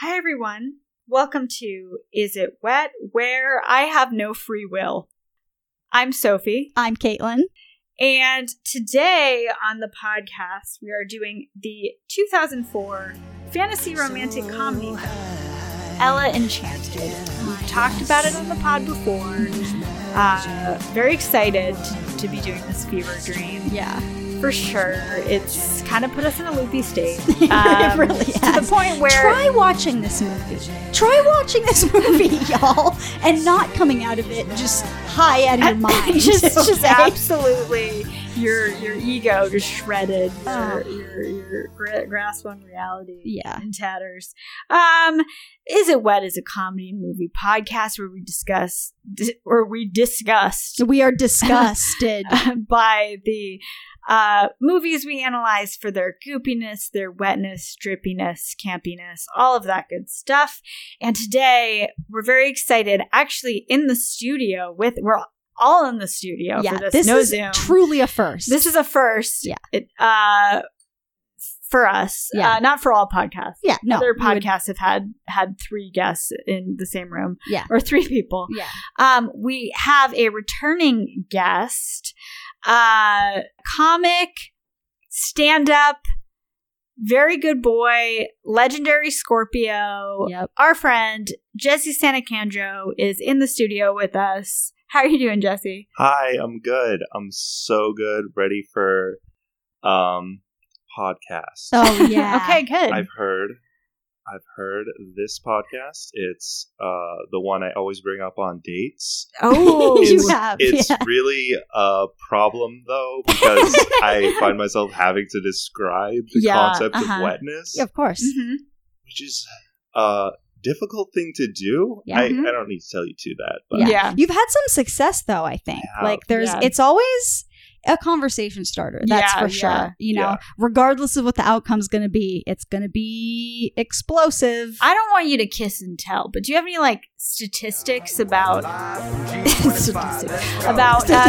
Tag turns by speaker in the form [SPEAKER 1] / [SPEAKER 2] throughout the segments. [SPEAKER 1] Hi, everyone. Welcome to Is It Wet? Where I Have No Free Will. I'm Sophie,
[SPEAKER 2] I'm Caitlin.
[SPEAKER 1] and today on the podcast, we are doing the 2004 fantasy romantic comedy film, Ella Enchanted. We've talked about it on the pod before. Uh, very excited to, to be doing this fever dream.
[SPEAKER 2] Yeah.
[SPEAKER 1] For sure, it's kind of put us in a loopy state. Um,
[SPEAKER 2] it really
[SPEAKER 1] to the
[SPEAKER 2] has.
[SPEAKER 1] point where
[SPEAKER 2] Try watching this movie. Try watching this movie, y'all, and not coming out of it just high out of your mind.
[SPEAKER 1] just, just
[SPEAKER 2] okay?
[SPEAKER 1] absolutely your your ego just shredded,
[SPEAKER 2] Oh.
[SPEAKER 1] your, your, your gra- grasp on reality
[SPEAKER 2] Yeah.
[SPEAKER 1] in tatters. Um, is it wet? Is a comedy and movie podcast where we discuss di- or we discussed
[SPEAKER 2] We are disgusted.
[SPEAKER 1] by the uh, movies we analyze for their goopiness, their wetness, drippiness, campiness, all of that good stuff. And today we're very excited. Actually, in the studio with we're all in the studio
[SPEAKER 2] yeah.
[SPEAKER 1] for this.
[SPEAKER 2] This
[SPEAKER 1] no
[SPEAKER 2] is
[SPEAKER 1] Zoom.
[SPEAKER 2] truly a first.
[SPEAKER 1] This is a first.
[SPEAKER 2] Yeah.
[SPEAKER 1] It, uh, for us,
[SPEAKER 2] Yeah.
[SPEAKER 1] uh, not for all podcasts.
[SPEAKER 2] yeah. No.
[SPEAKER 1] Other
[SPEAKER 2] you would-
[SPEAKER 1] podcasts have had had three guests in the same room,
[SPEAKER 2] Yeah.
[SPEAKER 1] or three people.
[SPEAKER 2] Yeah.
[SPEAKER 1] Um, we have a returning guest, uh, comic, stand up, very good boy, legendary Scorpio.
[SPEAKER 2] Yep.
[SPEAKER 1] Our friend Jesse Santacandro is in the studio with us. How are you doing, Jesse?
[SPEAKER 3] Hi, I'm good. I'm so good, ready for um podcast.
[SPEAKER 2] Oh yeah.
[SPEAKER 1] okay, good.
[SPEAKER 3] I've heard I've heard this podcast. It's uh the one I always bring up on dates.
[SPEAKER 1] oh,
[SPEAKER 2] you have.
[SPEAKER 3] It's
[SPEAKER 2] yeah.
[SPEAKER 3] really a problem though because I find myself having to describe the
[SPEAKER 1] Yeah,
[SPEAKER 3] concept
[SPEAKER 1] uh-huh.
[SPEAKER 3] of wetness,
[SPEAKER 2] Of course.
[SPEAKER 1] Mhm.
[SPEAKER 3] which is a difficult thing to do.
[SPEAKER 2] Yeah.
[SPEAKER 3] I,
[SPEAKER 1] Mhm.
[SPEAKER 3] I don't need to tell you to that, but
[SPEAKER 2] Yeah.
[SPEAKER 1] Yeah.
[SPEAKER 2] You've had some success though, I think.
[SPEAKER 3] Yeah.
[SPEAKER 2] Like there's
[SPEAKER 1] Yeah.
[SPEAKER 2] it's always a conversation starter. That's
[SPEAKER 1] Yeah,
[SPEAKER 2] for sure.
[SPEAKER 1] yeah.
[SPEAKER 2] You know,
[SPEAKER 3] Yeah.
[SPEAKER 2] regardless of what the outcome's going to be, it's going to be explosive.
[SPEAKER 1] I don't want you to kiss and tell, but do you have any like statistics about statistics about uh,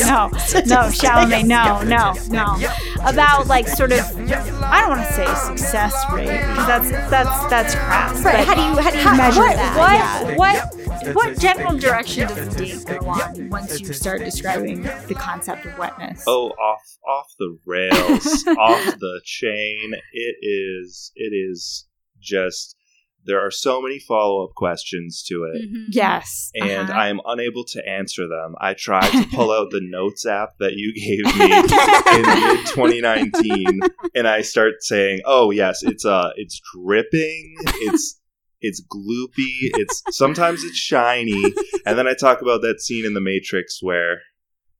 [SPEAKER 1] no, no, Chalamet, no, no, no, about like sort of I don't want to say success rate because that's that's that's crap.
[SPEAKER 2] Right.
[SPEAKER 1] but-
[SPEAKER 2] How do you how do you
[SPEAKER 1] How-
[SPEAKER 2] measure
[SPEAKER 1] what,
[SPEAKER 2] that?
[SPEAKER 1] What what what general direction does the date go on once you start describing the concept of wetness?
[SPEAKER 3] Oh, off off the rails, off the chain. It is it is just there are so many follow up questions to
[SPEAKER 2] Yeah.
[SPEAKER 3] it.
[SPEAKER 1] Mm-hmm.
[SPEAKER 2] Mhm.
[SPEAKER 1] yes,
[SPEAKER 3] And
[SPEAKER 1] uh-huh.
[SPEAKER 3] I am unable to answer them. I tried to pull out the notes app that you gave me in mid 2019, and I start saying, "Oh yes, it's uh, it's dripping, it's it's gloopy, it's sometimes it's shiny," and then I talk about that scene in The Matrix where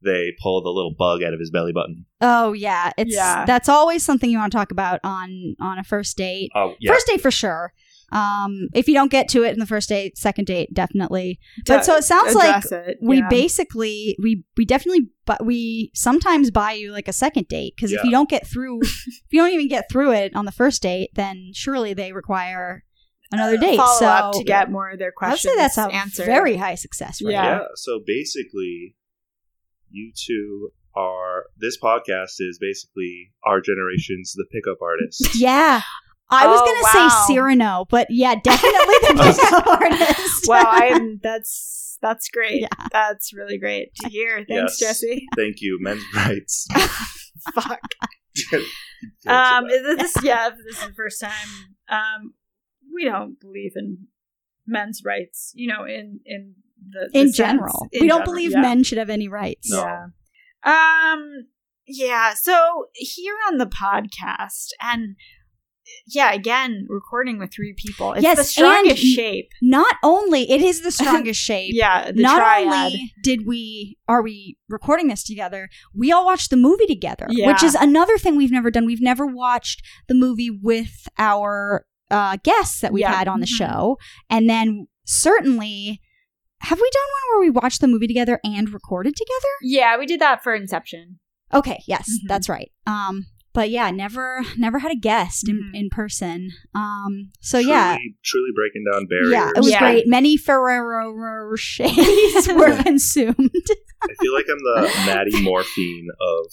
[SPEAKER 3] they pull the little bug out of his belly button.
[SPEAKER 2] Oh yeah, it's
[SPEAKER 1] Yeah.
[SPEAKER 2] that's always something you want to talk about on on a first date.
[SPEAKER 3] Oh yeah,
[SPEAKER 2] First date for sure. Um, if you don't get to it in the first date, second date definitely. But
[SPEAKER 1] To
[SPEAKER 2] so it sounds like
[SPEAKER 1] address it,
[SPEAKER 2] we
[SPEAKER 1] yeah.
[SPEAKER 2] basically we we definitely but we sometimes buy you like a second date because if
[SPEAKER 3] Yeah.
[SPEAKER 2] you don't get through if you don't even get through it on the first date then surely they require another date
[SPEAKER 1] Uh, follow
[SPEAKER 2] so
[SPEAKER 1] up to get more of their
[SPEAKER 2] i'd
[SPEAKER 1] questions
[SPEAKER 2] say that's a
[SPEAKER 1] answered.
[SPEAKER 2] very high success rate
[SPEAKER 1] Yeah.
[SPEAKER 3] yeah. So basically, you two are this podcast is basically our generation's the pickup artist.
[SPEAKER 2] yeah i was
[SPEAKER 1] Oh,
[SPEAKER 2] gonna
[SPEAKER 1] wow.
[SPEAKER 2] say cyrano but yeah definitely the pickup artist
[SPEAKER 1] wow, I'm that's that's great.
[SPEAKER 2] Yeah.
[SPEAKER 1] That's really great to hear. Thanks,
[SPEAKER 3] Yes.
[SPEAKER 1] Jesse.
[SPEAKER 3] Thank you, men's rights.
[SPEAKER 1] Fuck. Um,
[SPEAKER 3] um,
[SPEAKER 1] is this yeah, if this is the first time. Um, we don't believe in men's rights. You know, in in the, the
[SPEAKER 2] in
[SPEAKER 1] sense-
[SPEAKER 2] general
[SPEAKER 1] in
[SPEAKER 2] we don't
[SPEAKER 1] general,
[SPEAKER 2] believe
[SPEAKER 1] yeah.
[SPEAKER 2] men should have any rights
[SPEAKER 3] No.
[SPEAKER 1] Yeah. Um. Yeah. So here on the podcast, and yeah, again, recording with three people. It's
[SPEAKER 2] Yes,
[SPEAKER 1] the strongest
[SPEAKER 2] and-
[SPEAKER 1] shape.
[SPEAKER 2] not only it is the strongest shape
[SPEAKER 1] Yeah, the
[SPEAKER 2] not
[SPEAKER 1] triad.
[SPEAKER 2] only did we are we recording this together, we all watched the movie together,
[SPEAKER 1] Yeah.
[SPEAKER 2] which is another thing we've never done. We've never watched the movie with our uh, guests that we've
[SPEAKER 1] Yeah.
[SPEAKER 2] had on the
[SPEAKER 1] Mhm.
[SPEAKER 2] show, and then certainly have we done one where we watched the movie together and recorded together?
[SPEAKER 1] yeah, we did that for Inception.
[SPEAKER 2] Okay, yes,
[SPEAKER 1] Mhm.
[SPEAKER 2] that's right. Um, but yeah, never never had a guest
[SPEAKER 1] Mhm.
[SPEAKER 2] in in person. Um, so yeah.
[SPEAKER 3] truly, truly breaking down barriers.
[SPEAKER 2] Yeah, it was
[SPEAKER 1] Yeah.
[SPEAKER 2] great. Many Ferrero Rochers were consumed.
[SPEAKER 3] I feel like I'm the Maddie Morphine of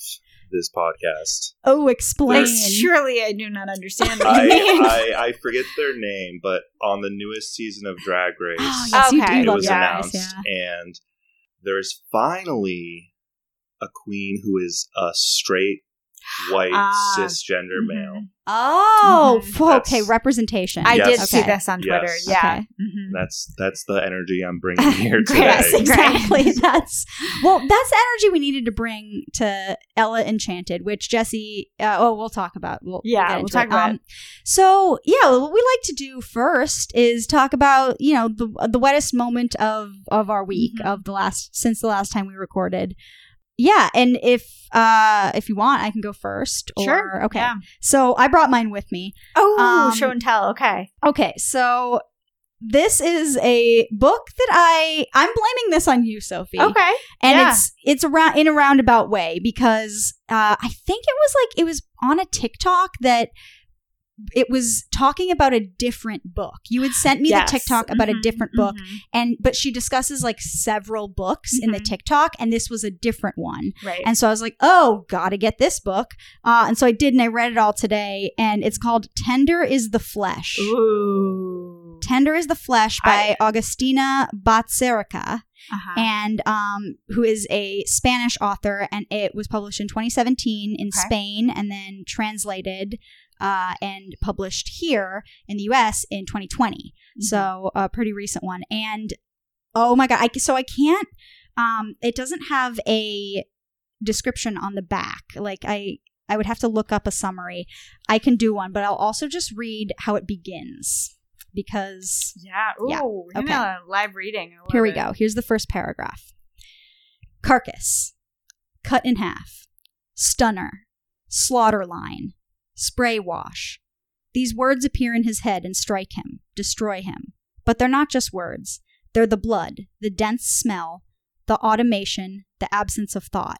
[SPEAKER 3] this podcast.
[SPEAKER 2] Oh, explain.
[SPEAKER 1] Like, surely I do not understand what you mean.
[SPEAKER 3] I, I I forget their name, but on the newest season of Drag Race,
[SPEAKER 2] Oh, yes, you do
[SPEAKER 1] Okay.
[SPEAKER 3] it
[SPEAKER 2] love
[SPEAKER 3] was
[SPEAKER 1] yeah,
[SPEAKER 2] that.
[SPEAKER 3] announced, and there's finally a queen who is a straight white
[SPEAKER 1] Ah,
[SPEAKER 3] cisgender
[SPEAKER 1] Mhm.
[SPEAKER 3] male.
[SPEAKER 2] Oh,
[SPEAKER 1] Mhm.
[SPEAKER 2] f- okay.
[SPEAKER 3] That's-
[SPEAKER 2] Representation.
[SPEAKER 1] I
[SPEAKER 3] Yes.
[SPEAKER 1] did see
[SPEAKER 2] Okay.
[SPEAKER 1] this on
[SPEAKER 3] Yes.
[SPEAKER 1] Twitter. Yeah.
[SPEAKER 2] Okay.
[SPEAKER 1] Mhm.
[SPEAKER 3] That's that's the energy I'm bringing here today.
[SPEAKER 2] Yes,
[SPEAKER 1] Right.
[SPEAKER 2] exactly. That's well. That's the energy we needed to bring to Ella Enchanted, which Jesse. Uh, oh, we'll talk about. We'll,
[SPEAKER 1] Yeah,
[SPEAKER 2] get
[SPEAKER 1] we'll
[SPEAKER 2] into Um,
[SPEAKER 1] talk about it.
[SPEAKER 2] so yeah, what we like to do first is talk about you know the the wettest moment of of our week
[SPEAKER 1] Mhm.
[SPEAKER 2] of the last since the last time we recorded. Yeah, and if uh if you want, I can go first. Or,
[SPEAKER 1] Sure.
[SPEAKER 2] Okay.
[SPEAKER 1] Yeah.
[SPEAKER 2] So I brought mine with me.
[SPEAKER 1] Oh,
[SPEAKER 2] Um,
[SPEAKER 1] show and tell. Okay.
[SPEAKER 2] Okay, so this is a book that I I'm blaming this on you, Sophie.
[SPEAKER 1] Okay.
[SPEAKER 2] and
[SPEAKER 1] yeah.
[SPEAKER 2] it's it's around in a roundabout way because uh, I think it was like it was on a TikTok that it was talking about a different book. You had sent me
[SPEAKER 1] Yes.
[SPEAKER 2] the TikTok about a
[SPEAKER 1] Mhm,
[SPEAKER 2] different book,
[SPEAKER 1] mhm.
[SPEAKER 2] and but she discusses like several books in the
[SPEAKER 1] Mhm.
[SPEAKER 2] TikTok, and this was a different one.
[SPEAKER 1] Right.
[SPEAKER 2] And so I was like, oh, gotta get this book. Uh, and so I did, and I read it all today. And it's called Tender is the Flesh.
[SPEAKER 1] Ooh.
[SPEAKER 2] Tender is the Flesh by Augustina Batserica,
[SPEAKER 1] Uh-huh.
[SPEAKER 2] and um, who is a Spanish author. And it was published in 2017 in
[SPEAKER 1] Okay.
[SPEAKER 2] Spain and then translated uh, and published here in the US in 2020
[SPEAKER 1] Mm-hmm.
[SPEAKER 2] so a pretty recent one and oh my god I, so i can't um it doesn't have a description on the back like i i would have to look up a summary i can do one but i'll also just read how it begins because
[SPEAKER 1] yeah. Ooh.
[SPEAKER 2] Yeah.
[SPEAKER 1] We're
[SPEAKER 2] Okay.
[SPEAKER 1] gonna live reading. I love
[SPEAKER 2] here we
[SPEAKER 1] it.
[SPEAKER 2] go here's the first paragraph carcass cut in half stunner slaughter line spray wash These words appear in his head and strike him, destroy him. But they're not just words. They're the blood, the dense smell, the automation, the absence of thought.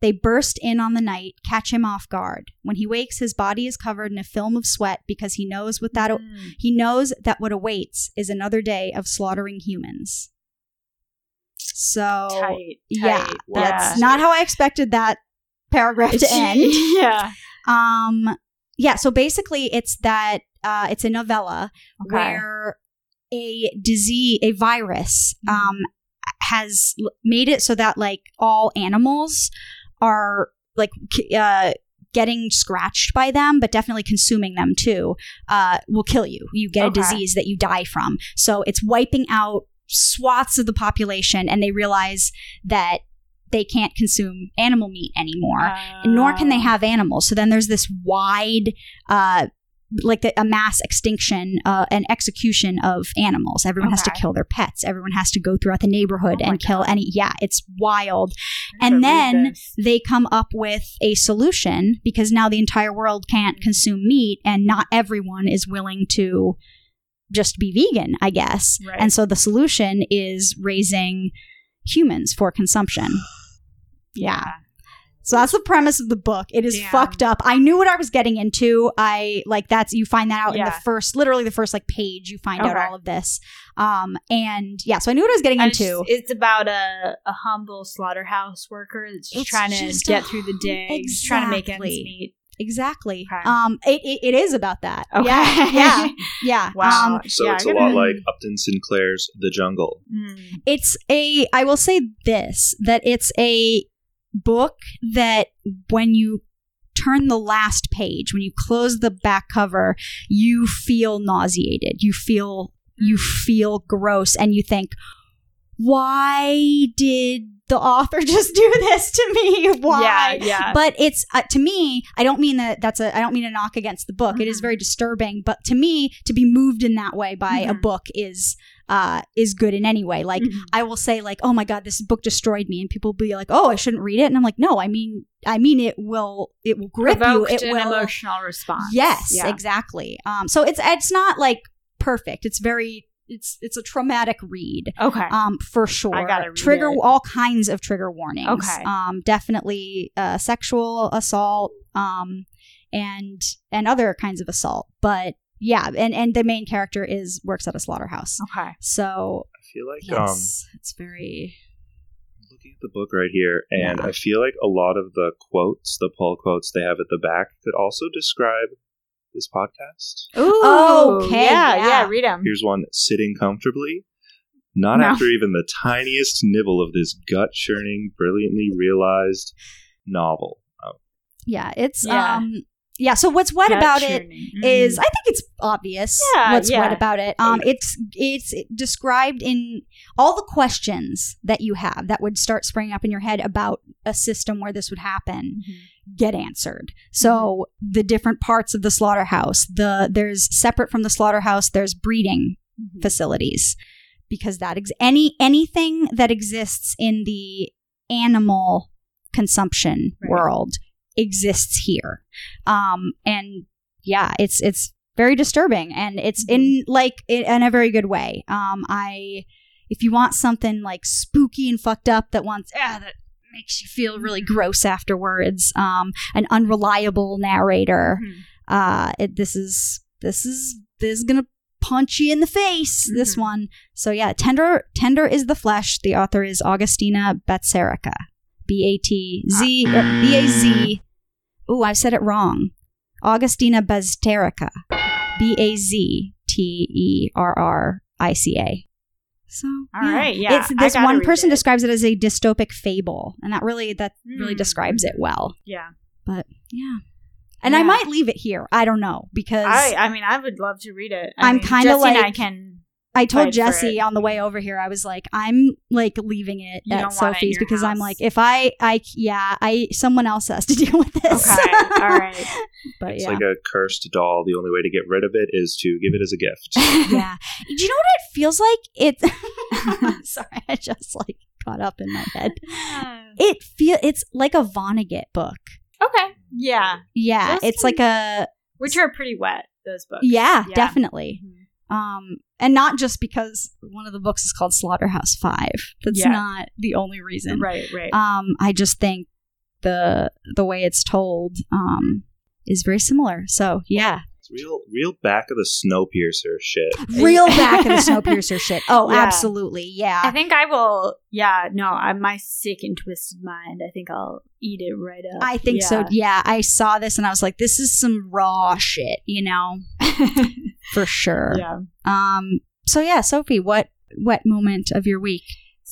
[SPEAKER 2] They burst in on the night, catch him off guard. When he wakes, his body is covered in a film of sweat because he knows what that
[SPEAKER 1] Mm.
[SPEAKER 2] he knows that what awaits is another day of slaughtering humans. So,
[SPEAKER 1] Tight, tight.
[SPEAKER 2] Oh, yeah, that's
[SPEAKER 1] Yeah.
[SPEAKER 2] not how I expected that paragraph to end.
[SPEAKER 1] yeah.
[SPEAKER 2] Um, yeah. So basically, it's that uh, it's a novella
[SPEAKER 1] Okay.
[SPEAKER 2] where a disease, a virus,
[SPEAKER 1] Mm-hmm.
[SPEAKER 2] um, has l- made it so that like all animals are like c- uh, getting scratched by them, but definitely consuming them too uh, will kill you. You get
[SPEAKER 1] Okay.
[SPEAKER 2] a disease that you die from. So it's wiping out swaths of the population, and they realize that they can't consume animal meat anymore nor can they
[SPEAKER 1] Oh. Um,
[SPEAKER 2] have animals. So then there's this wide, uh, like the, a mass extinction uh, and execution of animals. Everyone has to
[SPEAKER 1] Okay.
[SPEAKER 2] kill their pets. Everyone has to go throughout the neighborhood
[SPEAKER 1] Oh my
[SPEAKER 2] and kill any. Yeah, it's wild.
[SPEAKER 1] I need
[SPEAKER 2] and
[SPEAKER 1] to read
[SPEAKER 2] then
[SPEAKER 1] this.
[SPEAKER 2] They come up with a solution because now the entire world can't consume meat, and not everyone is willing to just be vegan, I guess.
[SPEAKER 1] Right.
[SPEAKER 2] And so the solution is raising humans for consumption. Yeah. So that's the premise of the book. It is
[SPEAKER 1] Damn.
[SPEAKER 2] fucked up. I knew what I was getting into. I like that's you find that out in the
[SPEAKER 1] Yeah.
[SPEAKER 2] first, literally the first like page. You find out
[SPEAKER 1] Okay.
[SPEAKER 2] all of this. Um, and yeah, so I knew what I was getting
[SPEAKER 1] And
[SPEAKER 2] into.
[SPEAKER 1] It's, it's about a, a humble slaughterhouse worker that's just
[SPEAKER 2] It's
[SPEAKER 1] trying to
[SPEAKER 2] just
[SPEAKER 1] get
[SPEAKER 2] a
[SPEAKER 1] through the day, just trying to make ends
[SPEAKER 2] Exactly.
[SPEAKER 1] meet.
[SPEAKER 2] exactly.
[SPEAKER 1] Okay.
[SPEAKER 2] Um, it, it, it is about that.
[SPEAKER 1] Okay.
[SPEAKER 2] Yeah, yeah, yeah.
[SPEAKER 1] Wow.
[SPEAKER 2] Um,
[SPEAKER 3] So
[SPEAKER 1] Yeah,
[SPEAKER 3] it's
[SPEAKER 1] I
[SPEAKER 3] a
[SPEAKER 1] gotta-
[SPEAKER 3] lot like Upton Sinclair's The Jungle.
[SPEAKER 1] Mm.
[SPEAKER 2] it's a. I will say this that it's a book that when you turn the last page, when you close the back cover, you feel nauseated. You feel you feel gross and you think, why did the author just do this to me? Why?
[SPEAKER 1] Yeah, yeah.
[SPEAKER 2] But it's uh, to me. I don't mean that. That's a. I don't mean a knock against the book. It is
[SPEAKER 1] Mhm.
[SPEAKER 2] very disturbing. But to me, to be moved in that way by a
[SPEAKER 1] Mhm.
[SPEAKER 2] book is uh is good in any way. Like
[SPEAKER 1] Mhm.
[SPEAKER 2] I will say, like, oh my god, this book destroyed me, and people will be like, oh, I shouldn't read it, and I'm like, no, I mean, I mean, it will, it will grip
[SPEAKER 1] Provoked
[SPEAKER 2] you. It
[SPEAKER 1] an
[SPEAKER 2] will
[SPEAKER 1] emotional response.
[SPEAKER 2] Yes,
[SPEAKER 1] Yeah.
[SPEAKER 2] exactly. Um, so it's it's not like perfect. It's very it's it's a traumatic read.
[SPEAKER 1] Okay.
[SPEAKER 2] Um, for sure.
[SPEAKER 1] gotta read
[SPEAKER 2] trigger
[SPEAKER 1] it.
[SPEAKER 2] all kinds of trigger warnings.
[SPEAKER 1] Okay.
[SPEAKER 2] Um, definitely uh, sexual assault. Um, and and other kinds of assault. But yeah, and and the main character is works at a slaughterhouse.
[SPEAKER 1] okay.
[SPEAKER 2] So
[SPEAKER 3] I feel like um,
[SPEAKER 2] yes, it's very
[SPEAKER 3] I'm um, looking at the book right here, and I feel like a lot of the quotes, the poll quotes they have at the back, could also describe this podcast.
[SPEAKER 1] Ooh,
[SPEAKER 2] Oh, Okay,
[SPEAKER 1] Yeah,
[SPEAKER 2] yeah.
[SPEAKER 1] yeah. read them.
[SPEAKER 3] Here's one sitting comfortably. Not
[SPEAKER 1] Mm-hmm. No.
[SPEAKER 3] after even the tiniest nibble of this gut churning, brilliantly realized novel.
[SPEAKER 2] Yeah, it's
[SPEAKER 1] Yeah.
[SPEAKER 2] um yeah, so what's what about it is I think it's obvious
[SPEAKER 1] Mm-hmm. Yeah,
[SPEAKER 2] what's what
[SPEAKER 1] yeah.
[SPEAKER 2] about it. Um, it's it's described in all the questions that you have that would start springing up in your head about a system where this would happen
[SPEAKER 1] Mm-hmm.
[SPEAKER 2] get answered. So the different parts of the slaughterhouse, the there's separate from the slaughterhouse, there's breeding
[SPEAKER 1] Mm-hmm.
[SPEAKER 2] facilities because that ex- any anything that exists in the animal consumption
[SPEAKER 1] Right.
[SPEAKER 2] world exists here um and yeah it's it's very disturbing and it's in like in, in a very good way um i if you want something like spooky and fucked up that wants ah, that makes you feel really gross afterwards um an unreliable narrator
[SPEAKER 1] mm-hmm.
[SPEAKER 2] uh it, this is this is this is gonna punch you in the face this
[SPEAKER 1] Mhm.
[SPEAKER 2] one so yeah tender tender is the flesh the author is augustina batserica b-a-t-z uh, b-a-z ooh i said it wrong augustina batserica E b-a-z-t-e-r-r-i-c-a so
[SPEAKER 1] All right, yeah,
[SPEAKER 2] it's
[SPEAKER 1] I
[SPEAKER 2] this
[SPEAKER 1] gotta
[SPEAKER 2] one
[SPEAKER 1] read
[SPEAKER 2] person
[SPEAKER 1] it.
[SPEAKER 2] describes it as a dystopic fable and that really that really
[SPEAKER 1] Mm.
[SPEAKER 2] describes it well
[SPEAKER 1] Yeah,
[SPEAKER 2] yeah. And I
[SPEAKER 1] Yeah.
[SPEAKER 2] might leave it here. I don't know because
[SPEAKER 1] I,
[SPEAKER 2] I,
[SPEAKER 1] I mean, I would love to read it.
[SPEAKER 2] I'm
[SPEAKER 1] mean,
[SPEAKER 2] kinda
[SPEAKER 1] Jesse and I
[SPEAKER 2] like-
[SPEAKER 1] can.
[SPEAKER 2] told
[SPEAKER 1] fight for
[SPEAKER 2] Jesse
[SPEAKER 1] it.
[SPEAKER 2] on the way over here, I was like, I'm like leaving it
[SPEAKER 1] You
[SPEAKER 2] at
[SPEAKER 1] don't want it in
[SPEAKER 2] Sophie's
[SPEAKER 1] your
[SPEAKER 2] because I'm
[SPEAKER 1] house.
[SPEAKER 2] like, if I, I, yeah, I, someone else has to deal with this.
[SPEAKER 1] Okay, all right.
[SPEAKER 2] But
[SPEAKER 3] It's
[SPEAKER 2] yeah.
[SPEAKER 3] like a cursed doll. The only way to get rid of it is to give it as a gift.
[SPEAKER 2] yeah. Do you know what it feels like? It's, sorry, I just like got up in my head. It feel it's like a Vonnegut book.
[SPEAKER 1] okay. Yeah,
[SPEAKER 2] Yeah.
[SPEAKER 1] Those
[SPEAKER 2] it's
[SPEAKER 1] can-
[SPEAKER 2] like a,
[SPEAKER 1] which are pretty wet. Those books.
[SPEAKER 2] yeah,
[SPEAKER 1] Yeah.
[SPEAKER 2] definitely.
[SPEAKER 1] Mhm.
[SPEAKER 2] um, and not just because one of the books is called Slaughterhouse Five. That's
[SPEAKER 1] Yeah.
[SPEAKER 2] not the only reason.
[SPEAKER 1] Right. Right.
[SPEAKER 2] Um, I just think the the way it's told um, is very similar. So yeah,
[SPEAKER 3] It's real, real back of the Snowpiercer shit.
[SPEAKER 2] real back of the Snowpiercer shit. Oh,
[SPEAKER 1] Yeah.
[SPEAKER 2] absolutely,
[SPEAKER 1] I
[SPEAKER 2] yeah.
[SPEAKER 1] think I will. Yeah. No. I, my sick and twisted mind. I think I'll eat it right up.
[SPEAKER 2] I think so. Yeah, I saw this and I was like, this is some raw shit, you know,
[SPEAKER 1] so.
[SPEAKER 2] for sure.
[SPEAKER 1] yeah.
[SPEAKER 2] Um. So yeah, Sophie, what what moment of your week?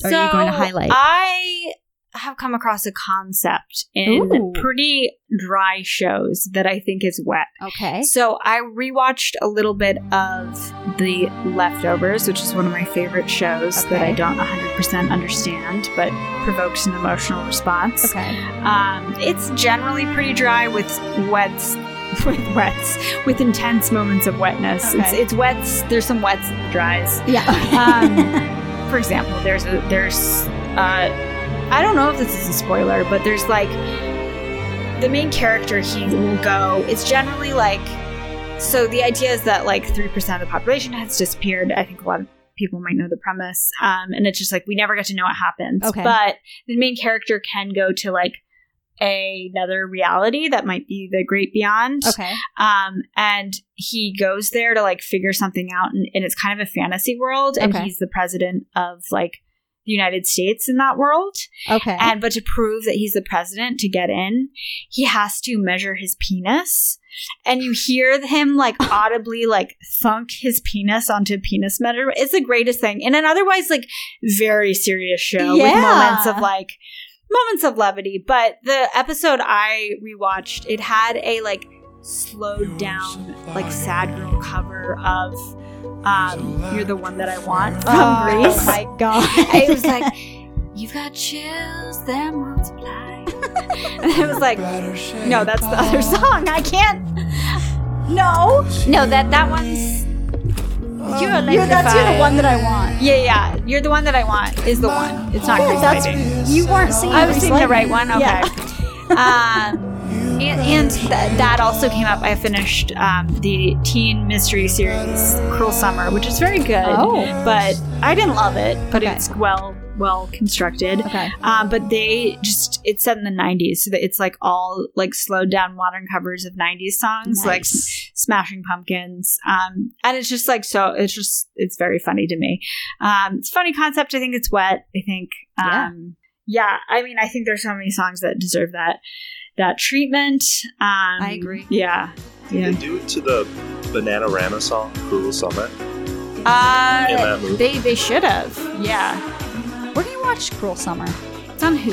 [SPEAKER 2] are you going to
[SPEAKER 1] So,
[SPEAKER 2] highlight?
[SPEAKER 1] I have come across a concept in
[SPEAKER 2] Ooh.
[SPEAKER 1] pretty dry shows that I think is wet.
[SPEAKER 2] Okay.
[SPEAKER 1] So I rewatched a little bit of The Leftovers, which is one of my favorite shows that I
[SPEAKER 2] Okay.
[SPEAKER 1] don't 100% understand, but provokes an emotional response.
[SPEAKER 2] Okay.
[SPEAKER 1] Um, it's generally pretty dry with wets, with wets, with intense moments of wetness. It's,
[SPEAKER 2] Okay.
[SPEAKER 1] it's wets. There's some wets and dries
[SPEAKER 2] Yeah.
[SPEAKER 1] um, for example, there's a there's uh, I don't know if this is a spoiler, but there's like the main character he will go. It's generally like so the idea is that like three percent of the population has disappeared. I think a lot of people might know the premise, um, and it's just like we never get to know what happens.
[SPEAKER 2] Okay.
[SPEAKER 1] but the main character can go to like another reality that might be the great beyond
[SPEAKER 2] okay.
[SPEAKER 1] um, and he goes there to like figure something out, and, and it's kind of a fantasy world. And
[SPEAKER 2] Okay.
[SPEAKER 1] he's the president of like the United States in that world.
[SPEAKER 2] Okay.
[SPEAKER 1] And but to prove that he's the president to get in, he has to measure his penis. And you hear him like audibly like thunk his penis onto a penis measure. It's the greatest thing. In an otherwise like very serious show with
[SPEAKER 2] Yeah.
[SPEAKER 1] moments of like moments of levity. But the episode I rewatched, it had a like slowed down like sad girl cover of um, You're the One That I Want from
[SPEAKER 2] oh,
[SPEAKER 1] Greece.
[SPEAKER 2] my god.
[SPEAKER 1] It was like, you've got chills that multiply. and I was like, no, that's the other song. I can't. No, no, that that one's. You're electrified.
[SPEAKER 2] You're, that's you're the one that I want.
[SPEAKER 1] Yeah, yeah. You're the one that I want. Is the one. It's not. Grease
[SPEAKER 2] that's-
[SPEAKER 1] Lightning.
[SPEAKER 2] You weren't singing.
[SPEAKER 1] I was
[SPEAKER 2] Grease
[SPEAKER 1] singing the right
[SPEAKER 2] Lightning.
[SPEAKER 1] one. Okay.
[SPEAKER 2] Yeah.
[SPEAKER 1] Um, and and th- that also came up. I finished um, the teen mystery series Cruel Summer, which is very good.
[SPEAKER 2] Oh.
[SPEAKER 1] But I didn't love it. But
[SPEAKER 2] Okay.
[SPEAKER 1] it's well well constructed.
[SPEAKER 2] Okay.
[SPEAKER 1] Um, but they just it's set in the 90s so that it's like all like slowed down modern covers of 90s songs like S-
[SPEAKER 2] Nice.
[SPEAKER 1] smashing pumpkins um, and it's just like so it's just it's very funny to me um, it's a funny concept i think it's wet i think um, yeah, I mean, I think there's so many songs that deserve that that treatment. Um, I
[SPEAKER 2] agree.
[SPEAKER 1] Yeah,
[SPEAKER 3] They
[SPEAKER 1] yeah.
[SPEAKER 3] do it to the Bananarama song, Cruel Summer, in
[SPEAKER 1] Uh,
[SPEAKER 3] that movie.
[SPEAKER 1] they they should have. Yeah,
[SPEAKER 2] Where do you watch Cruel Summer?
[SPEAKER 1] it's on who?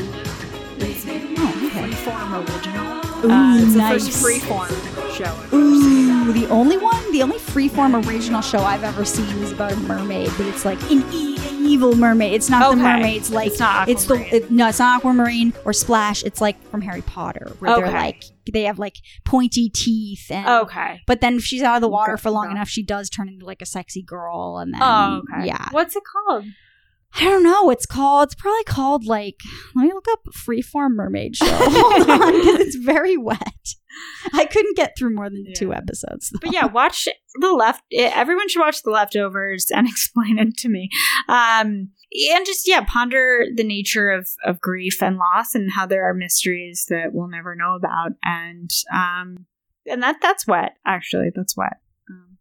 [SPEAKER 2] Oh, okay.
[SPEAKER 1] Freeform original.
[SPEAKER 2] Ooh,
[SPEAKER 1] uh, it's the
[SPEAKER 2] nice.
[SPEAKER 1] first freeform show. I've ever seen.
[SPEAKER 2] Ooh, the only one, the only freeform original show I've ever seen is about a mermaid, but it's like an e- an evil mermaid. It's not the
[SPEAKER 1] Okay.
[SPEAKER 2] mermaid's like
[SPEAKER 1] It's not
[SPEAKER 2] it's the
[SPEAKER 1] Aquamarine.
[SPEAKER 2] it, no, it's not Aquamarine or Splash. It's like from Harry Potter where they're
[SPEAKER 1] Okay.
[SPEAKER 2] like they have like pointy teeth and
[SPEAKER 1] Okay.
[SPEAKER 2] But then if she's out of the water for long
[SPEAKER 1] Girl.
[SPEAKER 2] enough, she does turn into like a sexy girl, and then
[SPEAKER 1] Oh, okay.
[SPEAKER 2] yeah,
[SPEAKER 1] What's it called?
[SPEAKER 2] I don't know what it's called. It's probably called like let me look up freeform mermaid show. Hold on, 'cause it's very wet. I couldn't get through more than two
[SPEAKER 1] Yeah.
[SPEAKER 2] episodes.
[SPEAKER 1] But yeah, watch the left. eh, Everyone should watch the leftovers and explain it to me. Um, and just yeah, ponder the nature of of grief and loss and how there are mysteries that we'll never know about. And um, and that that's wet. Actually, that's wet. Um,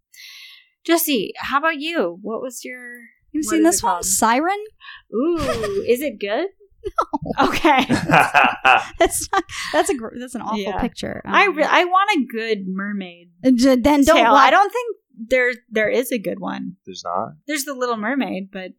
[SPEAKER 1] Jesse, how about you? What was your
[SPEAKER 2] You've
[SPEAKER 1] What is
[SPEAKER 2] seen this
[SPEAKER 1] it
[SPEAKER 2] one,
[SPEAKER 1] called?
[SPEAKER 2] Siren?
[SPEAKER 1] ooh? is it good? Okay.
[SPEAKER 2] That's not. That's a. gr- That's an awful
[SPEAKER 1] Yeah.
[SPEAKER 2] picture. Um,
[SPEAKER 1] I re- I want a good mermaid.
[SPEAKER 2] and j- then don't.
[SPEAKER 1] Don't tale.
[SPEAKER 2] watch-
[SPEAKER 1] I don't think there there is a good one.
[SPEAKER 3] There's not.
[SPEAKER 1] There's the Little Mermaid, but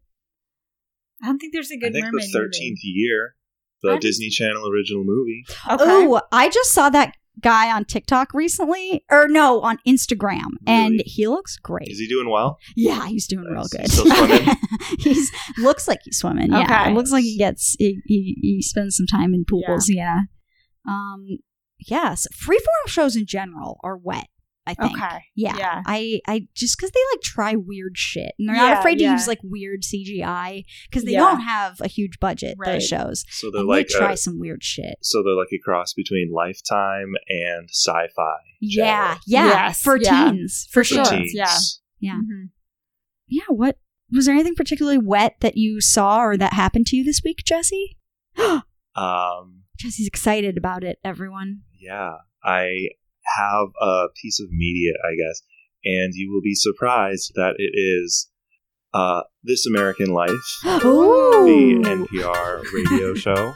[SPEAKER 1] I don't think there's a
[SPEAKER 3] I
[SPEAKER 1] good
[SPEAKER 3] think
[SPEAKER 1] mermaid.
[SPEAKER 3] the 13th year, the
[SPEAKER 1] What?
[SPEAKER 3] Disney Channel original movie.
[SPEAKER 1] Movie. Okay.
[SPEAKER 2] Ooh, I just saw that guy on TikTok recently, or no, on Instagram, and
[SPEAKER 3] Really?
[SPEAKER 2] he looks great.
[SPEAKER 3] Is he doing well?
[SPEAKER 2] Yeah, he's doing real
[SPEAKER 3] Is he
[SPEAKER 2] good.
[SPEAKER 3] still swimming?
[SPEAKER 2] he's looks like he's swimming. Yeah,
[SPEAKER 1] Okay.
[SPEAKER 2] it looks like he gets he, he, he spends some time in pools. Yeah. Um. Yes, freeform shows in general are wet. I think.
[SPEAKER 1] Okay.
[SPEAKER 2] Yeah.
[SPEAKER 1] Yeah.
[SPEAKER 2] I I just because they like try weird shit and they're not
[SPEAKER 1] Yeah,
[SPEAKER 2] afraid
[SPEAKER 1] yeah.
[SPEAKER 2] to use like weird CGI because they
[SPEAKER 1] Yeah.
[SPEAKER 2] don't have a huge budget
[SPEAKER 1] Right.
[SPEAKER 2] those shows.
[SPEAKER 3] So
[SPEAKER 2] They,
[SPEAKER 3] they're like uh,
[SPEAKER 2] they try
[SPEAKER 3] a,
[SPEAKER 2] some weird shit.
[SPEAKER 3] so they're like a cross between Lifetime and Sci-Fi.
[SPEAKER 2] Yeah, yeah,
[SPEAKER 1] Yes,
[SPEAKER 2] for
[SPEAKER 1] yeah.
[SPEAKER 2] teens, for,
[SPEAKER 1] For Sure,
[SPEAKER 2] sure.
[SPEAKER 3] Teens.
[SPEAKER 1] yeah.
[SPEAKER 2] Yeah.
[SPEAKER 1] Mhm.
[SPEAKER 2] Yeah. What was there anything particularly wet that you saw or that happened to you this week, Jesse?
[SPEAKER 3] Um,
[SPEAKER 2] Jesse's excited about it. Everyone.
[SPEAKER 3] yeah, I have a piece of media, I guess, and you will be surprised that it is uh, This American Life, the
[SPEAKER 1] Ooh.
[SPEAKER 3] NPR radio show.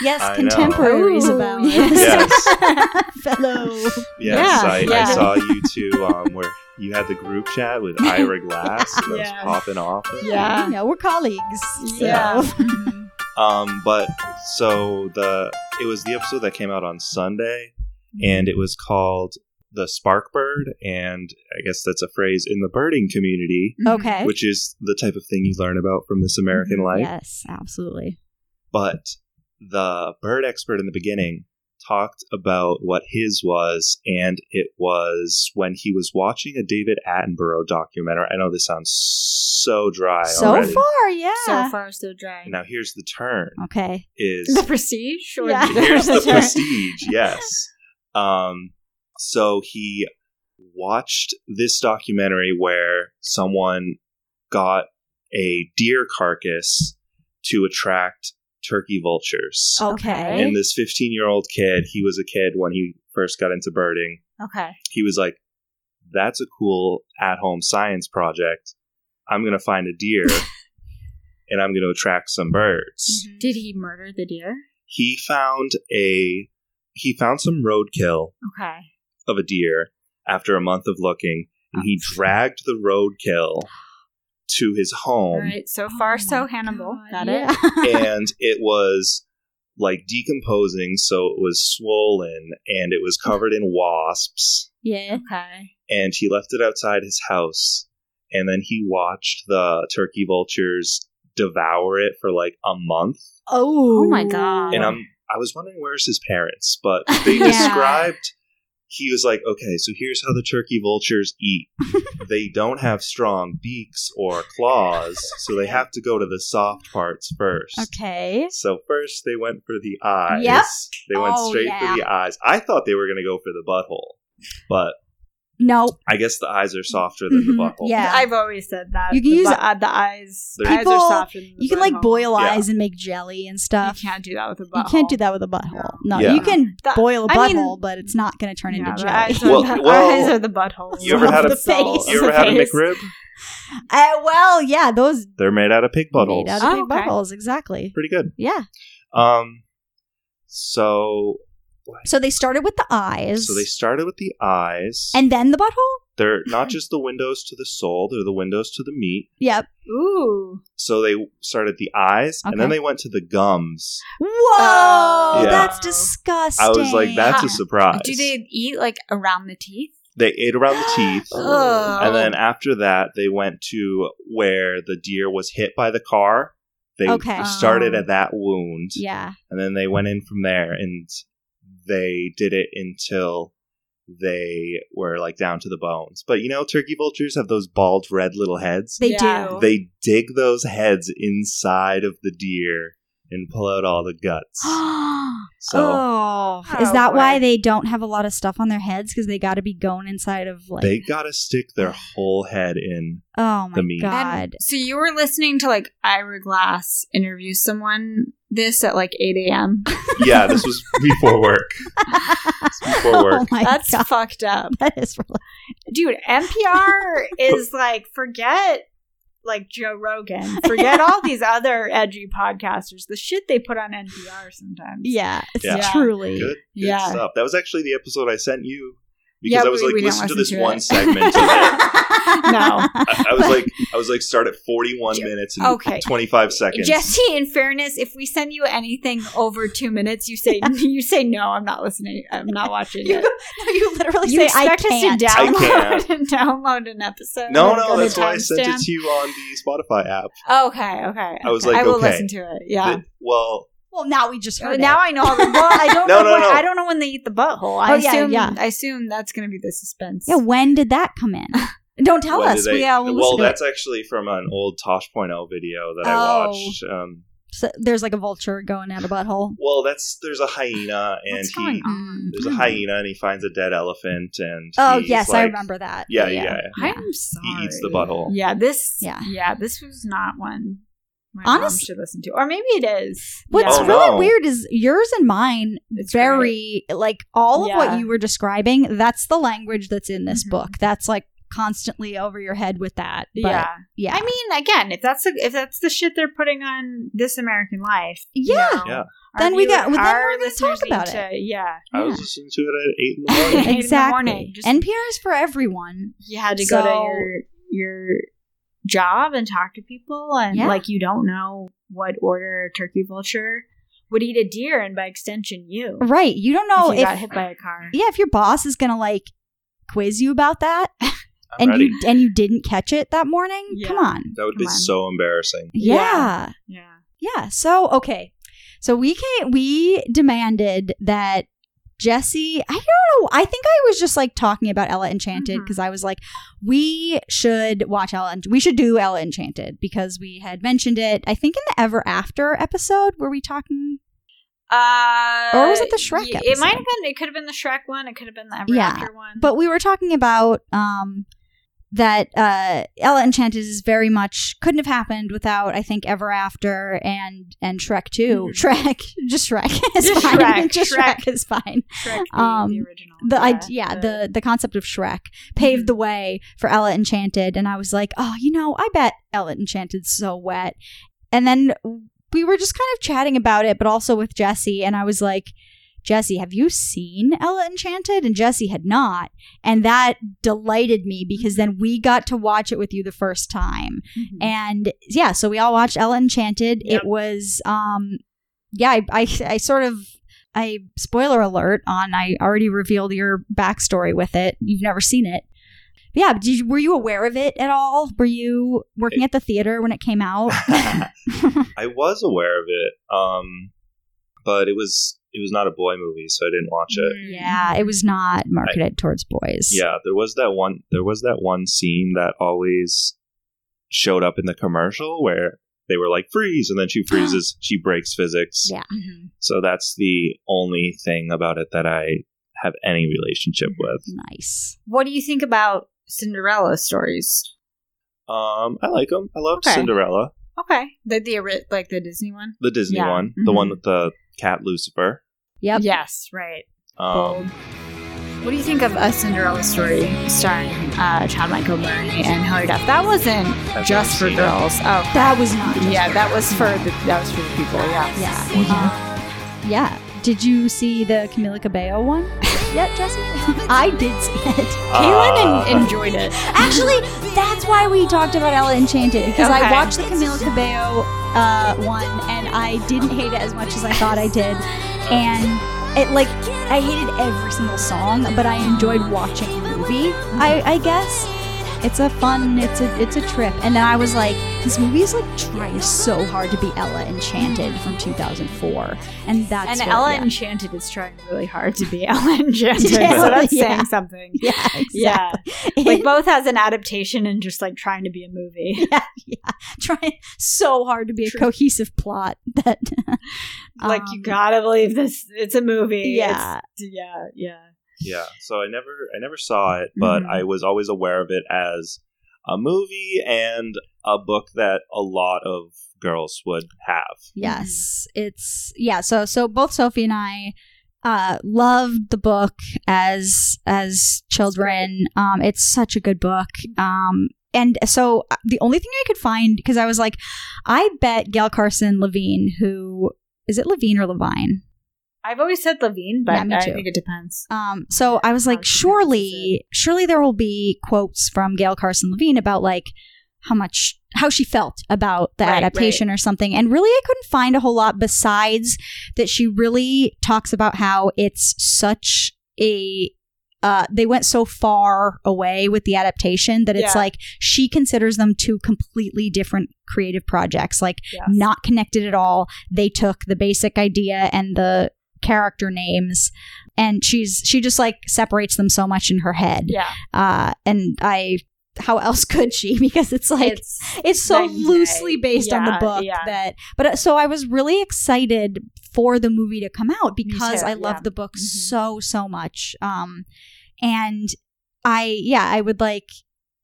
[SPEAKER 2] yes,
[SPEAKER 3] I know.
[SPEAKER 2] contemporaries
[SPEAKER 1] Ooh,
[SPEAKER 2] about
[SPEAKER 1] yes.
[SPEAKER 2] us. fellow.
[SPEAKER 3] Yes,
[SPEAKER 1] Yeah,
[SPEAKER 3] I,
[SPEAKER 1] yeah.
[SPEAKER 3] I saw you two um, where you had the group chat with Ira Glass that was
[SPEAKER 1] Yeah.
[SPEAKER 3] popping off.
[SPEAKER 1] Yeah.
[SPEAKER 2] you know we're colleagues. so.
[SPEAKER 1] Mm-hmm. Yeah. Mhm.
[SPEAKER 3] Um, but so the it was the episode that came out on Sunday, and it was called "The Spark Bird," and I guess that's a phrase in the birding community,
[SPEAKER 2] Okay. Mm-hmm.
[SPEAKER 3] which is the type of thing you learn about from This American Life.
[SPEAKER 2] Yes, absolutely.
[SPEAKER 3] But the bird expert in the beginning talked about what his was, and it was when he was watching a David Attenborough documentary. I know this sounds so dry
[SPEAKER 2] so
[SPEAKER 3] already.
[SPEAKER 2] far, yeah.
[SPEAKER 1] Mm-hmm. So far, so dry.
[SPEAKER 3] Now here's the turn
[SPEAKER 2] Okay.
[SPEAKER 3] is
[SPEAKER 1] The prestige? Or
[SPEAKER 2] Yeah.
[SPEAKER 3] Here's the
[SPEAKER 2] Yeah.
[SPEAKER 3] prestige, yes. Um, so he watched this documentary where someone got a deer carcass to attract turkey vultures.
[SPEAKER 2] Oh, Okay.
[SPEAKER 3] And this 15 year old kid, he was a kid when he first got into birding,
[SPEAKER 1] Okay.
[SPEAKER 3] he was like, that's a cool at home science project. I'm going to find a deer and I'm going to attract some birds
[SPEAKER 1] Did he murder the deer?
[SPEAKER 3] he found a he found some roadkill
[SPEAKER 1] Okay.
[SPEAKER 3] of a deer after a month of looking and he dragged the roadkill to his
[SPEAKER 1] All
[SPEAKER 3] home
[SPEAKER 1] right. So
[SPEAKER 2] Oh
[SPEAKER 1] far, so Hannibal. Got it.
[SPEAKER 3] and it was like decomposing so it was swollen and it was covered in wasps
[SPEAKER 2] Yeah.
[SPEAKER 1] Okay.
[SPEAKER 3] and he left it outside his house and then he watched the turkey vultures devour it for like a month
[SPEAKER 2] Oh.
[SPEAKER 1] Oh my God.
[SPEAKER 3] and
[SPEAKER 1] Wow.
[SPEAKER 3] I'm I was wondering where's his parents, but they
[SPEAKER 2] Yeah.
[SPEAKER 3] described he was like, okay, so here's how the turkey vultures eat. they don't have strong beaks or claws, so they have to go to the soft parts first.
[SPEAKER 2] Okay.
[SPEAKER 3] So first they went for the eyes.
[SPEAKER 2] Yep.
[SPEAKER 3] They went
[SPEAKER 2] Oh,
[SPEAKER 3] straight
[SPEAKER 2] yeah.
[SPEAKER 3] for the eyes. I thought they were going to go for the butthole, but
[SPEAKER 2] No.
[SPEAKER 3] I guess the eyes are softer than
[SPEAKER 2] Mhm,
[SPEAKER 3] the butthole.
[SPEAKER 2] Yeah.
[SPEAKER 1] I've always said that.
[SPEAKER 2] You can
[SPEAKER 1] The
[SPEAKER 2] use-
[SPEAKER 1] bu- uh, the eyes.
[SPEAKER 3] There-
[SPEAKER 1] eyes are
[SPEAKER 2] People-
[SPEAKER 1] soft. and the
[SPEAKER 2] You can like
[SPEAKER 1] butthole.
[SPEAKER 2] boil
[SPEAKER 3] Yeah.
[SPEAKER 2] eyes and make jelly and
[SPEAKER 1] You
[SPEAKER 2] stuff.
[SPEAKER 1] can't do that with a
[SPEAKER 2] You
[SPEAKER 1] butthole.
[SPEAKER 2] can't do that with a butthole. No,
[SPEAKER 3] Yeah.
[SPEAKER 2] you can
[SPEAKER 1] The-
[SPEAKER 2] boil a
[SPEAKER 1] I mean-
[SPEAKER 2] butthole, but it's not going to turn
[SPEAKER 1] Yeah,
[SPEAKER 2] into
[SPEAKER 1] the
[SPEAKER 2] jelly.
[SPEAKER 1] eyes are
[SPEAKER 3] Well,
[SPEAKER 1] the,
[SPEAKER 3] well,
[SPEAKER 1] eyes are the butthole.
[SPEAKER 3] you ever had a-
[SPEAKER 1] the soul.
[SPEAKER 2] face.
[SPEAKER 3] You ever had a
[SPEAKER 1] Face.
[SPEAKER 3] McRib?
[SPEAKER 2] Uh, well, yeah, those
[SPEAKER 3] They're made out of pig buttholes.
[SPEAKER 2] made out of
[SPEAKER 1] Oh,
[SPEAKER 2] big
[SPEAKER 1] okay.
[SPEAKER 2] buttholes, exactly.
[SPEAKER 3] Pretty good.
[SPEAKER 2] Yeah.
[SPEAKER 3] Um, so
[SPEAKER 2] So they started with the eyes,
[SPEAKER 3] so they started with the eyes,
[SPEAKER 2] and then the butthole.
[SPEAKER 3] they're not just the windows to the soul; they're the windows to the meat.
[SPEAKER 2] Yep.
[SPEAKER 1] Ooh.
[SPEAKER 3] So they started the eyes, and then
[SPEAKER 2] Okay.
[SPEAKER 3] they went to the gums.
[SPEAKER 2] Whoa,
[SPEAKER 1] Oh.
[SPEAKER 3] Yeah.
[SPEAKER 2] that's disgusting.
[SPEAKER 3] I was like, "That's a surprise."
[SPEAKER 1] Do they eat like around the teeth?
[SPEAKER 3] They ate around the teeth,
[SPEAKER 1] Oh.
[SPEAKER 3] and then after that, they went to where the deer was hit by the car. They
[SPEAKER 2] Okay.
[SPEAKER 3] started
[SPEAKER 1] Oh.
[SPEAKER 3] at that wound,
[SPEAKER 2] yeah.
[SPEAKER 3] and then they went in from there, and they did it until they were like down to the bones. But you know, turkey vultures have those bald, red little heads.
[SPEAKER 2] They
[SPEAKER 1] Yeah.
[SPEAKER 2] do.
[SPEAKER 3] They dig those heads inside of the deer and pull out all the guts. So
[SPEAKER 2] oh, is
[SPEAKER 1] Oh,
[SPEAKER 2] that why
[SPEAKER 1] boy.
[SPEAKER 2] they don't have a lot of stuff on their heads because they got to be going inside of like?
[SPEAKER 3] they gotta stick their whole head in.
[SPEAKER 2] oh my
[SPEAKER 3] the meat.
[SPEAKER 2] god!
[SPEAKER 1] So you were listening to like Ira Glass interview someone this at like 8 a.m.
[SPEAKER 3] Yeah, this was before work. before
[SPEAKER 2] Oh
[SPEAKER 3] work.
[SPEAKER 2] my
[SPEAKER 1] That's
[SPEAKER 2] god,
[SPEAKER 1] fucked up.
[SPEAKER 2] that is really.
[SPEAKER 1] Dude, NPR is like, forget like Joe Rogan, forget all these other edgy podcasters, the shit they put on NPR sometimes.
[SPEAKER 2] Yeah, it's
[SPEAKER 1] Yeah.
[SPEAKER 2] truly.
[SPEAKER 3] Good, good
[SPEAKER 1] Yeah.
[SPEAKER 3] stuff. That was actually the episode I sent you
[SPEAKER 1] Yeah,
[SPEAKER 3] because I was
[SPEAKER 1] we-
[SPEAKER 3] like,
[SPEAKER 1] we didn't
[SPEAKER 3] listen to
[SPEAKER 1] listen
[SPEAKER 3] this
[SPEAKER 1] to
[SPEAKER 3] one
[SPEAKER 1] it."
[SPEAKER 3] segment. Of it.
[SPEAKER 1] No.
[SPEAKER 3] I, I was like, I was like, start at forty-one
[SPEAKER 1] Ju-
[SPEAKER 3] minutes and
[SPEAKER 1] okay.
[SPEAKER 3] twenty-five seconds.
[SPEAKER 1] Jesse, in fairness, if we send you anything over two minutes, you say you say no. I'm not listening. I'm not watching
[SPEAKER 2] You
[SPEAKER 1] it.
[SPEAKER 2] go- no, you literally
[SPEAKER 1] You
[SPEAKER 2] say I
[SPEAKER 1] expect us to
[SPEAKER 2] can't.
[SPEAKER 3] I
[SPEAKER 1] download
[SPEAKER 3] can't.
[SPEAKER 1] and download an episode?
[SPEAKER 3] no,
[SPEAKER 1] and go
[SPEAKER 3] no,
[SPEAKER 1] to
[SPEAKER 3] that's why I sent
[SPEAKER 1] timestamp?
[SPEAKER 3] it to you on the Spotify app.
[SPEAKER 1] Okay, okay.
[SPEAKER 3] I was
[SPEAKER 1] okay.
[SPEAKER 3] like,
[SPEAKER 1] I will
[SPEAKER 3] okay.
[SPEAKER 1] listen to it. Yeah.
[SPEAKER 3] That- well,
[SPEAKER 2] well, Uh, now we just heard.
[SPEAKER 1] now
[SPEAKER 2] it.
[SPEAKER 1] I know. All the, well, I don't
[SPEAKER 3] No,
[SPEAKER 1] know.
[SPEAKER 3] no,
[SPEAKER 1] when,
[SPEAKER 3] no.
[SPEAKER 1] I don't know when they eat the butthole. I
[SPEAKER 2] Oh, yeah,
[SPEAKER 1] assume,
[SPEAKER 2] yeah.
[SPEAKER 1] I assume that's going to be the suspense.
[SPEAKER 2] yeah, when did that come in? Don't tell
[SPEAKER 3] when did
[SPEAKER 2] us.
[SPEAKER 3] they-
[SPEAKER 2] we, yeah, we'll
[SPEAKER 3] well,
[SPEAKER 2] listen to it.
[SPEAKER 3] that's actually from an old Tosh.0 video that I
[SPEAKER 2] Oh.
[SPEAKER 3] watched. Um,
[SPEAKER 2] So there's like a vulture going out a butthole.
[SPEAKER 3] well, that's there's a hyena and
[SPEAKER 1] What's
[SPEAKER 3] he
[SPEAKER 1] going on?
[SPEAKER 3] there's a hyena and he finds a dead elephant
[SPEAKER 2] Mm.
[SPEAKER 3] and
[SPEAKER 2] Oh
[SPEAKER 3] he's
[SPEAKER 2] yes, I
[SPEAKER 3] like-
[SPEAKER 2] remember that.
[SPEAKER 3] Yeah, yeah, yeah.
[SPEAKER 1] I'm sorry.
[SPEAKER 3] He eats the butthole.
[SPEAKER 1] Yeah, this.
[SPEAKER 2] Yeah.
[SPEAKER 1] yeah. This was not one. My mom
[SPEAKER 2] Honest-
[SPEAKER 1] should listen to, or maybe it is.
[SPEAKER 2] What's
[SPEAKER 3] Oh,
[SPEAKER 1] yeah.
[SPEAKER 3] no.
[SPEAKER 2] really weird is yours and mine
[SPEAKER 1] It's
[SPEAKER 2] very like all of
[SPEAKER 1] Yeah.
[SPEAKER 2] what you were describing. That's the language that's in this
[SPEAKER 1] Mhm.
[SPEAKER 2] book. That's like constantly over your head with that. But,
[SPEAKER 1] yeah.
[SPEAKER 2] yeah, yeah,
[SPEAKER 1] I mean, again, if that's the, if that's the shit they're putting on This American Life, you
[SPEAKER 2] Yeah.
[SPEAKER 1] know,
[SPEAKER 3] Yeah.
[SPEAKER 1] our
[SPEAKER 2] Then we
[SPEAKER 1] view-
[SPEAKER 2] got- well, then
[SPEAKER 1] our
[SPEAKER 2] we're gonna
[SPEAKER 1] listeners
[SPEAKER 2] talk about
[SPEAKER 1] need to- yeah,
[SPEAKER 3] I was
[SPEAKER 2] Yeah.
[SPEAKER 3] listening to it at eight in the morning.
[SPEAKER 1] in the
[SPEAKER 2] exactly.
[SPEAKER 1] morning, just-
[SPEAKER 2] NPR is for everyone.
[SPEAKER 1] you had to go
[SPEAKER 2] So-
[SPEAKER 1] to your your job and talk to people, and
[SPEAKER 2] Yeah.
[SPEAKER 1] like you don't know what order a turkey vulture would eat a deer, and by extension, you.
[SPEAKER 2] Right? You don't know
[SPEAKER 1] if
[SPEAKER 2] if,
[SPEAKER 1] you got hit by a car.
[SPEAKER 2] yeah, if your boss is gonna like quiz you about that,
[SPEAKER 3] I'm
[SPEAKER 2] and
[SPEAKER 3] ready.
[SPEAKER 2] you and you didn't catch it that morning.
[SPEAKER 1] Yeah.
[SPEAKER 2] Come on,
[SPEAKER 3] that would be
[SPEAKER 1] Come on.
[SPEAKER 3] so embarrassing.
[SPEAKER 1] Yeah.
[SPEAKER 2] yeah.
[SPEAKER 1] Yeah.
[SPEAKER 2] Yeah. So okay. So we can we demanded that Jesse. I don't know. I think I was just like talking about Ella Enchanted
[SPEAKER 1] Mhm.
[SPEAKER 2] because I was like, we should watch Ella. En- We should do Ella Enchanted because we had mentioned it. I think in the Ever After episode were we talking?
[SPEAKER 1] Uh,
[SPEAKER 2] Or was it the Shrek
[SPEAKER 1] y- It might have
[SPEAKER 2] episode?
[SPEAKER 1] been. It could have been the Shrek one. It could have been the Ever
[SPEAKER 2] Yeah,
[SPEAKER 1] After one.
[SPEAKER 2] But we were talking about um that uh Ella Enchanted is very much couldn't have happened without I think Ever After and and Shrek too.
[SPEAKER 1] Mhm.
[SPEAKER 2] Shrek, just Shrek is
[SPEAKER 1] Just
[SPEAKER 2] fine.
[SPEAKER 1] Shrek,
[SPEAKER 2] just
[SPEAKER 1] Shrek.
[SPEAKER 2] Shrek is fine.
[SPEAKER 1] Shrek, the,
[SPEAKER 2] um,
[SPEAKER 1] the original.
[SPEAKER 2] the yeah, yeah the the concept of Shrek paved the way for Ella Enchanted, and I was like, oh, you know, I bet Ella Enchanted's so wet. And then we were just kind of chatting about it, but also with Jesse, and I was like, Jesse, have you seen Ella Enchanted? And Jesse had not, and that delighted me because then we got to watch it with you the first time.
[SPEAKER 1] Mhm.
[SPEAKER 2] And yeah, so we all watched Ella Enchanted.
[SPEAKER 1] Yep.
[SPEAKER 2] It was um yeah, I, I I sort of I spoiler alert on I already revealed your backstory with it. You've never seen it. But yeah, did you, were you aware of it at all? Were you working at the theater when it came out?
[SPEAKER 3] I was aware of it, um, but it was it was not a boy movie, so I didn't watch it.
[SPEAKER 2] yeah, it was not marketed towards boys.
[SPEAKER 3] Yeah, there was that one. There was that one scene that always showed up in the commercial where they were like freeze, and then she freezes. she breaks physics.
[SPEAKER 2] Yeah.
[SPEAKER 1] Mhm.
[SPEAKER 3] So that's the only thing about it that I have any relationship
[SPEAKER 1] Mm-hmm.
[SPEAKER 3] with.
[SPEAKER 2] Nice.
[SPEAKER 1] What do you think about Cinderella stories?
[SPEAKER 3] Um, I like them. I love
[SPEAKER 1] Okay.
[SPEAKER 3] Cinderella,
[SPEAKER 1] Okay, the the ori- like the Disney one.
[SPEAKER 3] the Disney
[SPEAKER 1] Yeah.
[SPEAKER 3] one, the one
[SPEAKER 1] Mhm.
[SPEAKER 3] with the cat Lucifer.
[SPEAKER 2] Yep.
[SPEAKER 1] Yes, right.
[SPEAKER 3] Um,
[SPEAKER 1] Bold. What do you think of a Cinderella story starring uh, John Michael Murray and Hilary Duff? That wasn't
[SPEAKER 3] never
[SPEAKER 1] just for
[SPEAKER 3] seen it.
[SPEAKER 1] girls. Oh,
[SPEAKER 2] That was not. just
[SPEAKER 1] yeah,
[SPEAKER 2] for
[SPEAKER 1] that
[SPEAKER 2] her.
[SPEAKER 1] was for the, that was for the people. Yeah.
[SPEAKER 2] Yeah. Uh, yeah. Did you see the Camila Cabello one yet, Jesse? I did see it.
[SPEAKER 3] Ah.
[SPEAKER 1] Kaylin en- enjoyed it.
[SPEAKER 2] Actually, that's why we talked about Ella Enchanted because
[SPEAKER 1] Okay.
[SPEAKER 2] I watched the Camila Cabello uh, one and I didn't hate it as much as I thought I did, and it like I hated every single song, but I enjoyed watching the movie. I, I guess it's a fun, it's a it's a trip. And then I was like, this movie is like trying so hard to be Ella Enchanted from 2004, and that's
[SPEAKER 1] and
[SPEAKER 2] what-
[SPEAKER 1] Ella
[SPEAKER 2] yeah.
[SPEAKER 1] Enchanted is trying really hard to be Ella Enchanted,
[SPEAKER 2] Yeah,
[SPEAKER 1] so that's
[SPEAKER 2] yeah.
[SPEAKER 1] saying something.
[SPEAKER 2] Yeah,
[SPEAKER 1] Yeah.
[SPEAKER 2] exactly.
[SPEAKER 1] Like both as an adaptation and just like trying to be a movie.
[SPEAKER 2] trying so hard to be a
[SPEAKER 1] True.
[SPEAKER 2] cohesive plot that
[SPEAKER 1] like you
[SPEAKER 2] Um,
[SPEAKER 1] gotta believe this. It's a movie.
[SPEAKER 2] yeah.
[SPEAKER 1] It's- yeah. Yeah.
[SPEAKER 3] yeah so i never i never saw it but
[SPEAKER 1] Mhm.
[SPEAKER 2] Mm-hmm.
[SPEAKER 3] i was always aware of it as a movie and a book that a lot of girls would have
[SPEAKER 2] Yes,
[SPEAKER 1] mm-hmm.
[SPEAKER 2] it's yeah. So so both Sophie and I uh, loved the book as as children. Um, it's such a good book. Um, and so uh, the only thing I could find because I was like, I bet Gail Carson Levine, who is it Levine or Levine?
[SPEAKER 1] I've always said Levine, but
[SPEAKER 2] Yeah, me
[SPEAKER 1] I
[SPEAKER 2] too.
[SPEAKER 1] think it depends.
[SPEAKER 2] Um, so I was like,
[SPEAKER 1] How she
[SPEAKER 2] surely, surely there will be quotes from Gail Carson Levine about like how much how she felt about the
[SPEAKER 1] Right,
[SPEAKER 2] adaptation or something. And really, I couldn't find a whole lot besides that she really talks about how it's such a uh, they went so far away with the adaptation that it's
[SPEAKER 1] Yeah.
[SPEAKER 2] like she considers them two completely different creative projects. Like
[SPEAKER 1] Yeah.
[SPEAKER 2] not connected at all. They took the basic idea and the character names and she's she just like separates them so much in her head.
[SPEAKER 1] Yeah.
[SPEAKER 2] Uh and I how else could she because it's like it's,
[SPEAKER 1] it's
[SPEAKER 2] so
[SPEAKER 1] night and
[SPEAKER 2] loosely
[SPEAKER 1] day.
[SPEAKER 2] based on the
[SPEAKER 1] Yeah,
[SPEAKER 2] book
[SPEAKER 1] yeah.
[SPEAKER 2] that but uh, so I was really excited for the movie to come out because
[SPEAKER 1] too,
[SPEAKER 2] I love
[SPEAKER 1] yeah.
[SPEAKER 2] the book
[SPEAKER 1] Mhm.
[SPEAKER 2] so so much. Um and I yeah, I would like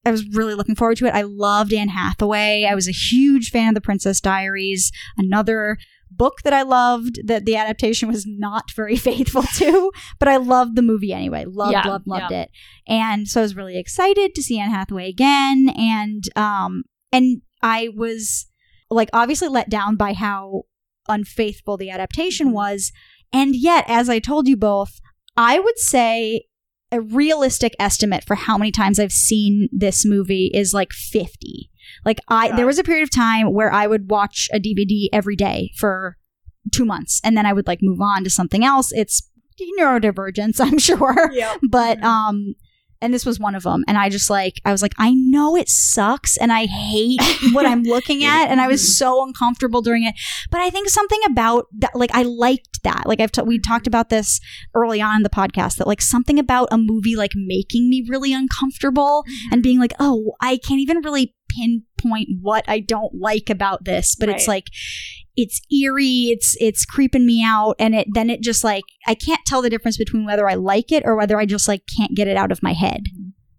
[SPEAKER 2] I was really looking forward to it. I loved Anne Hathaway. I was a huge fan of The Princess Diaries, another book that I loved that the adaptation was not very faithful to, but I loved the movie anyway. Loved,
[SPEAKER 1] Yeah,
[SPEAKER 2] loved, loved it. And so I was really excited to see Anne Hathaway again and um and I was like obviously let down by how unfaithful the adaptation was. And yet, as I told you both, I would say a realistic estimate for how many times I've seen this movie is like 50. Like I
[SPEAKER 1] Right.
[SPEAKER 2] there was a period of time where I would watch a DVD every day for 2 months and then I would like move on to something else. It's neurodivergence, I'm sure
[SPEAKER 1] yeah.
[SPEAKER 2] but
[SPEAKER 1] Mhm.
[SPEAKER 2] um and this was one of them and i just like i was like i know it sucks and i hate what i'm looking at and i was so uncomfortable during it but i think something about that like i liked that like i've t- we talked about this early on in the podcast that like something about a movie like making me really uncomfortable and being like oh i can't even really pinpoint what i don't like about this but it's
[SPEAKER 1] Right.
[SPEAKER 2] like it's eerie it's it's creeping me out and it then it just like i can't tell the difference between whether i like it or whether i just like can't get it out of my head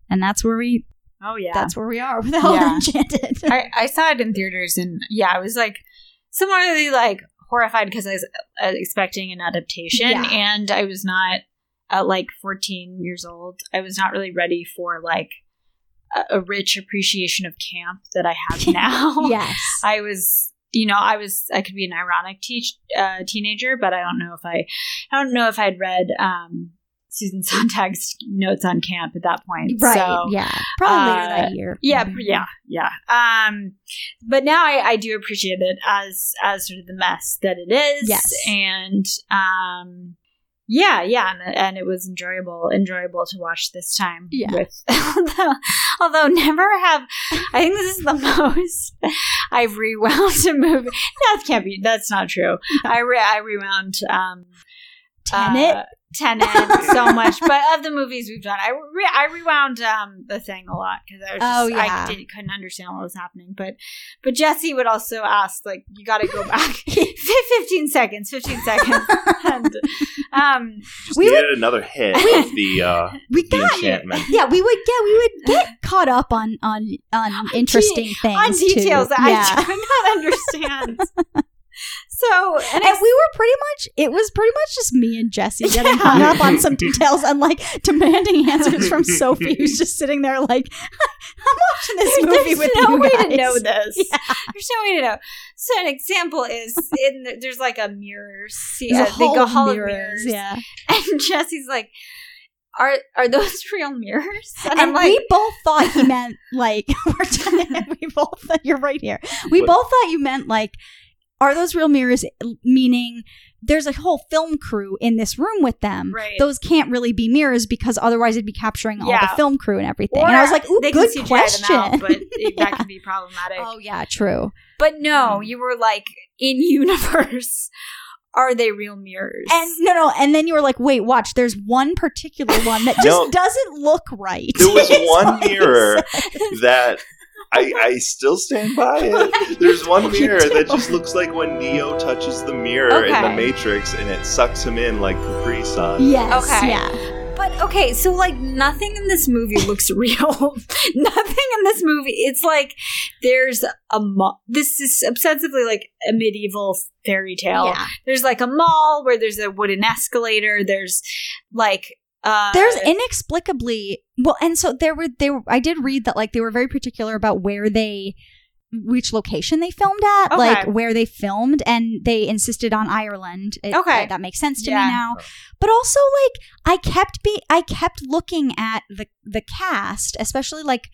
[SPEAKER 2] and that's where we
[SPEAKER 1] oh yeah.
[SPEAKER 2] that's where we are with all
[SPEAKER 1] Yeah.
[SPEAKER 2] enchanted
[SPEAKER 1] I, I saw it in theaters, and yeah, I was like similarly like horrified because I was uh, expecting an adaptation,
[SPEAKER 2] Yeah.
[SPEAKER 1] and I was not at like 14 years old. I was not really ready for like a, a rich appreciation of camp that I have now.
[SPEAKER 2] yes
[SPEAKER 1] I was, you know, I was, I could be an ironic teach, uh, teenager, but I don't know if I, I don't know if I'd read um, Susan Sontag's notes on camp at that point.
[SPEAKER 2] right
[SPEAKER 1] So,
[SPEAKER 2] yeah probably later
[SPEAKER 1] uh,
[SPEAKER 2] that year
[SPEAKER 1] yeah,
[SPEAKER 2] maybe.
[SPEAKER 1] yeah, yeah. Um, but now I, I do appreciate it as as sort of the mess that it is.
[SPEAKER 2] Yes.
[SPEAKER 1] and um, yeah, yeah, and, and it was enjoyable, enjoyable to watch this time.
[SPEAKER 2] Yeah.
[SPEAKER 1] With although, although never have, I think this is the most I've rewound a movie. That can't be. That's not true. I re- I rewound um
[SPEAKER 2] Tenet?
[SPEAKER 1] uh, Tenet so much, but of the movies we've done, I re- I rewound um the thing a lot because I was just,
[SPEAKER 2] Oh, yeah.
[SPEAKER 1] I didn't, couldn't understand what was happening. But but Jesse would also ask like you got to go back fifteen seconds, fifteen seconds, and um
[SPEAKER 3] Just
[SPEAKER 2] We
[SPEAKER 3] needed another hit of the uh,
[SPEAKER 2] we
[SPEAKER 3] the
[SPEAKER 2] got it
[SPEAKER 3] enchantment
[SPEAKER 2] yeah we would yeah we would get caught up on on on interesting things
[SPEAKER 1] on details
[SPEAKER 2] too.
[SPEAKER 1] that
[SPEAKER 2] yeah
[SPEAKER 1] I do not understand. So, and
[SPEAKER 2] And
[SPEAKER 1] I,
[SPEAKER 2] we were pretty much, it was pretty much just me and Jesse getting
[SPEAKER 1] Yeah.
[SPEAKER 2] hung up on some details and like demanding answers from Sophie, who's just sitting there like, I'm watching this movie
[SPEAKER 1] there's
[SPEAKER 2] with
[SPEAKER 1] no
[SPEAKER 2] you
[SPEAKER 1] way
[SPEAKER 2] guys.
[SPEAKER 1] to know this. There's no way to know. So an example is in the, there's like a mirror. See,
[SPEAKER 2] There's
[SPEAKER 1] uh,
[SPEAKER 2] a
[SPEAKER 1] they
[SPEAKER 2] hall
[SPEAKER 1] go
[SPEAKER 2] of
[SPEAKER 1] hall of mirrors.
[SPEAKER 2] mirrors, Yeah.
[SPEAKER 1] And Jesse's like, "Are are those real mirrors?" And,
[SPEAKER 2] And,
[SPEAKER 1] I'm like,
[SPEAKER 2] we both thought he meant like, we're done. we both thought, you're right here. We
[SPEAKER 3] What-
[SPEAKER 2] both thought you meant like, are those real mirrors? Meaning, there's a whole film crew in this room with them.
[SPEAKER 1] Right.
[SPEAKER 2] Those can't really be mirrors because otherwise it'd be capturing all
[SPEAKER 1] Yeah.
[SPEAKER 2] the film crew and everything. and I was like, ooh,
[SPEAKER 1] they
[SPEAKER 2] good
[SPEAKER 1] can CGI
[SPEAKER 2] question.
[SPEAKER 1] them out, but it- that
[SPEAKER 2] Yeah.
[SPEAKER 1] can be problematic. Hmm.
[SPEAKER 2] oh, yeah, true.
[SPEAKER 1] But no, you were like, in universe, are they real mirrors?
[SPEAKER 2] And no, no. And then you were like, wait, watch, there's one particular one that just
[SPEAKER 3] No.
[SPEAKER 2] doesn't look right.
[SPEAKER 3] There was
[SPEAKER 2] It's
[SPEAKER 3] one
[SPEAKER 2] like-
[SPEAKER 3] mirror that I, I still stand by it. There's one
[SPEAKER 2] You
[SPEAKER 3] mirror that
[SPEAKER 2] do.
[SPEAKER 3] just looks like when Neo touches the mirror in the
[SPEAKER 1] Okay.
[SPEAKER 3] Matrix and it sucks him in like Capri Sun.
[SPEAKER 2] Yes.
[SPEAKER 1] Okay.
[SPEAKER 2] Yeah.
[SPEAKER 1] but okay, so like nothing in this movie looks real. nothing in this movie. It's like there's a mall. This is ostensibly like a medieval fairy tale.
[SPEAKER 2] yeah.
[SPEAKER 1] There's like a mall where there's a wooden escalator. There's like. Uh,
[SPEAKER 2] there's inexplicably well and so there were they were i did read that like they were very particular about where they which location they filmed at
[SPEAKER 1] Okay.
[SPEAKER 2] like where they filmed and they insisted on ireland It-
[SPEAKER 1] Okay.
[SPEAKER 2] that, that makes sense to
[SPEAKER 1] Yeah.
[SPEAKER 2] me now but also like i kept be i kept looking at the the cast especially like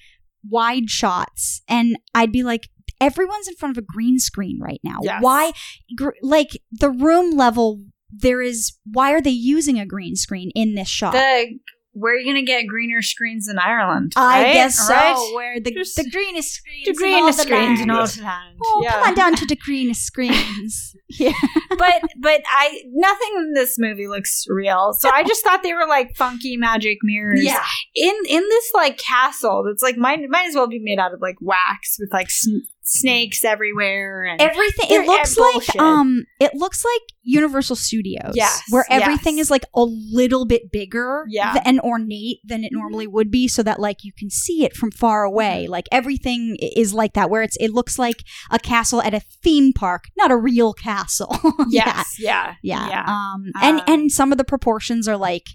[SPEAKER 2] wide shots and i'd be like everyone's in front of a green screen right now
[SPEAKER 1] Yes.
[SPEAKER 2] why gr- like the room level there is why are they using a green screen in this shot
[SPEAKER 1] the where are you gonna get greener screens in Ireland?
[SPEAKER 2] I
[SPEAKER 1] right?
[SPEAKER 2] guess so.
[SPEAKER 1] Right?
[SPEAKER 2] Where the,
[SPEAKER 1] Just-
[SPEAKER 2] the greenest screens,
[SPEAKER 1] The
[SPEAKER 2] and all
[SPEAKER 1] green
[SPEAKER 2] the
[SPEAKER 1] screens and
[SPEAKER 2] land.
[SPEAKER 1] all
[SPEAKER 3] Yes.
[SPEAKER 1] that.
[SPEAKER 2] Oh,
[SPEAKER 1] Yeah.
[SPEAKER 2] come on down to the greenest screens. yeah,
[SPEAKER 1] but but I nothing in this movie looks real. So I just thought they were like funky magic mirrors.
[SPEAKER 2] yeah.
[SPEAKER 1] In in this like castle that's like might might as well be made out of like wax with like sn- snakes everywhere and
[SPEAKER 2] Everything.
[SPEAKER 1] They're
[SPEAKER 2] It looks
[SPEAKER 1] e-
[SPEAKER 2] like
[SPEAKER 1] bullshit.
[SPEAKER 2] um, it looks like Universal Studios.
[SPEAKER 1] Yes,
[SPEAKER 2] where everything
[SPEAKER 1] yes.
[SPEAKER 2] is like a little bit bigger,
[SPEAKER 1] Yeah. Mm-hmm.
[SPEAKER 2] th- and ornate than it normally would be, so that like you can see it from far away. Like everything i- is like that, where it's it looks like a castle at a theme park, not a real castle. yeah,
[SPEAKER 1] yes, yeah.
[SPEAKER 2] yeah.
[SPEAKER 1] Yeah.
[SPEAKER 2] Um, and
[SPEAKER 1] Um,
[SPEAKER 2] and some of the proportions are like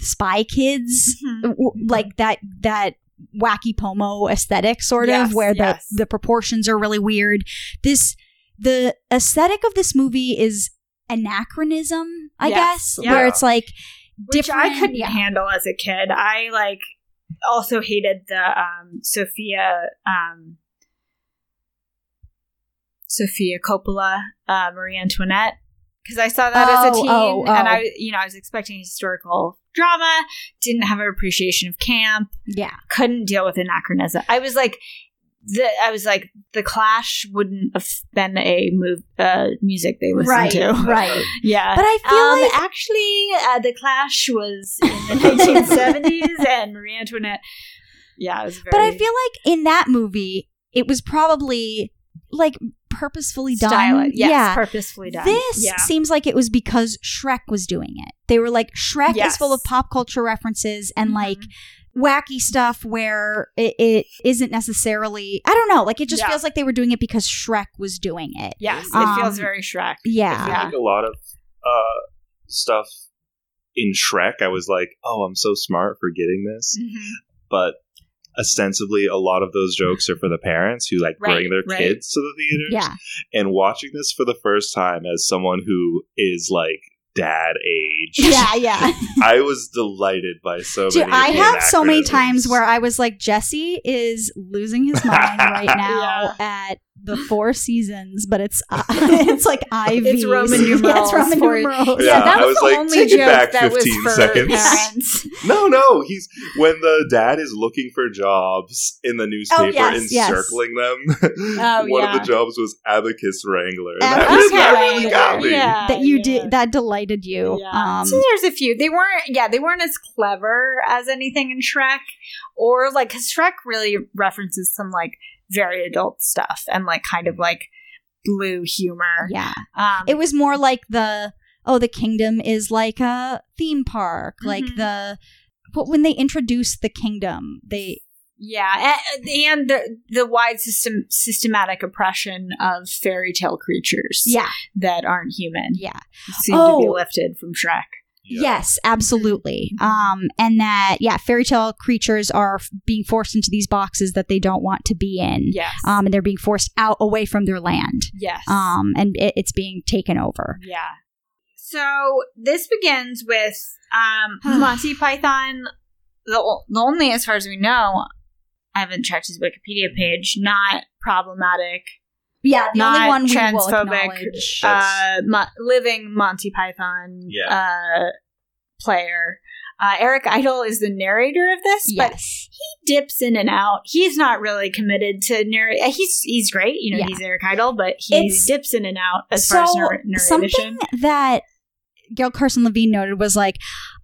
[SPEAKER 2] Spy Kids,
[SPEAKER 1] Mhm.
[SPEAKER 2] w- like that that wacky pomo aesthetic sort
[SPEAKER 1] Yes,
[SPEAKER 2] of where
[SPEAKER 1] yes.
[SPEAKER 2] the the proportions are really weird. This the aesthetic of this movie is anachronism, I
[SPEAKER 1] Yes,
[SPEAKER 2] guess,
[SPEAKER 1] yeah.
[SPEAKER 2] where it's like
[SPEAKER 1] Which I
[SPEAKER 2] different-
[SPEAKER 1] couldn't
[SPEAKER 2] yeah.
[SPEAKER 1] handle as a kid. I like also hated the um Sophia um Sophia Coppola, uh, Marie Antoinette, because I saw that as a
[SPEAKER 2] Oh,
[SPEAKER 1] teen,
[SPEAKER 2] oh, oh.
[SPEAKER 1] and I, you know, I was expecting historical drama. Didn't have an appreciation of camp.
[SPEAKER 2] yeah,
[SPEAKER 1] Couldn't deal with anachronism. I was like, the I was like, the Clash wouldn't have been a move uh, music they listened
[SPEAKER 2] right,
[SPEAKER 1] to.
[SPEAKER 2] right.
[SPEAKER 1] Yeah,
[SPEAKER 2] But I feel
[SPEAKER 1] um,
[SPEAKER 2] like
[SPEAKER 1] actually, uh, the Clash was in the 1970s, and Marie Antoinette. Yeah, it was very.
[SPEAKER 2] But I feel like in that movie, it was probably like purposefully done.
[SPEAKER 1] stylish. Yes,
[SPEAKER 2] yeah,
[SPEAKER 1] purposefully done.
[SPEAKER 2] This
[SPEAKER 1] yeah.
[SPEAKER 2] seems like it was because Shrek was doing it. They were like, Shrek
[SPEAKER 1] Yes.
[SPEAKER 2] is full of pop culture references and like
[SPEAKER 1] Mhm.
[SPEAKER 2] wacky stuff where it, it isn't necessarily, I don't know, like it just
[SPEAKER 1] Yeah.
[SPEAKER 2] feels like they were doing it because Shrek was doing it.
[SPEAKER 1] yes, it
[SPEAKER 2] um,
[SPEAKER 1] feels very Shrek.
[SPEAKER 2] Yeah.
[SPEAKER 1] Yeah.
[SPEAKER 3] I think a lot of uh, stuff in Shrek, I was like, oh, I'm so smart for getting this.
[SPEAKER 2] Mm-hmm.
[SPEAKER 1] Mm-hmm.
[SPEAKER 3] But ostensibly, a lot of those jokes are for the parents who like
[SPEAKER 1] Right,
[SPEAKER 3] bring their
[SPEAKER 1] right.
[SPEAKER 3] kids to the theater.
[SPEAKER 2] Yeah.
[SPEAKER 3] And watching this for the first time as someone who is like dad age,
[SPEAKER 2] Yeah. Yeah.
[SPEAKER 3] I was delighted by so
[SPEAKER 2] Dude,
[SPEAKER 3] many.
[SPEAKER 2] I have so many
[SPEAKER 3] anachronisms.
[SPEAKER 2] times where I was like, Jesse is losing his mind right now at the Four Seasons, but it's uh, it's like IV.
[SPEAKER 1] It's Roman
[SPEAKER 2] Yeah,
[SPEAKER 1] numerals
[SPEAKER 2] it's Roman
[SPEAKER 1] for-
[SPEAKER 2] numerals.
[SPEAKER 3] Yeah, I was like, take it back 15 seconds.
[SPEAKER 1] parents.
[SPEAKER 3] No, no, he's when the dad is looking for jobs in the newspaper
[SPEAKER 2] yes,
[SPEAKER 3] and
[SPEAKER 2] yes.
[SPEAKER 3] circling them.
[SPEAKER 1] Oh,
[SPEAKER 3] One
[SPEAKER 1] yeah.
[SPEAKER 3] of the jobs was abacus wrangler. and
[SPEAKER 2] Abacus
[SPEAKER 3] that, was, that really
[SPEAKER 2] wrangler,
[SPEAKER 3] got me.
[SPEAKER 1] yeah.
[SPEAKER 2] that you
[SPEAKER 1] Uh, yeah.
[SPEAKER 2] did that delighted you.
[SPEAKER 1] Yeah.
[SPEAKER 2] Um,
[SPEAKER 1] so there's a few. They weren't, yeah, they weren't as clever as anything in Shrek, or like because Shrek really references some like very adult stuff and like kind of like blue humor.
[SPEAKER 2] yeah,
[SPEAKER 1] Um,
[SPEAKER 2] it was more like the oh, the kingdom is like a theme park, like
[SPEAKER 1] Mhm.
[SPEAKER 2] the. But when they introduced the kingdom, they
[SPEAKER 1] Yeah, a- and the the wide system systematic oppression of fairy tale creatures
[SPEAKER 2] Yeah,
[SPEAKER 1] that aren't human
[SPEAKER 2] yeah.
[SPEAKER 1] seem to be
[SPEAKER 2] Oh.
[SPEAKER 1] lifted from Shrek.
[SPEAKER 3] Yeah.
[SPEAKER 2] Yes, absolutely. Um, and that, yeah, fairy tale creatures are f- being forced into these boxes that they don't want to be in.
[SPEAKER 1] Yes.
[SPEAKER 2] Um, and they're being forced out away from their land.
[SPEAKER 1] yes.
[SPEAKER 2] Um, and it, it's being taken over.
[SPEAKER 1] Yeah. So this begins with um, Monty Python. The, o- the only, as far as we know, I haven't checked his Wikipedia page. Not problematic.
[SPEAKER 2] Yeah, the
[SPEAKER 1] Not
[SPEAKER 2] only one we will
[SPEAKER 1] transphobic.
[SPEAKER 2] acknowledge.
[SPEAKER 3] That's-
[SPEAKER 1] Uh, Mo- living Monty Python uh, player. Uh, Eric Idle is the narrator of this, but
[SPEAKER 2] Yes.
[SPEAKER 1] he dips in and out. He's not really committed to narrate. He's he's great, you know.
[SPEAKER 2] Yeah.
[SPEAKER 1] He's Eric Idle, but he
[SPEAKER 2] It's-
[SPEAKER 1] dips in and out as far as
[SPEAKER 2] So,
[SPEAKER 1] narr- narration.
[SPEAKER 2] something that Gail Carson Levine noted was like,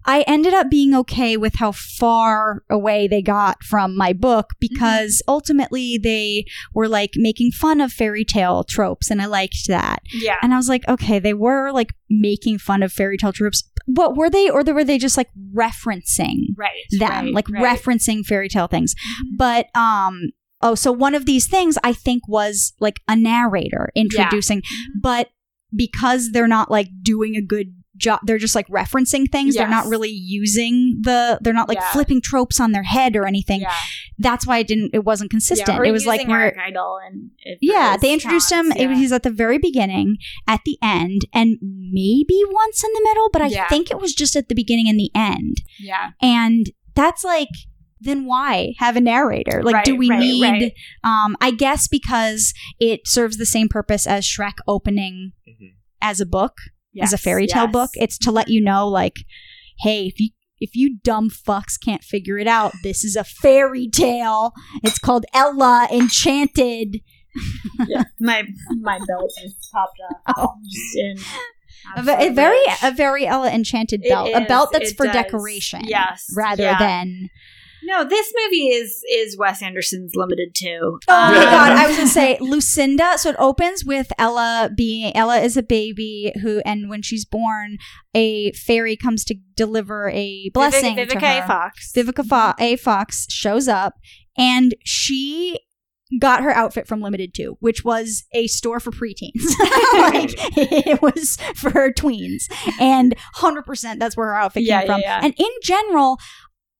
[SPEAKER 2] I ended up being okay with how far away they got from my book because ultimately they were like making fun of fairy tale tropes, and I liked that.
[SPEAKER 1] Yeah.
[SPEAKER 2] And I was like, okay, they were like making fun of fairy tale tropes. What were they, or were they just like referencing
[SPEAKER 1] Right.
[SPEAKER 2] them,
[SPEAKER 1] right,
[SPEAKER 2] like
[SPEAKER 1] right. Mm-hmm.
[SPEAKER 2] referencing fairy tale things? But um, oh, so one of these things I think was like a narrator introducing,
[SPEAKER 1] Mhm.
[SPEAKER 2] but because they're not like doing a good job, they're just like referencing things. They're not
[SPEAKER 1] Yes.
[SPEAKER 2] really using the, they're not like
[SPEAKER 1] Yeah.
[SPEAKER 2] flipping tropes on their head or anything.
[SPEAKER 1] Yeah.
[SPEAKER 2] That's why it didn't, it wasn't consistent.
[SPEAKER 1] Yeah, or
[SPEAKER 2] it was like
[SPEAKER 1] using
[SPEAKER 2] we're
[SPEAKER 1] Eric Idle and if
[SPEAKER 2] yeah,
[SPEAKER 1] it's
[SPEAKER 2] they introduced
[SPEAKER 1] not-
[SPEAKER 2] him. It,
[SPEAKER 1] yeah.
[SPEAKER 2] he's at the very beginning, at the end, and maybe once in the middle, but I
[SPEAKER 1] Yeah.
[SPEAKER 2] think it was just at the beginning and the end.
[SPEAKER 1] yeah.
[SPEAKER 2] And that's like, then why have a narrator? Like, do
[SPEAKER 1] Right,
[SPEAKER 2] we
[SPEAKER 1] right,
[SPEAKER 2] need?
[SPEAKER 1] right.
[SPEAKER 2] Um, I guess because it serves the same purpose as Shrek opening
[SPEAKER 3] Mhm.
[SPEAKER 2] as a book, as a
[SPEAKER 1] Yes,
[SPEAKER 2] fairy tale
[SPEAKER 1] yes.
[SPEAKER 2] book. It's to let you know, like, hey, if you if you dumb fucks can't figure it out, this is a fairy tale. It's called Ella Enchanted.
[SPEAKER 1] Yeah. my my belt just popped up.
[SPEAKER 2] Oh.
[SPEAKER 1] Just in-
[SPEAKER 2] A, ve- a very uh, a very Ella enchanted
[SPEAKER 1] It
[SPEAKER 2] belt, a
[SPEAKER 1] is,
[SPEAKER 2] belt that's
[SPEAKER 1] it
[SPEAKER 2] for
[SPEAKER 1] does.
[SPEAKER 2] decoration,
[SPEAKER 1] Yes,
[SPEAKER 2] rather
[SPEAKER 1] yeah.
[SPEAKER 2] than.
[SPEAKER 1] No, this movie is is Wes Anderson's limited to.
[SPEAKER 2] Oh my
[SPEAKER 3] Um,
[SPEAKER 2] god! I was gonna say Lucinda. So it opens with Ella being Ella is a baby who, and when she's born, a fairy comes to deliver a blessing.
[SPEAKER 1] Vivica
[SPEAKER 2] to
[SPEAKER 1] A.
[SPEAKER 2] her.
[SPEAKER 1] Fox.
[SPEAKER 2] Vivica Fo-
[SPEAKER 1] Mm-hmm.
[SPEAKER 2] A. Fox shows up, and she got her outfit from Limited Two, which was a store for preteens. like it was for tweens, and hundred percent that's where her outfit
[SPEAKER 1] Yeah, yeah,
[SPEAKER 2] came from.
[SPEAKER 1] yeah.
[SPEAKER 2] And in general,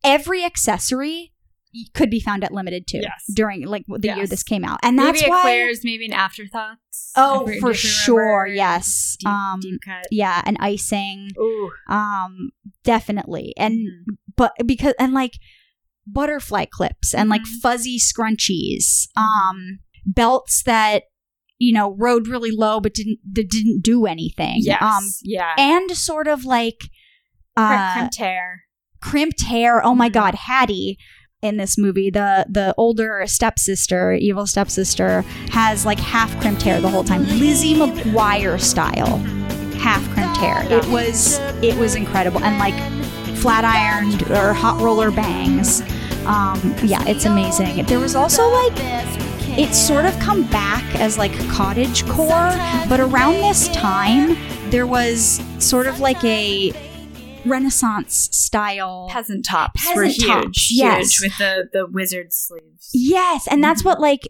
[SPEAKER 2] every accessory y- could be found at Limited Two
[SPEAKER 1] Yes.
[SPEAKER 2] during like the year
[SPEAKER 1] Yes.
[SPEAKER 2] this came out, and that's
[SPEAKER 1] maybe
[SPEAKER 2] why.
[SPEAKER 1] Claire's maybe an afterthought.
[SPEAKER 2] oh,
[SPEAKER 1] If we-
[SPEAKER 2] for
[SPEAKER 1] if we
[SPEAKER 2] sure,
[SPEAKER 1] remember.
[SPEAKER 2] yes.
[SPEAKER 1] Deep,
[SPEAKER 2] um,
[SPEAKER 1] deep cut.
[SPEAKER 2] yeah, and icing,
[SPEAKER 1] Ooh,
[SPEAKER 2] um, definitely, and
[SPEAKER 1] Mhm.
[SPEAKER 2] but because and like butterfly clips and like
[SPEAKER 1] Mhm.
[SPEAKER 2] fuzzy scrunchies um belts that you know rode really low but didn't that didn't do anything
[SPEAKER 1] yes,
[SPEAKER 2] um
[SPEAKER 1] yeah,
[SPEAKER 2] and sort of like uh
[SPEAKER 1] Crim- crimped hair.
[SPEAKER 2] crimped hair oh my
[SPEAKER 1] Mhm.
[SPEAKER 2] god hattie in this movie the the older stepsister evil stepsister has like half crimped hair the whole time lizzie mcguire style half crimped hair it was it was incredible and like flat ironed or hot roller bangs um yeah it's amazing there was also like it's sort of come back as like cottage core but around this time there was sort of like a renaissance style
[SPEAKER 1] Peasant tops
[SPEAKER 2] Peasant
[SPEAKER 1] were huge,
[SPEAKER 2] tops, yes.
[SPEAKER 1] huge with the the wizard sleeves.
[SPEAKER 2] Yes, and that's what like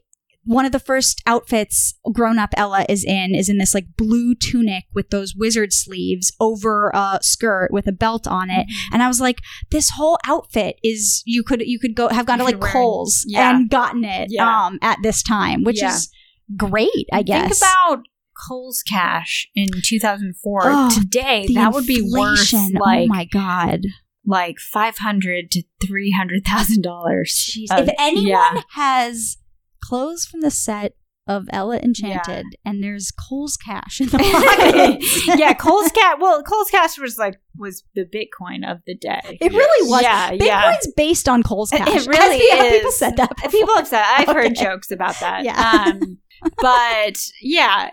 [SPEAKER 2] one of the first outfits grown up Ella is in is in this like blue tunic with those wizard sleeves over a skirt with a belt on it.
[SPEAKER 1] Mm-hmm.
[SPEAKER 2] And I was like, this whole outfit is you could you could go have gone to
[SPEAKER 1] You could
[SPEAKER 2] like
[SPEAKER 1] wear it.
[SPEAKER 2] Kohl's
[SPEAKER 1] Yeah.
[SPEAKER 2] and gotten it
[SPEAKER 1] Yeah.
[SPEAKER 2] um at this time, which
[SPEAKER 1] Yeah.
[SPEAKER 2] is great, I guess.
[SPEAKER 1] Think about Cole's cash in 2004.
[SPEAKER 2] Oh,
[SPEAKER 1] Today,
[SPEAKER 2] The
[SPEAKER 1] that would be worth
[SPEAKER 2] inflation.
[SPEAKER 1] like
[SPEAKER 2] oh my god.
[SPEAKER 1] like 500 to 300 thousand dollars.
[SPEAKER 2] Jeez.
[SPEAKER 1] Uh,
[SPEAKER 2] if anyone
[SPEAKER 1] yeah.
[SPEAKER 2] has clothes from the set of Ella Enchanted and there's Kohl's cash in the pocket.
[SPEAKER 1] yeah, Cole's cat. Well, Cole's cash was like was the Bitcoin of the day.
[SPEAKER 2] It really was.
[SPEAKER 1] Yeah,
[SPEAKER 2] Bitcoin's
[SPEAKER 1] yeah.
[SPEAKER 2] based on Cole's
[SPEAKER 1] It- it
[SPEAKER 2] cash. As
[SPEAKER 1] really
[SPEAKER 2] pe- People
[SPEAKER 1] is.
[SPEAKER 2] said that.
[SPEAKER 1] Uh,
[SPEAKER 2] before.
[SPEAKER 1] People have said I've heard
[SPEAKER 2] Okay.
[SPEAKER 1] jokes about that.
[SPEAKER 2] Yeah.
[SPEAKER 1] Um, but yeah,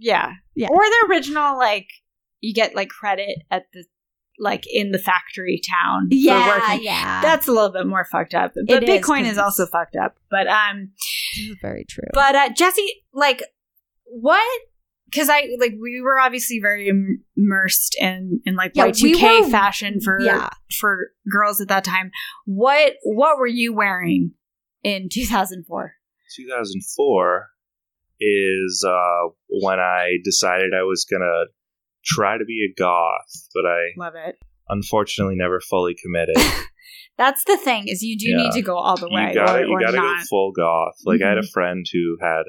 [SPEAKER 1] yeah,
[SPEAKER 2] Yeah.
[SPEAKER 1] Or the original like you get like credit at the like in the factory town for
[SPEAKER 2] yeah,
[SPEAKER 1] working.
[SPEAKER 2] yeah.
[SPEAKER 1] That's a little bit more fucked up. But
[SPEAKER 2] It is,
[SPEAKER 1] Bitcoin
[SPEAKER 2] 'cause
[SPEAKER 1] is, also fucked up. But um,
[SPEAKER 2] This is very true.
[SPEAKER 1] but uh, Jesse, like, what? Because I like we were obviously very im- immersed in in like
[SPEAKER 2] Yeah,
[SPEAKER 1] Y two
[SPEAKER 2] we
[SPEAKER 1] K
[SPEAKER 2] were-
[SPEAKER 1] fashion for
[SPEAKER 2] yeah.
[SPEAKER 1] for girls at that time. What what were you wearing in 2004?
[SPEAKER 3] 2004 is uh, when I decided I was going to try to be a goth, but I
[SPEAKER 1] Love it.
[SPEAKER 3] unfortunately never fully committed.
[SPEAKER 1] That's the thing is you do
[SPEAKER 3] Yeah.
[SPEAKER 1] need to go all the way
[SPEAKER 3] you gotta,
[SPEAKER 1] or,
[SPEAKER 3] you
[SPEAKER 1] or
[SPEAKER 3] gotta go
[SPEAKER 1] not. Mm-hmm.
[SPEAKER 3] full goth. Like I had a friend who had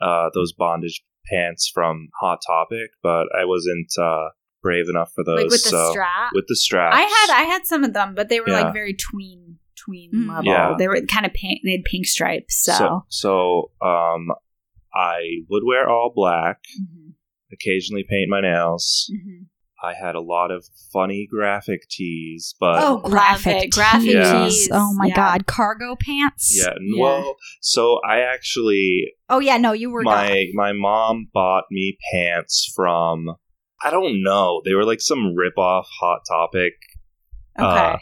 [SPEAKER 3] uh, those bondage pants from Hot Topic, but I wasn't uh, brave enough for those.
[SPEAKER 1] like with
[SPEAKER 3] so
[SPEAKER 1] the strap.
[SPEAKER 3] with the straps,
[SPEAKER 1] I had I had some of them, but they were
[SPEAKER 3] Yeah.
[SPEAKER 1] like very tween tween
[SPEAKER 2] Mm.
[SPEAKER 1] level.
[SPEAKER 3] Yeah.
[SPEAKER 1] They were kind of pink. They had pink stripes. So,
[SPEAKER 3] so, so, um, I would wear all black.
[SPEAKER 1] Mhm.
[SPEAKER 3] Occasionally paint my nails.
[SPEAKER 1] Mhm.
[SPEAKER 3] I had a lot of funny graphic tees, but
[SPEAKER 2] Oh, graphic,
[SPEAKER 1] Graphic- graphic
[SPEAKER 3] Yeah.
[SPEAKER 2] tees.
[SPEAKER 1] tees,
[SPEAKER 2] Oh my
[SPEAKER 1] yeah.
[SPEAKER 2] god, cargo pants.
[SPEAKER 3] yeah, n-
[SPEAKER 1] Yeah.
[SPEAKER 3] Well, so I actually
[SPEAKER 2] Oh yeah, no, you were
[SPEAKER 3] my my mom bought me pants from I don't know. They were like some ripoff Hot Topic
[SPEAKER 1] okay.
[SPEAKER 3] uh,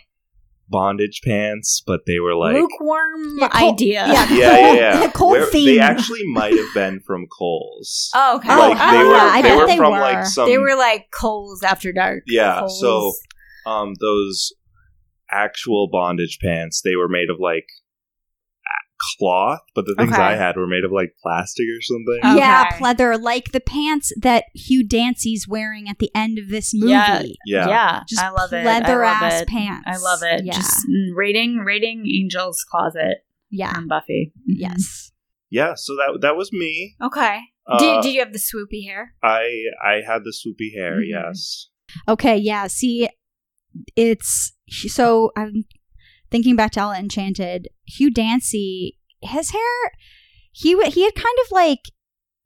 [SPEAKER 3] bondage pants, but they were like
[SPEAKER 1] Lukewarm
[SPEAKER 2] Yeah, cold-
[SPEAKER 1] idea.
[SPEAKER 2] yeah.
[SPEAKER 3] yeah, yeah,
[SPEAKER 2] Kohl-
[SPEAKER 3] yeah.
[SPEAKER 2] the Kohl
[SPEAKER 3] Where- they
[SPEAKER 2] theme.
[SPEAKER 3] actually might have been from Coles.
[SPEAKER 1] Oh, okay.
[SPEAKER 2] Oh,
[SPEAKER 3] like they
[SPEAKER 2] oh,
[SPEAKER 3] were,
[SPEAKER 2] yeah, I
[SPEAKER 3] they
[SPEAKER 2] bet
[SPEAKER 3] were
[SPEAKER 2] they
[SPEAKER 3] from
[SPEAKER 2] were.
[SPEAKER 3] like some
[SPEAKER 1] they were like Coles after dark.
[SPEAKER 3] yeah.
[SPEAKER 1] Kohl's.
[SPEAKER 3] So um, those actual bondage pants, they were made of like cloth, but the things
[SPEAKER 1] Okay.
[SPEAKER 3] I had were made of like plastic or something.
[SPEAKER 1] Oh.
[SPEAKER 2] Yeah,
[SPEAKER 1] Okay.
[SPEAKER 2] pleather, like the pants that Hugh Dancy's wearing at the end of this movie.
[SPEAKER 1] Yeah.
[SPEAKER 3] yeah.
[SPEAKER 2] Just
[SPEAKER 1] I love it.
[SPEAKER 2] leather
[SPEAKER 1] I love
[SPEAKER 2] ass
[SPEAKER 1] it.
[SPEAKER 2] pants.
[SPEAKER 1] I love it.
[SPEAKER 2] Yeah.
[SPEAKER 1] Just mm, rating rating Angel's closet
[SPEAKER 2] yeah.
[SPEAKER 1] on Buffy. Mm-hmm. Mhm.
[SPEAKER 2] Yes.
[SPEAKER 3] Yeah, so that that was me.
[SPEAKER 1] Okay.
[SPEAKER 3] Uh,
[SPEAKER 1] do, do you have the swoopy hair?
[SPEAKER 3] I I had the swoopy hair.
[SPEAKER 1] Mhm.
[SPEAKER 2] Mm-hmm.
[SPEAKER 3] Yes.
[SPEAKER 2] Okay, yeah. See, it's so I'm thinking back to Ella Enchanted. Hugh Dancy, his hair, he wa- he had kind of like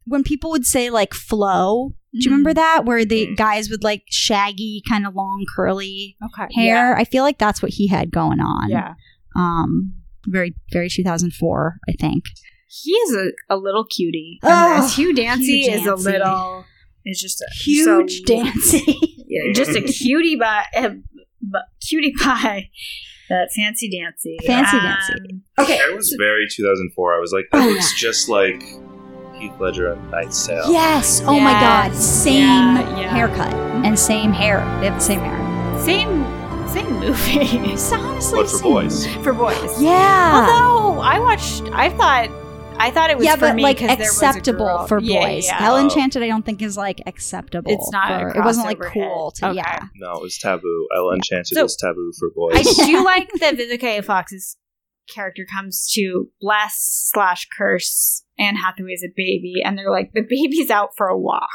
[SPEAKER 2] when people would say like flow. Do you
[SPEAKER 1] Mm-hmm.
[SPEAKER 2] remember that where the
[SPEAKER 3] Mhm.
[SPEAKER 2] guys with like shaggy, kind of long, curly
[SPEAKER 1] Mm-hmm. Okay.
[SPEAKER 2] hair? I feel like that's what he had going on.
[SPEAKER 1] Yeah.
[SPEAKER 2] Um. Very, very 2004, I think.
[SPEAKER 1] He is a, a little cutie. in
[SPEAKER 2] Oh,
[SPEAKER 1] this. Hugh Dancy
[SPEAKER 2] Hugh
[SPEAKER 1] is a
[SPEAKER 2] Dancy.
[SPEAKER 1] little. It's just a
[SPEAKER 2] Huge
[SPEAKER 1] so-
[SPEAKER 2] Dancy.
[SPEAKER 1] yeah, just a cutie pie. eh, bu- cutie pie. That fancy dancy. Um,
[SPEAKER 2] Fancy dancy. okay.
[SPEAKER 3] Hair was very 2004. I was like, that
[SPEAKER 2] Oh,
[SPEAKER 3] looks just like Heath Ledger on Night's Tale.
[SPEAKER 2] Yes. Oh my God. Same
[SPEAKER 1] Yeah, yeah.
[SPEAKER 2] haircut and same hair. They have the same hair.
[SPEAKER 1] Same same movie
[SPEAKER 2] It's honestly.
[SPEAKER 3] But for
[SPEAKER 2] same.
[SPEAKER 3] boys.
[SPEAKER 1] for boys.
[SPEAKER 2] Yeah.
[SPEAKER 1] Although I watched, I thought, I thought it was
[SPEAKER 2] yeah,
[SPEAKER 1] for
[SPEAKER 2] but
[SPEAKER 1] me
[SPEAKER 2] like
[SPEAKER 1] 'cause there was a
[SPEAKER 2] acceptable
[SPEAKER 1] girl-
[SPEAKER 2] for
[SPEAKER 1] Yeah,
[SPEAKER 2] boys.
[SPEAKER 1] yeah,
[SPEAKER 2] Hell
[SPEAKER 3] Oh.
[SPEAKER 2] Enchanted, I don't think is like acceptable.
[SPEAKER 1] It's not a
[SPEAKER 2] For, it wasn't like
[SPEAKER 1] crossover
[SPEAKER 2] cool
[SPEAKER 1] hit.
[SPEAKER 2] to.
[SPEAKER 1] Okay.
[SPEAKER 2] Yeah.
[SPEAKER 3] No, it was taboo. Ella Enchanted
[SPEAKER 1] So-
[SPEAKER 3] was taboo for
[SPEAKER 1] I
[SPEAKER 3] boys.
[SPEAKER 1] do like that Vivica A. Fox's character comes to bless slash curse Anne Hathaway as a baby, and they're like, the baby's out for a walk.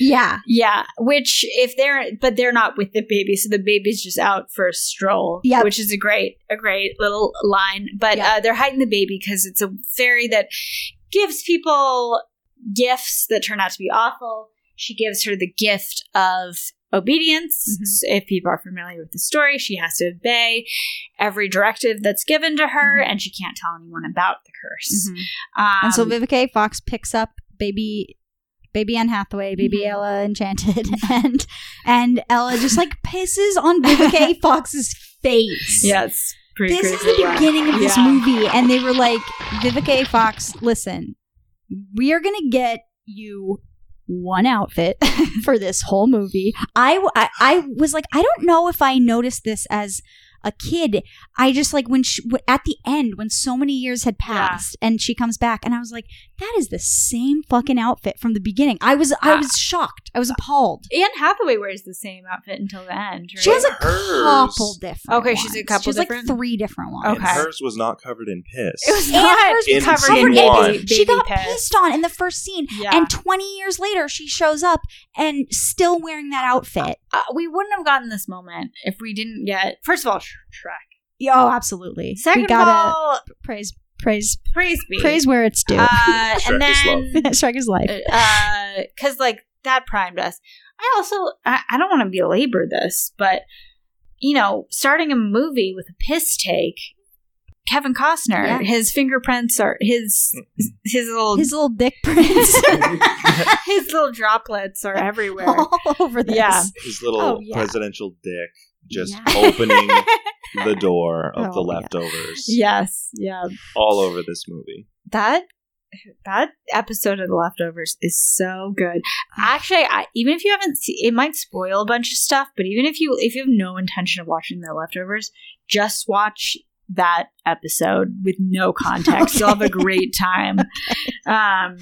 [SPEAKER 2] Yeah.
[SPEAKER 1] Yeah, which if they're but they're not with the baby, so the baby's just out for a stroll.
[SPEAKER 2] Yep.
[SPEAKER 1] which is a great a great little line. But
[SPEAKER 2] Yeah.
[SPEAKER 1] uh, they're hiding the baby because it's a fairy that gives people gifts that turn out to be awful. She gives her the gift of obedience.
[SPEAKER 2] Mhm.
[SPEAKER 1] So If people are familiar with the story, she has to obey every directive that's given to her, and she can't tell anyone about the curse. Um,
[SPEAKER 2] Mm-hmm. and so Vivica A. Fox picks up baby. Baby Anne Hathaway, Baby
[SPEAKER 1] Mhm.
[SPEAKER 2] Ella Enchanted, and and Ella just like pisses on Vivica A. Fox's face.
[SPEAKER 1] yeah, it's pretty
[SPEAKER 2] this is
[SPEAKER 1] crazy,
[SPEAKER 2] the
[SPEAKER 1] yeah.
[SPEAKER 2] beginning of this
[SPEAKER 1] Yeah.
[SPEAKER 2] movie, and they were like, Vivica A. Fox, listen, we are gonna get you one outfit for this whole movie. I, w- I I was like, I don't know if I noticed this as a kid. I just like when she, w- at the end when so many years had passed and she comes back, and I was like, that is the same fucking outfit from the beginning. I was I
[SPEAKER 1] Ah.
[SPEAKER 2] was shocked. I was appalled.
[SPEAKER 1] Anne Hathaway wears the same outfit until the end. Right?
[SPEAKER 2] She has a
[SPEAKER 3] Hers-
[SPEAKER 2] couple different.
[SPEAKER 1] Okay, she's a
[SPEAKER 2] ones.
[SPEAKER 1] couple
[SPEAKER 2] She has,
[SPEAKER 1] different?
[SPEAKER 2] like three different ones.
[SPEAKER 3] And
[SPEAKER 1] Okay.
[SPEAKER 3] hers was not covered in piss.
[SPEAKER 1] It was
[SPEAKER 2] And
[SPEAKER 1] not
[SPEAKER 2] hers
[SPEAKER 3] was
[SPEAKER 1] covered
[SPEAKER 3] covered
[SPEAKER 1] in
[SPEAKER 3] in
[SPEAKER 1] baby,
[SPEAKER 3] one.
[SPEAKER 1] baby
[SPEAKER 2] she got
[SPEAKER 1] piss.
[SPEAKER 2] pissed on in the first scene.
[SPEAKER 1] Yeah.
[SPEAKER 2] And 20 years later, she shows up and still wearing that outfit.
[SPEAKER 1] uh, we wouldn't have gotten this moment if we didn't get first of all Sh- Shrek.
[SPEAKER 2] Yeah, Oh, absolutely.
[SPEAKER 1] Second
[SPEAKER 2] we gotta
[SPEAKER 1] of all,
[SPEAKER 2] praise, praise,
[SPEAKER 1] praise be.
[SPEAKER 2] praise where it's due.
[SPEAKER 1] uh, and
[SPEAKER 3] Shrek is love.
[SPEAKER 1] then
[SPEAKER 2] Shrek is life.
[SPEAKER 1] because like that primed us. I also I, I don't want to belabor this, but you know, starting a movie with a piss take, Kevin Costner,
[SPEAKER 2] Yeah.
[SPEAKER 1] his fingerprints are his his little his,
[SPEAKER 2] His little dick prints
[SPEAKER 1] little droplets are everywhere.
[SPEAKER 2] all over this.
[SPEAKER 1] Yeah.
[SPEAKER 3] His little
[SPEAKER 2] Oh, yeah.
[SPEAKER 3] presidential dick just
[SPEAKER 2] Yeah.
[SPEAKER 3] opening the door of
[SPEAKER 2] Oh,
[SPEAKER 3] the
[SPEAKER 2] yeah.
[SPEAKER 3] leftovers
[SPEAKER 1] yes, yeah.
[SPEAKER 3] all over this movie.
[SPEAKER 1] that that episode of the leftovers is so good actually I, even if you haven't seen it might spoil a bunch of stuff but even if you if you have no intention of watching the leftovers just watch that episode with no context. You'll have a great time. Um,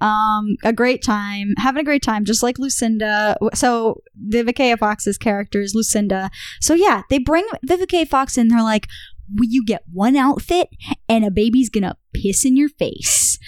[SPEAKER 2] Um, a great time, having a great time, just like Lucinda. So the Vivica Fox's character is Lucinda. So yeah, they bring Vivica Fox in. They're like, well, you get one outfit, and a baby's gonna piss in your face.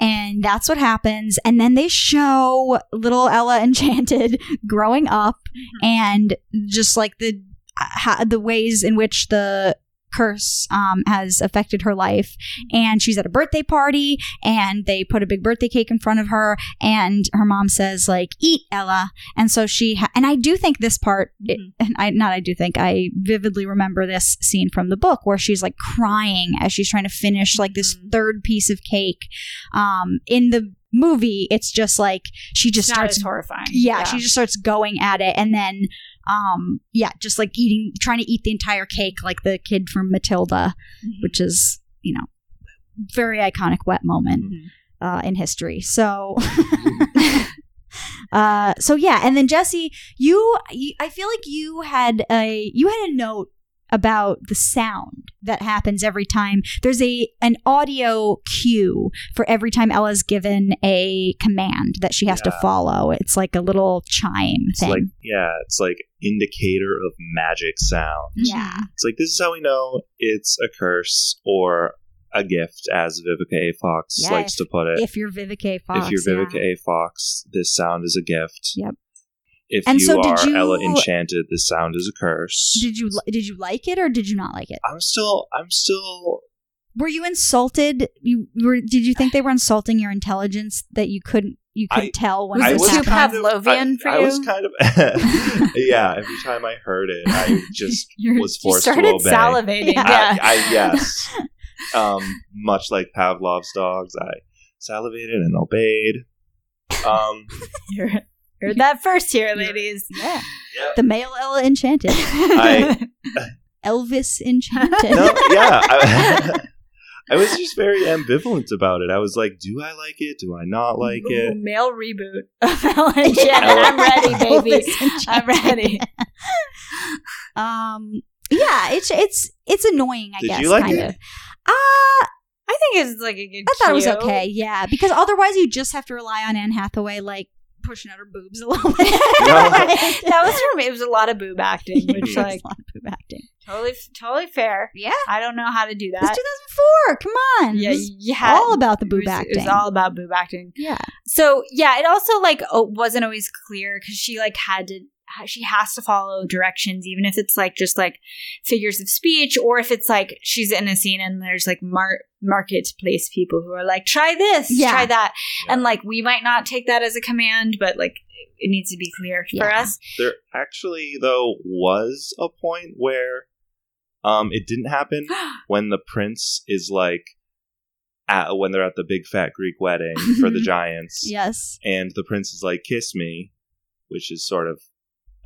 [SPEAKER 2] And that's what happens. And then they show little Ella Enchanted growing up, and just like the ha- the ways in which the curse um, has affected her life. And she's at a birthday party, and they put a big birthday cake in front of her, and her mom says like, "Eat, Ella." And so she ha- and I do think this part, it-
[SPEAKER 1] Mhm.
[SPEAKER 2] and I not I do think I vividly remember this scene from the book where she's like crying as she's trying to finish like this
[SPEAKER 1] Mhm.
[SPEAKER 2] third piece of cake. Um, in the movie, it's just like she
[SPEAKER 1] it's
[SPEAKER 2] just
[SPEAKER 1] not
[SPEAKER 2] starts
[SPEAKER 1] as horrifying.
[SPEAKER 2] yeah, she just starts going at it and then um yeah, just like eating trying to eat the entire cake like the kid from Matilda,
[SPEAKER 1] Mhm.
[SPEAKER 2] which is, you know, very iconic wet moment
[SPEAKER 1] Mhm.
[SPEAKER 2] uh in history. So
[SPEAKER 3] Mm-hmm.
[SPEAKER 2] uh so yeah, and then Jesse, you, you I feel like you had a you had a note about the sound that happens every time there's a an audio cue for every time Ella's given a command that she has to
[SPEAKER 3] Yeah.
[SPEAKER 2] follow. It's like a little chime
[SPEAKER 3] It's
[SPEAKER 2] thing.
[SPEAKER 3] like yeah, it's like indicator of magic sound.
[SPEAKER 2] yeah.
[SPEAKER 3] It's like this is how we know it's a curse or a gift, as Vivica A. Fox
[SPEAKER 2] Yeah,
[SPEAKER 3] likes to put it.
[SPEAKER 2] If you're Vivica A. Fox.
[SPEAKER 3] if you're Vivica
[SPEAKER 2] yeah.
[SPEAKER 3] A. Fox, this sound is a gift.
[SPEAKER 2] Yep.
[SPEAKER 3] If
[SPEAKER 2] And
[SPEAKER 3] you
[SPEAKER 2] so did
[SPEAKER 3] are
[SPEAKER 2] you-
[SPEAKER 3] Ella Enchanted, this sound is a curse.
[SPEAKER 2] Did you li- did you like it or did you not like it?
[SPEAKER 3] I'm still, I'm still.
[SPEAKER 2] Were you insulted? You were. Did you think they were insulting your intelligence that you couldn't you could
[SPEAKER 3] I-
[SPEAKER 2] tell when
[SPEAKER 1] Was
[SPEAKER 3] I
[SPEAKER 1] it
[SPEAKER 2] this
[SPEAKER 3] was
[SPEAKER 1] too
[SPEAKER 2] happened?
[SPEAKER 3] kind of-
[SPEAKER 1] Pavlovian
[SPEAKER 3] I-
[SPEAKER 1] for
[SPEAKER 3] I was
[SPEAKER 1] you?
[SPEAKER 3] kind of, yeah. Every time I heard it, I just
[SPEAKER 2] You're-
[SPEAKER 3] was
[SPEAKER 1] You
[SPEAKER 3] forced to
[SPEAKER 1] started
[SPEAKER 3] obey.
[SPEAKER 1] salivating.
[SPEAKER 2] Yeah.
[SPEAKER 1] Yeah.
[SPEAKER 3] I, I yes. um, much like Pavlov's dogs, I salivated and obeyed. Um,
[SPEAKER 1] You're, you're that first here,
[SPEAKER 2] You're-
[SPEAKER 1] ladies.
[SPEAKER 2] yeah.
[SPEAKER 3] yeah.
[SPEAKER 2] The male Ella Enchanted,
[SPEAKER 3] I-
[SPEAKER 2] Elvis Enchanted.
[SPEAKER 3] No, yeah. I, I was just very ambivalent about it. I was like, do I like it? Do I not like
[SPEAKER 1] Ooh,
[SPEAKER 3] it?
[SPEAKER 1] male reboot of Ellen Jen. I'm ready, baby.
[SPEAKER 2] Elvis Enchanted.
[SPEAKER 1] I'm ready.
[SPEAKER 2] Um. Yeah. It's it's it's annoying. I
[SPEAKER 3] Did
[SPEAKER 2] guess.
[SPEAKER 3] you like
[SPEAKER 2] kind
[SPEAKER 3] it?
[SPEAKER 2] Of. Uh,
[SPEAKER 1] I think it's like a good.
[SPEAKER 2] I thought it was
[SPEAKER 1] cue.
[SPEAKER 2] okay. Yeah, because otherwise you just have to rely on Anne Hathaway like pushing out her boobs a little bit.
[SPEAKER 1] that was for me. It was a lot of boob acting, which
[SPEAKER 3] Yes.
[SPEAKER 1] like
[SPEAKER 2] acting.
[SPEAKER 1] totally, totally fair.
[SPEAKER 2] Yeah,
[SPEAKER 1] I don't know how to do
[SPEAKER 2] it's
[SPEAKER 1] that.
[SPEAKER 2] 2004. Come on,
[SPEAKER 1] Yeah,
[SPEAKER 2] It was
[SPEAKER 1] yeah.
[SPEAKER 2] all about the
[SPEAKER 1] It
[SPEAKER 2] boob
[SPEAKER 1] was-
[SPEAKER 2] acting.
[SPEAKER 1] It was all about boob acting.
[SPEAKER 2] yeah,
[SPEAKER 1] So yeah, it also like o- wasn't always clear because she like had to ha- she has to follow directions even if it's like just like figures of speech or if it's like she's in a scene and there's like mar- marketplace people who are like try this,
[SPEAKER 2] Yeah.
[SPEAKER 1] try that,
[SPEAKER 3] Yeah.
[SPEAKER 1] and like we might not take that as a command, but like it needs to be clear for
[SPEAKER 2] Yeah.
[SPEAKER 1] us.
[SPEAKER 3] There actually, though, was a point where um, it didn't happen when the prince is like, at, when they're at the big fat Greek wedding for the
[SPEAKER 1] Mhm.
[SPEAKER 3] giants,
[SPEAKER 2] yes.
[SPEAKER 3] and the prince is like, "Kiss me," which is sort of,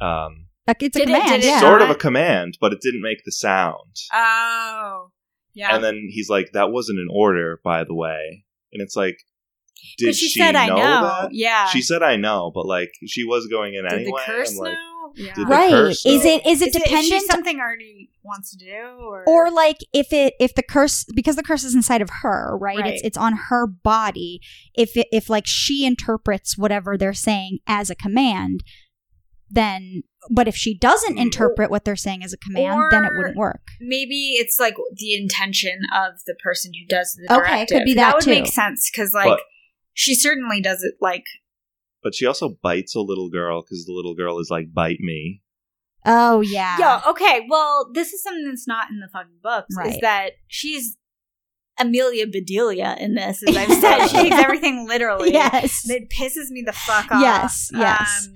[SPEAKER 3] um,
[SPEAKER 2] Like, It's a
[SPEAKER 1] Did it-
[SPEAKER 2] command.
[SPEAKER 1] did it
[SPEAKER 2] yeah.
[SPEAKER 1] not-
[SPEAKER 3] sort of a command, but it didn't make the sound.
[SPEAKER 1] Oh, yeah.
[SPEAKER 3] And then he's like, "That wasn't an order, by the way." And it's like, did
[SPEAKER 1] but she, said, "I know."
[SPEAKER 3] that?
[SPEAKER 1] Yeah.
[SPEAKER 3] She said, "I know," but like, she was going in
[SPEAKER 1] Did
[SPEAKER 3] anyway.
[SPEAKER 1] the curse
[SPEAKER 3] and, like,
[SPEAKER 1] know? Yeah.
[SPEAKER 3] did the
[SPEAKER 2] right.
[SPEAKER 3] curse,
[SPEAKER 2] is
[SPEAKER 3] though.
[SPEAKER 2] it is it
[SPEAKER 1] Is is she
[SPEAKER 2] dependent
[SPEAKER 1] something Artie wants to do, or
[SPEAKER 2] or like if it if the curse because the curse is inside of her right,
[SPEAKER 1] Right.
[SPEAKER 2] it's it's on her body if it, if like she interprets whatever they're saying as a command then but if she doesn't
[SPEAKER 3] Hmm.
[SPEAKER 2] interpret what they're saying as a command then it
[SPEAKER 1] Or-
[SPEAKER 2] wouldn't work
[SPEAKER 1] maybe it's like the intention of the person who does the directive.
[SPEAKER 2] Okay, it could be that
[SPEAKER 1] would
[SPEAKER 2] too.
[SPEAKER 1] make sense because like
[SPEAKER 3] But-
[SPEAKER 1] she certainly does it like
[SPEAKER 3] But she also bites a little girl because the little girl is like, "Bite me."
[SPEAKER 2] oh yeah
[SPEAKER 1] yo okay well this is something that's not in the fucking books is
[SPEAKER 2] Right.
[SPEAKER 1] that she's Amelia Bedelia in this as I've said she takes
[SPEAKER 2] Yeah.
[SPEAKER 1] everything literally
[SPEAKER 2] yes
[SPEAKER 1] it pisses me the fuck off
[SPEAKER 2] Yes, yes.
[SPEAKER 1] um,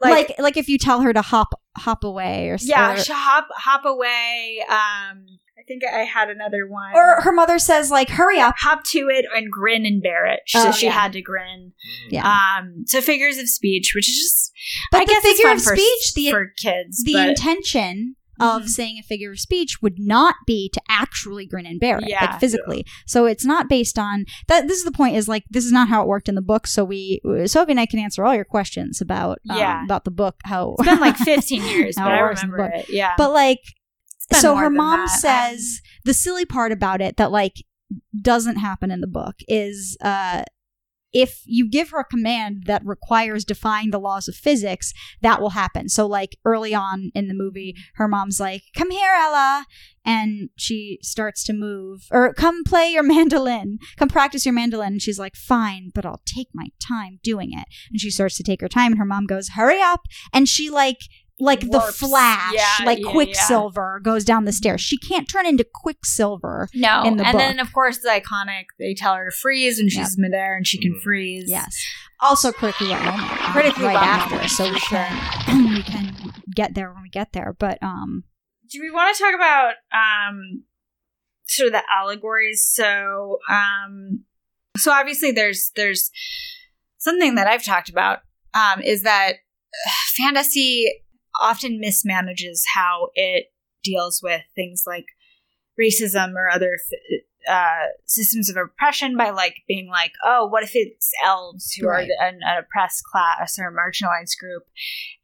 [SPEAKER 2] like, like if you tell her to hop hop away or s-
[SPEAKER 1] yeah
[SPEAKER 2] or,
[SPEAKER 1] sh- hop hop away um I think I had another one
[SPEAKER 2] or her mother says like hurry up
[SPEAKER 1] hop to it and grin and bear it so
[SPEAKER 2] Oh,
[SPEAKER 1] she
[SPEAKER 2] yeah.
[SPEAKER 1] had to grin
[SPEAKER 2] Yeah.
[SPEAKER 1] um so figures of speech which is just
[SPEAKER 2] but
[SPEAKER 1] i
[SPEAKER 2] the
[SPEAKER 1] guess it's
[SPEAKER 2] figure
[SPEAKER 1] fun
[SPEAKER 2] of
[SPEAKER 1] for,
[SPEAKER 2] speech the
[SPEAKER 1] for kids
[SPEAKER 2] the
[SPEAKER 1] but
[SPEAKER 2] intention of
[SPEAKER 1] Mhm.
[SPEAKER 2] saying a figure of speech would not be to actually grin and bear it,
[SPEAKER 1] Yeah.
[SPEAKER 2] like physically. So it's not based on that. This is the point: is like this is not how it worked in the book. So we, Sophie and I can answer all your questions about um,
[SPEAKER 1] Yeah.
[SPEAKER 2] about the book. How
[SPEAKER 1] it's been like 15 years
[SPEAKER 2] How
[SPEAKER 1] but
[SPEAKER 2] it
[SPEAKER 1] i
[SPEAKER 2] works in the
[SPEAKER 1] remember it yeah
[SPEAKER 2] but like
[SPEAKER 1] been
[SPEAKER 2] so
[SPEAKER 1] more
[SPEAKER 2] her
[SPEAKER 1] than
[SPEAKER 2] mom
[SPEAKER 1] that. um,
[SPEAKER 2] says the silly part about it that like doesn't happen in the book is uh if you give her a command that requires defying the laws of physics, that will happen. So, like early on in the movie, her mom's like, Come here, Ella. And she starts to move, or come play your mandolin, come practice your mandolin. And she's like, Fine, but I'll take my time doing it. And she starts to take her time, and her mom goes, Hurry up. And she, like, like the
[SPEAKER 1] Warps.
[SPEAKER 2] flash,
[SPEAKER 1] Yeah,
[SPEAKER 2] like
[SPEAKER 1] yeah, yeah.
[SPEAKER 2] Quicksilver goes down the stairs. She can't turn into Quicksilver.
[SPEAKER 1] No.
[SPEAKER 2] in the
[SPEAKER 1] and
[SPEAKER 2] book.
[SPEAKER 1] then, of course, the iconic, they tell her to freeze and she's midair and she can
[SPEAKER 3] Mhm.
[SPEAKER 1] freeze.
[SPEAKER 2] Yes. Also critically at moment. uh,
[SPEAKER 1] Critically
[SPEAKER 2] right
[SPEAKER 1] at
[SPEAKER 2] after,
[SPEAKER 1] moment,
[SPEAKER 2] so we
[SPEAKER 1] for sure.
[SPEAKER 2] can we can get there when we get there. But um,
[SPEAKER 1] Do we want to talk about um, sort of the allegories? So, um, so obviously, there's there's something that I've talked about um, is that uh, fantasy often mismanages how it deals with things like racism or other f- uh, systems of oppression by like being like, oh, what if it's elves who are
[SPEAKER 2] Right.
[SPEAKER 1] the, an, an oppressed class or a marginalized group,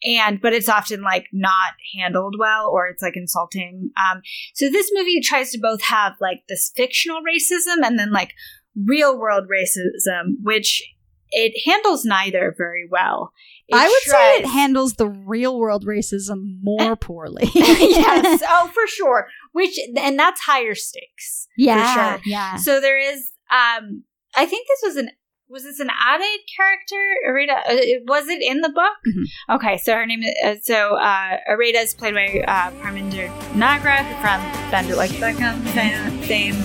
[SPEAKER 1] and but it's often like not handled well or it's like insulting. Um, so this movie tries to both have like this fictional racism and then like real world racism, which it handles neither very well. It
[SPEAKER 2] I would say it
[SPEAKER 1] tries-
[SPEAKER 2] handles the real world racism more poorly.
[SPEAKER 1] yes, oh for sure. Which and that's higher stakes.
[SPEAKER 2] yeah,
[SPEAKER 1] sure.
[SPEAKER 2] yeah.
[SPEAKER 1] So there is. Um, I think this was an was this an added character? Arita uh, was it in the book?
[SPEAKER 2] Mhm.
[SPEAKER 1] Okay, so her name is uh, so uh, Arita is played by uh, Parminder Nagra from Bend It Like Beckham fame. fame.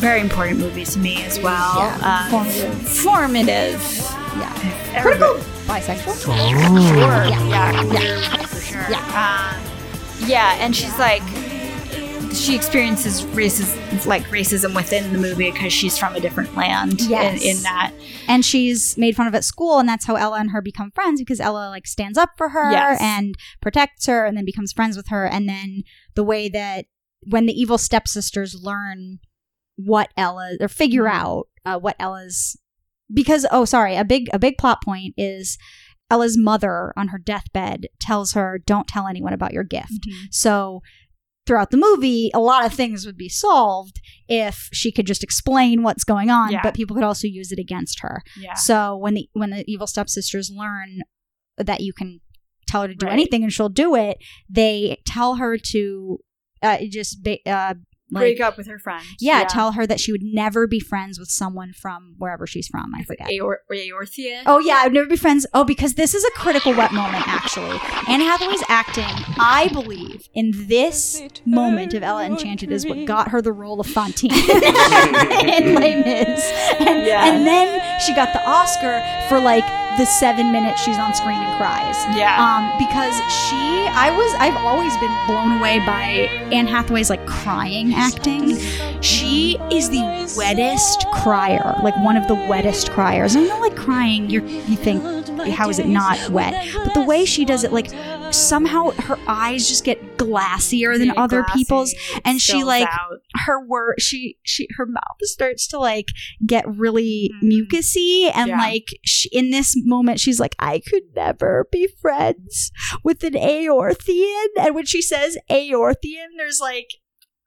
[SPEAKER 1] Very important movie to me as well.
[SPEAKER 2] Yeah,
[SPEAKER 1] Uh,
[SPEAKER 2] formative.
[SPEAKER 1] formative.
[SPEAKER 2] Yeah.
[SPEAKER 1] Everybody-
[SPEAKER 2] Bisexual.
[SPEAKER 1] Sure.
[SPEAKER 2] Yeah.
[SPEAKER 1] Yeah. queer, For sure. Yeah. Um, yeah. And she's like, she experiences racism, like racism within the movie because she's from a different land.
[SPEAKER 2] Yes.
[SPEAKER 1] In, in that.
[SPEAKER 2] And she's made fun of at school, and that's how Ella and her become friends because Ella like stands up for her
[SPEAKER 1] Yes.
[SPEAKER 2] and protects her, and then becomes friends with her. And then the way that when the evil stepsisters learn what Ella or figure out uh, what Ella's because oh sorry a big a big plot point is Ella's mother on her deathbed tells her don't tell anyone about your gift. So throughout the movie, a lot of things would be solved if she could just explain what's going on,
[SPEAKER 1] Yeah.
[SPEAKER 2] but people could also use it against her.
[SPEAKER 1] Yeah.
[SPEAKER 2] So when the when the evil stepsisters learn that you can tell her to do
[SPEAKER 1] Right.
[SPEAKER 2] anything and she'll do it, they tell her to uh, just ba- uh, like
[SPEAKER 1] Break up with her friend.
[SPEAKER 2] yeah, tell her that she would never be friends with someone from wherever she's from. I forget.
[SPEAKER 1] Aor- Aorthea.
[SPEAKER 2] Oh yeah, I'd never be friends. Oh, because this is a critical wet moment, actually. Anne Hathaway's acting, I believe, in this moment of Ella Enchanted is what got her the role of Fantine in Les Mis. And,
[SPEAKER 1] Yeah.
[SPEAKER 2] and then she got the Oscar for like the seven minutes she's on screen and cries.
[SPEAKER 1] Yeah.
[SPEAKER 2] Um, because she, I was, I've always been blown away by Anne Hathaway's like crying acting. She is the wettest crier, like one of the wettest criers. And I know, like crying, you're, you think, how is it not wet? But the way she does it, like somehow her eyes just get glassier than
[SPEAKER 1] Really
[SPEAKER 2] other
[SPEAKER 1] glassy,
[SPEAKER 2] people's. and she,
[SPEAKER 1] spills
[SPEAKER 2] like,
[SPEAKER 1] out.
[SPEAKER 2] Her word, she, she, her mouth starts to like get really
[SPEAKER 1] Mm.
[SPEAKER 2] mucusy, and
[SPEAKER 1] Yeah.
[SPEAKER 2] like she, in this moment, she's like, I could never be friends with an Aorthean. And when she says Aorthean, there's like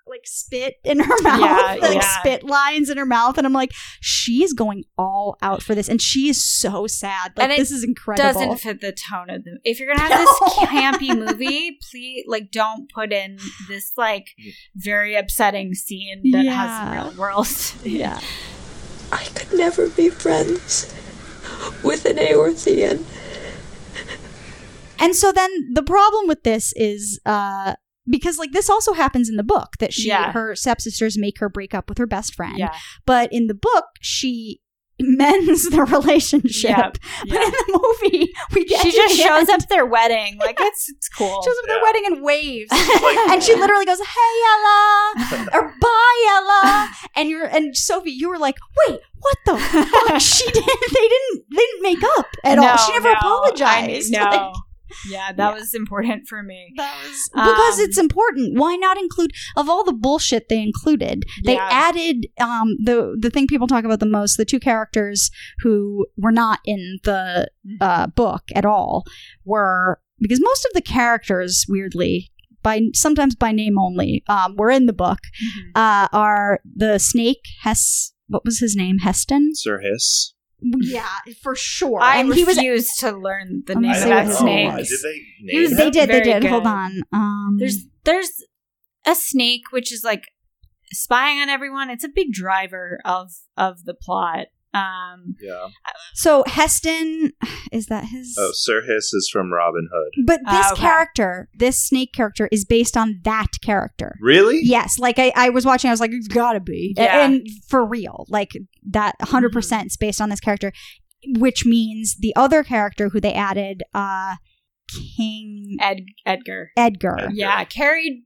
[SPEAKER 2] like spit in her mouth,
[SPEAKER 1] Yeah,
[SPEAKER 2] like
[SPEAKER 1] yeah.
[SPEAKER 2] spit lines in her mouth, and I'm like, she is going all out for this, and she is so sad. Like
[SPEAKER 1] And it
[SPEAKER 2] this is incredible.
[SPEAKER 1] Doesn't fit the tone of the. If you're gonna have this
[SPEAKER 2] No.
[SPEAKER 1] campy movie, please like don't put in this like very upsetting scene that
[SPEAKER 2] Yeah.
[SPEAKER 1] has real world.
[SPEAKER 2] yeah,
[SPEAKER 4] I could never be friends with an Aorthean.
[SPEAKER 2] and so then the problem with this is. uh because like this also happens in the book that she
[SPEAKER 1] Yeah.
[SPEAKER 2] her stepsisters make her break up with her best friend
[SPEAKER 1] Yeah,
[SPEAKER 2] but in the book she mends the relationship
[SPEAKER 1] yeah.
[SPEAKER 2] but in the movie we get
[SPEAKER 1] She
[SPEAKER 2] to
[SPEAKER 1] just
[SPEAKER 2] the
[SPEAKER 1] shows
[SPEAKER 2] end-
[SPEAKER 1] up at their wedding. Like it's it's cool.
[SPEAKER 2] shows up at their
[SPEAKER 3] Yeah.
[SPEAKER 2] wedding and waves
[SPEAKER 3] Like-
[SPEAKER 2] and she literally goes, "Hey Ella," or "Bye Ella," and you're and Sophie, you were like, "Wait, what the fuck?" She did. They didn't. They didn't make up at all. She never
[SPEAKER 1] no, I-
[SPEAKER 2] apologized.
[SPEAKER 1] no.
[SPEAKER 2] Like,
[SPEAKER 1] yeah, that was important for me.
[SPEAKER 2] that was because
[SPEAKER 1] Um,
[SPEAKER 2] it's important. Why not include of all the bullshit they included? They
[SPEAKER 1] Yeah.
[SPEAKER 2] added um, the the thing people talk about the most: the two characters who were not in
[SPEAKER 1] Mm-hmm.
[SPEAKER 2] the uh, book at all were because most of the characters, weirdly, by sometimes by name only, um, were in the book, uh, are the snake Hess. What was his name? Heston.
[SPEAKER 3] Sir Hiss.
[SPEAKER 2] Yeah, for sure.
[SPEAKER 1] I
[SPEAKER 2] and he was.
[SPEAKER 1] refuse to learn the
[SPEAKER 2] Let me
[SPEAKER 1] name
[SPEAKER 3] I
[SPEAKER 1] of
[SPEAKER 2] see
[SPEAKER 3] don't
[SPEAKER 1] that
[SPEAKER 2] what
[SPEAKER 3] know.
[SPEAKER 1] snake.
[SPEAKER 2] it
[SPEAKER 3] Did
[SPEAKER 2] is.
[SPEAKER 3] they
[SPEAKER 1] He was-
[SPEAKER 3] name
[SPEAKER 2] They
[SPEAKER 3] him?
[SPEAKER 2] did. They
[SPEAKER 1] Very
[SPEAKER 2] did.
[SPEAKER 1] good.
[SPEAKER 2] Hold on. Um,
[SPEAKER 1] There's there's a snake which is like spying on everyone. It's a big driver of of the plot. Um,
[SPEAKER 3] Yeah.
[SPEAKER 2] so Heston is that his?
[SPEAKER 3] Oh, Sir Hiss is from Robin Hood.
[SPEAKER 2] But this
[SPEAKER 1] Ah, okay.
[SPEAKER 2] character, this snake character, is based on that character.
[SPEAKER 3] Really?
[SPEAKER 2] Yes, like I, I was watching, I was like, it's gotta be. A-
[SPEAKER 1] Yeah. Mm-hmm.
[SPEAKER 2] And for real, like that 100% percent is based on this character, which means the other character who they added, uh, King
[SPEAKER 1] Ed Edgar.
[SPEAKER 2] Edgar,
[SPEAKER 3] Edgar.
[SPEAKER 1] Yeah, Carrie.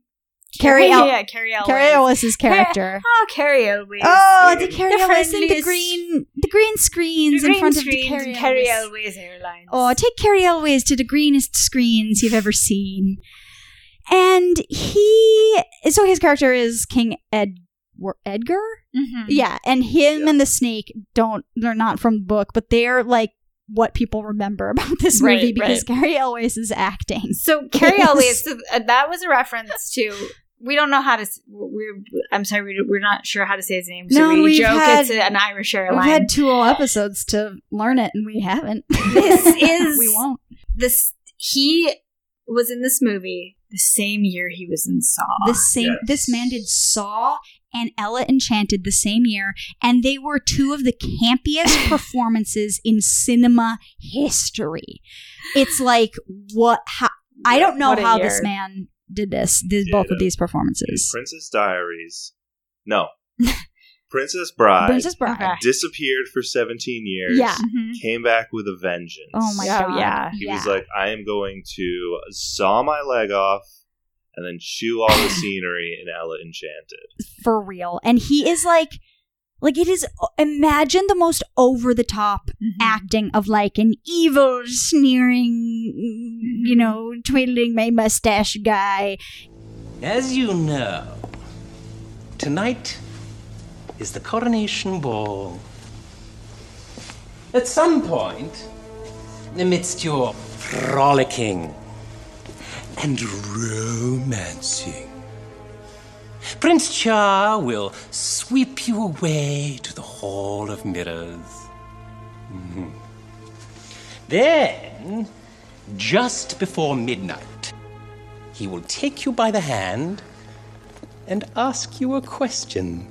[SPEAKER 2] Carrie
[SPEAKER 1] yeah,
[SPEAKER 2] El-
[SPEAKER 1] yeah, Carrie Elwes.
[SPEAKER 2] Carrie Ellis's character.
[SPEAKER 1] Oh, Carrie Elwes.
[SPEAKER 2] Oh,
[SPEAKER 3] Elwes.
[SPEAKER 2] the Carrie
[SPEAKER 1] The
[SPEAKER 2] Ellis and the
[SPEAKER 1] friendliest-
[SPEAKER 2] green, the green
[SPEAKER 1] The
[SPEAKER 2] screens
[SPEAKER 1] green
[SPEAKER 2] in front
[SPEAKER 1] screens
[SPEAKER 2] of the
[SPEAKER 1] and
[SPEAKER 2] Carrie
[SPEAKER 1] Carrie
[SPEAKER 2] Ellis.
[SPEAKER 1] Elwes Airlines.
[SPEAKER 2] Oh, take Carrie Elways to the greenest screens you've ever seen. And he, so his character is King Ed, Edgar?
[SPEAKER 1] Mhm.
[SPEAKER 2] Mm-hmm. Yeah, and him
[SPEAKER 3] Yeah.
[SPEAKER 2] and the snake don't, they're not from the book, but they're like what people remember about this movie
[SPEAKER 1] Right,
[SPEAKER 2] because Carrie Elways is acting.
[SPEAKER 1] So Carrie
[SPEAKER 2] Yes.
[SPEAKER 1] Elwes, so, uh, that was a reference to. We don't know how to. s- We're. I'm sorry. we- We're not sure how to say his name. So
[SPEAKER 2] No,
[SPEAKER 1] we
[SPEAKER 2] and we've
[SPEAKER 1] joke
[SPEAKER 2] had-
[SPEAKER 1] it's an Irish
[SPEAKER 2] We've
[SPEAKER 1] airline.
[SPEAKER 2] had two whole episodes to learn it, and we haven't.
[SPEAKER 1] This is-
[SPEAKER 2] we won't.
[SPEAKER 1] this. He was in this movie the same year he was in Saw.
[SPEAKER 2] this same
[SPEAKER 3] yes.
[SPEAKER 2] this man did Saw and Ella Enchanted the same year, and they were two of the campiest performances in cinema history. It's like what? How, I don't know
[SPEAKER 1] What a
[SPEAKER 2] how this
[SPEAKER 1] year.
[SPEAKER 2] man did this. Did
[SPEAKER 3] Did
[SPEAKER 2] both of
[SPEAKER 3] it.
[SPEAKER 2] these performances?
[SPEAKER 3] Princess Diaries. No. Princess Bride
[SPEAKER 2] Princess Bride.
[SPEAKER 1] Okay.
[SPEAKER 3] disappeared for 17 years.
[SPEAKER 2] Yeah.
[SPEAKER 1] Mhm.
[SPEAKER 3] Came back with a vengeance.
[SPEAKER 2] Mm-hmm. Oh my
[SPEAKER 1] Yeah,
[SPEAKER 2] god!
[SPEAKER 1] yeah.
[SPEAKER 3] He was like, I am going to saw my leg off and then chew all the scenery in Ella Enchanted.
[SPEAKER 2] for real, and he is like. Like it is, uh, imagine the most over the top
[SPEAKER 1] Mhm.
[SPEAKER 2] acting of like an evil, sneering,
[SPEAKER 1] Mm-hmm.
[SPEAKER 2] you know, twiddling my mustache guy
[SPEAKER 5] As you know, tonight is the coronation ball. At some point, amidst your frolicking and romancing, Prince Char will sweep you away to the Hall of Mirrors. Mhm. Then, just before midnight, he will take you by the hand and ask you a question.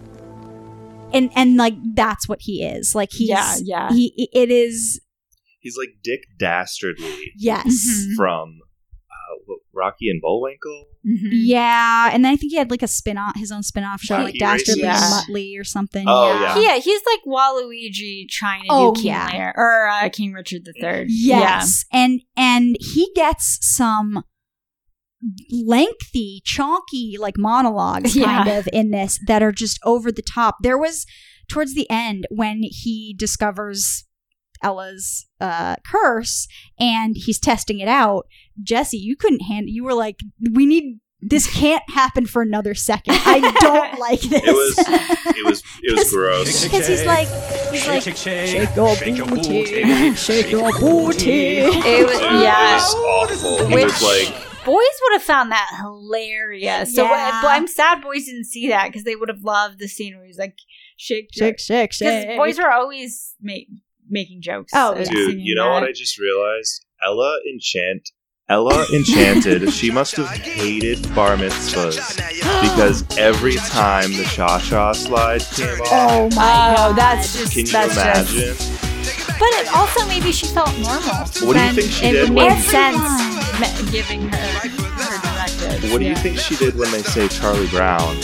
[SPEAKER 2] and and like that's what he is like he's
[SPEAKER 1] Yeah, yeah.
[SPEAKER 2] he it is
[SPEAKER 3] He's like Dick Dastardly
[SPEAKER 2] yes
[SPEAKER 1] Mhm.
[SPEAKER 3] from uh, what, Rocky and Bullwinkle.
[SPEAKER 2] Mm-hmm.
[SPEAKER 1] Mhm.
[SPEAKER 2] yeah and then i think he had like a spin-off his own spin-off show
[SPEAKER 3] Wow,
[SPEAKER 2] like
[SPEAKER 3] he
[SPEAKER 1] races.
[SPEAKER 2] dastardly and Muttley or something
[SPEAKER 3] Oh,
[SPEAKER 2] yeah,
[SPEAKER 3] yeah.
[SPEAKER 1] Yeah, he's like Waluigi trying to
[SPEAKER 2] Oh,
[SPEAKER 1] do King
[SPEAKER 2] yeah.
[SPEAKER 1] Lear or uh, King Richard the Third.
[SPEAKER 2] yes and and he gets some lengthy chonky like monologues kind of in this that are just over the top there was towards the end when he discovers Ella's uh, curse and he's testing it out. Jesse, you couldn't handle. You were like, we need this can't happen for another second. I don't like this.
[SPEAKER 3] It was it was it was gross.
[SPEAKER 2] because he's like he's like shake your booty, shake your booty.
[SPEAKER 1] It was,
[SPEAKER 3] It was
[SPEAKER 1] yeah.
[SPEAKER 3] awful. He was
[SPEAKER 1] Which-
[SPEAKER 3] like
[SPEAKER 1] Boys would have found that hilarious. So
[SPEAKER 2] Yeah.
[SPEAKER 1] I- but I'm sad boys didn't see that because they would have loved the scene where he's like shake,
[SPEAKER 2] Shake, shake,
[SPEAKER 1] Because
[SPEAKER 2] shake.
[SPEAKER 1] boys were always make, making jokes.
[SPEAKER 2] Oh,
[SPEAKER 1] and
[SPEAKER 2] yeah.
[SPEAKER 3] Dude,
[SPEAKER 1] singing
[SPEAKER 3] you know what
[SPEAKER 1] that.
[SPEAKER 3] I just realized? Ella Enchant Ella Enchanted, she must have hated bar mitzvahs because every time the Cha Cha slide came off,
[SPEAKER 2] oh
[SPEAKER 1] Oh,
[SPEAKER 2] my god,
[SPEAKER 1] that's just
[SPEAKER 3] can you
[SPEAKER 1] that's just.
[SPEAKER 3] imagine?
[SPEAKER 1] But it also maybe she felt normal.
[SPEAKER 3] What do you
[SPEAKER 1] Then
[SPEAKER 3] think she
[SPEAKER 1] it
[SPEAKER 3] did
[SPEAKER 1] made
[SPEAKER 3] when-
[SPEAKER 1] sense
[SPEAKER 2] Everyone.
[SPEAKER 1] me- giving her her directives.
[SPEAKER 3] What do you
[SPEAKER 1] yeah.
[SPEAKER 3] think she did when they say Charlie Brown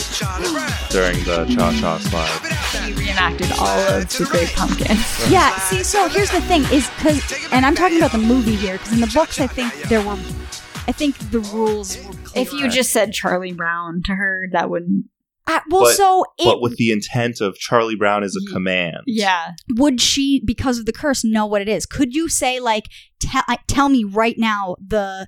[SPEAKER 3] during the Cha Cha slide?
[SPEAKER 1] She reenacted all of the Great Pumpkin.
[SPEAKER 2] Yeah, see, so here's the thing is because, and I'm talking about the movie here, because in the books, I think there were, I think the rules were clear.
[SPEAKER 1] If you just said Charlie Brown to her, that wouldn't.
[SPEAKER 2] I, uh, well,
[SPEAKER 3] But-
[SPEAKER 2] so it,
[SPEAKER 3] But with the intent of Charlie Brown is
[SPEAKER 1] Ye-
[SPEAKER 3] a command.
[SPEAKER 1] Yeah.
[SPEAKER 2] would she, because of the curse, know what it is? Could you say like, te- like tell me right now the,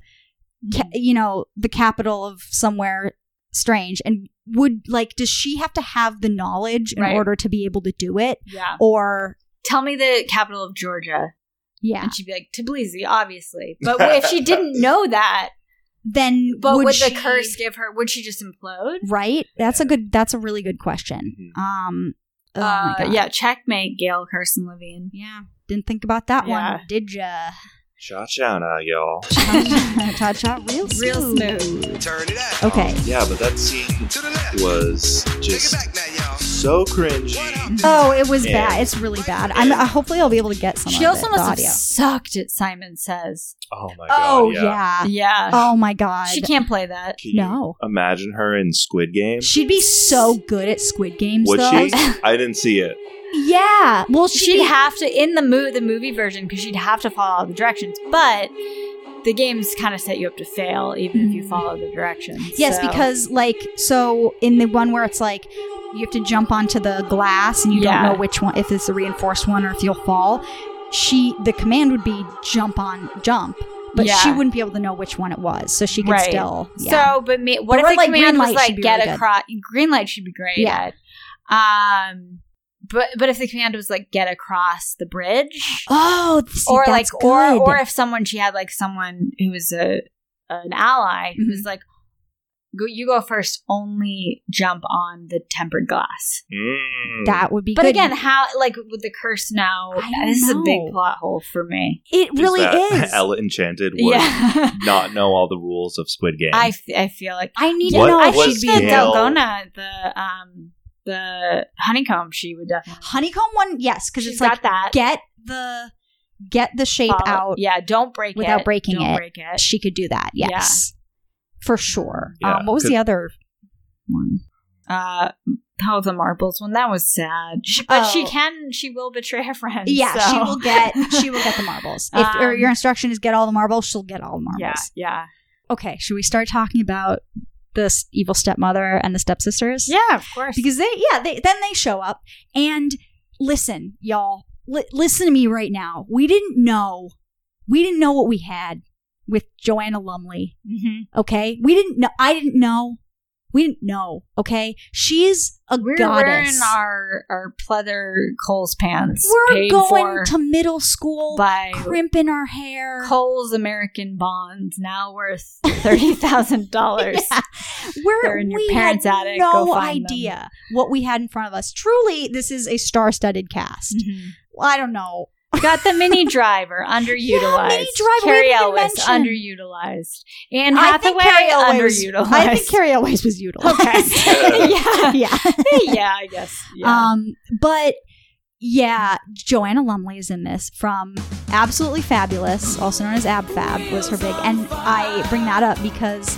[SPEAKER 2] ca- you know, the capital of somewhere strange, and would like, does she have to have the knowledge in
[SPEAKER 1] Right.
[SPEAKER 2] order to be able to do it,
[SPEAKER 1] Yeah.
[SPEAKER 2] or
[SPEAKER 1] Tell me the capital of Georgia.
[SPEAKER 2] yeah?
[SPEAKER 1] And she'd be like, Tbilisi, obviously. But if she didn't know that,
[SPEAKER 2] then
[SPEAKER 1] But would,
[SPEAKER 2] would,
[SPEAKER 1] the
[SPEAKER 2] she-
[SPEAKER 1] curse give her? Would she just implode?
[SPEAKER 2] right? That's a good. That's a really good question.
[SPEAKER 3] Mhm.
[SPEAKER 2] Um, oh
[SPEAKER 1] uh,
[SPEAKER 2] my God.
[SPEAKER 1] Yeah, checkmate, Gail, Kirsten, Levine.
[SPEAKER 2] yeah. Didn't think about that
[SPEAKER 1] Yeah.
[SPEAKER 2] one, did ya?
[SPEAKER 3] Cha cha now, y'all.
[SPEAKER 2] Cha cha, real smooth.
[SPEAKER 1] Real smooth.
[SPEAKER 6] Turn it up.
[SPEAKER 2] Okay.
[SPEAKER 3] Yeah, but that scene
[SPEAKER 6] To the left.
[SPEAKER 3] was
[SPEAKER 6] Take it
[SPEAKER 3] just
[SPEAKER 6] back now, y'all.
[SPEAKER 3] so cringy.
[SPEAKER 6] One hump.
[SPEAKER 2] Oh, it was
[SPEAKER 3] Yeah.
[SPEAKER 2] bad. It's really bad. I'm. Uh, hopefully, I'll be able to get some.
[SPEAKER 1] She
[SPEAKER 2] of
[SPEAKER 1] also
[SPEAKER 2] it, the
[SPEAKER 1] must have
[SPEAKER 2] audio.
[SPEAKER 1] sucked at Simon Says.
[SPEAKER 3] Oh my god.
[SPEAKER 2] Oh
[SPEAKER 3] yeah.
[SPEAKER 2] yeah.
[SPEAKER 1] Yeah.
[SPEAKER 2] Oh my god.
[SPEAKER 1] she can't play that.
[SPEAKER 3] Can you
[SPEAKER 2] No.
[SPEAKER 3] Imagine her in Squid Game.
[SPEAKER 2] She'd be so good at Squid Games,
[SPEAKER 3] Would
[SPEAKER 2] though.
[SPEAKER 3] she? I didn't see it.
[SPEAKER 2] Yeah. Well, she'd,
[SPEAKER 1] She'd
[SPEAKER 2] be-
[SPEAKER 1] have to in the movie, the movie version, because she'd have to follow the directions. But the games kind of set you up to fail, even if you follow the directions.
[SPEAKER 2] Mm-hmm. Yes,
[SPEAKER 1] So-
[SPEAKER 2] because like so in the one where it's like you have to jump onto the glass and you
[SPEAKER 1] Yeah.
[SPEAKER 2] don't know which one if it's a reinforced one or if you'll fall. She the command would be jump on jump, but she
[SPEAKER 1] Yeah.
[SPEAKER 2] wouldn't be able to know which one it was, so she could
[SPEAKER 1] Right.
[SPEAKER 2] still yeah.
[SPEAKER 1] So, but ma- what
[SPEAKER 2] But
[SPEAKER 1] if
[SPEAKER 2] we're
[SPEAKER 1] the
[SPEAKER 2] like,
[SPEAKER 1] command
[SPEAKER 2] green
[SPEAKER 1] was
[SPEAKER 2] light should
[SPEAKER 1] like
[SPEAKER 2] be
[SPEAKER 1] get
[SPEAKER 2] really good.
[SPEAKER 1] across? Green light should be great.
[SPEAKER 2] Yeah.
[SPEAKER 1] At. Um, but but if the command was like get across the bridge,
[SPEAKER 2] oh, see,
[SPEAKER 1] or like
[SPEAKER 2] that's
[SPEAKER 1] or
[SPEAKER 2] good.
[SPEAKER 1] or if someone she had like someone who was a an ally who
[SPEAKER 2] Mm-hmm.
[SPEAKER 1] was like. Go, you go first. Only jump on the tempered glass.
[SPEAKER 3] Mm.
[SPEAKER 2] that would be
[SPEAKER 1] But
[SPEAKER 2] good.
[SPEAKER 1] again, how like with the curse now?
[SPEAKER 2] I don't
[SPEAKER 1] This is a big
[SPEAKER 2] know.
[SPEAKER 1] plot hole for me.
[SPEAKER 2] it
[SPEAKER 3] Is
[SPEAKER 2] really
[SPEAKER 3] that
[SPEAKER 2] is.
[SPEAKER 3] Ella Enchanted would
[SPEAKER 1] yeah,
[SPEAKER 3] not know all the rules of Squid Game.
[SPEAKER 1] I, f- I feel like
[SPEAKER 2] I need
[SPEAKER 3] What
[SPEAKER 2] to know
[SPEAKER 1] I
[SPEAKER 2] if
[SPEAKER 3] was
[SPEAKER 2] she'd
[SPEAKER 1] think
[SPEAKER 2] be
[SPEAKER 1] that
[SPEAKER 2] able
[SPEAKER 3] Gail-
[SPEAKER 1] Delgona, the um, the honeycomb, she would definitely
[SPEAKER 2] honeycomb one. Yes, because
[SPEAKER 1] She's
[SPEAKER 2] it's
[SPEAKER 1] got
[SPEAKER 2] like
[SPEAKER 1] that
[SPEAKER 2] get the get the shape
[SPEAKER 1] follow-
[SPEAKER 2] out.
[SPEAKER 1] Yeah, don't break
[SPEAKER 2] without
[SPEAKER 1] it.
[SPEAKER 2] breaking
[SPEAKER 1] don't
[SPEAKER 2] it.
[SPEAKER 1] break it.
[SPEAKER 2] She could do that.
[SPEAKER 1] Yeah. Mm.
[SPEAKER 2] Yes, for sure.
[SPEAKER 3] Yeah,
[SPEAKER 2] um, what was
[SPEAKER 3] could-
[SPEAKER 2] the other one?
[SPEAKER 1] Uh, how the marbles one that was sad, She- but she
[SPEAKER 2] Oh.
[SPEAKER 1] can, she will betray her friends.
[SPEAKER 2] Yeah,
[SPEAKER 1] so-
[SPEAKER 2] she will get she will get the marbles. If or
[SPEAKER 1] Um,
[SPEAKER 2] your instruction is get all the marbles, she'll get all the marbles.
[SPEAKER 1] Yeah, yeah,
[SPEAKER 2] Okay, should we start talking about this evil stepmother and the stepsisters?
[SPEAKER 1] yeah. Of course,
[SPEAKER 2] Because they yeah, they then they show up and listen, y'all. Li- listen to me right now. We didn't know we didn't know what we had with Joanna Lumley.
[SPEAKER 1] Mhm.
[SPEAKER 2] Okay? We didn't know I didn't know. We didn't know, okay? She's a
[SPEAKER 1] we're
[SPEAKER 2] goddess.
[SPEAKER 1] wearing our our pleather Cole's pants.
[SPEAKER 2] We're
[SPEAKER 1] paid for
[SPEAKER 2] going to middle school,
[SPEAKER 1] by
[SPEAKER 2] crimping our hair.
[SPEAKER 1] Cole's American bonds, now worth thirty thousand dollars.
[SPEAKER 2] Yeah. We're,
[SPEAKER 1] They're in your
[SPEAKER 2] we
[SPEAKER 1] parents'
[SPEAKER 2] had
[SPEAKER 1] attic. Go
[SPEAKER 2] no
[SPEAKER 1] find them.
[SPEAKER 2] idea what we had in front of us. Truly, this is a star-studded cast.
[SPEAKER 1] Mm-hmm.
[SPEAKER 2] Well, I don't know.
[SPEAKER 1] Got the mini driver underutilized.
[SPEAKER 2] Yeah, mini driver, we
[SPEAKER 1] Carrie
[SPEAKER 2] haven't even
[SPEAKER 1] Elwes
[SPEAKER 2] mentioned.
[SPEAKER 1] underutilized. Anne
[SPEAKER 2] I think
[SPEAKER 1] Hathaway
[SPEAKER 2] Carrie always-
[SPEAKER 1] underutilized.
[SPEAKER 2] I think Carrie always was utilized.
[SPEAKER 1] Okay. yeah.
[SPEAKER 2] yeah.
[SPEAKER 1] Yeah, I guess. Yeah.
[SPEAKER 2] Um, but yeah, Joanna Lumley is in this from Absolutely Fabulous, also known as Ab Fab, was her big. And I bring that up because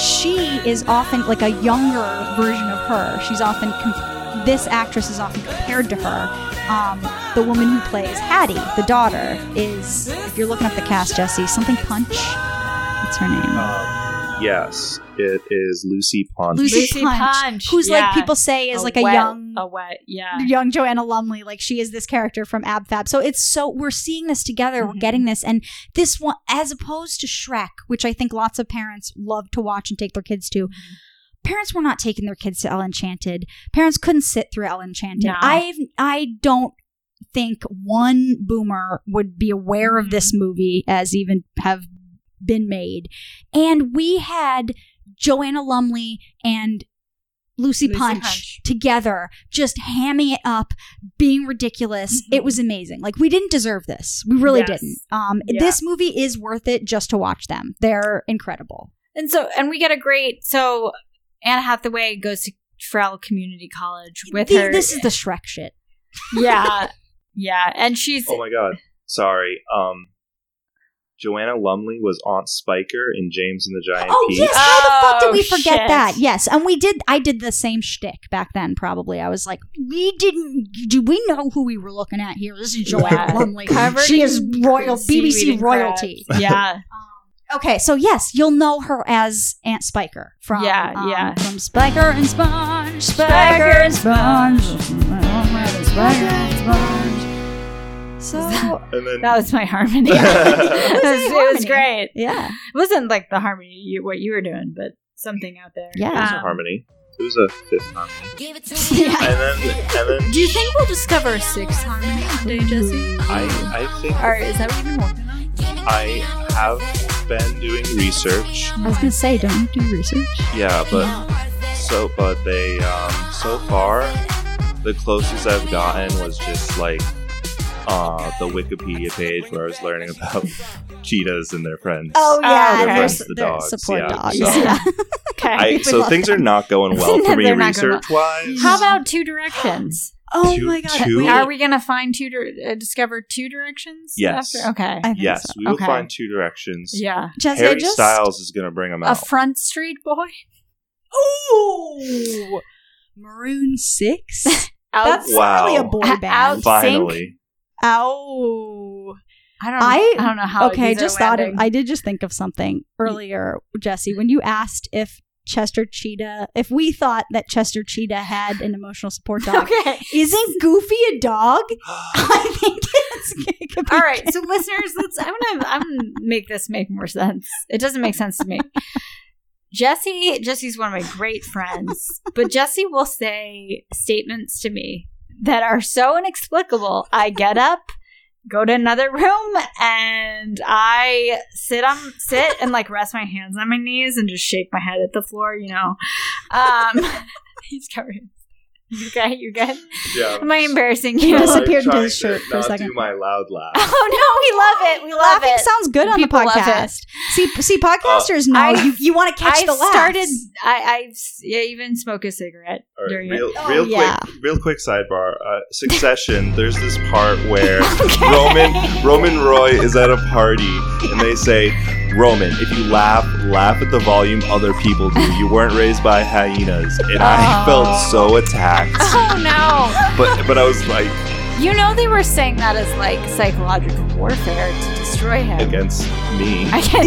[SPEAKER 2] she is often like a younger version of her. She's often, com- this actress is often compared to her. Um, the woman who plays Hattie, the daughter, is, if you're looking up the cast, Jesse, something Punch. What's her name?
[SPEAKER 3] Um, yes, it is Lucy Pond.
[SPEAKER 2] Lucy,
[SPEAKER 1] Lucy
[SPEAKER 2] Punch,
[SPEAKER 1] Punch,
[SPEAKER 2] who's
[SPEAKER 1] yeah.
[SPEAKER 2] like people say is like a
[SPEAKER 1] wet-
[SPEAKER 2] young
[SPEAKER 1] a wet, yeah.
[SPEAKER 2] young Joanna Lumley. Like she is this character from Ab Fab. So it's so we're seeing this together. We're
[SPEAKER 1] Mhm.
[SPEAKER 2] getting this, and this one, as opposed to Shrek, which I think lots of parents love to watch and take their kids to. Parents were not taking their kids to El Enchanted. Parents couldn't sit through El Enchanted.
[SPEAKER 1] No.
[SPEAKER 2] I I don't think one boomer would be aware of this movie as even have been made. And we had Joanna Lumley and Lucy,
[SPEAKER 1] Lucy
[SPEAKER 2] Punch,
[SPEAKER 1] Punch.
[SPEAKER 2] together, just hamming it up, being ridiculous.
[SPEAKER 1] Mhm.
[SPEAKER 2] It was amazing. Like we didn't deserve this. We really
[SPEAKER 1] Yes.
[SPEAKER 2] didn't. Um,
[SPEAKER 1] Yeah.
[SPEAKER 2] This movie is worth it just to watch them. They're incredible.
[SPEAKER 1] And so, and we get a great. So Anne Hathaway goes to Frel Community College with
[SPEAKER 2] The-
[SPEAKER 1] her.
[SPEAKER 2] This is the Shrek shit.
[SPEAKER 1] yeah, yeah, and she's
[SPEAKER 3] Oh my god. Sorry. Um Joanna Lumley was Aunt Spiker in James and the Giant
[SPEAKER 2] Oh
[SPEAKER 3] Peach.
[SPEAKER 2] yes, how the fuck
[SPEAKER 1] Oh,
[SPEAKER 2] did we forget
[SPEAKER 1] shit.
[SPEAKER 2] that? Yes, and we did. I did the same shtick back then. Probably I was like, we didn't. Do we know who we were looking at here? This is Joanna
[SPEAKER 1] Yeah.
[SPEAKER 2] Lumley.
[SPEAKER 1] Covered
[SPEAKER 2] She is
[SPEAKER 1] in
[SPEAKER 2] royal
[SPEAKER 1] seaweed
[SPEAKER 2] BBC
[SPEAKER 1] and
[SPEAKER 2] royalty.
[SPEAKER 1] crabs. Yeah,
[SPEAKER 2] Okay, so yes, you'll know her as Aunt Spiker from
[SPEAKER 1] Yeah,
[SPEAKER 2] um,
[SPEAKER 1] yeah.
[SPEAKER 2] from Spiker and Sponge,
[SPEAKER 1] Spiker and Sponge.
[SPEAKER 2] Spiker and Sponge. So
[SPEAKER 3] And then
[SPEAKER 1] that was my harmony.
[SPEAKER 3] It
[SPEAKER 1] it, was,
[SPEAKER 3] was
[SPEAKER 2] a
[SPEAKER 1] it was
[SPEAKER 2] harmony.
[SPEAKER 1] great.
[SPEAKER 2] yeah,
[SPEAKER 1] It wasn't like the harmony you, what you were doing, but something out there.
[SPEAKER 2] Yeah.
[SPEAKER 3] it was
[SPEAKER 1] Um,
[SPEAKER 3] a harmony. It was a fifth harmony.
[SPEAKER 2] yeah.
[SPEAKER 3] And then and then
[SPEAKER 1] Do you think we'll discover a sixth harmony today, Jesse?
[SPEAKER 3] I I think
[SPEAKER 1] Or is that what you've been working on?
[SPEAKER 3] I have been doing research.
[SPEAKER 2] I was gonna say, don't you do research?
[SPEAKER 3] Yeah, but so but they um, so far the closest I've gotten was just like uh, the Wikipedia page where I was learning about cheetahs and their friends.
[SPEAKER 2] Oh
[SPEAKER 1] yeah,
[SPEAKER 2] yeah,
[SPEAKER 1] Their
[SPEAKER 2] they're,
[SPEAKER 1] friends,
[SPEAKER 3] the
[SPEAKER 2] they're
[SPEAKER 3] dogs,
[SPEAKER 2] support
[SPEAKER 3] yeah,
[SPEAKER 2] dogs.
[SPEAKER 3] so-
[SPEAKER 2] Yeah.
[SPEAKER 1] Okay.
[SPEAKER 3] I,
[SPEAKER 2] We
[SPEAKER 3] so
[SPEAKER 2] love
[SPEAKER 3] things
[SPEAKER 2] them.
[SPEAKER 3] are not going well for me
[SPEAKER 1] They're not going well.
[SPEAKER 3] research wise.
[SPEAKER 1] How about Two Directions?
[SPEAKER 2] Oh
[SPEAKER 3] Two-
[SPEAKER 2] my god,
[SPEAKER 3] two-
[SPEAKER 2] wait,
[SPEAKER 1] Are we going to find two dir- uh, discover two directions?
[SPEAKER 3] Yes.
[SPEAKER 1] After? Okay.
[SPEAKER 2] I think
[SPEAKER 3] yes,
[SPEAKER 2] so.
[SPEAKER 3] we will
[SPEAKER 1] Okay.
[SPEAKER 3] find two directions.
[SPEAKER 1] yeah.
[SPEAKER 2] Jesse, I
[SPEAKER 3] Harry
[SPEAKER 2] just
[SPEAKER 3] Styles is going to bring them
[SPEAKER 1] A
[SPEAKER 3] out.
[SPEAKER 1] front street boy
[SPEAKER 2] Ooh, Maroon Six.
[SPEAKER 1] out.
[SPEAKER 2] That's not really a
[SPEAKER 3] Wow.
[SPEAKER 2] boy
[SPEAKER 1] Out-
[SPEAKER 2] band.
[SPEAKER 1] out-
[SPEAKER 3] Finally,
[SPEAKER 2] Ow.
[SPEAKER 1] Oh. I don't. I,
[SPEAKER 2] I-
[SPEAKER 1] don't know how.
[SPEAKER 2] okay, I
[SPEAKER 1] these are
[SPEAKER 2] just thought of,
[SPEAKER 1] landing.
[SPEAKER 2] I did just think of something earlier, Jesse, when you asked if Chester Cheetah, if we thought that Chester Cheetah had an emotional support dog,
[SPEAKER 1] okay.
[SPEAKER 2] isn't Goofy a dog? I think it's it could be
[SPEAKER 1] All right, so listeners, let's. I'm gonna. I'm gonna make this make more sense. It doesn't make sense to me. Jesse, Jesse's one of my great friends, but Jesse will say statements to me that are so inexplicable. I get up, go to another room, and I sit on sit and like rest my hands on my knees and just shake my head at the floor. You know, um, he's covering. You good? You good?
[SPEAKER 3] yeah.
[SPEAKER 1] Am I embarrassing you?
[SPEAKER 2] Yes, it- disappeared into his shirt for a second.
[SPEAKER 3] Do my loud laugh.
[SPEAKER 1] Oh no, we love it. We love
[SPEAKER 2] Laughing
[SPEAKER 1] it.
[SPEAKER 2] sounds good on the
[SPEAKER 1] People love it.
[SPEAKER 2] podcast. See, see, podcasters know
[SPEAKER 1] I-
[SPEAKER 2] you, you want to catch
[SPEAKER 1] I've
[SPEAKER 2] the laughs.
[SPEAKER 1] started. I, I've yeah, even smoke a cigarette
[SPEAKER 3] All right,
[SPEAKER 1] during
[SPEAKER 3] real,
[SPEAKER 1] it.
[SPEAKER 3] real
[SPEAKER 2] Oh, yeah.
[SPEAKER 3] quick, real quick sidebar. Uh, Succession. there's this part where Roman Roman Roy is at a party, and they say, "Roman, if you laugh, laugh at the volume other people do. You weren't raised by hyenas." And I
[SPEAKER 1] Oh.
[SPEAKER 3] felt so attacked,
[SPEAKER 1] Oh
[SPEAKER 3] but but I was like
[SPEAKER 1] no! You know they were saying that as like psychological warfare to destroy him.
[SPEAKER 3] against me.
[SPEAKER 1] I guess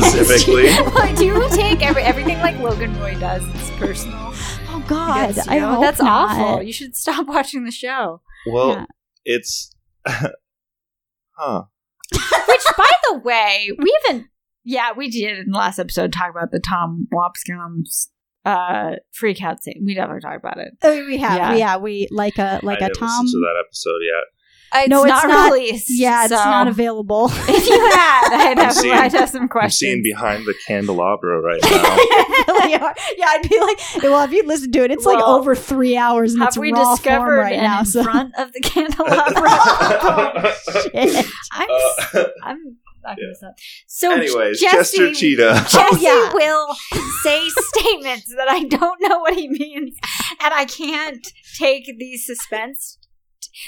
[SPEAKER 1] so.
[SPEAKER 3] Specifically.
[SPEAKER 1] Like, do you take every, everything like Logan Roy does? It's personal.
[SPEAKER 2] Oh God,
[SPEAKER 1] against
[SPEAKER 2] I
[SPEAKER 1] you?
[SPEAKER 2] hope
[SPEAKER 1] that's
[SPEAKER 2] not.
[SPEAKER 1] awful. You should stop watching the show.
[SPEAKER 3] Well,
[SPEAKER 2] Yeah.
[SPEAKER 3] it's huh.
[SPEAKER 1] Which, by the way, we haven't. Yeah, we did in the last episode talk about the Tom Wapscom's uh, freak out scene. We never talk about it.
[SPEAKER 2] Oh, we have,
[SPEAKER 1] Yeah.
[SPEAKER 2] yeah. we like a like
[SPEAKER 3] I
[SPEAKER 2] a
[SPEAKER 3] didn't
[SPEAKER 2] Tom.
[SPEAKER 3] listen to that episode yet.
[SPEAKER 1] Uh, It's
[SPEAKER 2] No, it's
[SPEAKER 1] not
[SPEAKER 2] not-
[SPEAKER 1] released.
[SPEAKER 2] Yeah, it's
[SPEAKER 1] so-
[SPEAKER 2] not available.
[SPEAKER 1] If you had, I'd have,
[SPEAKER 3] seeing-
[SPEAKER 1] I'd have some
[SPEAKER 3] I'm
[SPEAKER 1] questions.
[SPEAKER 3] seeing behind the candelabra right now.
[SPEAKER 2] really are. Yeah, I'd be like, well, if you listen to it, it's like
[SPEAKER 1] Well,
[SPEAKER 2] over three hours, and
[SPEAKER 1] have
[SPEAKER 2] it's
[SPEAKER 1] we
[SPEAKER 2] raw form
[SPEAKER 1] discovered
[SPEAKER 2] right
[SPEAKER 1] an
[SPEAKER 2] now.
[SPEAKER 1] in
[SPEAKER 2] So
[SPEAKER 1] front of the candelabra?
[SPEAKER 2] shit.
[SPEAKER 1] I'm, s-
[SPEAKER 3] Uh,
[SPEAKER 1] I'm not
[SPEAKER 3] Yeah.
[SPEAKER 1] gonna stop. So,
[SPEAKER 3] anyways,
[SPEAKER 1] Jesse,
[SPEAKER 3] Chester Cheetah.
[SPEAKER 1] Jesse
[SPEAKER 2] yeah.
[SPEAKER 1] will say statements that I don't know what he means, and I can't take the suspense,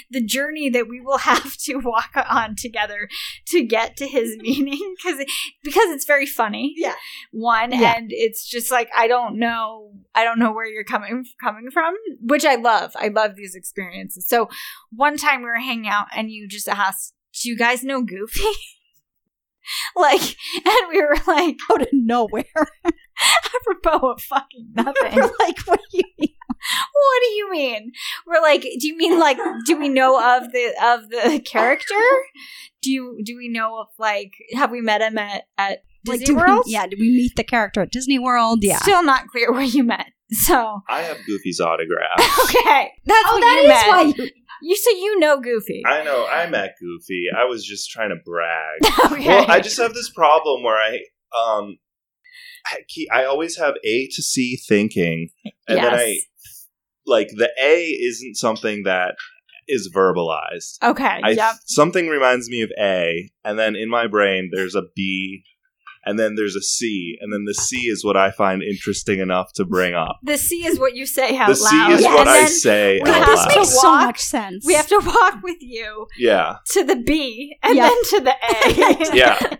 [SPEAKER 1] the journey that we will have to walk on together to get to his meaning, because because it's very funny.
[SPEAKER 2] Yeah.
[SPEAKER 1] one,
[SPEAKER 2] Yeah.
[SPEAKER 1] and it's just like I don't know, I don't know where you're coming coming from, which I love. I love these experiences. So one time we were hanging out, and you just asked, "Do you guys know Goofy?" like, and we were like
[SPEAKER 2] out of nowhere,
[SPEAKER 1] apropos of fucking nothing.
[SPEAKER 2] we're like, what do you mean?
[SPEAKER 1] what do you mean? We're like, do you mean like, do we know of the of the character? Do you do we know of like, have we met him at at
[SPEAKER 2] Like,
[SPEAKER 1] Disney
[SPEAKER 2] do
[SPEAKER 1] World?
[SPEAKER 2] we, yeah, do we meet the character at Disney World? Yeah,
[SPEAKER 1] still not clear where you met. So
[SPEAKER 3] I have Goofy's autograph.
[SPEAKER 1] okay, that's
[SPEAKER 2] oh,
[SPEAKER 1] what
[SPEAKER 2] that
[SPEAKER 1] you
[SPEAKER 2] is
[SPEAKER 1] met.
[SPEAKER 2] why you.
[SPEAKER 1] you so you know Goofy.
[SPEAKER 3] I know I met Goofy. I was just trying to brag.
[SPEAKER 1] okay,
[SPEAKER 3] Well, I just have this problem where I um I, keep, I always have A to C thinking, and then I
[SPEAKER 1] Yes.
[SPEAKER 3] like the A isn't something that is verbalized.
[SPEAKER 1] okay, Oh,
[SPEAKER 3] I,
[SPEAKER 1] yep.
[SPEAKER 3] Something reminds me of A, and then in my brain there's a B, and then there's a C, and then the C is what I find interesting enough to bring up.
[SPEAKER 1] The C is what you say out
[SPEAKER 3] the C
[SPEAKER 1] loud,
[SPEAKER 3] is
[SPEAKER 2] Yeah,
[SPEAKER 3] what
[SPEAKER 1] and
[SPEAKER 3] I
[SPEAKER 1] then
[SPEAKER 3] say
[SPEAKER 1] we
[SPEAKER 3] out
[SPEAKER 1] have
[SPEAKER 2] This
[SPEAKER 1] to-
[SPEAKER 3] loud.
[SPEAKER 2] makes so
[SPEAKER 1] Walk.
[SPEAKER 2] much sense.
[SPEAKER 1] we have to walk with you
[SPEAKER 3] Yeah.
[SPEAKER 1] to the B and
[SPEAKER 2] Yeah.
[SPEAKER 1] then to the A.
[SPEAKER 3] yeah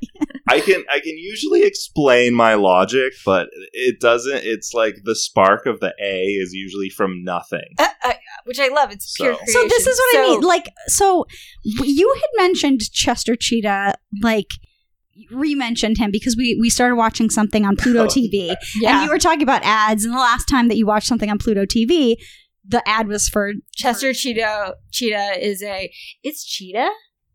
[SPEAKER 3] i can i can usually explain my logic but it doesn't it's like the spark of the a is usually from nothing
[SPEAKER 1] Uh, uh, which I love. It's pure
[SPEAKER 3] So-
[SPEAKER 1] creation.
[SPEAKER 2] So this is what I
[SPEAKER 1] So-
[SPEAKER 2] mean. Like, so w- you had mentioned Chester Cheetah, like re-mentioned him because we we started watching something on Pluto
[SPEAKER 3] Oh,
[SPEAKER 2] TV,
[SPEAKER 1] Yeah.
[SPEAKER 2] and you were talking about ads. And the last time that you watched something on Pluto TV, the ad was for
[SPEAKER 1] Chester Cheetah Cheetah is a it's Cheetah?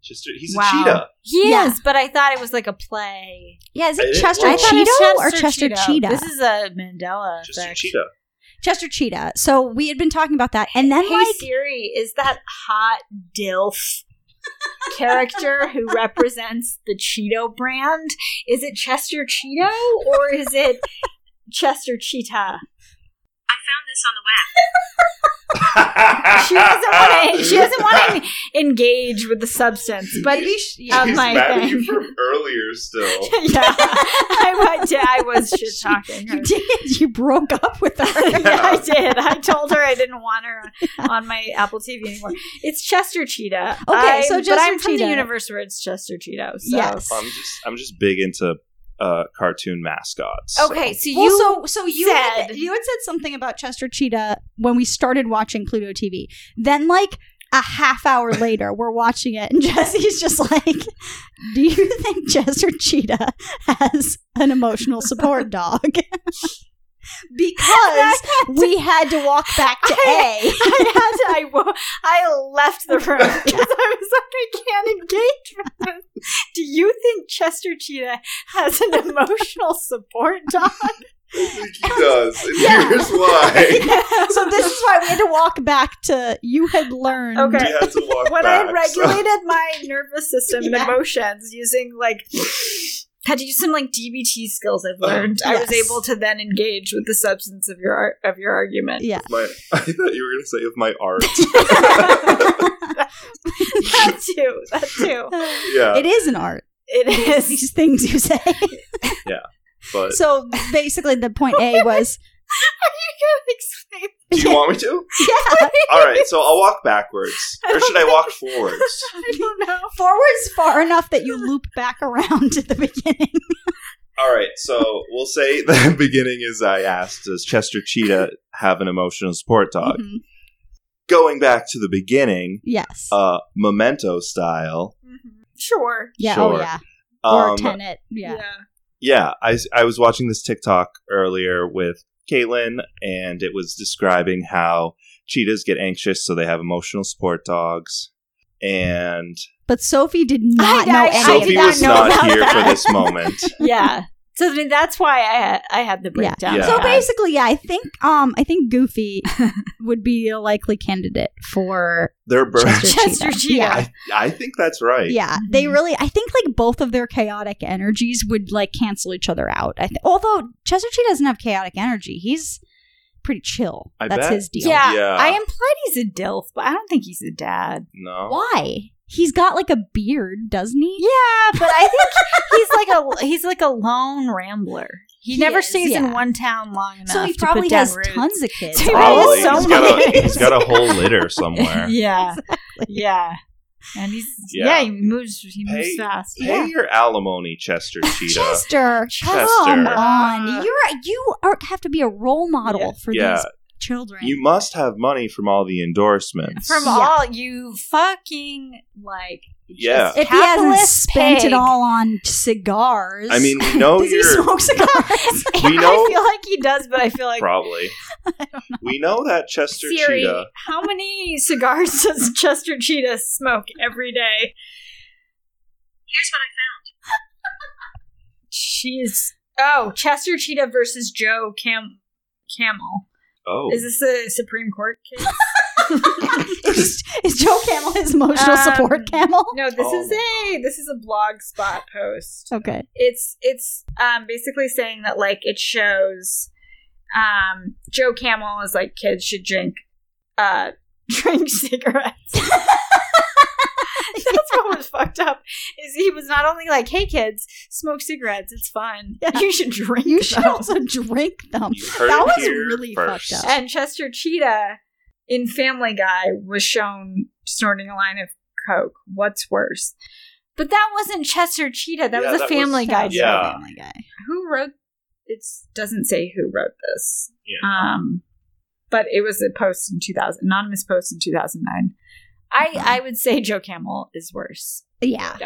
[SPEAKER 3] just he's
[SPEAKER 1] Wow.
[SPEAKER 3] a cheetah
[SPEAKER 1] He
[SPEAKER 2] Yeah.
[SPEAKER 1] is, but I thought it was like a play.
[SPEAKER 2] yeah, is
[SPEAKER 3] I
[SPEAKER 2] it
[SPEAKER 3] didn't-
[SPEAKER 2] Chester
[SPEAKER 3] well- I
[SPEAKER 1] thought it was
[SPEAKER 2] Cheeto or Chester Cheetah?
[SPEAKER 1] This is a Mandela
[SPEAKER 3] just a
[SPEAKER 1] effect.
[SPEAKER 3] cheetah
[SPEAKER 2] Chester Cheetah. So we had been talking about that, and then
[SPEAKER 1] Hey
[SPEAKER 2] like
[SPEAKER 1] Siri, is that hot DILF? character who represents the Cheeto brand. Is it Chester Cheeto or is it Chester Cheetah?
[SPEAKER 6] I found this on the web.
[SPEAKER 1] She doesn't want to. She doesn't want to engage with the substance. But
[SPEAKER 3] She's
[SPEAKER 1] um, my
[SPEAKER 3] mad at
[SPEAKER 1] thing.
[SPEAKER 3] you from earlier still.
[SPEAKER 1] yeah, I, wa- I was shit talking her.
[SPEAKER 2] You did. You broke up with her.
[SPEAKER 1] yeah, I did. I told her I didn't want her on my Apple TV anymore. It's Chester Cheetah.
[SPEAKER 2] Okay,
[SPEAKER 1] I'm-
[SPEAKER 2] so
[SPEAKER 1] but
[SPEAKER 2] Chester
[SPEAKER 1] I'm from the
[SPEAKER 2] Cheetah.
[SPEAKER 1] universe where it's Chester Cheeto. So.
[SPEAKER 2] Yes.
[SPEAKER 3] I'm just I'm just big into uh, cartoon mascots.
[SPEAKER 1] Okay, so you
[SPEAKER 2] also, so you had-
[SPEAKER 1] said-
[SPEAKER 2] you had said something about Chester Cheetah when we started watching Pluto TV. Then, like a half hour later, we're watching it, and Jesse's just like, "Do you think Chester Cheetah has an emotional support dog?" because we had to walk back to A.
[SPEAKER 1] I had to, I, wo- I left the room because I was like, I can't engage with this. Do you think Chester Cheetah has an emotional support dog?
[SPEAKER 3] I think he does. And
[SPEAKER 2] Yeah.
[SPEAKER 3] here's why.
[SPEAKER 2] so this is why we had to walk back to. You had learned.
[SPEAKER 1] Okay.
[SPEAKER 3] You have to walk
[SPEAKER 1] when
[SPEAKER 3] back.
[SPEAKER 1] I
[SPEAKER 3] so-
[SPEAKER 1] regulated my nervous system and
[SPEAKER 2] Yeah.
[SPEAKER 1] emotions using like had to use some like DBT skills I've learned, I was
[SPEAKER 2] Yes.
[SPEAKER 1] able to then engage with the substance of your ar- of your argument.
[SPEAKER 2] Yeah.
[SPEAKER 3] my, I thought you were going to say of
[SPEAKER 1] that too. That too.
[SPEAKER 3] my art. Yeah,
[SPEAKER 2] It is an art.
[SPEAKER 1] It is.
[SPEAKER 2] These things you say.
[SPEAKER 3] but
[SPEAKER 2] So basically, the point A was
[SPEAKER 1] Are you gonna explain?
[SPEAKER 3] do you want me to?
[SPEAKER 2] yeah.
[SPEAKER 3] All right, so I'll walk backwards, or should I walk forwards?
[SPEAKER 1] I don't know.
[SPEAKER 2] Forward's far enough that you loop back around to the beginning.
[SPEAKER 3] All right, so we'll say the beginning is I asked, does Chester Cheetah have an emotional support dog?
[SPEAKER 1] Mm-hmm.
[SPEAKER 2] Mhm.
[SPEAKER 3] Going back to the beginning,
[SPEAKER 2] Yes.
[SPEAKER 3] uh, memento style.
[SPEAKER 1] Mhm. Sure.
[SPEAKER 2] yeah. Oh
[SPEAKER 3] sure.
[SPEAKER 2] yeah. Or
[SPEAKER 3] Um,
[SPEAKER 2] Tenet. Yeah.
[SPEAKER 3] yeah, I, I was watching this TikTok earlier with Caitlin, and it was describing how cheetahs get anxious, so they have emotional support dogs. And
[SPEAKER 2] But Sophie did not
[SPEAKER 1] I-
[SPEAKER 2] know
[SPEAKER 1] I-
[SPEAKER 2] any
[SPEAKER 1] I
[SPEAKER 2] of
[SPEAKER 3] Sophie
[SPEAKER 1] did not
[SPEAKER 3] was
[SPEAKER 1] know
[SPEAKER 3] not
[SPEAKER 1] about
[SPEAKER 3] here
[SPEAKER 1] that.
[SPEAKER 3] for this moment.
[SPEAKER 1] Yeah. So I mean, that's why I had I had the
[SPEAKER 2] Yeah.
[SPEAKER 1] breakdown.
[SPEAKER 3] Yeah.
[SPEAKER 2] So
[SPEAKER 1] I had.
[SPEAKER 2] basically, yeah, I think um I think Goofy would be a likely candidate for
[SPEAKER 3] They're birds.
[SPEAKER 2] Chester, Mm-hmm.
[SPEAKER 1] Chester Cheetah.
[SPEAKER 2] Yeah.
[SPEAKER 3] I, I think that's right.
[SPEAKER 2] Yeah, they
[SPEAKER 1] Mhm.
[SPEAKER 2] really. I think like both of their chaotic energies would like cancel each other out. I think. Although Chester Cheetah doesn't have chaotic energy, he's pretty chill.
[SPEAKER 3] I
[SPEAKER 2] That's
[SPEAKER 3] bet.
[SPEAKER 2] his deal.
[SPEAKER 1] yeah,
[SPEAKER 3] Yeah.
[SPEAKER 1] I implied he's a DILF, but I don't think he's a dad.
[SPEAKER 3] No.
[SPEAKER 2] Why? He's got like a beard, doesn't he?
[SPEAKER 1] Yeah, but I think he's like a he's like a lone rambler. He,
[SPEAKER 2] He
[SPEAKER 1] never
[SPEAKER 2] is,
[SPEAKER 1] stays
[SPEAKER 2] yeah.
[SPEAKER 1] in one town long enough.
[SPEAKER 2] so he
[SPEAKER 1] to
[SPEAKER 2] probably
[SPEAKER 1] put down
[SPEAKER 2] has
[SPEAKER 1] roots.
[SPEAKER 2] tons of kids.
[SPEAKER 1] Dude,
[SPEAKER 3] Probably.
[SPEAKER 1] He has so
[SPEAKER 3] he's, got a,
[SPEAKER 1] many.
[SPEAKER 3] he's got a whole litter somewhere.
[SPEAKER 1] Yeah, yeah, and he's
[SPEAKER 3] Yeah.
[SPEAKER 1] yeah, he moves he moves
[SPEAKER 3] Hey,
[SPEAKER 1] fast.
[SPEAKER 3] Pay
[SPEAKER 1] Yeah.
[SPEAKER 3] your alimony, Chester Cheetah.
[SPEAKER 2] Chester,
[SPEAKER 3] Chester.
[SPEAKER 2] come
[SPEAKER 3] Chester.
[SPEAKER 2] on! You're you are, have to be a role model
[SPEAKER 1] Yeah.
[SPEAKER 2] for
[SPEAKER 3] Yeah.
[SPEAKER 2] these children.
[SPEAKER 3] You must have money from all the endorsements.
[SPEAKER 1] From
[SPEAKER 2] Yeah.
[SPEAKER 1] all you fucking like,
[SPEAKER 3] yeah.
[SPEAKER 2] if he hasn't
[SPEAKER 1] capitalist
[SPEAKER 2] spent
[SPEAKER 1] pig.
[SPEAKER 2] it all on cigars,
[SPEAKER 3] I mean, we know
[SPEAKER 2] does he
[SPEAKER 3] you're
[SPEAKER 2] smoke cigars?
[SPEAKER 3] We know-
[SPEAKER 1] I feel like he does, but I feel like
[SPEAKER 3] probably. We know that Chester
[SPEAKER 1] Siri,
[SPEAKER 3] Cheetah.
[SPEAKER 1] how many cigars does Chester Cheetah smoke every day?
[SPEAKER 6] Here's what I found.
[SPEAKER 1] Jeez. Oh, Chester Cheetah versus Joe Cam Camel.
[SPEAKER 3] Oh,
[SPEAKER 1] Is this a Supreme Court case?
[SPEAKER 2] is, is Joe Camel his emotional
[SPEAKER 1] Um,
[SPEAKER 2] support camel?
[SPEAKER 1] No, this
[SPEAKER 3] Oh.
[SPEAKER 1] is a this is a blog spot post.
[SPEAKER 2] Okay.
[SPEAKER 1] It's it's um basically saying that like it shows um Joe Camel is like kids should drink uh drink cigarettes. That's what was fucked up. Is he was not only like, "Hey kids, smoke cigarettes. It's fun.
[SPEAKER 2] Yeah.
[SPEAKER 1] You should drink."
[SPEAKER 2] You should
[SPEAKER 1] them."
[SPEAKER 2] also drink them.
[SPEAKER 3] you heard
[SPEAKER 2] that
[SPEAKER 3] it
[SPEAKER 2] was
[SPEAKER 3] here
[SPEAKER 2] really
[SPEAKER 3] first.
[SPEAKER 2] fucked up.
[SPEAKER 1] And Chester Cheetah in Family Guy was shown snorting a line of coke. What's worse? But that wasn't Chester Cheetah. That
[SPEAKER 3] Yeah,
[SPEAKER 1] was a
[SPEAKER 3] that
[SPEAKER 1] Family
[SPEAKER 3] was-
[SPEAKER 1] Guy
[SPEAKER 3] yeah.
[SPEAKER 1] joke.
[SPEAKER 2] Family Guy.
[SPEAKER 1] Who wrote? It doesn't say who wrote this.
[SPEAKER 3] Yeah.
[SPEAKER 1] Um, but it was a post in 2000, anonymous post in 2009. I I would say Joe Camel is worse.
[SPEAKER 2] Yeah.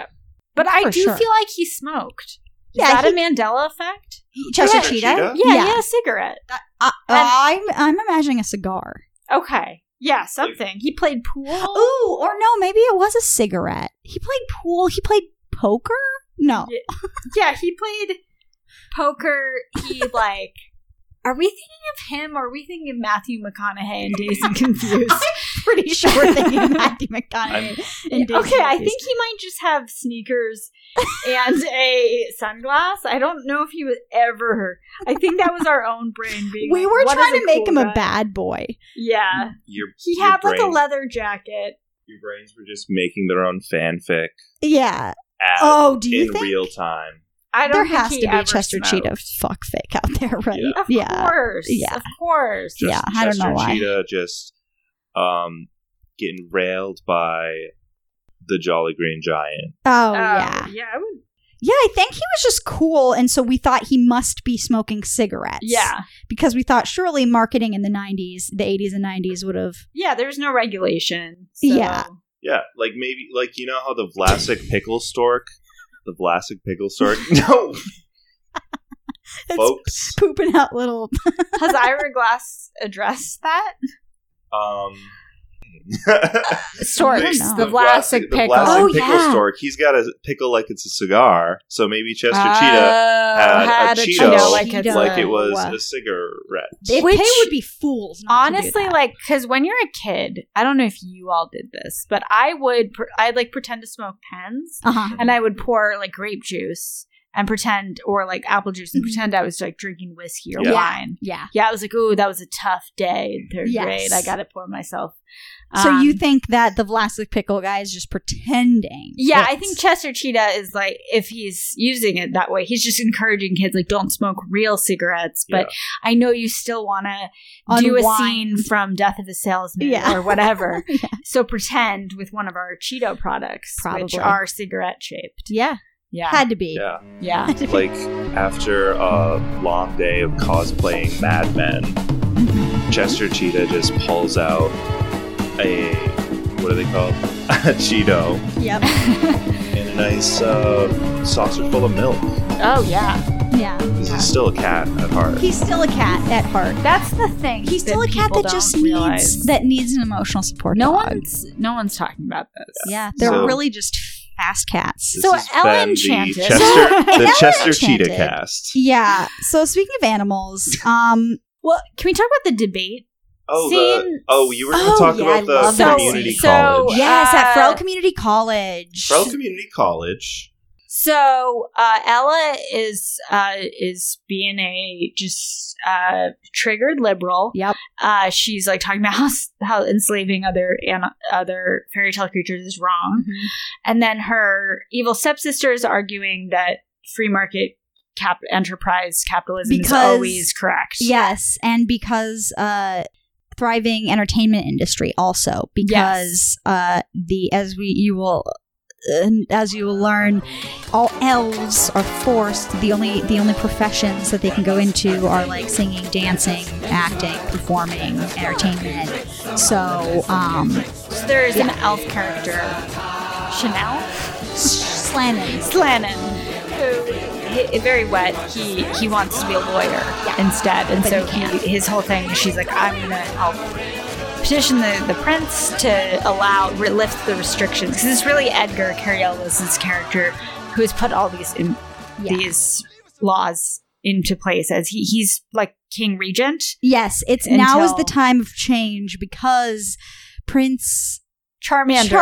[SPEAKER 1] But I
[SPEAKER 2] For
[SPEAKER 1] do
[SPEAKER 2] sure.
[SPEAKER 1] feel like he smoked. Is
[SPEAKER 2] Yeah,
[SPEAKER 1] that
[SPEAKER 2] he-
[SPEAKER 1] a Mandela effect?
[SPEAKER 2] Chester
[SPEAKER 1] Yeah.
[SPEAKER 2] Cheetah?
[SPEAKER 1] Yeah,
[SPEAKER 2] Yeah.
[SPEAKER 1] yeah, a cigarette.
[SPEAKER 2] Uh, I'm I'm imagining a cigar.
[SPEAKER 1] Okay. Yeah, something. He played pool.
[SPEAKER 2] Ooh, or no, maybe it was a cigarette. He played pool. He played poker. No,
[SPEAKER 1] Yeah, he played poker. He like Are we thinking of him or are we thinking of Matthew McConaughey and Days and Confused?
[SPEAKER 2] Pretty sure we're thinking of Matthew McConaughey. and Daisy
[SPEAKER 1] okay, I
[SPEAKER 2] Confused.
[SPEAKER 1] think he might just have sneakers and a sunglass. I don't know if he was ever. I think that was our own brain being.
[SPEAKER 2] we
[SPEAKER 1] like,
[SPEAKER 2] were
[SPEAKER 1] "What
[SPEAKER 2] trying
[SPEAKER 1] is
[SPEAKER 2] to make
[SPEAKER 1] cool
[SPEAKER 2] him a
[SPEAKER 1] guy?"
[SPEAKER 2] bad boy.
[SPEAKER 1] Yeah,
[SPEAKER 3] Your,
[SPEAKER 1] he
[SPEAKER 3] your
[SPEAKER 1] had like a
[SPEAKER 3] brain-
[SPEAKER 1] leather jacket.
[SPEAKER 3] Your brains were just making their own fanfic
[SPEAKER 2] Yeah.
[SPEAKER 3] at,
[SPEAKER 2] Oh, do you
[SPEAKER 3] in
[SPEAKER 2] think
[SPEAKER 3] real time.
[SPEAKER 1] I
[SPEAKER 2] there
[SPEAKER 1] don't. think
[SPEAKER 2] has
[SPEAKER 1] he
[SPEAKER 2] to be
[SPEAKER 1] ever
[SPEAKER 2] a Chester
[SPEAKER 1] smoked.
[SPEAKER 2] Cheetah fuck fic out there, right?
[SPEAKER 3] Yeah.
[SPEAKER 1] Of course,
[SPEAKER 2] Yeah.
[SPEAKER 1] of course.
[SPEAKER 3] Just
[SPEAKER 2] Yeah, I don't know
[SPEAKER 3] Chester
[SPEAKER 2] why.
[SPEAKER 3] Cheetah just um, getting railed by the Jolly Green Giant.
[SPEAKER 2] Oh,
[SPEAKER 1] Oh,
[SPEAKER 2] yeah.
[SPEAKER 1] yeah, I would,
[SPEAKER 2] Yeah, I think he was just cool and so we thought he must be smoking cigarettes.
[SPEAKER 1] yeah,
[SPEAKER 2] Because we thought surely marketing in the 90s, the 80s and 90s would have
[SPEAKER 1] yeah. There's no regulation. So.
[SPEAKER 2] Yeah.
[SPEAKER 3] Yeah, like maybe like you know how the Vlasic pickle stork, the Vlasic pickle stork. No,
[SPEAKER 2] it's
[SPEAKER 3] folks.
[SPEAKER 2] pooping out little
[SPEAKER 1] Has Ira Glass addressed that?
[SPEAKER 3] Um,
[SPEAKER 2] Stork.
[SPEAKER 3] They-
[SPEAKER 2] No.
[SPEAKER 3] the
[SPEAKER 7] The Vlasic
[SPEAKER 3] Vlasic, the
[SPEAKER 7] pickle.
[SPEAKER 3] Vlasic
[SPEAKER 2] Oh,
[SPEAKER 3] pickle
[SPEAKER 2] yeah.
[SPEAKER 3] stork. He's got a pickle like it's a cigar. So maybe Chester
[SPEAKER 7] Oh,
[SPEAKER 3] Cheetah, had a Cheeto,
[SPEAKER 7] Cheeto like
[SPEAKER 2] like
[SPEAKER 7] it's
[SPEAKER 2] No.
[SPEAKER 3] like it was
[SPEAKER 2] No.
[SPEAKER 3] a cigarette.
[SPEAKER 2] They
[SPEAKER 1] Which-
[SPEAKER 2] they would be fools. not to do
[SPEAKER 1] honestly
[SPEAKER 2] that.
[SPEAKER 1] like because when you're a kid i don't know if you all did this but i would pr- i'd like pretend to smoke pens
[SPEAKER 2] uh-huh.
[SPEAKER 1] and i would pour like grape juice and pretend or like apple juice and
[SPEAKER 2] Mhm.
[SPEAKER 1] pretend i was like drinking whiskey or
[SPEAKER 3] Yeah.
[SPEAKER 1] wine
[SPEAKER 2] Yeah.
[SPEAKER 1] yeah i was like ooh that was a tough day in third
[SPEAKER 2] Yes.
[SPEAKER 1] grade i gotta pour myself
[SPEAKER 2] so you
[SPEAKER 1] Um,
[SPEAKER 2] think that the Vlasic pickle guy is just pretending?
[SPEAKER 1] yeah, I
[SPEAKER 2] it.
[SPEAKER 1] think Chester Cheetah is like if he's using it that way, he's just encouraging kids like don't smoke real cigarettes. But I know you still want to do a
[SPEAKER 2] Unwind.
[SPEAKER 1] scene from Death of a Salesman
[SPEAKER 2] Yeah.
[SPEAKER 1] or whatever.
[SPEAKER 2] Yeah.
[SPEAKER 1] So pretend with one of our Cheeto products, which
[SPEAKER 2] Probably.
[SPEAKER 1] are cigarette shaped.
[SPEAKER 2] yeah,
[SPEAKER 1] Yeah,
[SPEAKER 2] had to be.
[SPEAKER 3] Yeah,
[SPEAKER 1] yeah.
[SPEAKER 3] like after a long day of cosplaying Mad Men, Chester Cheetah just pulls out a what are they called? a Cheeto
[SPEAKER 2] Yep.
[SPEAKER 3] and a nice uh, saucer full of milk.
[SPEAKER 1] Oh yeah,
[SPEAKER 2] yeah.
[SPEAKER 3] 'Cause He's still a cat at heart.
[SPEAKER 2] He's still a cat at heart.
[SPEAKER 1] that's the thing.
[SPEAKER 2] He's still a cat
[SPEAKER 1] people
[SPEAKER 2] that just
[SPEAKER 1] don't realize.
[SPEAKER 2] needs that needs an emotional support.
[SPEAKER 1] No
[SPEAKER 2] dog.
[SPEAKER 1] one's no one's talking about this.
[SPEAKER 2] Yeah, they're
[SPEAKER 3] So-
[SPEAKER 2] really just fast cats.
[SPEAKER 3] This
[SPEAKER 1] so
[SPEAKER 3] has
[SPEAKER 1] Ella
[SPEAKER 3] been
[SPEAKER 1] Enchanted.
[SPEAKER 3] the Chester,
[SPEAKER 2] Ella
[SPEAKER 3] the Chester
[SPEAKER 2] Enchanted.
[SPEAKER 3] Cheetah cast.
[SPEAKER 2] Yeah. So speaking of animals, um,
[SPEAKER 1] Well, can we talk about the debate?
[SPEAKER 3] Oh,
[SPEAKER 1] Scenes.
[SPEAKER 3] the, oh, you were going to
[SPEAKER 2] Oh,
[SPEAKER 3] talk
[SPEAKER 2] yeah, I
[SPEAKER 3] about the
[SPEAKER 2] love that
[SPEAKER 3] community
[SPEAKER 2] scene.
[SPEAKER 1] So-
[SPEAKER 3] college.
[SPEAKER 1] so-
[SPEAKER 2] yes, at
[SPEAKER 1] Uh,
[SPEAKER 2] Farrell Community College.
[SPEAKER 3] Pro community college.
[SPEAKER 1] So uh, Ella is uh, is being a just uh, triggered liberal.
[SPEAKER 2] Yep.
[SPEAKER 1] Uh, she's like talking about how, s- how enslaving other and other fairy tale creatures is wrong,
[SPEAKER 2] Mm-hmm.
[SPEAKER 1] and then her evil stepsister is arguing that free market cap enterprise capitalism is
[SPEAKER 2] Because-
[SPEAKER 1] always correct.
[SPEAKER 2] Yes, and because uh thriving entertainment industry also because uh the as we you will uh, as you will learn all elves are forced the only the only professions that they can go into are like singing dancing acting performing entertainment so um
[SPEAKER 1] So there is an elf character, Chanel.
[SPEAKER 2] slamming
[SPEAKER 1] Slannon, who he, very wet, he he wants to be a lawyer instead, and
[SPEAKER 2] But
[SPEAKER 1] so
[SPEAKER 2] he
[SPEAKER 1] he, his whole thing is she's like, I'm gonna help petition the, the prince to allow re- lift the restrictions because it's really Edgar Carriolis's character who has put all these in,
[SPEAKER 2] Yeah.
[SPEAKER 1] these laws into place as he he's like king regent.
[SPEAKER 2] yes it's now is the
[SPEAKER 1] Until-
[SPEAKER 2] time of change because prince
[SPEAKER 1] Charmander.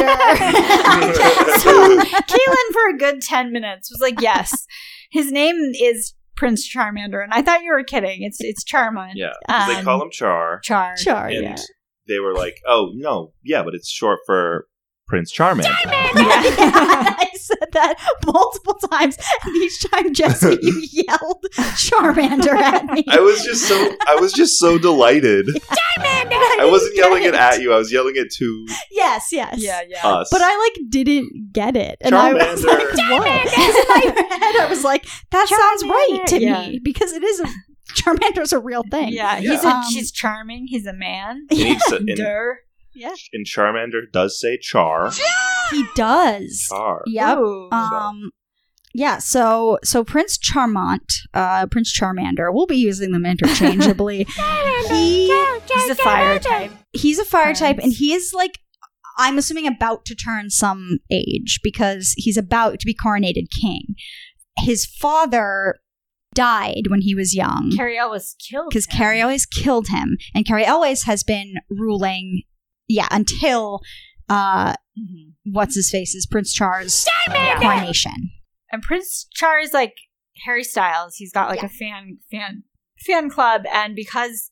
[SPEAKER 2] Charmander.
[SPEAKER 1] so Kaelin, for a good 10 minutes, was like, yes, his name is Prince Charmander. And I thought you were kidding. It's it's Charmon.
[SPEAKER 3] Yeah. 'cause they
[SPEAKER 1] Um,
[SPEAKER 3] call him Char.
[SPEAKER 1] Char.
[SPEAKER 2] Char,
[SPEAKER 3] And
[SPEAKER 2] yeah.
[SPEAKER 3] they were like, oh, no, yeah, but it's short for Prince Charming.
[SPEAKER 1] Yeah.
[SPEAKER 2] I said that multiple times. And each time, Jesse, you yelled Charmander at me.
[SPEAKER 3] I was just so I was just so delighted. I wasn't yelling it at you. I was yelling it to
[SPEAKER 2] Yes, yes.
[SPEAKER 1] Yeah, yeah.
[SPEAKER 3] us.
[SPEAKER 2] But I like didn't get it, and I was
[SPEAKER 3] Charmander.
[SPEAKER 2] like, "What?" In my head, I was like, "That sounds right to
[SPEAKER 1] yeah.
[SPEAKER 2] me because it is a Charmander's a real thing."
[SPEAKER 1] yeah, he's
[SPEAKER 2] Yeah. Um,
[SPEAKER 1] A, he's charming. He's a man.
[SPEAKER 3] and, he sa- and,
[SPEAKER 1] Dur.
[SPEAKER 3] and Charmander does say Char.
[SPEAKER 2] he does.
[SPEAKER 3] Char.
[SPEAKER 2] Yep.
[SPEAKER 1] Ooh.
[SPEAKER 3] oh,
[SPEAKER 2] Um, yeah, so so Prince Charmant, uh, Prince Charmander, we'll be using them interchangeably. he,
[SPEAKER 1] he's a fire type.
[SPEAKER 2] he's a fire type, and
[SPEAKER 1] Prince.
[SPEAKER 2] he is like, I'm assuming about to turn some age because he's about to be coronated king. His father died when he was young
[SPEAKER 1] Carrie Ellis killed
[SPEAKER 2] because
[SPEAKER 1] him.
[SPEAKER 2] Carrie always killed him, and Carrie always has been ruling, yeah, until uh,
[SPEAKER 1] Mhm.
[SPEAKER 2] what's his face is Prince Charles'
[SPEAKER 1] Yeah.
[SPEAKER 2] coronation.
[SPEAKER 1] and Prince Char is like Harry Styles. He's got like a fan fan fan club, and because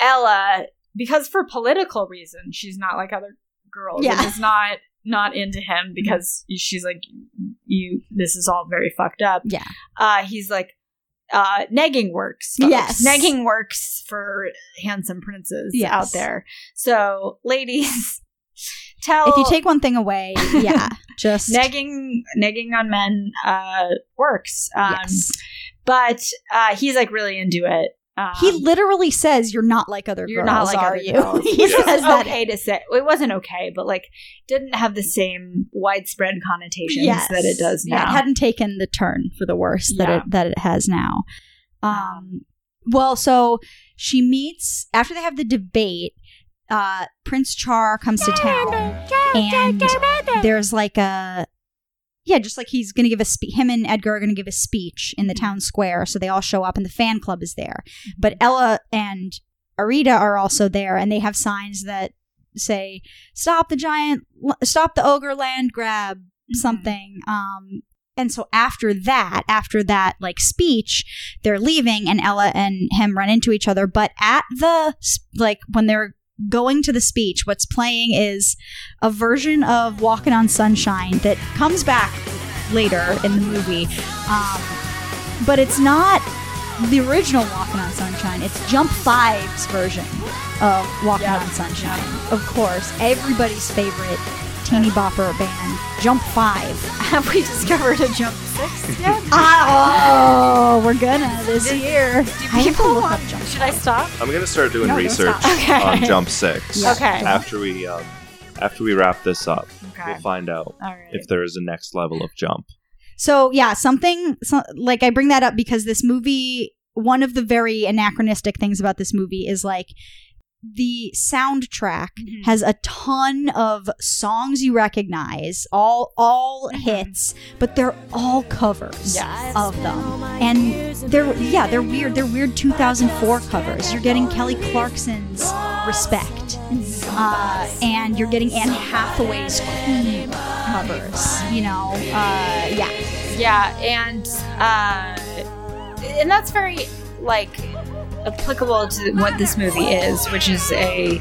[SPEAKER 1] Ella, because for political reasons, she's not like other girls.
[SPEAKER 2] Yeah.
[SPEAKER 1] and is not not into him because she's like you. This is all very fucked up.
[SPEAKER 2] Yeah.
[SPEAKER 1] uh, he's like. Uh, negging works. folks.
[SPEAKER 2] Yes.
[SPEAKER 1] Negging works for handsome princes
[SPEAKER 2] Yes.
[SPEAKER 1] out there. So, ladies, tell.
[SPEAKER 2] If you take one thing away, yeah, just
[SPEAKER 1] negging negging on men uh works um
[SPEAKER 2] yes.
[SPEAKER 1] but uh he's like really into it um,
[SPEAKER 2] he literally says, "You're not like other
[SPEAKER 1] you're not
[SPEAKER 2] girls,
[SPEAKER 1] like
[SPEAKER 2] are
[SPEAKER 1] other
[SPEAKER 2] you?"
[SPEAKER 1] girls.
[SPEAKER 2] he
[SPEAKER 1] Which
[SPEAKER 2] says
[SPEAKER 1] was
[SPEAKER 2] that.
[SPEAKER 1] okay to say it wasn't okay but like didn't have the same widespread connotations
[SPEAKER 2] Yes,
[SPEAKER 1] that it does now
[SPEAKER 2] Yeah, it hadn't taken the turn for the worse that
[SPEAKER 1] Yeah.
[SPEAKER 2] it that it has now. Um, well, so she meets after they have the debate. Uh, Prince Char comes to town, and there's like a yeah, just like he's gonna give a spe- him and Edgar are gonna give a speech in the town square, so they all show up and the fan club is there. But Ella and Arita are also there, and they have signs that say "Stop the giant, stop the ogre land grab," something. Um, and so after that, after that like speech, they're leaving, and Ella and him run into each other. But at the s- like when they're going to the speech, what's playing is a version of "Walking on Sunshine" that comes back later in the movie, um, but it's not the original "Walking on Sunshine." It's Jump Five's version of "Walking
[SPEAKER 1] Yeah.
[SPEAKER 2] on Sunshine." Of course, everybody's favorite teeny bopper band, Jump Five.
[SPEAKER 1] have we discovered a jump six yet
[SPEAKER 2] Ah, oh, we're gonna this year.
[SPEAKER 1] do
[SPEAKER 2] I have to
[SPEAKER 1] people
[SPEAKER 2] look
[SPEAKER 1] want
[SPEAKER 2] up Jump
[SPEAKER 1] should i stop
[SPEAKER 3] I'm gonna start doing
[SPEAKER 1] No, don't
[SPEAKER 3] research
[SPEAKER 1] stop. Okay.
[SPEAKER 3] on Jump Six.
[SPEAKER 1] Yeah. Okay.
[SPEAKER 3] After we um, after we wrap this up,
[SPEAKER 1] okay
[SPEAKER 3] we'll find out
[SPEAKER 1] all right
[SPEAKER 3] if there is a next level of jump.
[SPEAKER 2] So yeah, something so, like I bring that up because this movie, one of the very anachronistic things about this movie is like the soundtrack
[SPEAKER 1] Mhm.
[SPEAKER 2] has a ton of songs you recognize, all all hits, but they're all covers
[SPEAKER 1] Yes.
[SPEAKER 2] of them, and they're yeah they're weird. They're weird 2004 covers. You're getting Kelly Clarkson's Respect, uh, and you're getting Anne Hathaway's Queen covers. You know, uh, yeah.
[SPEAKER 1] Yeah, and uh, and that's very like applicable to what this movie is, which is a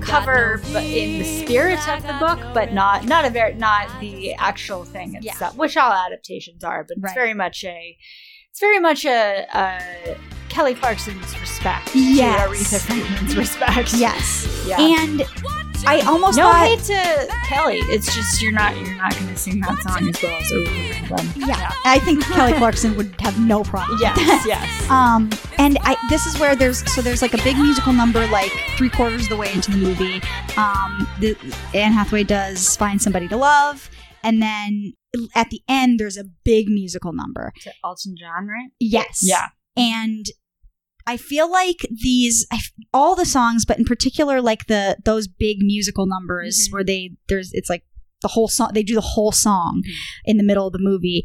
[SPEAKER 1] cover but in the spirit of the book, but not not a very not the actual thing
[SPEAKER 2] Yeah.
[SPEAKER 1] itself, which all adaptations are. But it's
[SPEAKER 2] Right.
[SPEAKER 1] very much a it's very much a, a Kelly Clarkson's respect
[SPEAKER 2] Yes.
[SPEAKER 1] to Aretha Franklin's respect.
[SPEAKER 2] Yes.
[SPEAKER 1] yeah.
[SPEAKER 2] And I almost
[SPEAKER 1] no
[SPEAKER 2] thought
[SPEAKER 1] hate to Kelly. It's just you're not you're not going to sing that song as well as Aretha Franklin.
[SPEAKER 2] Yeah. I think Kelly Clarkson would have no problem. with that.
[SPEAKER 1] Yes, yes.
[SPEAKER 2] Um, and I, this is where there's so there's like a big musical number like three quarters of the way into the movie. Um, the, Anne Hathaway does find somebody to love, and then at the end there's a big musical number.
[SPEAKER 1] to Elton John, right?
[SPEAKER 2] Yes.
[SPEAKER 1] Yeah.
[SPEAKER 2] and I feel like these I f- all the songs, but in particular like the those big musical numbers
[SPEAKER 1] Mhm.
[SPEAKER 2] where they there's it's like the whole song they do the whole song in the middle of the movie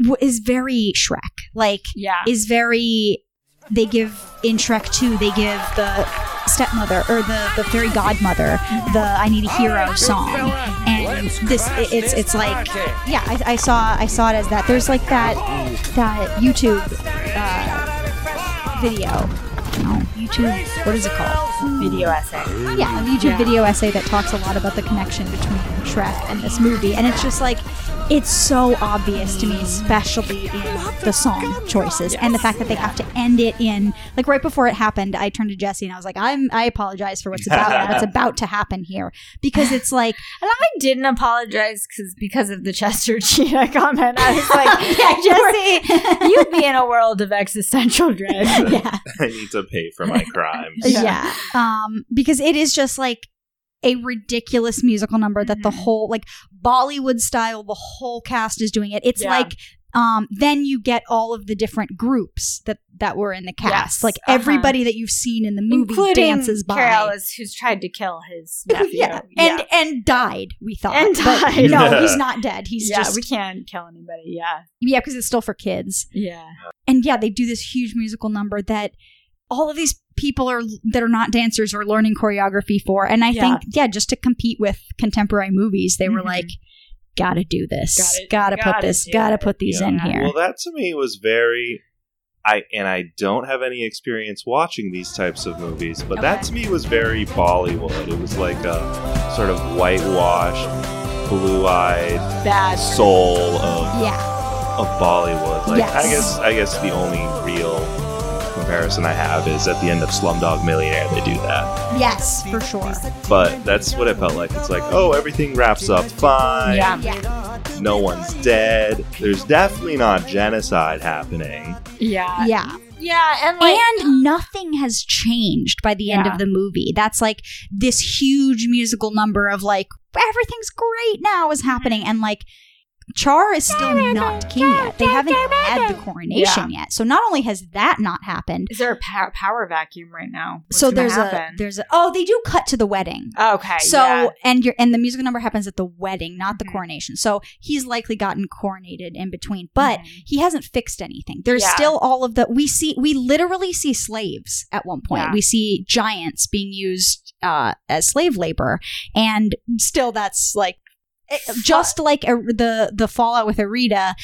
[SPEAKER 2] w- is very Shrek like
[SPEAKER 1] Yeah.
[SPEAKER 2] is very they give in Shrek 2 they give the stepmother or the the fairy godmother the I need a hero song and this it- it's it's like yeah I, I saw I saw it as that there's like that that YouTube uh, video no YouTube what is it called
[SPEAKER 1] video essay.
[SPEAKER 2] yeah a YouTube
[SPEAKER 1] Yeah.
[SPEAKER 2] video essay that talks a lot about the connection between Shrek and this movie and it's just like it's so obvious to me, especially in the song choices and the fact that they have to end it in like right before it happened. I turned to Jesse and I was like, "I'm I apologize for what's about what's about to happen here because it's like
[SPEAKER 1] And I didn't apologize because because of the Chester Cheetah comment. I was like,
[SPEAKER 2] Yeah,
[SPEAKER 1] Jesse,
[SPEAKER 2] you
[SPEAKER 1] you'd be in a world of existential dread.
[SPEAKER 2] yeah
[SPEAKER 3] I need to pay for my crimes.
[SPEAKER 1] Yeah.
[SPEAKER 2] yeah um because it is just like a ridiculous musical number that the
[SPEAKER 1] Mhm.
[SPEAKER 2] whole like bollywood style the whole cast is doing it it's
[SPEAKER 1] Yeah.
[SPEAKER 2] like um then you get all of the different groups that that were in the cast
[SPEAKER 1] Yes,
[SPEAKER 2] like
[SPEAKER 1] uh-huh.
[SPEAKER 2] everybody that you've seen in the movie dances by
[SPEAKER 1] Carrie Ellis, who's tried to kill his nephew.
[SPEAKER 2] yeah. and and died we thought
[SPEAKER 1] And
[SPEAKER 2] But
[SPEAKER 1] died.
[SPEAKER 2] no
[SPEAKER 3] Yeah.
[SPEAKER 2] he's not dead he's
[SPEAKER 1] yeah,
[SPEAKER 2] just
[SPEAKER 1] we can't kill anybody. Yeah,
[SPEAKER 2] yeah because it's still for kids
[SPEAKER 1] yeah.
[SPEAKER 2] and and yeah, they do this huge musical number that all of these people are that are not dancers are learning choreography for. And I
[SPEAKER 1] Yeah.
[SPEAKER 2] think, yeah, just to compete with contemporary movies, they were
[SPEAKER 1] Mhm.
[SPEAKER 2] like, gotta do this, gotta,
[SPEAKER 1] Gotta-
[SPEAKER 2] put
[SPEAKER 1] gotta
[SPEAKER 2] this,
[SPEAKER 1] do
[SPEAKER 2] gotta
[SPEAKER 1] it."
[SPEAKER 2] put these in
[SPEAKER 1] Yeah.
[SPEAKER 2] here.
[SPEAKER 3] Well, that to me was very. I and I don't have any experience watching these types of movies, but that to me was very Bollywood. It was like a sort of whitewashed, blue-eyed
[SPEAKER 1] Bad.
[SPEAKER 3] soul of,
[SPEAKER 2] yeah,
[SPEAKER 3] of Bollywood. Like
[SPEAKER 2] Yes.
[SPEAKER 3] I guess I guess the only real comparison I have is at the end of Slumdog Millionaire they do that.
[SPEAKER 2] yes, for sure.
[SPEAKER 3] But that's what it felt like. It's like, oh, everything wraps up fine.
[SPEAKER 1] Yeah.
[SPEAKER 2] Yeah,
[SPEAKER 3] No one's dead. There's definitely not genocide happening.
[SPEAKER 1] Yeah.
[SPEAKER 2] yeah.
[SPEAKER 1] Yeah. And like,
[SPEAKER 2] and nothing has changed by the end
[SPEAKER 1] Yeah.
[SPEAKER 2] of the movie. That's like this huge musical number of like everything's great now
[SPEAKER 1] Mm-hmm.
[SPEAKER 2] is happening, and like Char is still not king yet. They haven't had the coronation yet, so not only has that not happened,
[SPEAKER 1] is there a power, power vacuum right now? What's
[SPEAKER 2] so
[SPEAKER 1] gonna
[SPEAKER 2] there's
[SPEAKER 1] happen?
[SPEAKER 2] a there's a oh they do cut to the wedding.
[SPEAKER 1] Okay.
[SPEAKER 2] So
[SPEAKER 1] yeah.
[SPEAKER 2] and your and the musical number happens at the wedding, not the
[SPEAKER 1] Mhm.
[SPEAKER 2] coronation. So he's likely gotten coronated in between, but
[SPEAKER 1] Mhm.
[SPEAKER 2] he hasn't fixed anything. There's
[SPEAKER 1] Yeah.
[SPEAKER 2] still all of the we see we literally see slaves at one point.
[SPEAKER 1] Yeah.
[SPEAKER 2] We see giants being used uh, as slave labor, and still that's like. it- Just like a, the the fallout with Arita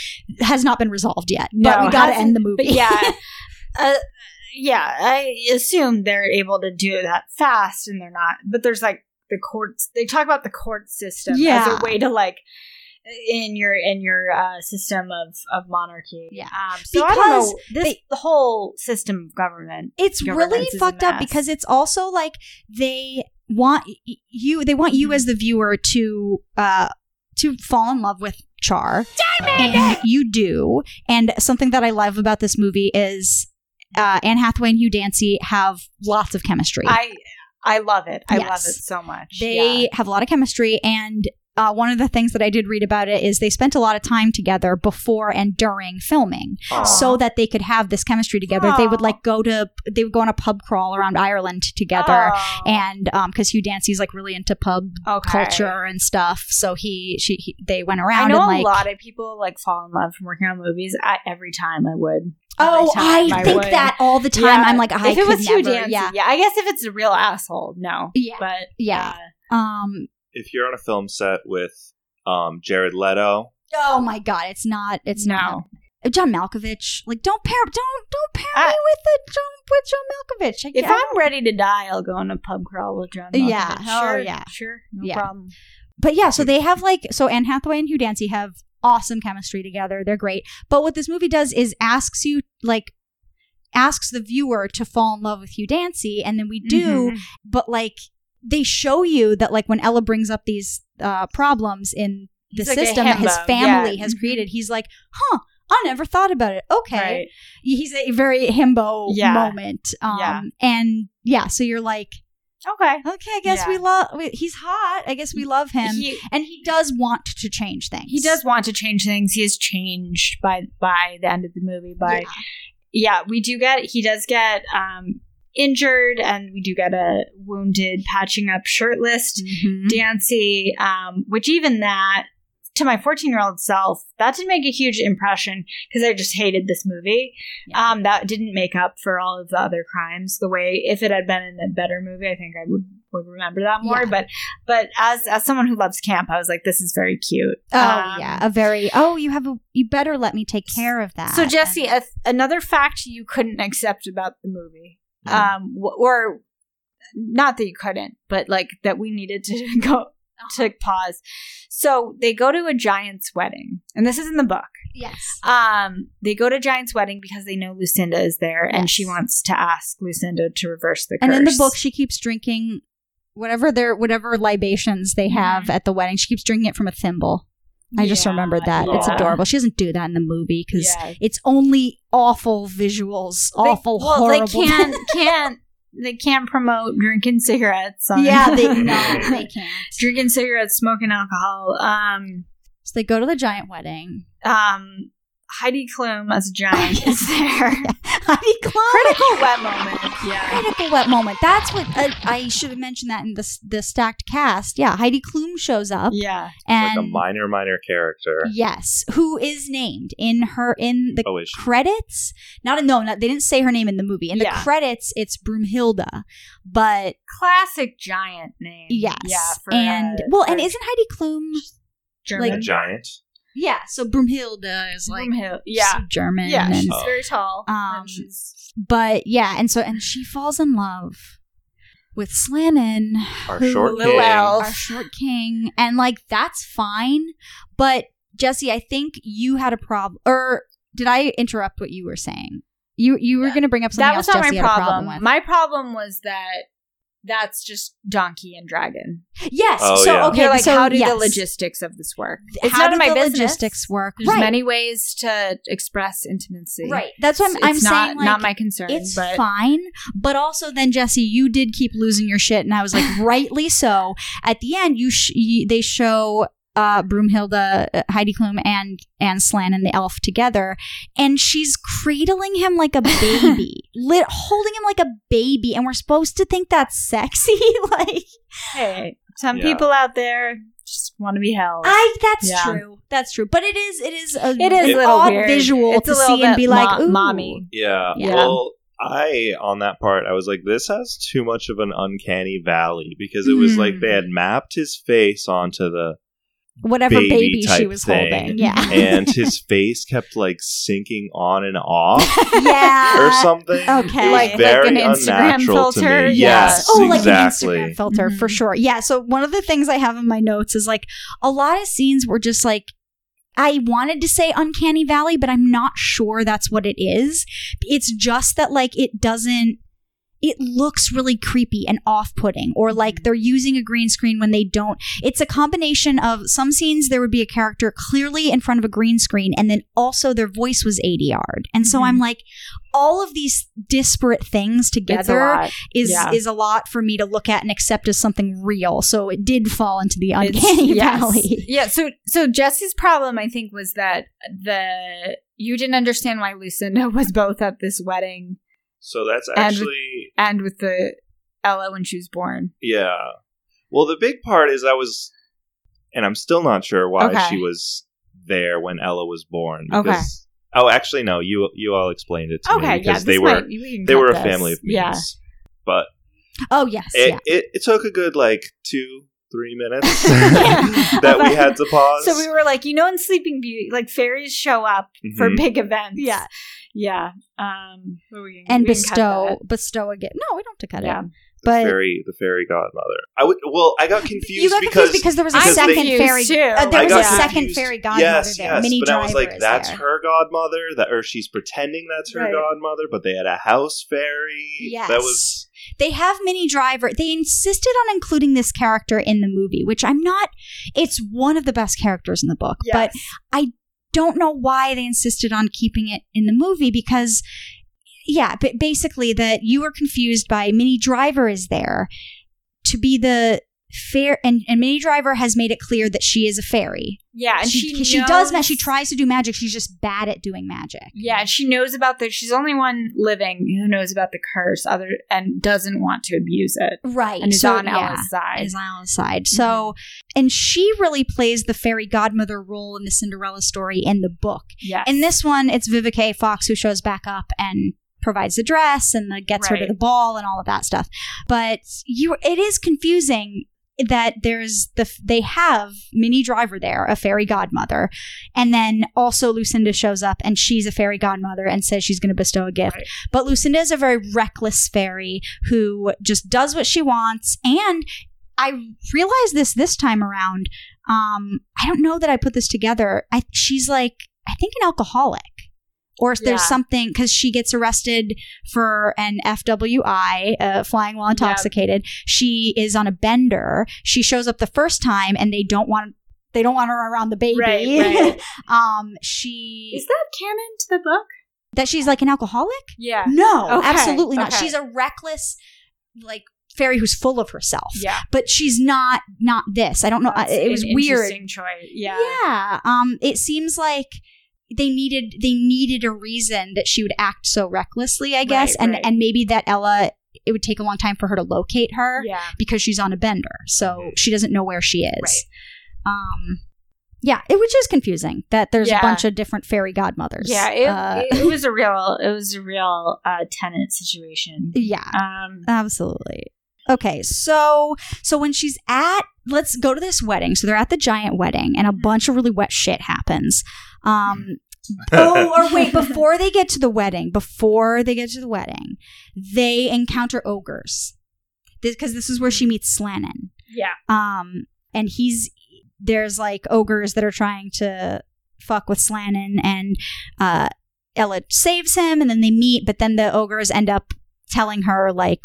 [SPEAKER 2] has not been resolved yet, but
[SPEAKER 1] No,
[SPEAKER 2] we
[SPEAKER 1] it
[SPEAKER 2] got to
[SPEAKER 1] hasn't,
[SPEAKER 2] end the
[SPEAKER 1] But
[SPEAKER 2] movie.
[SPEAKER 1] yeah. uh, yeah, I assume they're able to do that fast and they're not. But there's like the courts they talk about the court system
[SPEAKER 2] Yeah.
[SPEAKER 1] as a way to like in your in your uh, system of of monarchy.
[SPEAKER 2] Yeah.
[SPEAKER 1] Um, so I don't know this
[SPEAKER 2] they-
[SPEAKER 1] the whole system of government.
[SPEAKER 2] it's really
[SPEAKER 1] governance is a
[SPEAKER 2] fucked up
[SPEAKER 1] mess.
[SPEAKER 2] because it's also like they want y- you they want you
[SPEAKER 1] Mm-hmm.
[SPEAKER 2] as the viewer to uh to fall in love with char and you do and something that i love about this movie is uh, Anne Hathaway and Hugh Dancy have lots of chemistry.
[SPEAKER 1] I I love it. I love
[SPEAKER 2] Yes.
[SPEAKER 1] it so much.
[SPEAKER 2] they
[SPEAKER 1] Yeah.
[SPEAKER 2] have a lot of chemistry, and uh, one of the things that I did read about it is they spent a lot of time together before and during filming
[SPEAKER 1] Aw.
[SPEAKER 2] so that they could have this chemistry together. They would
[SPEAKER 1] Aw.
[SPEAKER 2] like go to they would go on a pub crawl around Ireland together.
[SPEAKER 1] Oh,
[SPEAKER 2] And um, because Hugh Dancy's like really into pub
[SPEAKER 1] okay.
[SPEAKER 2] culture and stuff, so he she he, they went
[SPEAKER 1] I
[SPEAKER 2] around.
[SPEAKER 1] know
[SPEAKER 2] and, like,
[SPEAKER 1] a lot of people like fall in love from working on movies. I, every time I would.
[SPEAKER 2] Oh,
[SPEAKER 1] Every time
[SPEAKER 2] I think
[SPEAKER 1] would.
[SPEAKER 2] that all the time.
[SPEAKER 1] Yeah.
[SPEAKER 2] I'm like, I
[SPEAKER 1] if it
[SPEAKER 2] could
[SPEAKER 1] was Hugh
[SPEAKER 2] never-
[SPEAKER 1] Dancy,
[SPEAKER 2] yeah,
[SPEAKER 1] yeah. I guess if it's a real asshole, no.
[SPEAKER 2] Yeah.
[SPEAKER 1] but
[SPEAKER 2] yeah.
[SPEAKER 1] uh,
[SPEAKER 2] Um.
[SPEAKER 3] if you're on a film set with um, Jared Leto,
[SPEAKER 2] Oh my God, it's not. It's not.
[SPEAKER 1] no.
[SPEAKER 2] John Malkovich. Like, don't pair. Don't don't pair
[SPEAKER 1] I-
[SPEAKER 2] me with the John with John Malkovich. I,
[SPEAKER 1] If
[SPEAKER 2] I
[SPEAKER 1] I'm ready to die, I'll go on a pub crawl with John. Malkovich.
[SPEAKER 2] Yeah. Oh,
[SPEAKER 1] sure,
[SPEAKER 2] yeah.
[SPEAKER 1] sure, no
[SPEAKER 2] Yeah.
[SPEAKER 1] problem.
[SPEAKER 2] But yeah, so they have like so Anne Hathaway and Hugh Dancy have awesome chemistry together. They're great. But what this movie does is asks you like asks the viewer to fall in love with Hugh Dancy, and then we do.
[SPEAKER 1] Mhm.
[SPEAKER 2] But like they show you that like when Ella brings up these uh, problems in the
[SPEAKER 1] He's like a
[SPEAKER 2] system that his
[SPEAKER 1] himbo,
[SPEAKER 2] family
[SPEAKER 1] yeah.
[SPEAKER 2] has
[SPEAKER 1] Mhm.
[SPEAKER 2] created, he's like, "Huh." I never thought about it. Okay.
[SPEAKER 1] Right.
[SPEAKER 2] He's a very himbo
[SPEAKER 1] Yeah.
[SPEAKER 2] moment. Um,
[SPEAKER 1] Yeah.
[SPEAKER 2] And yeah, so you're like,
[SPEAKER 1] Okay.
[SPEAKER 2] okay, I guess
[SPEAKER 1] Yeah.
[SPEAKER 2] we love, he's hot. I guess we love him
[SPEAKER 1] He,
[SPEAKER 2] and he does want to change things.
[SPEAKER 1] he does want to change things. He is changed by by the end of the movie. By
[SPEAKER 2] Yeah.
[SPEAKER 1] yeah, we do get he does get um injured, and we do get a wounded, patching up, shirtless
[SPEAKER 2] Mm-hmm.
[SPEAKER 1] Dancy, um, which even that to my 14 year old self, that didn't make a huge impression because I just hated this movie.
[SPEAKER 2] Yeah.
[SPEAKER 1] Um, that didn't make up for all of the other crimes the way if it had been in a better movie, I think I would would remember that more.
[SPEAKER 2] Yeah.
[SPEAKER 1] But but as as someone who loves camp, I was like, this is very cute.
[SPEAKER 2] Oh
[SPEAKER 1] Um,
[SPEAKER 2] yeah, a very oh you have a you better let me take care of that.
[SPEAKER 1] So Jesse,
[SPEAKER 2] And-
[SPEAKER 1] a another fact you couldn't accept about the movie,
[SPEAKER 3] Mhm.
[SPEAKER 2] Hmm.
[SPEAKER 1] um, w- or not that you couldn't, but like that we needed to go
[SPEAKER 2] Uh-huh.
[SPEAKER 1] to pause. So they go to a giant's wedding, and this is in the book.
[SPEAKER 2] yes,
[SPEAKER 1] Um, they go to Giant's wedding because they know Lucinda is there, and she
[SPEAKER 2] Yes.
[SPEAKER 1] wants to ask Lucinda to reverse the curse.
[SPEAKER 2] and in the book she keeps drinking whatever their whatever libations they have at the wedding. She keeps drinking it from a thimble. I just
[SPEAKER 1] Yeah,
[SPEAKER 2] remembered that. It's
[SPEAKER 1] yeah.
[SPEAKER 2] adorable. She doesn't do that in the movie because
[SPEAKER 1] Yeah.
[SPEAKER 2] it's only awful visuals,
[SPEAKER 1] They-
[SPEAKER 2] awful
[SPEAKER 1] well,
[SPEAKER 2] horrible.
[SPEAKER 1] They can't can't they can't promote drinking cigarettes. On,
[SPEAKER 2] yeah, they no, they can't.
[SPEAKER 1] drinking cigarettes, smoking alcohol. Um,
[SPEAKER 2] So they go to the giant wedding.
[SPEAKER 1] um, Heidi Klum as a giant is there.
[SPEAKER 2] Heidi Klum.
[SPEAKER 1] Critical wet moment. Yeah.
[SPEAKER 2] critical wet moment. That's what uh, I should have mentioned that in the s- the stacked cast. Yeah, Heidi Klum shows up
[SPEAKER 1] Yeah.
[SPEAKER 2] and
[SPEAKER 3] like a minor, minor character.
[SPEAKER 2] yes, who is named in her in the
[SPEAKER 3] Oh, is she?
[SPEAKER 2] credits? Not no, not, they didn't say her name in the movie. In the
[SPEAKER 1] Yeah.
[SPEAKER 2] credits, it's Broomhilda, but
[SPEAKER 1] Classic giant name.
[SPEAKER 2] yes,
[SPEAKER 1] Yeah. For,
[SPEAKER 2] and
[SPEAKER 1] uh,
[SPEAKER 2] well, and
[SPEAKER 1] for
[SPEAKER 2] isn't Heidi Klum?
[SPEAKER 1] German.
[SPEAKER 3] A
[SPEAKER 2] like-
[SPEAKER 3] giant.
[SPEAKER 2] Yeah, so Broomhilda is like
[SPEAKER 1] Broomhill- Yeah.
[SPEAKER 2] she's German.
[SPEAKER 1] Yeah.
[SPEAKER 2] and-
[SPEAKER 1] She's
[SPEAKER 3] Oh.
[SPEAKER 1] very tall.
[SPEAKER 2] Um,
[SPEAKER 1] and she's
[SPEAKER 2] but yeah, and so and she falls in love with Slannon.
[SPEAKER 3] Our
[SPEAKER 2] who-
[SPEAKER 3] short
[SPEAKER 1] Little
[SPEAKER 3] king.
[SPEAKER 1] Al.
[SPEAKER 2] our short king and like that's fine but jesse i think you had a problem or did i interrupt what you were saying you you were going to bring up something
[SPEAKER 1] that was
[SPEAKER 2] else
[SPEAKER 1] not my
[SPEAKER 2] jesse had a
[SPEAKER 1] problem.
[SPEAKER 2] problem with
[SPEAKER 1] my problem was that that's just donkey and dragon.
[SPEAKER 2] yes
[SPEAKER 3] Oh,
[SPEAKER 2] so
[SPEAKER 3] yeah.
[SPEAKER 2] okay
[SPEAKER 1] You're like,
[SPEAKER 2] so
[SPEAKER 1] how do
[SPEAKER 2] yes.
[SPEAKER 1] the logistics of this work?
[SPEAKER 2] how do the logistics work
[SPEAKER 1] There's
[SPEAKER 2] right
[SPEAKER 1] many ways to express intimacy.
[SPEAKER 2] right that's what i'm,
[SPEAKER 1] It's
[SPEAKER 2] I'm
[SPEAKER 1] not,
[SPEAKER 2] saying like,
[SPEAKER 1] not my concern.
[SPEAKER 2] it's
[SPEAKER 1] but
[SPEAKER 2] fine but also then jesse you did keep losing your shit and i was like rightly so at the end you, sh- you they show uh broomhilda uh, heidi klum and and slan and the elf together and she's cradling him like a baby lit holding him like a baby and we're supposed to think that's sexy like
[SPEAKER 1] hey, some
[SPEAKER 3] Yeah.
[SPEAKER 1] people out there just want to be held.
[SPEAKER 2] i that's
[SPEAKER 1] Yeah.
[SPEAKER 2] true that's true but it is it is a,
[SPEAKER 1] It is
[SPEAKER 2] an
[SPEAKER 1] a little
[SPEAKER 2] odd
[SPEAKER 1] weird.
[SPEAKER 2] visual
[SPEAKER 1] It's a
[SPEAKER 2] to
[SPEAKER 1] little
[SPEAKER 2] see and
[SPEAKER 1] bit
[SPEAKER 2] be like
[SPEAKER 1] mo-
[SPEAKER 2] Ooh.
[SPEAKER 1] mommy.
[SPEAKER 3] Yeah.
[SPEAKER 1] Yeah.
[SPEAKER 3] Well, I on that part, I was like, this has too much of an uncanny valley because it was
[SPEAKER 2] Hmm.
[SPEAKER 3] like they had mapped his face onto the,
[SPEAKER 2] whatever
[SPEAKER 3] Baby
[SPEAKER 2] baby, she
[SPEAKER 3] type
[SPEAKER 2] was
[SPEAKER 3] thing.
[SPEAKER 2] holding yeah
[SPEAKER 3] and his face kept like sinking on and off
[SPEAKER 2] yeah
[SPEAKER 3] or something.
[SPEAKER 2] okay
[SPEAKER 3] It was
[SPEAKER 1] Like- like
[SPEAKER 3] very
[SPEAKER 1] an Instagram
[SPEAKER 3] unnatural
[SPEAKER 1] filter?
[SPEAKER 3] To me.
[SPEAKER 1] Yes.
[SPEAKER 3] Yes,
[SPEAKER 2] Oh, like
[SPEAKER 3] exactly.
[SPEAKER 2] an Instagram filter for
[SPEAKER 1] Mhm.
[SPEAKER 2] sure. Yeah. So one of the things I have in my notes is like a lot of scenes were just like I wanted to say uncanny valley, but I'm not sure that's what it is. It's just that like it doesn't it looks really creepy and off-putting or like
[SPEAKER 1] Mm-hmm.
[SPEAKER 2] they're using a green screen when they don't. It's a combination of some scenes there would be a character clearly in front of a green screen and then also their voice was ADR'd. And so
[SPEAKER 1] Mhm.
[SPEAKER 2] I'm like all of these disparate things together
[SPEAKER 1] It's a lot.
[SPEAKER 2] is
[SPEAKER 1] Yeah.
[SPEAKER 2] is a lot for me to look at and accept as something real. So it did fall into the uncanny
[SPEAKER 1] It's- yes.
[SPEAKER 2] valley.
[SPEAKER 1] Yeah. So so Jesse's problem, I think, was that the you didn't understand why Lucinda was both at this wedding
[SPEAKER 3] So that's
[SPEAKER 1] And-
[SPEAKER 3] actually
[SPEAKER 1] and with the Ella when she was born.
[SPEAKER 3] yeah. Well, the big part is I was, and I'm still not sure why
[SPEAKER 1] Okay.
[SPEAKER 3] she was there when Ella was born.
[SPEAKER 1] Okay.
[SPEAKER 3] Because, oh, actually, no. You you all explained it to me
[SPEAKER 1] okay. Yeah.
[SPEAKER 3] because
[SPEAKER 1] This
[SPEAKER 3] they were
[SPEAKER 1] might, we can
[SPEAKER 3] they
[SPEAKER 1] cut
[SPEAKER 3] were a
[SPEAKER 1] this.
[SPEAKER 3] family of means.
[SPEAKER 1] Yeah.
[SPEAKER 3] But
[SPEAKER 2] Oh yes,
[SPEAKER 3] it,
[SPEAKER 2] yeah.
[SPEAKER 3] it, it took a good like two three minutes
[SPEAKER 1] Yeah.
[SPEAKER 3] that we had to pause.
[SPEAKER 1] So we were like, you know, in Sleeping Beauty, like fairies show up for
[SPEAKER 3] Mhm.
[SPEAKER 1] big events.
[SPEAKER 2] Yeah.
[SPEAKER 1] Yeah. Um, but we can-
[SPEAKER 2] And
[SPEAKER 1] we can cut
[SPEAKER 2] bestow bestow again. No, we don't have to
[SPEAKER 1] that.
[SPEAKER 2] cut
[SPEAKER 1] Yeah.
[SPEAKER 2] it.
[SPEAKER 3] the
[SPEAKER 2] But
[SPEAKER 3] fairy the fairy godmother. I would well I got confused
[SPEAKER 2] you got
[SPEAKER 3] because.
[SPEAKER 2] confused because there was a
[SPEAKER 3] because
[SPEAKER 2] second
[SPEAKER 3] they-
[SPEAKER 2] fairy.
[SPEAKER 1] Too.
[SPEAKER 2] uh, there
[SPEAKER 3] I
[SPEAKER 2] was a
[SPEAKER 3] got
[SPEAKER 2] second
[SPEAKER 3] confused.
[SPEAKER 2] fairy godmother
[SPEAKER 3] yes,
[SPEAKER 2] there.
[SPEAKER 3] Yes,
[SPEAKER 2] Minnie
[SPEAKER 3] but I was
[SPEAKER 2] Driver
[SPEAKER 3] like,
[SPEAKER 2] is
[SPEAKER 3] "That's
[SPEAKER 2] there."
[SPEAKER 3] her godmother," that or she's pretending that's her
[SPEAKER 1] Right.
[SPEAKER 3] godmother. But they had a house fairy.
[SPEAKER 2] Yes.
[SPEAKER 3] that was
[SPEAKER 2] they have Minnie Driver. They insisted on including this character in the movie, which I'm not. It's one of the best characters in the book, but don't know why they insisted on keeping it in the movie because yeah but basically that you are confused by Minnie driver is there to be the fair and, and Minnie driver has made it clear that she is a fairy
[SPEAKER 1] yeah, and
[SPEAKER 2] she,
[SPEAKER 1] she
[SPEAKER 2] she, does ma-
[SPEAKER 1] knows-
[SPEAKER 2] she tries to do magic she's just bad at doing magic
[SPEAKER 1] Yeah, and she knows about the. She's the only one living who knows about the curse, other and doesn't want to abuse it,
[SPEAKER 2] right
[SPEAKER 1] and is
[SPEAKER 2] so,
[SPEAKER 1] on
[SPEAKER 2] yeah,
[SPEAKER 1] Ella's side.
[SPEAKER 2] is on Ella's side Mm-hmm. so and she really plays the fairy godmother role in the cinderella story in the book
[SPEAKER 1] Yes.
[SPEAKER 2] In this one, it's Vivica A. Fox who shows back up and provides the dress and the, gets her to
[SPEAKER 1] Right.
[SPEAKER 2] the ball and all of that stuff. But you, it is confusing that there's the f- they have Minnie Driver there, a fairy godmother, and then also Lucinda shows up and she's a fairy godmother and says she's going to bestow a gift.
[SPEAKER 1] Right.
[SPEAKER 2] But Lucinda is a very reckless fairy who just does what she wants and I realized this this time around. Um, I don't know that I put this together. I she's like I think an alcoholic, or if there's
[SPEAKER 1] Yeah.
[SPEAKER 2] something because she gets arrested for an FWI, uh, flying while intoxicated. She is on a bender. She shows up the first time, and they don't want they don't want her around the baby.
[SPEAKER 1] Right, right.
[SPEAKER 2] um, she
[SPEAKER 1] is that canon to the book?
[SPEAKER 2] that she's like an alcoholic.
[SPEAKER 1] Yeah.
[SPEAKER 2] No,
[SPEAKER 1] Okay,
[SPEAKER 2] absolutely not.
[SPEAKER 1] okay.
[SPEAKER 2] She's a reckless, like fairy who's full of herself
[SPEAKER 1] Yeah.
[SPEAKER 2] but she's not not this. I don't know. I-
[SPEAKER 1] That's
[SPEAKER 2] it was
[SPEAKER 1] an
[SPEAKER 2] weird.
[SPEAKER 1] Interesting choice. Yeah.
[SPEAKER 2] Um. It seems like they needed they needed a reason that she would act so recklessly, I guess, and
[SPEAKER 1] right.
[SPEAKER 2] and maybe that Ella it would take a long time for her to locate her
[SPEAKER 1] Yeah. Mm-hmm.
[SPEAKER 2] because she's on a bender, so she doesn't know where she is. Um, yeah, it was just confusing that there's
[SPEAKER 1] Yeah.
[SPEAKER 2] a bunch of different fairy godmothers.
[SPEAKER 1] Yeah. It,
[SPEAKER 2] Uh,
[SPEAKER 1] it, it was a real it was a real uh, tenant situation.
[SPEAKER 2] yeah,
[SPEAKER 1] Um,
[SPEAKER 2] absolutely. Okay, so so when she's at let's go to this wedding. So they're at the giant wedding, and a bunch of really wet shit happens. Um, oh, or wait, before they get to the wedding, before they get to the wedding, they encounter ogres. Because this is where she meets Slannon.
[SPEAKER 1] yeah.
[SPEAKER 2] Um, and he's there's like ogres that are trying to fuck with Slannon, and uh, Ella saves him, and then they meet. But then the ogres end up telling her like,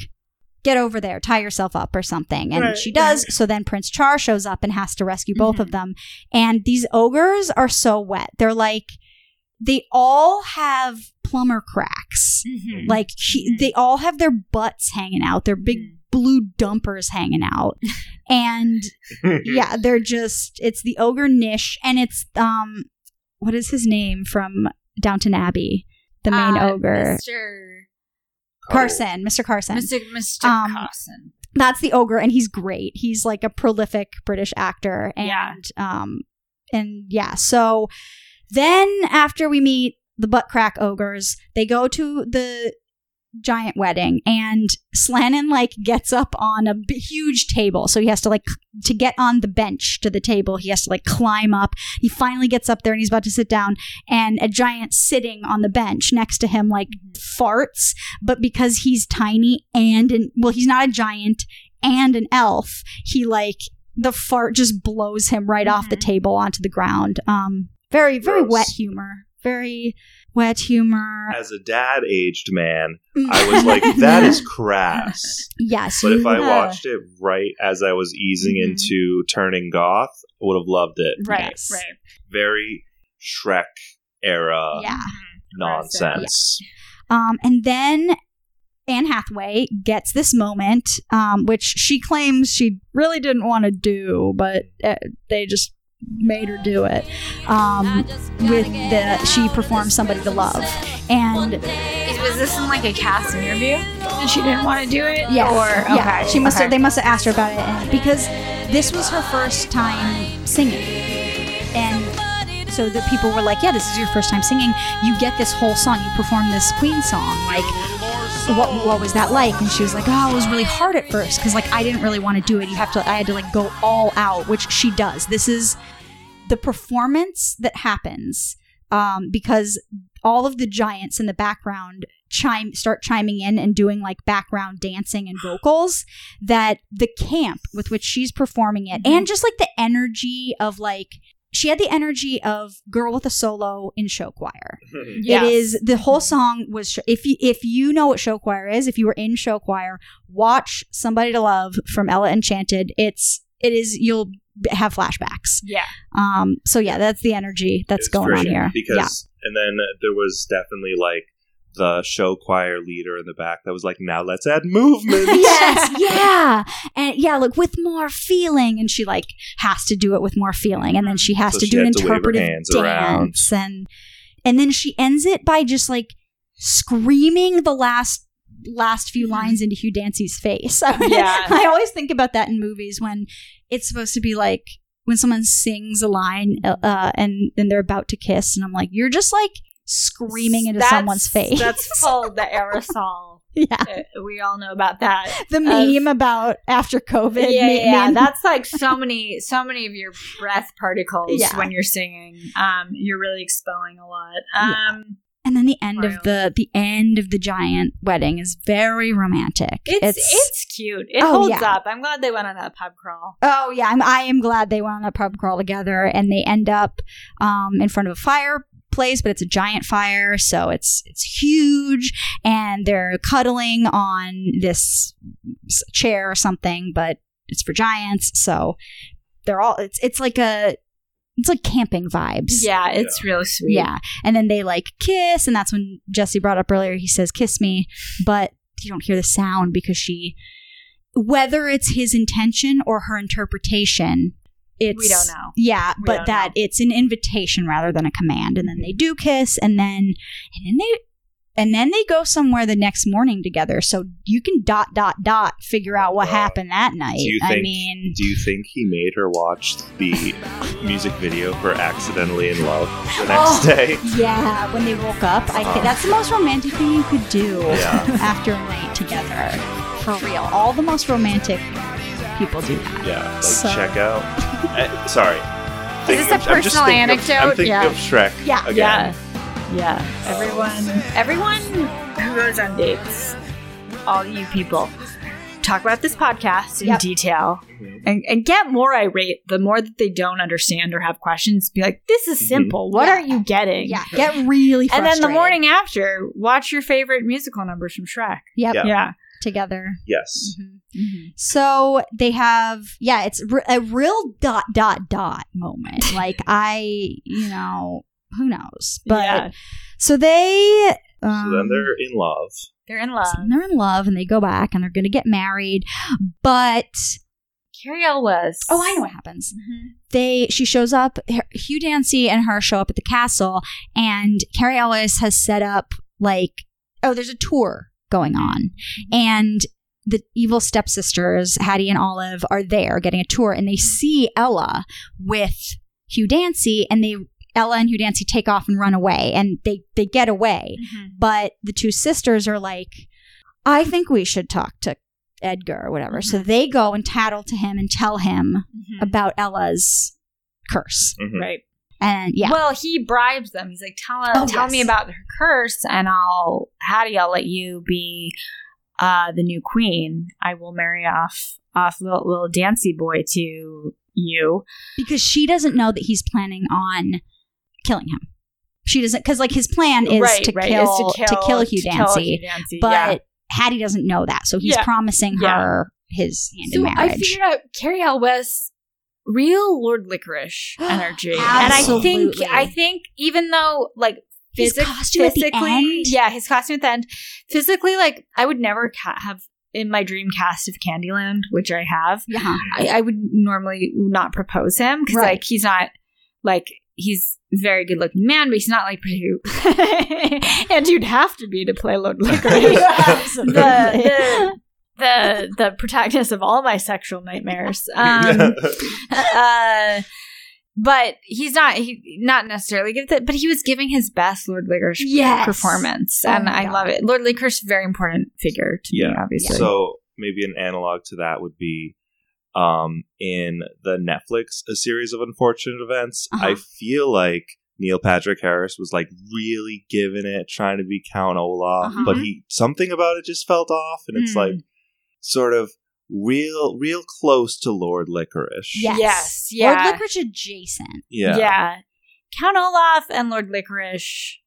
[SPEAKER 2] "Get over there, tie yourself up, or something," and
[SPEAKER 1] Right,
[SPEAKER 2] she does. So then Prince Char shows up and has to rescue both of them. And these ogres are so wet; they're like they all have plumber cracks. Like he,
[SPEAKER 1] Mhm.
[SPEAKER 2] they all have their butts hanging out, their big
[SPEAKER 1] Mhm.
[SPEAKER 2] blue dumpers hanging out, and yeah, they're just it's the ogre Nish, and it's um, what is his name from Downton Abbey, the main
[SPEAKER 1] Uh,
[SPEAKER 2] ogre
[SPEAKER 1] Mr.
[SPEAKER 3] oh,
[SPEAKER 2] Carson, Mr. Carson.
[SPEAKER 1] Mr. Mr.
[SPEAKER 2] Um,
[SPEAKER 1] Carson.
[SPEAKER 2] That's the ogre, and he's great. He's like a prolific British actor, and
[SPEAKER 1] Yeah.
[SPEAKER 2] um, and yeah. So then after we meet the butt crack ogres, they go to the giant wedding and Slannon like gets up on a b- huge table so he has to like c- to get on the bench to the table he has to like climb up he finally gets up there and he's about to sit down and a giant sitting on the bench next to him like farts but because he's tiny and an, well he's not a giant and an elf he like the fart just blows him right off the table onto the ground um very very
[SPEAKER 3] Gross.
[SPEAKER 2] wet humor very wet humor
[SPEAKER 3] As a dad aged man, I was like, that is crass.
[SPEAKER 2] yes
[SPEAKER 3] But if I
[SPEAKER 1] Yeah.
[SPEAKER 3] watched it right as I was easing
[SPEAKER 1] Mhm.
[SPEAKER 2] Mm-hmm.
[SPEAKER 3] into turning goth, I would have loved it.
[SPEAKER 1] Right,
[SPEAKER 2] Yes.
[SPEAKER 1] right.
[SPEAKER 3] Very Shrek era
[SPEAKER 2] yeah
[SPEAKER 3] nonsense.
[SPEAKER 2] Um, and then Anne Hathaway gets this moment, um, which she claims she really didn't want to do, but uh, they just made her do it. Um, with the she performs "Somebody to Love," and
[SPEAKER 1] Was this in like a cast interview? And she didn't want to do it?
[SPEAKER 2] yeah,
[SPEAKER 1] Or, okay.
[SPEAKER 2] yeah, she must have.
[SPEAKER 1] okay.
[SPEAKER 2] They must have asked her about it and, because this was her first time singing, and so the people were like, "Yeah, this is your first time singing. You get this whole song. You perform this Queen song, like." what what was that like? And she was like, oh, it was really hard at first because like I didn't really want to do it. You have to, I had to like go all out, which she does. This is the performance that happens um, because all of the giants in the background chime start chiming in and doing like background dancing and vocals that the camp with which she's performing it and just like the energy of like she had the energy of girl with a solo in show choir
[SPEAKER 1] Yeah.
[SPEAKER 2] it is the whole song was sh- if you, if you know what show choir is, if you were in show choir, watch Somebody to Love from Ella Enchanted. It's it is you'll b- have flashbacks.
[SPEAKER 1] Yeah.
[SPEAKER 2] Um so yeah, that's the energy that's
[SPEAKER 3] It's
[SPEAKER 2] going on
[SPEAKER 3] great
[SPEAKER 2] here.
[SPEAKER 3] Because and then uh, there was definitely like the show choir leader in the back that was like, now let's add
[SPEAKER 2] yeah.
[SPEAKER 3] movement.
[SPEAKER 2] yes, yeah. And yeah, like with more feeling and she like has to do it with more feeling and then she has
[SPEAKER 3] So
[SPEAKER 2] to
[SPEAKER 3] she
[SPEAKER 2] do an
[SPEAKER 3] had to wave her
[SPEAKER 2] interpretive
[SPEAKER 3] hands around.
[SPEAKER 2] dance and and then she ends it by just like screaming the last last few lines into Hugh Dancy's face. I mean,
[SPEAKER 1] Yeah.
[SPEAKER 2] I always think about that in movies when it's supposed to be like when someone sings a line uh, uh, and then they're about to kiss, and I'm like, you're just like screaming into
[SPEAKER 1] That's-
[SPEAKER 2] someone's face.
[SPEAKER 1] That's called the aerosol.
[SPEAKER 2] yeah,
[SPEAKER 1] Uh, we all know about that.
[SPEAKER 2] the meme about after COVID.
[SPEAKER 1] yeah,
[SPEAKER 2] ma-
[SPEAKER 1] yeah,
[SPEAKER 2] man-
[SPEAKER 1] that's like so many, so many of your breath particles
[SPEAKER 2] Yeah.
[SPEAKER 1] when you're singing. Um, you're really expelling a lot. Um,
[SPEAKER 2] and then the end of
[SPEAKER 1] Wild.
[SPEAKER 2] the the end of the giant wedding is very romantic.
[SPEAKER 1] it's, it's cute. It
[SPEAKER 2] Oh,
[SPEAKER 1] holds
[SPEAKER 2] yeah.
[SPEAKER 1] up. I'm glad they went on that pub crawl.
[SPEAKER 2] Oh yeah, I'm, I am glad they went on that pub crawl together, and they end up um, in front of a fireplace, but it's a giant fire, so it's it's huge, and they're cuddling on this s- chair or something, but it's for giants, so they're all it's it's like a it's like camping vibes.
[SPEAKER 1] Yeah, it's really sweet.
[SPEAKER 2] Yeah. And then they like kiss, and that's when Jesse brought up earlier. He says, "Kiss me," but you don't hear the sound because she, whether it's his intention or her interpretation, it's
[SPEAKER 1] We don't know.
[SPEAKER 2] Yeah,
[SPEAKER 1] We
[SPEAKER 2] but
[SPEAKER 1] don't
[SPEAKER 2] that
[SPEAKER 1] know. Mm-hmm.
[SPEAKER 2] it's an invitation rather than a command, and then they do kiss, and then and then they and then they go somewhere the next morning together. So you can dot dot dot figure out what
[SPEAKER 3] Wow.
[SPEAKER 2] happened that night.
[SPEAKER 3] Do you
[SPEAKER 2] I
[SPEAKER 3] think-
[SPEAKER 2] mean,
[SPEAKER 3] Do you think he made her watch the music video for Accidentally in Love the next
[SPEAKER 2] Oh.
[SPEAKER 3] day?
[SPEAKER 2] yeah, when they woke up, I think that's the most romantic thing you could do
[SPEAKER 3] Yeah.
[SPEAKER 2] after a night together. For real, all the most romantic people do that.
[SPEAKER 3] Yeah, like
[SPEAKER 2] So-
[SPEAKER 3] check out. Eh, sorry. Thinking
[SPEAKER 1] this a
[SPEAKER 3] of- I'm just
[SPEAKER 1] personal
[SPEAKER 3] thinking of- I'm
[SPEAKER 1] anecdote?
[SPEAKER 3] thinking
[SPEAKER 1] Yeah.
[SPEAKER 3] of Shrek.
[SPEAKER 2] Yeah.
[SPEAKER 3] again.
[SPEAKER 1] Yeah. Yeah. Everyone everyone who goes on dates, all you people, talk about this podcast in
[SPEAKER 2] Yep.
[SPEAKER 1] detail
[SPEAKER 3] Mhm.
[SPEAKER 1] and, and get more irate the more that they don't understand or have questions. Be like, this is
[SPEAKER 3] Mhm.
[SPEAKER 1] simple. What
[SPEAKER 2] Yeah.
[SPEAKER 1] aren't you getting?
[SPEAKER 2] Yeah, get really
[SPEAKER 1] And
[SPEAKER 2] frustrated.
[SPEAKER 1] then the morning after, watch your favorite musical numbers from Shrek.
[SPEAKER 2] Yep,
[SPEAKER 3] Yeah.
[SPEAKER 1] Yeah.
[SPEAKER 2] together.
[SPEAKER 3] Yes.
[SPEAKER 2] Mhm. So they have, yeah, it's r- a real dot dot dot moment. like I, you know, who knows? But
[SPEAKER 1] Yeah.
[SPEAKER 2] so they,
[SPEAKER 3] So
[SPEAKER 2] um,
[SPEAKER 3] then they're in love.
[SPEAKER 1] they're in love.
[SPEAKER 2] so they're in love and they go back and they're going to get married. But
[SPEAKER 1] Carrie Elwes.
[SPEAKER 2] oh, I know what happens.
[SPEAKER 1] Mhm.
[SPEAKER 2] They, she shows up. her- Hugh Dancy and her show up at the castle, and Carrie Ellis has set up like, oh, there's a tour going on, and the evil stepsisters, Hattie and Olive, are there getting a tour and they see Ella with Hugh Dancy and they Ella and Hugh Dancy take off and run away and they they get away. But the two sisters are like, I think we should talk to Edgar or whatever. So they go and tattle to him and tell him
[SPEAKER 1] Mhm.
[SPEAKER 2] about Ella's curse.
[SPEAKER 3] Mhm.
[SPEAKER 1] Right.
[SPEAKER 2] And yeah.
[SPEAKER 1] Well, he bribes them. He's like, "Tell uh,
[SPEAKER 2] Oh,
[SPEAKER 1] tell
[SPEAKER 2] yes.
[SPEAKER 1] me about her curse, and I'll Hattie, I'll let you be uh, the new queen. I will marry off off little, little Dancy boy to you."
[SPEAKER 2] because she doesn't know that he's planning on killing him. She doesn't because like his plan is, to, kill,
[SPEAKER 1] is
[SPEAKER 2] to kill Hugh
[SPEAKER 1] to kill
[SPEAKER 2] Dancy,
[SPEAKER 1] Dancy,
[SPEAKER 2] but
[SPEAKER 1] yeah.
[SPEAKER 2] Hattie doesn't know that, so he's
[SPEAKER 1] Yeah.
[SPEAKER 2] promising
[SPEAKER 1] Yeah.
[SPEAKER 2] her his hand in
[SPEAKER 1] so I
[SPEAKER 2] marriage.
[SPEAKER 1] figured out Carrie Elwes, real Lord Licorice energy, and I think
[SPEAKER 2] Absolutely.
[SPEAKER 1] I think even though like
[SPEAKER 2] His
[SPEAKER 1] physic-
[SPEAKER 2] costume at the
[SPEAKER 1] physically,
[SPEAKER 2] end?
[SPEAKER 1] yeah, his costume at the end, physically, like I would never ca- have in my dream cast of Candyland, which I have.
[SPEAKER 2] yeah,
[SPEAKER 1] I, I would normally not propose him because
[SPEAKER 2] Right.
[SPEAKER 1] like he's not like he's a very good looking man, but he's not like and you'd have to be to play Lord Licorice the, the the the protagonist of all my sexual nightmares.
[SPEAKER 3] Mm-hmm.
[SPEAKER 1] Um, uh, but he's not he not necessarily give that, but he was giving his best Lord Licorice
[SPEAKER 2] yes,
[SPEAKER 1] performance,
[SPEAKER 2] Oh
[SPEAKER 1] and
[SPEAKER 2] my
[SPEAKER 1] I
[SPEAKER 2] God.
[SPEAKER 1] love it. Lord Licorice, very important figure to me,
[SPEAKER 3] Yeah.
[SPEAKER 1] obviously.
[SPEAKER 3] So maybe an analog to that would be um, in the Netflix A Series of Unfortunate Events.
[SPEAKER 2] Uh-huh.
[SPEAKER 3] I feel like Neil Patrick Harris was like really giving it, trying to be Count Olaf,
[SPEAKER 2] Uh-huh.
[SPEAKER 3] but he something about it just felt off, and it's
[SPEAKER 1] Hmm.
[SPEAKER 3] like sort of real, real close to Lord Licorice.
[SPEAKER 2] Yes,
[SPEAKER 1] Yes,
[SPEAKER 2] Lord
[SPEAKER 1] yeah.
[SPEAKER 2] Licorice adjacent.
[SPEAKER 3] Yeah.
[SPEAKER 1] Count Olaf and Lord Licorice,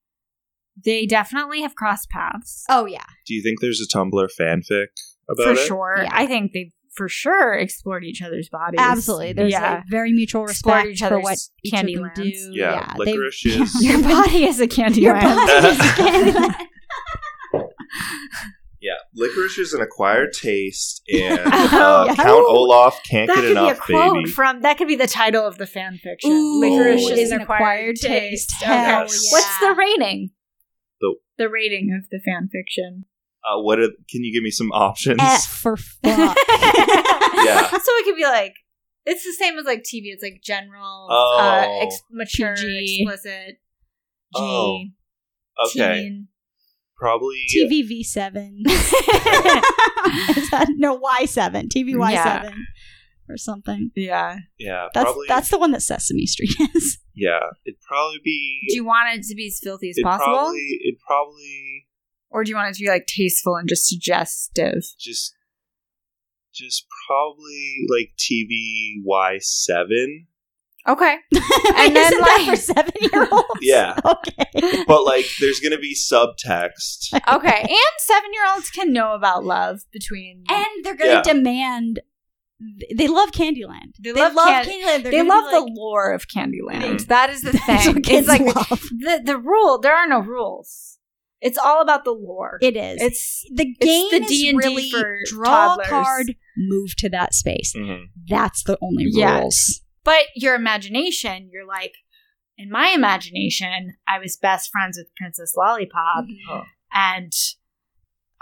[SPEAKER 1] they definitely have crossed paths
[SPEAKER 2] Oh yeah,
[SPEAKER 3] Do you think there's a Tumblr fanfic about
[SPEAKER 1] for
[SPEAKER 3] it?
[SPEAKER 1] sure.
[SPEAKER 2] Yeah.
[SPEAKER 1] I think they for sure explored each other's bodies.
[SPEAKER 2] absolutely. There's
[SPEAKER 1] yeah.
[SPEAKER 2] like very mutual
[SPEAKER 1] Explore
[SPEAKER 2] respect
[SPEAKER 1] each
[SPEAKER 2] for
[SPEAKER 1] other's
[SPEAKER 2] what each of
[SPEAKER 1] candy
[SPEAKER 2] them
[SPEAKER 1] lands.
[SPEAKER 2] do.
[SPEAKER 3] Yeah,
[SPEAKER 2] they-
[SPEAKER 3] Licorice is-
[SPEAKER 2] yeah.
[SPEAKER 1] Your body is a candy
[SPEAKER 2] Your
[SPEAKER 1] land.
[SPEAKER 2] body is a candy land.
[SPEAKER 3] Yeah, licorice is an acquired taste, and
[SPEAKER 1] Oh,
[SPEAKER 3] uh,
[SPEAKER 1] yeah.
[SPEAKER 3] Count
[SPEAKER 1] Ooh.
[SPEAKER 3] Olaf can't
[SPEAKER 1] that
[SPEAKER 3] get
[SPEAKER 1] could
[SPEAKER 3] enough,
[SPEAKER 1] be a quote
[SPEAKER 3] baby.
[SPEAKER 1] from that could be the title of the fan fiction.
[SPEAKER 2] Ooh,
[SPEAKER 1] Licorice
[SPEAKER 3] Oh.
[SPEAKER 1] is an acquired taste.
[SPEAKER 2] Hell
[SPEAKER 1] Okay.
[SPEAKER 3] Yes.
[SPEAKER 2] yeah.
[SPEAKER 1] What's the rating?
[SPEAKER 3] The-
[SPEAKER 1] the rating of the fan fiction.
[SPEAKER 3] Uh, what are, can you give me some options?
[SPEAKER 2] F for fuck?
[SPEAKER 3] Yeah.
[SPEAKER 1] So it could be like it's the same as like TV. It's like general,
[SPEAKER 3] Oh.
[SPEAKER 1] uh, ex- mature,
[SPEAKER 2] PG.
[SPEAKER 1] explicit, G,
[SPEAKER 3] Oh, okay,
[SPEAKER 1] teen.
[SPEAKER 3] probably
[SPEAKER 2] TVV seven. Is that no Y seven? TVY
[SPEAKER 1] Yeah.
[SPEAKER 2] seven or something.
[SPEAKER 1] Yeah.
[SPEAKER 3] yeah,
[SPEAKER 2] That's
[SPEAKER 3] probably
[SPEAKER 2] that's the one that Sesame Street is.
[SPEAKER 3] yeah. It'd probably be
[SPEAKER 1] Do you want it to be as filthy as
[SPEAKER 3] it
[SPEAKER 1] possible,
[SPEAKER 3] Probably, it probably
[SPEAKER 1] or do you want it to be like tasteful and just suggestive?
[SPEAKER 3] just just probably like TVY seven.
[SPEAKER 1] Okay.
[SPEAKER 2] and
[SPEAKER 1] then,
[SPEAKER 2] Isn't that
[SPEAKER 1] like-
[SPEAKER 2] for seven year olds.
[SPEAKER 3] Yeah,
[SPEAKER 2] Okay.
[SPEAKER 3] but like there's gonna be subtext.
[SPEAKER 1] Okay. and seven year olds can know about love between
[SPEAKER 2] And they're gonna
[SPEAKER 3] Yeah.
[SPEAKER 2] demand. They love Candyland.
[SPEAKER 1] They love Can-
[SPEAKER 2] Candyland. They're
[SPEAKER 1] they
[SPEAKER 2] gonna
[SPEAKER 1] love
[SPEAKER 2] be like,
[SPEAKER 1] the lore of Candyland.
[SPEAKER 3] Mm.
[SPEAKER 1] That is the
[SPEAKER 2] That's
[SPEAKER 1] thing.
[SPEAKER 2] what
[SPEAKER 1] It's
[SPEAKER 2] kids
[SPEAKER 1] like
[SPEAKER 2] love.
[SPEAKER 1] the the rule. There are no rules. It's all about the lore.
[SPEAKER 2] It is.
[SPEAKER 1] It's
[SPEAKER 2] the
[SPEAKER 1] the
[SPEAKER 2] game is
[SPEAKER 1] D&D
[SPEAKER 2] really
[SPEAKER 1] for
[SPEAKER 2] draw a
[SPEAKER 1] toddlers.
[SPEAKER 2] card, move to that space.
[SPEAKER 3] Mhm.
[SPEAKER 2] That's the only
[SPEAKER 1] Yeah.
[SPEAKER 2] rules.
[SPEAKER 1] But your imagination, you're like, in my imagination, I was best friends with Princess Lollipop and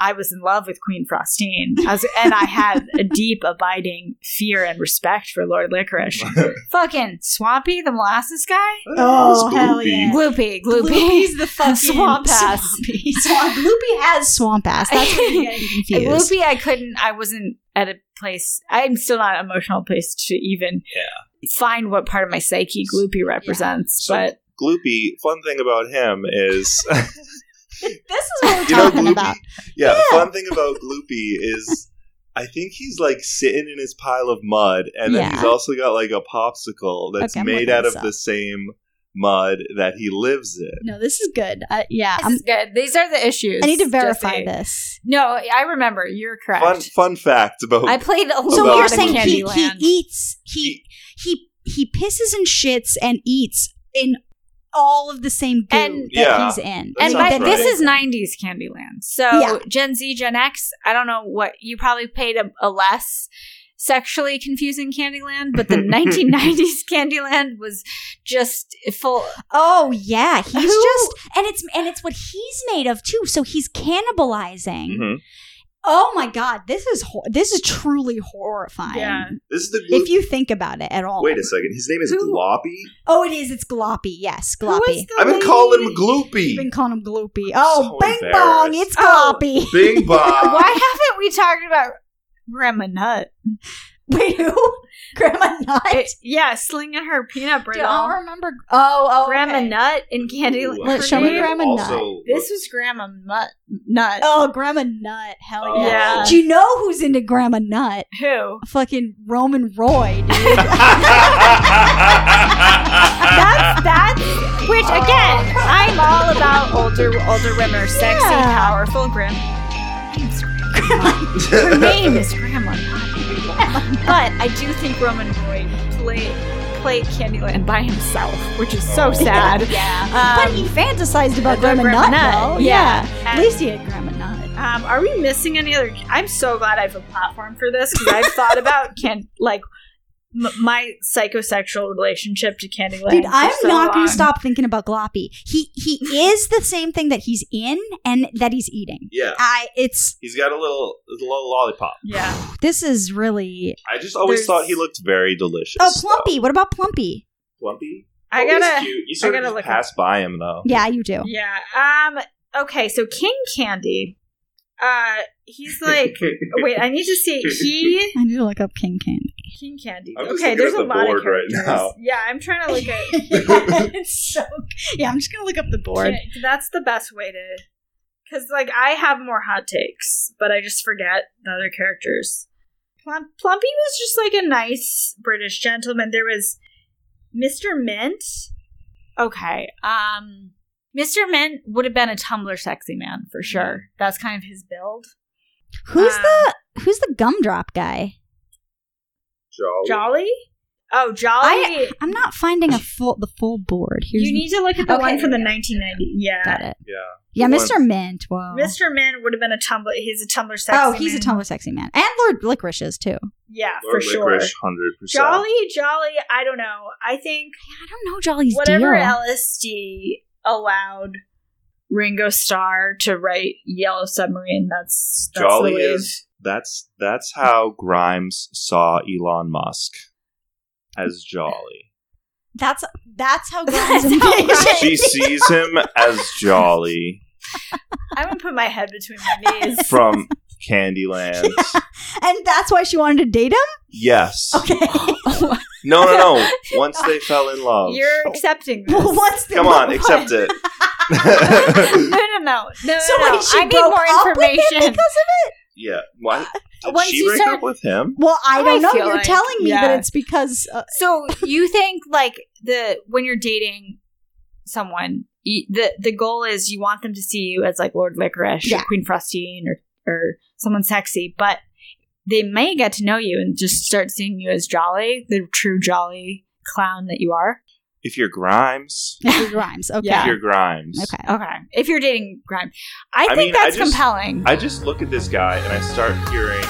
[SPEAKER 1] I was in love with Queen Frostine. I was, and I had a deep, abiding fear and respect for Lord Licorice. Fucking Swampy, the molasses guy?
[SPEAKER 2] Oh, hell
[SPEAKER 3] Spoopy.
[SPEAKER 2] yeah.
[SPEAKER 1] Gloopy, Gloopy.
[SPEAKER 2] Gloopy's the fucking
[SPEAKER 1] swamp ass.
[SPEAKER 2] Swampy. Swamp- Gloopy uh, has swamp ass. That's what you're getting
[SPEAKER 1] It
[SPEAKER 2] confused.
[SPEAKER 1] will be. I couldn't. I wasn't at a place. I'm still not an emotional place to even find what part of my psyche Gloopy represents.
[SPEAKER 3] So-
[SPEAKER 1] but
[SPEAKER 3] Gloopy, fun thing about him is
[SPEAKER 2] this is what we're
[SPEAKER 3] You know
[SPEAKER 2] talking
[SPEAKER 3] Gloopy?
[SPEAKER 2] about.
[SPEAKER 3] yeah, fun thing about Gloopy is I think he's like sitting in his pile of mud and then
[SPEAKER 2] Yeah.
[SPEAKER 3] he's also got like a popsicle that's
[SPEAKER 2] Okay, I'm
[SPEAKER 3] made
[SPEAKER 2] looking
[SPEAKER 3] out
[SPEAKER 2] this
[SPEAKER 3] of
[SPEAKER 2] up.
[SPEAKER 3] the same mud that he lives in.
[SPEAKER 2] No, this is good. Uh, yeah,
[SPEAKER 1] this
[SPEAKER 2] I'm,
[SPEAKER 1] is good. These are the issues.
[SPEAKER 2] I need to
[SPEAKER 1] just
[SPEAKER 2] verify
[SPEAKER 1] saying.
[SPEAKER 2] this.
[SPEAKER 1] No, I remember. You're correct.
[SPEAKER 3] Fun fun fact about
[SPEAKER 1] I played a
[SPEAKER 3] Oh
[SPEAKER 2] So
[SPEAKER 1] lot
[SPEAKER 2] you're
[SPEAKER 1] of
[SPEAKER 2] saying he, he
[SPEAKER 1] Candyland.
[SPEAKER 2] eats he he he pisses and shits and eats in all of the same goo
[SPEAKER 1] And-
[SPEAKER 2] that
[SPEAKER 3] Yeah.
[SPEAKER 2] he's in.
[SPEAKER 3] That
[SPEAKER 1] and
[SPEAKER 3] sounds
[SPEAKER 1] by,
[SPEAKER 3] right.
[SPEAKER 1] this is 90s Candyland. So
[SPEAKER 2] Yeah.
[SPEAKER 1] Gen Z, Gen X, I don't know what you probably paid a, a less sexually confusing Candyland, but the 1990s Candyland was just full.
[SPEAKER 2] oh yeah, he's
[SPEAKER 1] Who-
[SPEAKER 2] just and it's and it's what he's made of too. So he's cannibalizing.
[SPEAKER 3] Mhm.
[SPEAKER 2] Oh my god, this is hor- this is truly horrifying.
[SPEAKER 3] This is the Gloopy.
[SPEAKER 2] If you think about it at all.
[SPEAKER 3] Wait a second. His name is
[SPEAKER 1] Who-
[SPEAKER 3] Gloppy?
[SPEAKER 2] Oh, it is. It's gloppy. Yes,
[SPEAKER 1] Who was
[SPEAKER 2] gloppy.
[SPEAKER 1] the
[SPEAKER 3] I've been
[SPEAKER 1] lady-
[SPEAKER 3] calling him
[SPEAKER 2] You've been
[SPEAKER 3] Gloopy.
[SPEAKER 2] calling him gloopy. Oh,
[SPEAKER 3] So
[SPEAKER 2] bing bong.
[SPEAKER 3] embarrassed.
[SPEAKER 2] It's
[SPEAKER 1] Oh.
[SPEAKER 2] gloppy.
[SPEAKER 3] Bing bong.
[SPEAKER 1] Why haven't we talked about Grandma Nut?
[SPEAKER 2] Wait, who? Grandma Nut.
[SPEAKER 1] yeah, slinging her peanut
[SPEAKER 2] I
[SPEAKER 1] brittle.
[SPEAKER 2] don't remember. Oh, oh,
[SPEAKER 1] Grandma
[SPEAKER 2] okay.
[SPEAKER 1] Nut in Candyland.
[SPEAKER 3] Ooh,
[SPEAKER 2] Look,
[SPEAKER 3] I
[SPEAKER 1] Her
[SPEAKER 2] show me
[SPEAKER 1] name-
[SPEAKER 3] forget.
[SPEAKER 2] Grandma
[SPEAKER 3] Also,
[SPEAKER 1] This was Grandma Nut. Nut.
[SPEAKER 2] Oh, Grandma Nut. Hell
[SPEAKER 3] Oh.
[SPEAKER 2] yeah.
[SPEAKER 1] Yeah.
[SPEAKER 2] Do you know who's into Grandma Nut?
[SPEAKER 1] Who?
[SPEAKER 2] Fucking Roman Roy, dude.
[SPEAKER 1] That's that's which again, I'm all about older older women are sexy,
[SPEAKER 2] Yeah.
[SPEAKER 1] powerful, grim. Her name is Grandma. but I do think Roman Roy played played Candyland by himself, which is so sad.
[SPEAKER 2] yeah. but
[SPEAKER 1] Um,
[SPEAKER 2] he fantasized about
[SPEAKER 1] about
[SPEAKER 2] Grandma,
[SPEAKER 1] Grandma
[SPEAKER 2] Nut,
[SPEAKER 1] Nut,
[SPEAKER 2] though.
[SPEAKER 1] yeah.
[SPEAKER 2] Yeah. At
[SPEAKER 1] And-
[SPEAKER 2] least he had Grandma Nut.
[SPEAKER 1] um, are we missing any other? I'm so glad I have a platform for this because I've thought about can like m- my psychosexual relationship to Candyland.
[SPEAKER 2] Dude,
[SPEAKER 1] for
[SPEAKER 2] I'm
[SPEAKER 1] so
[SPEAKER 2] not going
[SPEAKER 1] long.
[SPEAKER 2] to stop thinking about Gloppy. He he is the same thing that he's in and that he's eating.
[SPEAKER 3] yeah.
[SPEAKER 2] I it's
[SPEAKER 3] He's got a little, a little lollipop.
[SPEAKER 1] Yeah.
[SPEAKER 2] this is really
[SPEAKER 3] I just always
[SPEAKER 1] There's-
[SPEAKER 3] thought he looked very delicious.
[SPEAKER 2] Oh, Plumpy. What about Plumpy?
[SPEAKER 3] though. Plumpy.
[SPEAKER 1] I
[SPEAKER 3] Always
[SPEAKER 1] gotta.
[SPEAKER 3] Cute. You sort
[SPEAKER 1] gotta
[SPEAKER 3] of
[SPEAKER 1] look
[SPEAKER 3] just pass by him though.
[SPEAKER 2] Yeah, you do.
[SPEAKER 1] Yeah. Um. Okay. So King Candy. Uh. He's like. wait. I need to see. He
[SPEAKER 2] I need to look up King Candy.
[SPEAKER 1] King Candy.
[SPEAKER 3] I'm just
[SPEAKER 1] okay.
[SPEAKER 3] looking
[SPEAKER 1] There's
[SPEAKER 3] at
[SPEAKER 1] a
[SPEAKER 3] the
[SPEAKER 1] lot of
[SPEAKER 3] board right
[SPEAKER 1] characters.
[SPEAKER 3] now.
[SPEAKER 1] Yeah. I'm trying to look at.
[SPEAKER 2] it's so yeah. I'm just gonna look up the board.
[SPEAKER 1] Can- that's the best way to. Because like I have more hot takes, but I just forget the other characters. Plump, Plumpy was just like a nice British gentleman. There was Mr. Mint. Okay. Um. Mr. Mint would have been a Tumblr sexy man for sure. That's kind of his build.
[SPEAKER 2] Who's
[SPEAKER 1] Um,
[SPEAKER 2] the Who's the gumdrop guy?
[SPEAKER 3] Jolly.
[SPEAKER 1] Jolly? Oh, Jolly.
[SPEAKER 2] I I'm not finding a full the full board. Here's
[SPEAKER 1] you need to look at the
[SPEAKER 2] Okay.
[SPEAKER 1] one from the 1990.
[SPEAKER 2] the,
[SPEAKER 1] Yeah.
[SPEAKER 2] got it.
[SPEAKER 3] Yeah.
[SPEAKER 2] Yeah,
[SPEAKER 3] The
[SPEAKER 2] Mr.
[SPEAKER 3] one-
[SPEAKER 2] Mint. Whoa.
[SPEAKER 1] Mr. Man would have been a Tumblr. He's a Tumblr sexy.
[SPEAKER 2] oh, he's
[SPEAKER 1] man.
[SPEAKER 2] a Tumblr sexy man, and Lord Licorice is too.
[SPEAKER 1] Yeah,
[SPEAKER 3] Lord
[SPEAKER 1] for
[SPEAKER 3] Licorice,
[SPEAKER 1] sure.
[SPEAKER 3] hundred percent.
[SPEAKER 1] Jolly, Jolly, I don't know. I think
[SPEAKER 2] I don't know Jolly's
[SPEAKER 1] whatever
[SPEAKER 2] deal.
[SPEAKER 1] LSD allowed Ringo Starr to write Yellow Submarine, that's, that's
[SPEAKER 3] Jolly
[SPEAKER 1] the way-
[SPEAKER 3] is. That's that's how Grimes saw Elon Musk as Jolly.
[SPEAKER 2] That's that's how
[SPEAKER 1] That's
[SPEAKER 2] Grimes
[SPEAKER 1] how Grimes-
[SPEAKER 3] She sees him as Jolly
[SPEAKER 1] I'm going to put my head between my knees.
[SPEAKER 3] from Candyland.
[SPEAKER 2] and that's why she wanted to date him.
[SPEAKER 3] Yes.
[SPEAKER 2] Okay,
[SPEAKER 3] No, no, no. Once they fell in love.
[SPEAKER 1] You're accepting this.
[SPEAKER 2] well, what's the
[SPEAKER 3] Come on, accept it.
[SPEAKER 1] no, no, no. no,
[SPEAKER 2] So
[SPEAKER 1] no,
[SPEAKER 2] wait,
[SPEAKER 1] no.
[SPEAKER 2] she
[SPEAKER 1] I need
[SPEAKER 2] broke
[SPEAKER 1] more
[SPEAKER 2] up with him
[SPEAKER 1] information.
[SPEAKER 2] because of it.
[SPEAKER 3] yeah. Why did
[SPEAKER 1] Once
[SPEAKER 3] she
[SPEAKER 1] you
[SPEAKER 3] break
[SPEAKER 1] start-
[SPEAKER 3] up with him?
[SPEAKER 2] Well, I
[SPEAKER 1] I
[SPEAKER 2] don't know.
[SPEAKER 1] feel
[SPEAKER 2] You're
[SPEAKER 1] like-
[SPEAKER 2] telling me
[SPEAKER 1] yeah.
[SPEAKER 2] that it's because uh,
[SPEAKER 1] So you think like the when you're dating someone, you, the the goal is you want them to see you as like Lord Licorice
[SPEAKER 2] Yeah.
[SPEAKER 1] or Queen Frostine or or someone sexy, but they may get to know you and just start seeing you as jolly, the true jolly clown that you are.
[SPEAKER 3] If you're Grimes,
[SPEAKER 2] Grimes. Okay,
[SPEAKER 1] Yeah.
[SPEAKER 3] if you're Grimes.
[SPEAKER 2] okay.
[SPEAKER 1] Okay, if you're dating Grime, I,
[SPEAKER 3] I
[SPEAKER 1] think
[SPEAKER 3] mean, I
[SPEAKER 1] that's
[SPEAKER 3] just-
[SPEAKER 1] compelling.
[SPEAKER 3] I just look at this guy and I start hearing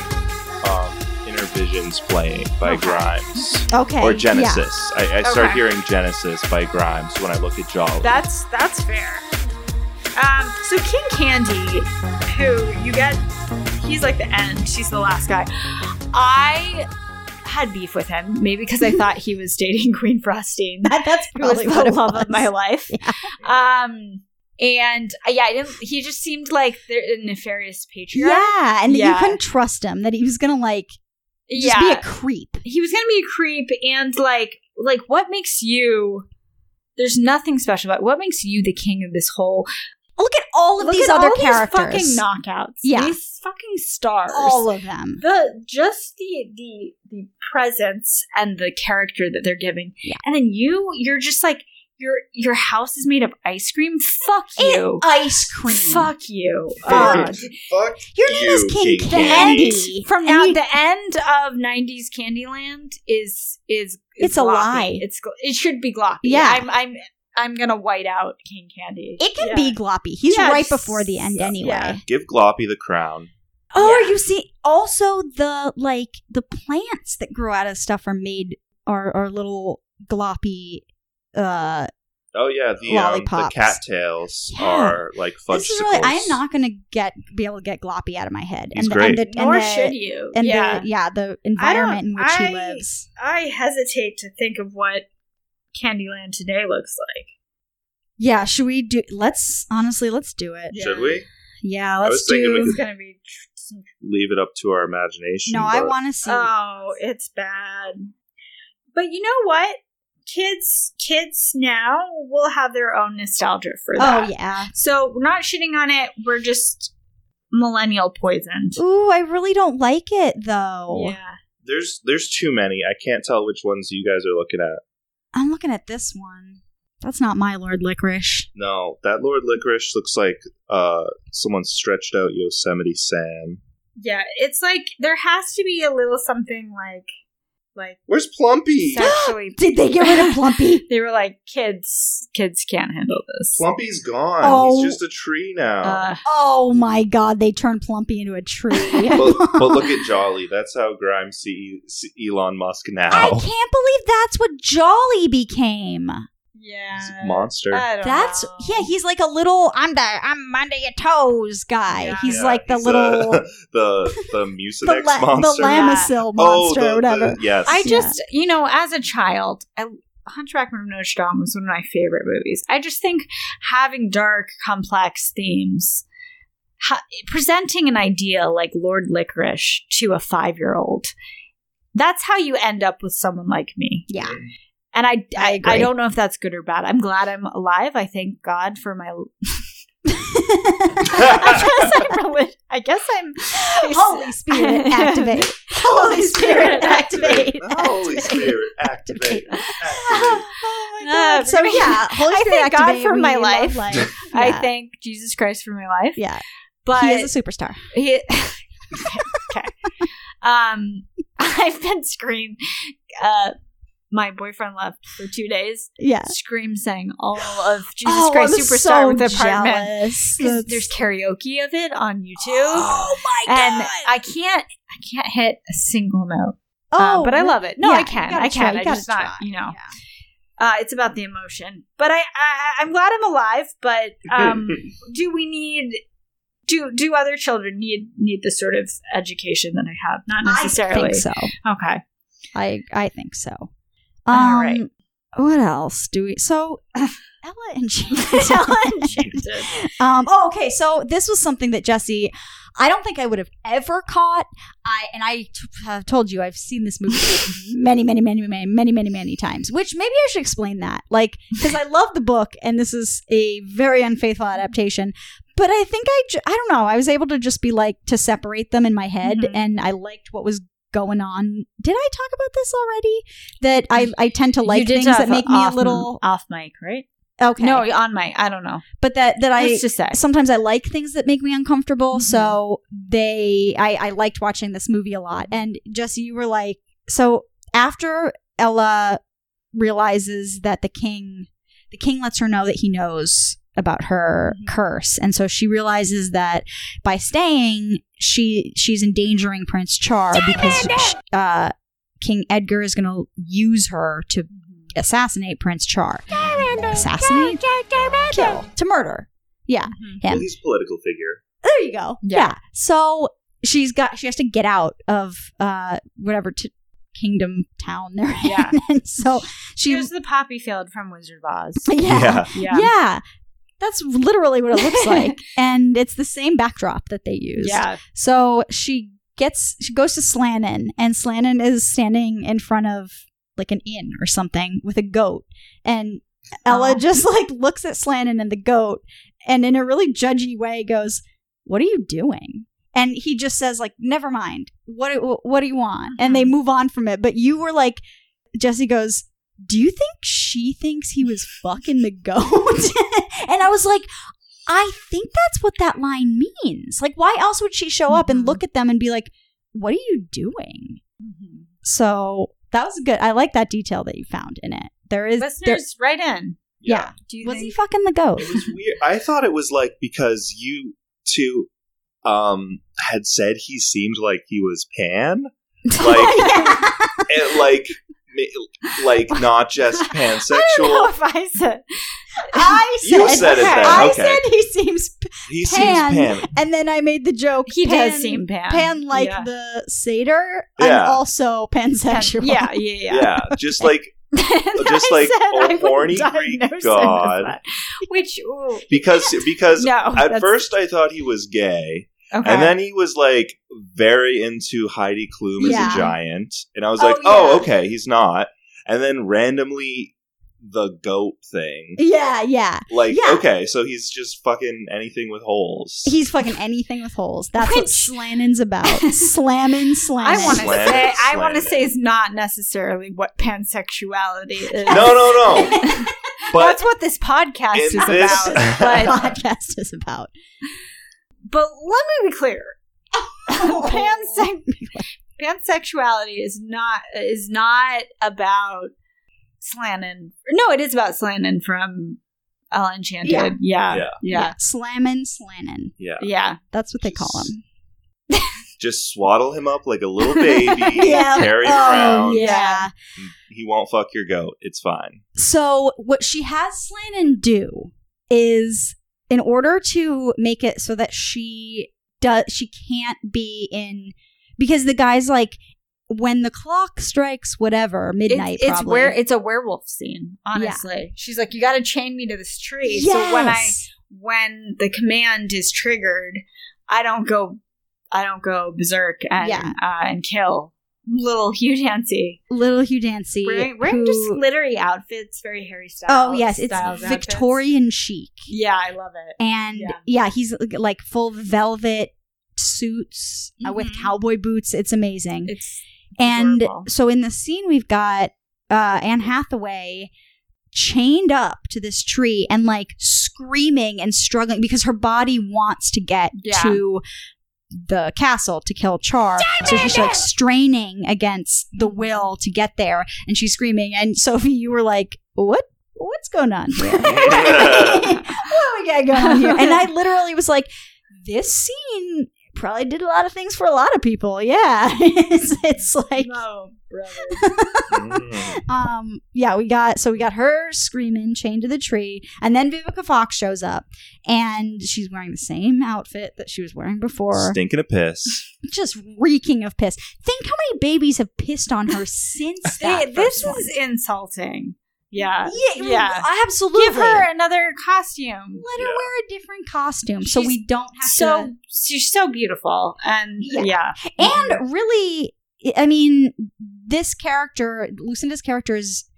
[SPEAKER 3] um, inner Visions Playing by
[SPEAKER 1] Okay.
[SPEAKER 3] Grimes.
[SPEAKER 2] Okay.
[SPEAKER 3] Or Genesis. I, I
[SPEAKER 1] Okay.
[SPEAKER 3] start hearing Genesis by Grimes when I look at Jolly.
[SPEAKER 1] That's that's fair. Um, so King Candy, who you get, he's like the end. She's the last guy. I had beef with him, maybe because I thought he was dating Queen Frostine.
[SPEAKER 2] Yeah. That- that's
[SPEAKER 1] who was
[SPEAKER 2] probably what
[SPEAKER 1] the
[SPEAKER 2] it
[SPEAKER 1] love
[SPEAKER 2] was.
[SPEAKER 1] of my life. Um, and uh, yeah, I didn't. He just seemed like the- a nefarious patriarch.
[SPEAKER 2] Yeah, and that you
[SPEAKER 1] Yeah.
[SPEAKER 2] couldn't trust him. That he was gonna like just
[SPEAKER 1] yeah.
[SPEAKER 2] be a creep.
[SPEAKER 1] he was gonna be a creep, and like, like what makes you? There's nothing special about what makes you the king of this whole
[SPEAKER 2] Look at all of
[SPEAKER 1] Look
[SPEAKER 2] these
[SPEAKER 1] at
[SPEAKER 2] other
[SPEAKER 1] all
[SPEAKER 2] characters.
[SPEAKER 1] These fucking knockouts.
[SPEAKER 2] Yeah.
[SPEAKER 1] These fucking stars.
[SPEAKER 2] all of them.
[SPEAKER 1] the just the the the presence and the character that they're giving.
[SPEAKER 2] Yeah.
[SPEAKER 1] And then you you're just like your your house is made of ice cream. Fuck you.
[SPEAKER 2] Ice cream.
[SPEAKER 1] Fuck you.
[SPEAKER 2] Fuck.
[SPEAKER 1] Uh,
[SPEAKER 3] Fuck
[SPEAKER 2] Your name is King,
[SPEAKER 3] King
[SPEAKER 2] Candy.
[SPEAKER 3] Candy.
[SPEAKER 1] from
[SPEAKER 2] And
[SPEAKER 1] now,
[SPEAKER 2] you-
[SPEAKER 1] the end of '90s Candyland is is, is
[SPEAKER 2] It's a
[SPEAKER 1] gloppy.
[SPEAKER 2] lie.
[SPEAKER 1] It's gl- it should be gloppy.
[SPEAKER 2] Yeah.
[SPEAKER 1] I'm I'm I'm gonna white out King Candy.
[SPEAKER 2] It can
[SPEAKER 1] Yeah.
[SPEAKER 2] be gloppy. He's
[SPEAKER 1] Yeah,
[SPEAKER 2] right
[SPEAKER 1] just-
[SPEAKER 2] before the end anyway.
[SPEAKER 1] yeah.
[SPEAKER 3] Give Gloppy the crown.
[SPEAKER 2] Oh,
[SPEAKER 1] Yeah.
[SPEAKER 2] you see, also the like the plants that grow out of stuff are made are are little gloppy. Uh,
[SPEAKER 3] Oh yeah, the um, the
[SPEAKER 2] Lollipops.
[SPEAKER 3] cattails
[SPEAKER 2] Yeah.
[SPEAKER 3] are like fudge.
[SPEAKER 2] this is really. I am not gonna get be able to get gloppy out of my head.
[SPEAKER 3] He's
[SPEAKER 2] the,
[SPEAKER 3] great.
[SPEAKER 2] and the and
[SPEAKER 1] Nor
[SPEAKER 2] the,
[SPEAKER 1] should you.
[SPEAKER 2] And
[SPEAKER 1] yeah.
[SPEAKER 2] the yeah the environment in which
[SPEAKER 1] I-
[SPEAKER 2] he lives.
[SPEAKER 1] I hesitate to think of what Candyland today looks like.
[SPEAKER 2] Yeah, should we do? Let's honestly, let's do it.
[SPEAKER 1] Yeah.
[SPEAKER 3] Should we
[SPEAKER 2] Yeah,
[SPEAKER 3] was
[SPEAKER 2] let's
[SPEAKER 3] thinking we
[SPEAKER 2] do.
[SPEAKER 1] It's gonna be. tr-
[SPEAKER 3] leave it up to our imagination?
[SPEAKER 2] No, I
[SPEAKER 3] but-
[SPEAKER 2] want to see.
[SPEAKER 1] Oh, it's bad. But you know what? Kids, kids now will have their own nostalgia for that.
[SPEAKER 2] oh yeah.
[SPEAKER 1] So we're not shitting on it. We're just millennial poisoned.
[SPEAKER 2] Ooh, I really don't like it though.
[SPEAKER 1] Yeah.
[SPEAKER 3] There's there's too many. I can't tell which ones you guys are looking at.
[SPEAKER 2] I'm looking at this one. That's not my Lord Licorice.
[SPEAKER 3] No, that Lord Licorice looks like uh someone stretched out Yosemite Sam.
[SPEAKER 1] Yeah. It's like there has to be a little something like, like
[SPEAKER 3] Where's Plumpy?
[SPEAKER 1] sexually.
[SPEAKER 2] Did they get rid of Plumpy?
[SPEAKER 1] they were like, kids, kids can't handle this.
[SPEAKER 3] Plumpy's gone.
[SPEAKER 2] Oh.
[SPEAKER 3] He's just a tree now.
[SPEAKER 1] Uh,
[SPEAKER 2] Oh my God, they turned Plumpy into a tree.
[SPEAKER 3] but, but look at Jolly. That's how Grimes see, E, see Elon Musk
[SPEAKER 2] I
[SPEAKER 3] now.
[SPEAKER 2] can't believe that's what Jolly became.
[SPEAKER 1] yeah.
[SPEAKER 3] He's a monster.
[SPEAKER 2] Uh,
[SPEAKER 1] I don't
[SPEAKER 2] That's
[SPEAKER 1] know.
[SPEAKER 2] yeah. He's like a little I'm the I'm under your toes guy.
[SPEAKER 1] Yeah.
[SPEAKER 2] He's
[SPEAKER 3] Yeah,
[SPEAKER 2] like the
[SPEAKER 3] he's,
[SPEAKER 2] little
[SPEAKER 3] uh, the the
[SPEAKER 2] the,
[SPEAKER 3] Mucinex
[SPEAKER 2] la- the
[SPEAKER 3] monster.
[SPEAKER 1] lamb-
[SPEAKER 2] Lamisil monster,
[SPEAKER 3] Oh, the-
[SPEAKER 2] or whatever.
[SPEAKER 3] the- yes.
[SPEAKER 1] I
[SPEAKER 2] Yeah.
[SPEAKER 1] just, you know, as a child, I, Hunchback of Notre Dame was one of my favorite movies. I just think having dark, complex themes, ha- presenting an idea like Lord Licorice to a five year old, that's how you end up with someone like me.
[SPEAKER 2] yeah.
[SPEAKER 1] And I,
[SPEAKER 2] I
[SPEAKER 1] I,
[SPEAKER 2] agree.
[SPEAKER 1] I don't know if that's good or bad. I'm glad I'm alive. I thank God for my. I guess I'm. Relig- I guess I'm.
[SPEAKER 2] Holy Spirit, activate. Holy Spirit, activate.
[SPEAKER 3] Holy
[SPEAKER 2] Activate.
[SPEAKER 3] Spirit, activate. activate.
[SPEAKER 2] Oh my
[SPEAKER 1] Uh,
[SPEAKER 2] God. so
[SPEAKER 1] we're
[SPEAKER 2] yeah, Holy
[SPEAKER 1] I
[SPEAKER 2] Spirit
[SPEAKER 1] thank God
[SPEAKER 2] activate,
[SPEAKER 1] for
[SPEAKER 2] we
[SPEAKER 1] my
[SPEAKER 2] love
[SPEAKER 1] life. I
[SPEAKER 2] Yeah.
[SPEAKER 1] thank Jesus Christ for my life.
[SPEAKER 2] Yeah,
[SPEAKER 1] But
[SPEAKER 2] he is a superstar.
[SPEAKER 1] He, okay, okay. Um, I've been scream. Uh, my boyfriend left for two days.
[SPEAKER 2] Yeah.
[SPEAKER 1] Scream sang all of Jesus
[SPEAKER 2] Oh,
[SPEAKER 1] Christ
[SPEAKER 2] I'm
[SPEAKER 1] Superstar
[SPEAKER 2] so
[SPEAKER 1] with apartment.
[SPEAKER 2] jealous.
[SPEAKER 1] 'Cause
[SPEAKER 2] That's-
[SPEAKER 1] There's karaoke of it on YouTube,
[SPEAKER 2] Oh my
[SPEAKER 1] and
[SPEAKER 2] god!
[SPEAKER 1] I can't. I can't hit a single note.
[SPEAKER 2] oh,
[SPEAKER 1] uh, but I love it. No,
[SPEAKER 2] yeah,
[SPEAKER 1] I
[SPEAKER 2] you
[SPEAKER 1] can.
[SPEAKER 2] gotta
[SPEAKER 1] I
[SPEAKER 2] try,
[SPEAKER 1] can.
[SPEAKER 2] you
[SPEAKER 1] I
[SPEAKER 2] gotta
[SPEAKER 1] just not.
[SPEAKER 2] try.
[SPEAKER 1] You know,
[SPEAKER 2] Yeah.
[SPEAKER 1] uh, it's about the emotion. But I, I, I'm glad I'm alive. But um, do we need do do other children need need the sort of education that I have? Not
[SPEAKER 2] I
[SPEAKER 1] necessarily.
[SPEAKER 2] think so.
[SPEAKER 1] Okay.
[SPEAKER 2] I I think so. Um,
[SPEAKER 1] All right.
[SPEAKER 2] What else do we? So Ella and James.
[SPEAKER 1] Ella and James.
[SPEAKER 2] Um, oh, okay. So this was something that Jesse, I don't think I would have ever caught. I and I t- have told you I've seen this movie many, many, many, many, many, many, many times. Which maybe I should explain that, like, because I love the book and this is a very unfaithful adaptation. But I think I, ju- I don't know. I was able to just be like to separate them in my head,
[SPEAKER 1] Mhm.
[SPEAKER 2] and I liked what was going on. Did I talk about this already? That I, I tend to like things that make me a little
[SPEAKER 1] off mic, right?
[SPEAKER 2] okay.
[SPEAKER 1] No, on mic. I don't know.
[SPEAKER 2] but that that I
[SPEAKER 1] Let's just say.
[SPEAKER 2] sometimes I like things that make me uncomfortable.
[SPEAKER 1] Mhm.
[SPEAKER 2] So they, I, I liked watching this movie a lot. And Jesse, you were like, so after Ella realizes that the king, the king lets her know that he knows about her curse and so she realizes that by staying she she's endangering prince char because sh uh, king edgar is going to use her to assassinate prince char assassinate kill to murder yeah
[SPEAKER 1] Mm-hmm.
[SPEAKER 3] Well,
[SPEAKER 2] him
[SPEAKER 3] he's a political figure.
[SPEAKER 2] there you go
[SPEAKER 1] Yeah.
[SPEAKER 2] yeah, so she's got she has to get out of uh whatever t- kingdom town they're
[SPEAKER 1] Yeah.
[SPEAKER 2] in and so she
[SPEAKER 1] She was the poppy field from Wizard of Oz.
[SPEAKER 2] yeah
[SPEAKER 1] Yeah.
[SPEAKER 2] yeah. That's literally what it looks like. and it's the same backdrop that they use.
[SPEAKER 1] Yeah.
[SPEAKER 2] So she gets she goes to Slannon and Slannon is standing in front of like an inn or something with a goat. And Ella
[SPEAKER 1] Oh.
[SPEAKER 2] just like looks at Slannon and the goat and in a really judgy way goes, "What are you doing?" And he just says like, "Never mind. What what do you want?" And they move on from it. But you were like Jesse goes, "Do you think she thinks he was fucking the goat?" and I was like, I think that's what that line means. Like, why else would she show up
[SPEAKER 1] Mm-hmm.
[SPEAKER 2] and look at them and be like, what are you doing?
[SPEAKER 1] Mm-hmm.
[SPEAKER 2] So that was good. I like that detail that you found in it. There is, there,
[SPEAKER 1] Listeners, right in.
[SPEAKER 2] yeah.
[SPEAKER 1] Do you
[SPEAKER 2] Was he
[SPEAKER 1] think-
[SPEAKER 2] fucking the goat?
[SPEAKER 3] It was weird. I thought it was like because you two um had said he seemed like he was pan, like
[SPEAKER 2] Yeah.
[SPEAKER 3] and like ma- like not just
[SPEAKER 2] I don't know
[SPEAKER 3] pansexual.
[SPEAKER 2] if I said. I said,
[SPEAKER 3] You said it then,
[SPEAKER 2] I
[SPEAKER 3] okay.
[SPEAKER 2] said he seems,
[SPEAKER 3] He
[SPEAKER 2] pan.
[SPEAKER 3] seems pan.
[SPEAKER 2] and then I made the joke.
[SPEAKER 1] He
[SPEAKER 2] pan,
[SPEAKER 1] does seem pan.
[SPEAKER 2] pan like
[SPEAKER 1] Yeah.
[SPEAKER 2] the satyr, and
[SPEAKER 3] Yeah.
[SPEAKER 2] also pansexual.
[SPEAKER 1] Yeah, yeah, yeah.
[SPEAKER 3] Yeah, just like
[SPEAKER 1] And
[SPEAKER 3] Just
[SPEAKER 1] I
[SPEAKER 3] like
[SPEAKER 1] said
[SPEAKER 3] a
[SPEAKER 1] I wouldn't
[SPEAKER 3] horny
[SPEAKER 1] diagnose
[SPEAKER 3] Greek
[SPEAKER 1] him as
[SPEAKER 3] god.
[SPEAKER 1] that. Which ooh,
[SPEAKER 3] because because
[SPEAKER 1] no,
[SPEAKER 3] at
[SPEAKER 1] that's-
[SPEAKER 3] first I thought he was gay,
[SPEAKER 1] okay.
[SPEAKER 3] and then he was like very into Heidi Klum as
[SPEAKER 2] Yeah.
[SPEAKER 3] a giant, and I was
[SPEAKER 1] Oh,
[SPEAKER 3] like, oh,
[SPEAKER 1] yeah.
[SPEAKER 3] okay, he's not. And then randomly the goat thing,
[SPEAKER 2] Yeah, yeah.
[SPEAKER 3] like
[SPEAKER 2] Yeah.
[SPEAKER 3] okay, so he's just fucking anything with holes.
[SPEAKER 2] He's fucking anything with holes. That's what
[SPEAKER 1] Which-
[SPEAKER 2] Slannon's about. Slammin' Slannon.
[SPEAKER 1] I want to
[SPEAKER 3] Slanted,
[SPEAKER 1] say I want to
[SPEAKER 3] slanted.
[SPEAKER 1] say is not necessarily what pansexuality is.
[SPEAKER 3] no, no, no. But
[SPEAKER 1] that's what this podcast is
[SPEAKER 3] in this-
[SPEAKER 1] about.
[SPEAKER 2] What
[SPEAKER 1] But
[SPEAKER 2] podcast is about.
[SPEAKER 1] but let me be clear. Pansex- pansexuality is not is not about Slannon. No, it is about Slannon from Ellen Enchanted. Yeah.
[SPEAKER 2] Yeah.
[SPEAKER 1] Yeah.
[SPEAKER 3] Yeah.
[SPEAKER 1] Yeah.
[SPEAKER 2] Slammin' Slannon.
[SPEAKER 3] yeah,
[SPEAKER 1] Yeah.
[SPEAKER 2] That's what they call him.
[SPEAKER 3] just swaddle him up like a little baby,
[SPEAKER 2] Yeah.
[SPEAKER 3] carry him around.
[SPEAKER 2] Oh, yeah.
[SPEAKER 3] He won't fuck your goat. It's fine.
[SPEAKER 2] So what she has Slannon do is in order to make it so that she does she can't be in because the guy's like when the clock strikes whatever midnight
[SPEAKER 1] It's, it's
[SPEAKER 2] probably
[SPEAKER 1] where it's a werewolf scene. Honestly, she's like, "You got to chain me to this tree." So when I
[SPEAKER 2] Yes.
[SPEAKER 1] when the command is triggered, I don't go, I don't go berserk and
[SPEAKER 2] Yeah.
[SPEAKER 1] uh, and kill little Hugh Dancy.
[SPEAKER 2] little Hugh Dancy
[SPEAKER 1] Wearing, wearing just
[SPEAKER 2] who-
[SPEAKER 1] glittery outfits, very Harry Styles.
[SPEAKER 2] Oh yes, it's
[SPEAKER 1] Styles outfits.
[SPEAKER 2] Victorian chic,
[SPEAKER 1] Yeah, I love it.
[SPEAKER 2] and
[SPEAKER 1] Yeah.
[SPEAKER 2] yeah, he's like- like full velvet suits uh, with
[SPEAKER 1] Mhm.
[SPEAKER 2] cowboy boots. It's amazing.
[SPEAKER 1] It's
[SPEAKER 2] and
[SPEAKER 1] adorable.
[SPEAKER 2] so in the scene, we've got uh, Anne Hathaway chained up to this tree and like screaming and struggling because her body wants to get
[SPEAKER 1] Yeah.
[SPEAKER 2] to the castle to kill Char. So she's like straining against the
[SPEAKER 1] Mm-hmm.
[SPEAKER 2] will to get there, and she's screaming. And Sophie, you were like, "What? What's going on here? what we got going on here?" And I literally was like, "This scene." Probably did a lot of things for a lot of people. Yeah, it's, it's like,
[SPEAKER 1] no, brother.
[SPEAKER 3] Mm.
[SPEAKER 2] um, yeah, we got so we got her screaming, chained to the tree, and then Vivica Fox shows up, and she's wearing the same outfit that she was wearing before
[SPEAKER 3] Stinking a piss.
[SPEAKER 2] just reeking of piss. Think how many babies have pissed on her since that.
[SPEAKER 1] Hey, this
[SPEAKER 2] first
[SPEAKER 1] is insulting. Yeah,
[SPEAKER 2] one. yeah,
[SPEAKER 1] yeah.
[SPEAKER 2] absolutely.
[SPEAKER 1] give her another costume.
[SPEAKER 2] let her
[SPEAKER 3] Yeah.
[SPEAKER 2] wear a different costume so
[SPEAKER 1] She's
[SPEAKER 2] we don't have
[SPEAKER 1] So she's so beautiful, and
[SPEAKER 2] Yeah.
[SPEAKER 1] yeah,
[SPEAKER 2] to. And really, I mean, this character, Lucinda's character is.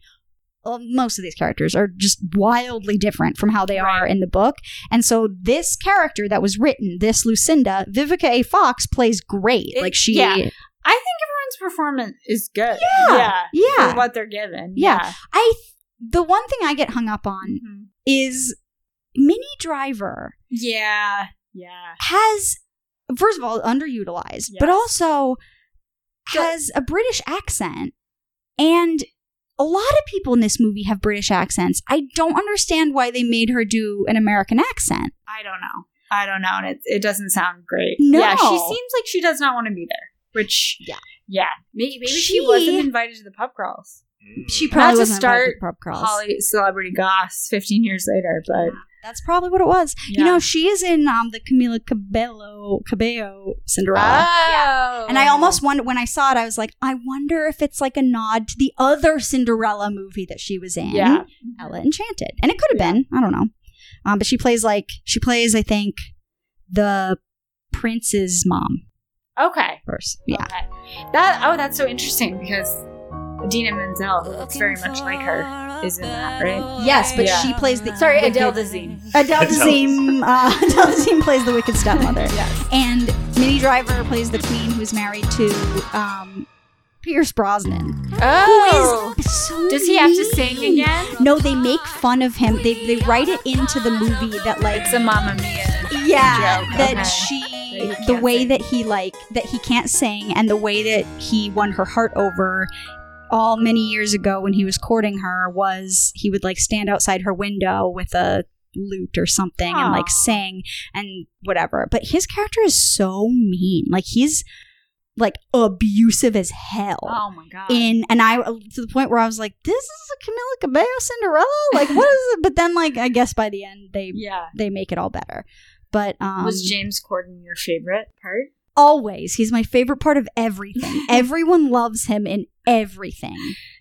[SPEAKER 2] Well, most of these characters are just wildly different from how they are
[SPEAKER 1] Right.
[SPEAKER 2] in the book. And so this character that was written, this Lucinda, Vivica A. Fox plays great.
[SPEAKER 1] It-
[SPEAKER 2] like she
[SPEAKER 1] yeah. I think everyone's performance is good.
[SPEAKER 2] Yeah.
[SPEAKER 1] for
[SPEAKER 2] yeah.
[SPEAKER 1] what they're given.
[SPEAKER 2] Yeah. I the one thing I get hung up on
[SPEAKER 1] Mhm.
[SPEAKER 2] is Mini Driver
[SPEAKER 1] Yeah. Yeah.
[SPEAKER 2] has, first of all, underutilized, but
[SPEAKER 1] Yes.
[SPEAKER 2] also has a British accent and a lot of people in this movie have British accents. I don't understand why they made her do an American accent.
[SPEAKER 1] I don't know. I don't know. And it, it doesn't sound great.
[SPEAKER 2] No.
[SPEAKER 1] Yeah, she seems like she does not want to be there, which,
[SPEAKER 2] Yeah.
[SPEAKER 1] Yeah. Maybe, maybe she,
[SPEAKER 2] She-
[SPEAKER 1] wasn't invited to the pub crawls.
[SPEAKER 2] She
[SPEAKER 1] Not to
[SPEAKER 2] probably wasn't
[SPEAKER 1] start
[SPEAKER 2] start pub crawls.
[SPEAKER 1] Holly Celebrity Goss 15 years later, but
[SPEAKER 2] That's probably what it was.
[SPEAKER 1] Yeah.
[SPEAKER 2] You know, she is in um, the Camila Cabello Cabello Cinderella.
[SPEAKER 1] Oh.
[SPEAKER 2] and I almost wonder when I saw it, I was like, I wonder if it's like a nod to the other Cinderella movie that she was in.
[SPEAKER 1] Yeah.
[SPEAKER 2] Ella Enchanted. And it could have
[SPEAKER 1] Yeah.
[SPEAKER 2] been. I don't know. Um, but she plays like she plays, I think, the prince's mom
[SPEAKER 1] Okay.
[SPEAKER 2] first. Yeah.
[SPEAKER 1] Okay. That oh, that's so interesting because Dina Menzel, who looks very much like her, is in that, right?
[SPEAKER 2] Yes, but
[SPEAKER 1] Yeah.
[SPEAKER 2] she plays the
[SPEAKER 1] Sorry,
[SPEAKER 2] wicked-
[SPEAKER 1] Adele Dazeem.
[SPEAKER 2] Adele
[SPEAKER 3] Adele.
[SPEAKER 2] Dazeem. Uh, Adele Dazeem plays the wicked stepmother.
[SPEAKER 1] Yes.
[SPEAKER 2] And Minnie Driver plays the queen who's married to um, Pierce Brosnan.
[SPEAKER 1] Oh.
[SPEAKER 2] Who is so
[SPEAKER 1] Does he have to
[SPEAKER 2] mean.
[SPEAKER 1] sing again?
[SPEAKER 2] No, they make fun of him. They, they write it into the movie that like
[SPEAKER 1] It's a Mamma Mia.
[SPEAKER 2] yeah
[SPEAKER 1] joke,
[SPEAKER 2] that
[SPEAKER 1] okay. That
[SPEAKER 2] she
[SPEAKER 1] he
[SPEAKER 2] the
[SPEAKER 1] can't
[SPEAKER 2] way
[SPEAKER 1] sing.
[SPEAKER 2] that he like that he can't sing and the way that he won her heart over all many years ago when he was courting her was he would like stand outside her window with a lute or something and
[SPEAKER 1] Aw.
[SPEAKER 2] like sing and whatever but his character is so mean like he's like abusive as hell
[SPEAKER 1] Oh my god.
[SPEAKER 2] in and I to the point where I was like, this is a Camilla Cabello Cinderella? Like what is it? But then like I guess by the end they
[SPEAKER 1] yeah.
[SPEAKER 2] they make it all better. But um
[SPEAKER 1] Was James Corden your favorite part?
[SPEAKER 2] always he's my favorite part of everything. Everyone loves him in everything.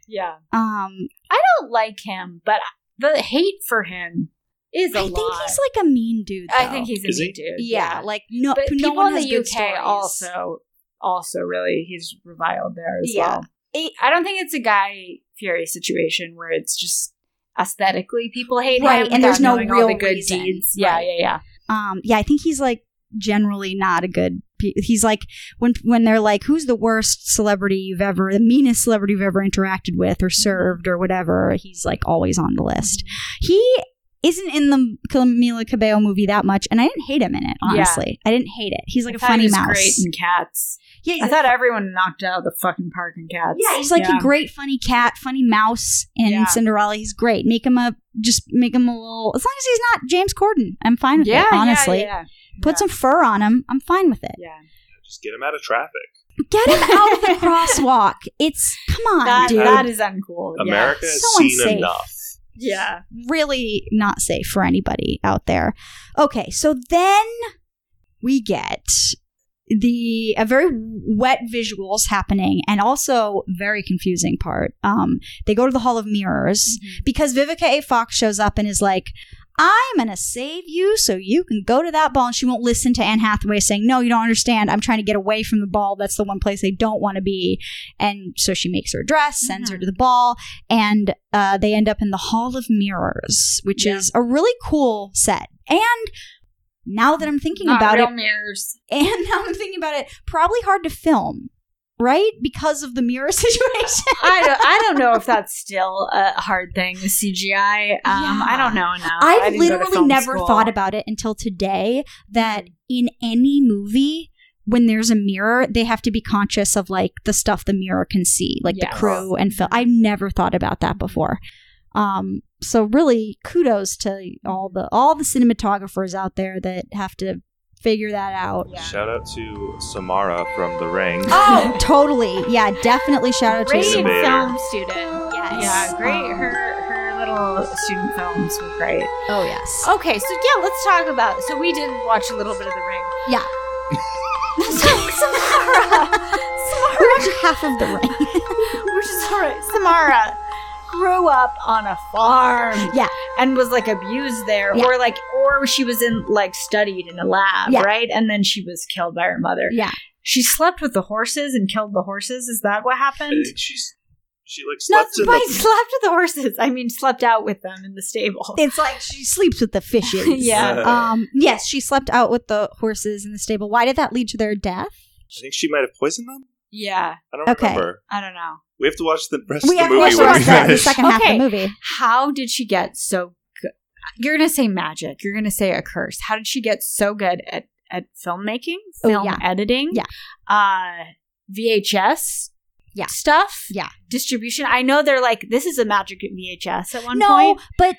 [SPEAKER 1] Yeah.
[SPEAKER 2] Um
[SPEAKER 1] I don't like him, but the hate for him is a
[SPEAKER 2] I
[SPEAKER 1] lot.
[SPEAKER 2] think he's like a mean dude.
[SPEAKER 1] I
[SPEAKER 2] though.
[SPEAKER 1] think he's a
[SPEAKER 3] Is
[SPEAKER 1] mean
[SPEAKER 3] he?
[SPEAKER 1] dude.
[SPEAKER 2] yeah, like no,
[SPEAKER 1] but
[SPEAKER 2] no
[SPEAKER 1] people in
[SPEAKER 2] one has
[SPEAKER 1] the
[SPEAKER 2] good
[SPEAKER 1] UK
[SPEAKER 2] stories.
[SPEAKER 1] also also really he's reviled there as
[SPEAKER 2] Yeah.
[SPEAKER 1] well. It- I don't think it's a Guy Fury situation where it's just aesthetically people hate
[SPEAKER 2] Right,
[SPEAKER 1] him,
[SPEAKER 2] and there's
[SPEAKER 1] without
[SPEAKER 2] no
[SPEAKER 1] knowing all the
[SPEAKER 2] real
[SPEAKER 1] good
[SPEAKER 2] reason.
[SPEAKER 1] deeds. Yeah,
[SPEAKER 2] Right.
[SPEAKER 1] yeah, yeah.
[SPEAKER 2] um yeah i think he's like generally not a good pe- he's like when when they're like who's the worst celebrity you've ever the meanest celebrity you've ever interacted with or served or whatever he's like always on the list
[SPEAKER 1] Mm-hmm.
[SPEAKER 2] he isn't in the Camila Cabello movie that much, and I didn't hate him in it.
[SPEAKER 1] Yeah.
[SPEAKER 2] Honestly, I didn't hate it. He's
[SPEAKER 1] I
[SPEAKER 2] like a
[SPEAKER 1] thought he
[SPEAKER 2] funny
[SPEAKER 1] was
[SPEAKER 2] mouse.
[SPEAKER 1] Great in cats.
[SPEAKER 2] Yeah, he's
[SPEAKER 1] I
[SPEAKER 2] a-
[SPEAKER 1] thought everyone knocked out the fucking park in cats.
[SPEAKER 2] yeah, he's like
[SPEAKER 1] Yeah.
[SPEAKER 2] a great funny cat, funny mouse in
[SPEAKER 1] Yeah.
[SPEAKER 2] Cinderella. He's great. Make him a just make him a little. As long as he's not James Corden, I'm fine with
[SPEAKER 1] yeah,
[SPEAKER 2] it. Honestly,
[SPEAKER 1] yeah, yeah.
[SPEAKER 2] put
[SPEAKER 1] Yeah.
[SPEAKER 2] some fur on him. I'm fine with it.
[SPEAKER 1] yeah.
[SPEAKER 3] Just get him out of traffic.
[SPEAKER 2] Get him out of the crosswalk. It's come on,
[SPEAKER 1] That,
[SPEAKER 2] dude.
[SPEAKER 1] that is uncool. yeah.
[SPEAKER 3] America has
[SPEAKER 2] So
[SPEAKER 3] seen
[SPEAKER 2] unsafe.
[SPEAKER 3] enough.
[SPEAKER 1] Yeah.
[SPEAKER 2] really not safe for anybody out there. Okay, so then we get the a very wet visuals happening and also very confusing part. Um, they go to the Hall of Mirrors
[SPEAKER 1] Mm-hmm.
[SPEAKER 2] because Vivica A. Fox shows up and is like. I'm gonna save you so you can go to that ball, and she won't listen to Anne Hathaway saying, "No, you don't understand. I'm trying to get away from the ball. That's the one place I don't want to be." And so she makes her dress, sends
[SPEAKER 1] Mm-hmm.
[SPEAKER 2] her to the ball, and uh, they end up in the Hall of Mirrors, which
[SPEAKER 1] Yeah.
[SPEAKER 2] is a really cool set. And now that I'm thinking
[SPEAKER 1] Not
[SPEAKER 2] about
[SPEAKER 1] real
[SPEAKER 2] it,
[SPEAKER 1] mirrors.
[SPEAKER 2] and now I'm thinking about it, probably hard to film, right? Because of the mirror situation.
[SPEAKER 1] I don't, I don't know if that's still a hard thing, the CGI. Um,
[SPEAKER 2] Yeah.
[SPEAKER 1] I don't know enough. I
[SPEAKER 2] I've
[SPEAKER 1] didn't go to
[SPEAKER 2] literally
[SPEAKER 1] film
[SPEAKER 2] never
[SPEAKER 1] school. Mm-hmm.
[SPEAKER 2] thought about it until today that in any movie, when there's a mirror, they have to be conscious of like the stuff the mirror can see, like
[SPEAKER 1] Yes.
[SPEAKER 2] the crew and film. I've never thought about that before. Um, so really, kudos to all the all the cinematographers out there that have to figure that out.
[SPEAKER 1] Yeah.
[SPEAKER 3] Shout out to Samara from The Ring.
[SPEAKER 2] Oh, totally. Yeah, definitely. Shout out
[SPEAKER 1] Great
[SPEAKER 2] to
[SPEAKER 3] Innovator.
[SPEAKER 1] film student.
[SPEAKER 2] Yes.
[SPEAKER 1] Yeah, great. Her her little student films were great.
[SPEAKER 2] Oh yes.
[SPEAKER 1] Okay, so yeah, let's talk about. So we did watch a little bit of The Ring.
[SPEAKER 2] Yeah.
[SPEAKER 1] Samara,
[SPEAKER 2] We watched half of the ring.
[SPEAKER 1] Samara, which is all right. Samara grew up on a farm.
[SPEAKER 2] Yeah.
[SPEAKER 1] and was like abused there,
[SPEAKER 2] Yeah.
[SPEAKER 1] or like, or she was in like studied in a lab,
[SPEAKER 2] Yeah.
[SPEAKER 1] right? And then she was killed by her mother.
[SPEAKER 2] Yeah.
[SPEAKER 1] She slept with the horses and killed the horses. Is that what happened?
[SPEAKER 3] She's she like
[SPEAKER 1] No,
[SPEAKER 3] slept in
[SPEAKER 1] but
[SPEAKER 3] the
[SPEAKER 1] slept with the horses. I mean, slept out with them in the stable.
[SPEAKER 2] It's like she sleeps with the fishes.
[SPEAKER 1] yeah.
[SPEAKER 3] Uh,
[SPEAKER 2] Um, yes, she slept out with the horses in the stable. Why did that lead to their death?
[SPEAKER 3] I think she might have poisoned them.
[SPEAKER 1] Yeah.
[SPEAKER 3] I don't
[SPEAKER 2] Okay.
[SPEAKER 3] remember.
[SPEAKER 1] I don't know.
[SPEAKER 3] We have to watch the rest
[SPEAKER 2] We
[SPEAKER 3] of the
[SPEAKER 2] have to
[SPEAKER 3] movie
[SPEAKER 2] watch the
[SPEAKER 3] when
[SPEAKER 2] rest
[SPEAKER 3] we
[SPEAKER 2] of that, the
[SPEAKER 3] finish.
[SPEAKER 2] second half of
[SPEAKER 1] Okay.
[SPEAKER 2] the movie.
[SPEAKER 1] How did she get so good? You're going to say magic. You're going to say a curse. How did she get so good at, at filmmaking,
[SPEAKER 2] Oh,
[SPEAKER 1] film uh,
[SPEAKER 2] yeah.
[SPEAKER 1] editing?
[SPEAKER 2] Yeah.
[SPEAKER 1] Uh, VHS
[SPEAKER 2] Yeah.
[SPEAKER 1] stuff?
[SPEAKER 2] Yeah.
[SPEAKER 1] Distribution. I know they're like, this is a magic VHS at one
[SPEAKER 2] no,
[SPEAKER 1] point.
[SPEAKER 2] but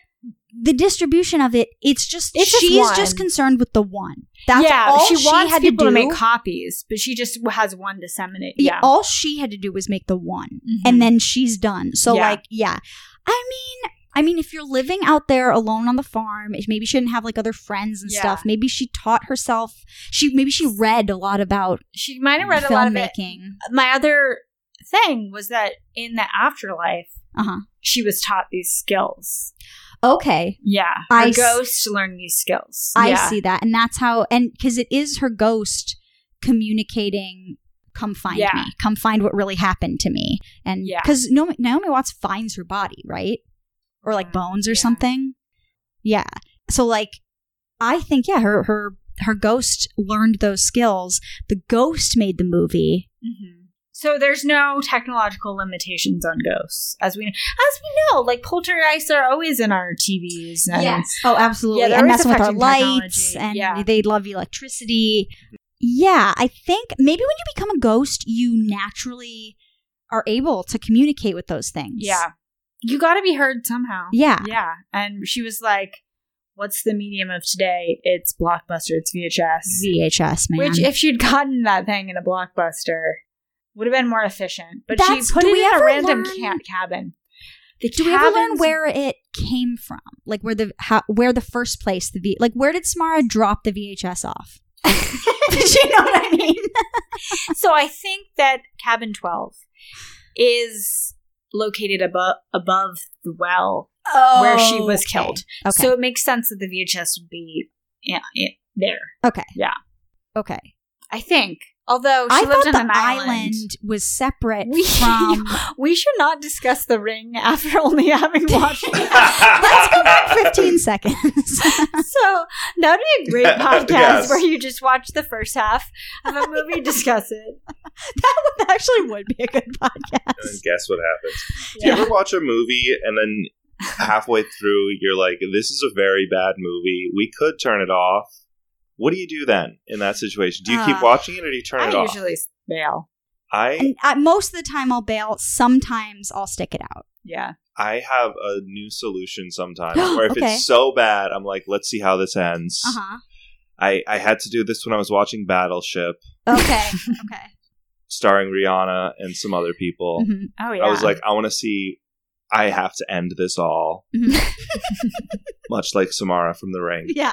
[SPEAKER 2] the distribution of it, it's just
[SPEAKER 1] It's just
[SPEAKER 2] she's
[SPEAKER 1] one.
[SPEAKER 2] just, concerned with the one. That's
[SPEAKER 1] yeah,
[SPEAKER 2] all
[SPEAKER 1] she,
[SPEAKER 2] she,
[SPEAKER 1] wants
[SPEAKER 2] had to
[SPEAKER 1] people
[SPEAKER 2] do.
[SPEAKER 1] to, make copies, but she just has one disseminate.
[SPEAKER 2] yeah.
[SPEAKER 1] Yeah.
[SPEAKER 2] all she had to do was make the one,
[SPEAKER 1] Mhm.
[SPEAKER 2] and then she's done. So
[SPEAKER 1] Yeah.
[SPEAKER 2] like, yeah, I mean. I mean, if you're living out there alone on the farm, it- maybe she didn't have like other friends and
[SPEAKER 1] Yeah.
[SPEAKER 2] stuff. Maybe she taught herself. She maybe she read a lot about
[SPEAKER 1] she might have read a lot of it.
[SPEAKER 2] filmmaking.
[SPEAKER 1] My other thing was that in the afterlife,
[SPEAKER 2] Uh-huh.
[SPEAKER 1] she was taught these skills.
[SPEAKER 2] Okay,
[SPEAKER 1] Yeah.
[SPEAKER 2] I
[SPEAKER 1] Her
[SPEAKER 2] s-
[SPEAKER 1] ghost learned these skills.
[SPEAKER 2] I
[SPEAKER 1] Yeah.
[SPEAKER 2] see that, and that's how, and because it is her ghost communicating, "Come find
[SPEAKER 1] Yeah.
[SPEAKER 2] me, come find what really happened to me," and
[SPEAKER 1] Yeah.
[SPEAKER 2] because Naomi, Naomi Watts finds her body, right, or like
[SPEAKER 1] Mm,
[SPEAKER 2] bones or
[SPEAKER 1] yeah.
[SPEAKER 2] something. Yeah, so like, I think yeah, her her her ghost learned those skills. The ghost made the movie.
[SPEAKER 1] Mhm. So there's no technological limitations on ghosts, as we as we know. Like poltergeists are always in our TVs. And
[SPEAKER 2] Oh, absolutely.
[SPEAKER 1] Yeah, they're
[SPEAKER 2] and
[SPEAKER 1] always
[SPEAKER 2] messing with our
[SPEAKER 1] affecting
[SPEAKER 2] lights,
[SPEAKER 1] technology.
[SPEAKER 2] and
[SPEAKER 1] Yeah.
[SPEAKER 2] they love electricity. Yeah, I think maybe when you become a ghost, you naturally are able to communicate with those things.
[SPEAKER 1] yeah, you got to be heard somehow.
[SPEAKER 2] Yeah.
[SPEAKER 1] yeah. And she was like, "What's the medium of today? It's blockbuster. It's VHS."
[SPEAKER 2] VHS, man.
[SPEAKER 1] Which, if she'd gotten that thing in a blockbuster, would have been more efficient. But
[SPEAKER 2] That's-
[SPEAKER 1] she put
[SPEAKER 2] do
[SPEAKER 1] it
[SPEAKER 2] we
[SPEAKER 1] in a
[SPEAKER 2] ever
[SPEAKER 1] random
[SPEAKER 2] learn-
[SPEAKER 1] ca- cabin. The
[SPEAKER 2] do we ever learn
[SPEAKER 1] cabins-
[SPEAKER 2] where it came from? Like where the how, where the first place the V like where did Smara drop the VHS off? did you know what I mean?
[SPEAKER 1] so I think that cabin 12 is located above above the well
[SPEAKER 2] Oh,
[SPEAKER 1] where she was killed.
[SPEAKER 2] Okay.
[SPEAKER 1] So it makes sense that the VHS would be yeah, yeah, there.
[SPEAKER 2] okay.
[SPEAKER 1] Yeah.
[SPEAKER 2] Okay.
[SPEAKER 1] I think. Although she
[SPEAKER 2] I
[SPEAKER 1] lived
[SPEAKER 2] thought
[SPEAKER 1] on
[SPEAKER 2] the
[SPEAKER 1] an
[SPEAKER 2] island.
[SPEAKER 1] island.
[SPEAKER 2] was separate
[SPEAKER 1] We-
[SPEAKER 2] from
[SPEAKER 1] We should not discuss the ring after only having watched it.
[SPEAKER 2] Let's go back 15 seconds.
[SPEAKER 1] So that would be a great podcast
[SPEAKER 3] Yes.
[SPEAKER 1] where you just watch the first half of a movie, discuss it.
[SPEAKER 2] that would actually would be a good
[SPEAKER 3] And then
[SPEAKER 2] podcast.
[SPEAKER 3] guess what happens?
[SPEAKER 1] Yeah.
[SPEAKER 3] Do you ever watch a movie and then halfway through you're like, "This is a very bad movie. We could turn it off." What do you do then in that situation? Do you
[SPEAKER 1] Uh,
[SPEAKER 3] keep watching it or do you turn it
[SPEAKER 1] I
[SPEAKER 3] off?
[SPEAKER 1] usually bail.
[SPEAKER 3] I
[SPEAKER 2] And uh, most of the time I'll bail. Sometimes I'll stick it out.
[SPEAKER 1] Yeah.
[SPEAKER 3] I have a new solution sometimes where if
[SPEAKER 2] Okay.
[SPEAKER 3] it's so bad, I'm like, "Let's see how this ends."
[SPEAKER 1] Uh-huh.
[SPEAKER 2] Uh
[SPEAKER 3] I I had to do this when I was watching Battleship,
[SPEAKER 2] huh. Okay. okay.
[SPEAKER 3] starring Rihanna and some other people.
[SPEAKER 2] Mhm.
[SPEAKER 1] Oh, yeah.
[SPEAKER 3] I was like, I want to see. I have to end this all,
[SPEAKER 2] Mhm.
[SPEAKER 3] much like Samara from The Ring.
[SPEAKER 2] Yeah.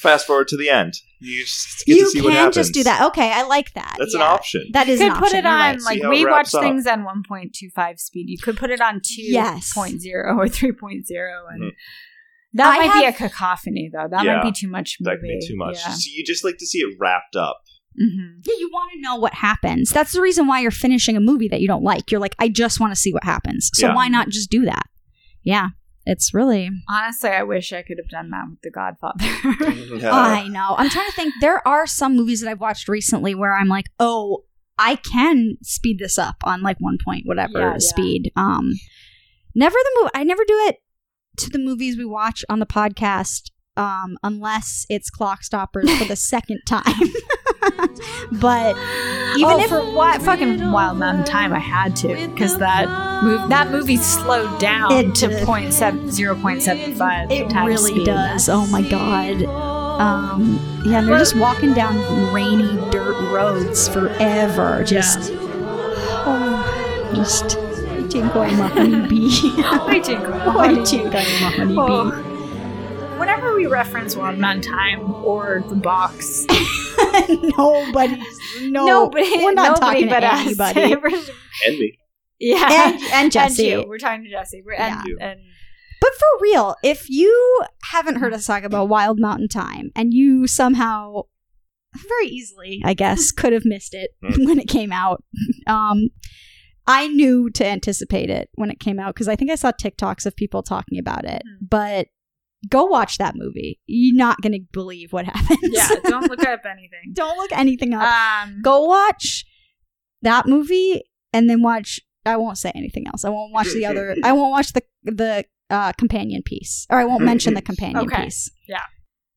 [SPEAKER 3] Fast forward to the end. You just get to
[SPEAKER 2] You
[SPEAKER 3] see what
[SPEAKER 2] can
[SPEAKER 3] happens.
[SPEAKER 2] just do that. Okay. I like that.
[SPEAKER 3] That's an
[SPEAKER 2] Yeah.
[SPEAKER 3] option.
[SPEAKER 2] That is
[SPEAKER 1] you
[SPEAKER 2] an
[SPEAKER 1] could put
[SPEAKER 2] option.
[SPEAKER 1] it
[SPEAKER 2] You're
[SPEAKER 1] on
[SPEAKER 2] right.
[SPEAKER 1] like
[SPEAKER 3] See how it
[SPEAKER 1] we watch
[SPEAKER 3] wraps up.
[SPEAKER 1] things on 1.25 speed. You could put it on 2.0
[SPEAKER 2] Yes.
[SPEAKER 1] or 3.0 and
[SPEAKER 3] Mhm.
[SPEAKER 1] that
[SPEAKER 2] I
[SPEAKER 1] might be a
[SPEAKER 2] have-
[SPEAKER 1] cacophony though. That
[SPEAKER 3] Yeah.
[SPEAKER 1] might be too much movie.
[SPEAKER 3] That could be too much.
[SPEAKER 1] Yeah.
[SPEAKER 3] So you just like to see it wrapped up.
[SPEAKER 1] Mhm.
[SPEAKER 2] Yeah, you want to know what happens. That's the reason why you're finishing a movie that you don't like. You're like, I just want to see what happens. So
[SPEAKER 3] Yeah.
[SPEAKER 2] why not just do that? Yeah. It's really
[SPEAKER 1] Honestly, I wish I could have done that with The Godfather.
[SPEAKER 3] Mm-hmm. Uh,
[SPEAKER 2] I know. I'm trying to think. There are some movies that I've watched recently where I'm like, oh, I can speed this up on like one point, whatever
[SPEAKER 1] Yeah, yeah.
[SPEAKER 2] speed. Um, never the movie. I never do it to the movies we watch on the podcast, um, unless it's Clock Stoppers for the second time. but even
[SPEAKER 1] Even
[SPEAKER 2] if
[SPEAKER 1] Oh, for what fucking wild mountain time, I had to because that move that movie slowed down
[SPEAKER 2] It
[SPEAKER 1] to
[SPEAKER 2] did.
[SPEAKER 1] point seven zero point seven five.
[SPEAKER 2] it
[SPEAKER 1] times
[SPEAKER 2] really
[SPEAKER 1] speed.
[SPEAKER 2] does. Oh my god. Um, yeah, and they're just walking down rainy dirt roads forever. Just, oh, just waiting for my honeybee.
[SPEAKER 1] Waiting,
[SPEAKER 2] waiting for my honeybee. Oh.
[SPEAKER 1] Whenever we reference Wild Mountain Time or the box,
[SPEAKER 2] Nobody's no,
[SPEAKER 1] nobody,
[SPEAKER 2] we're not
[SPEAKER 1] nobody
[SPEAKER 2] talking
[SPEAKER 1] but
[SPEAKER 2] to
[SPEAKER 1] us.
[SPEAKER 2] anybody.
[SPEAKER 1] We're-
[SPEAKER 3] and me.
[SPEAKER 1] yeah,
[SPEAKER 2] and and Jesse.
[SPEAKER 1] you. We're talking to Jesse. We're, and, and
[SPEAKER 2] But for real, if you haven't heard us talk about Wild Mountain Time and you somehow very easily, I guess, could have missed it
[SPEAKER 3] Mm.
[SPEAKER 2] when it came out, um, I knew to anticipate it when it came out because I think I saw TikToks of people talking about it.
[SPEAKER 1] Mhm.
[SPEAKER 2] But go watch that movie. You're not going to believe what happens.
[SPEAKER 1] yeah, don't look up anything.
[SPEAKER 2] Don't look anything up.
[SPEAKER 1] Um,
[SPEAKER 2] go watch that movie and then watch I won't say anything else. I won't watch the other I won't watch the the uh, companion piece or I won't mention the companion
[SPEAKER 1] Okay.
[SPEAKER 2] piece.
[SPEAKER 1] Yeah.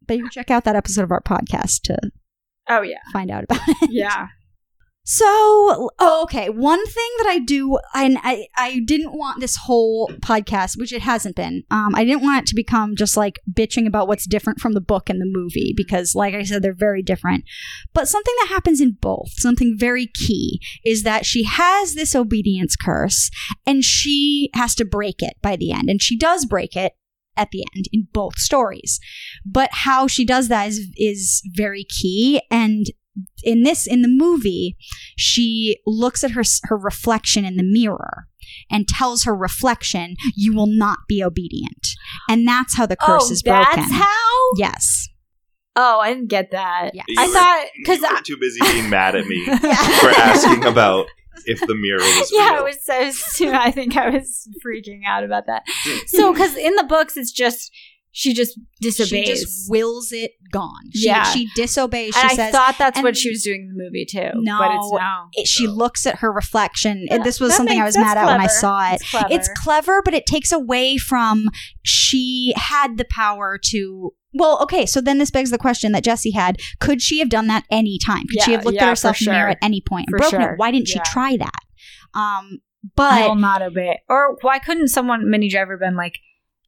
[SPEAKER 2] But you can check out that episode of our podcast to
[SPEAKER 1] Oh yeah,
[SPEAKER 2] find out about it.
[SPEAKER 1] yeah.
[SPEAKER 2] So oh, okay, one thing that I do, and I I didn't want this whole podcast, which it hasn't been. Um, I didn't want it to become just like bitching about what's different from the book and the movie because, like I said, they're very different. But something that happens in both, something very key, is that she has this obedience curse, and she has to break it by the end, and she does break it at the end in both stories. But how she does that is is very key, and in this in the movie she looks at her her reflection in the mirror and tells her reflection you will not be obedient and that's how the curse
[SPEAKER 1] oh,
[SPEAKER 2] is
[SPEAKER 1] that's
[SPEAKER 2] broken
[SPEAKER 1] how.
[SPEAKER 2] yes
[SPEAKER 1] Oh, I didn't get that.
[SPEAKER 2] Yeah.
[SPEAKER 1] I
[SPEAKER 3] You
[SPEAKER 1] thought
[SPEAKER 3] You
[SPEAKER 1] because
[SPEAKER 3] were too busy being mad at me for
[SPEAKER 2] yeah
[SPEAKER 3] asking about if the mirror was
[SPEAKER 1] yeah, I
[SPEAKER 3] real.
[SPEAKER 1] was, I was too, I think I was freaking out about that. So, because in the books, it's just Mm. she just
[SPEAKER 2] she
[SPEAKER 1] disobeys.
[SPEAKER 2] just wills it gone she,
[SPEAKER 1] Yeah.
[SPEAKER 2] she disobeys she
[SPEAKER 1] and I
[SPEAKER 2] says
[SPEAKER 1] thought that's
[SPEAKER 2] and-
[SPEAKER 1] what she was doing in the movie too.
[SPEAKER 2] No,
[SPEAKER 1] but it's no.
[SPEAKER 2] it- she looks at her reflection
[SPEAKER 1] Yeah,
[SPEAKER 2] this was
[SPEAKER 1] that
[SPEAKER 2] something i
[SPEAKER 1] makes-
[SPEAKER 2] was mad
[SPEAKER 1] that's
[SPEAKER 2] at when i
[SPEAKER 1] clever.
[SPEAKER 2] saw it
[SPEAKER 1] It's clever.
[SPEAKER 2] It's clever, but it takes away from she had the power to. Well, okay, so then this begs the question that Jesse had: Could she have done that any time? Could she
[SPEAKER 1] Yeah,
[SPEAKER 2] have looked
[SPEAKER 1] yeah,
[SPEAKER 2] at
[SPEAKER 1] for
[SPEAKER 2] herself in the mirror
[SPEAKER 1] sure.
[SPEAKER 2] at any point and
[SPEAKER 1] For
[SPEAKER 2] broken
[SPEAKER 1] sure.
[SPEAKER 2] it? Why didn't
[SPEAKER 1] Yeah.
[SPEAKER 2] she try that? Um,
[SPEAKER 1] I
[SPEAKER 2] but
[SPEAKER 1] will not obey. Or why couldn't someone mini driver been like,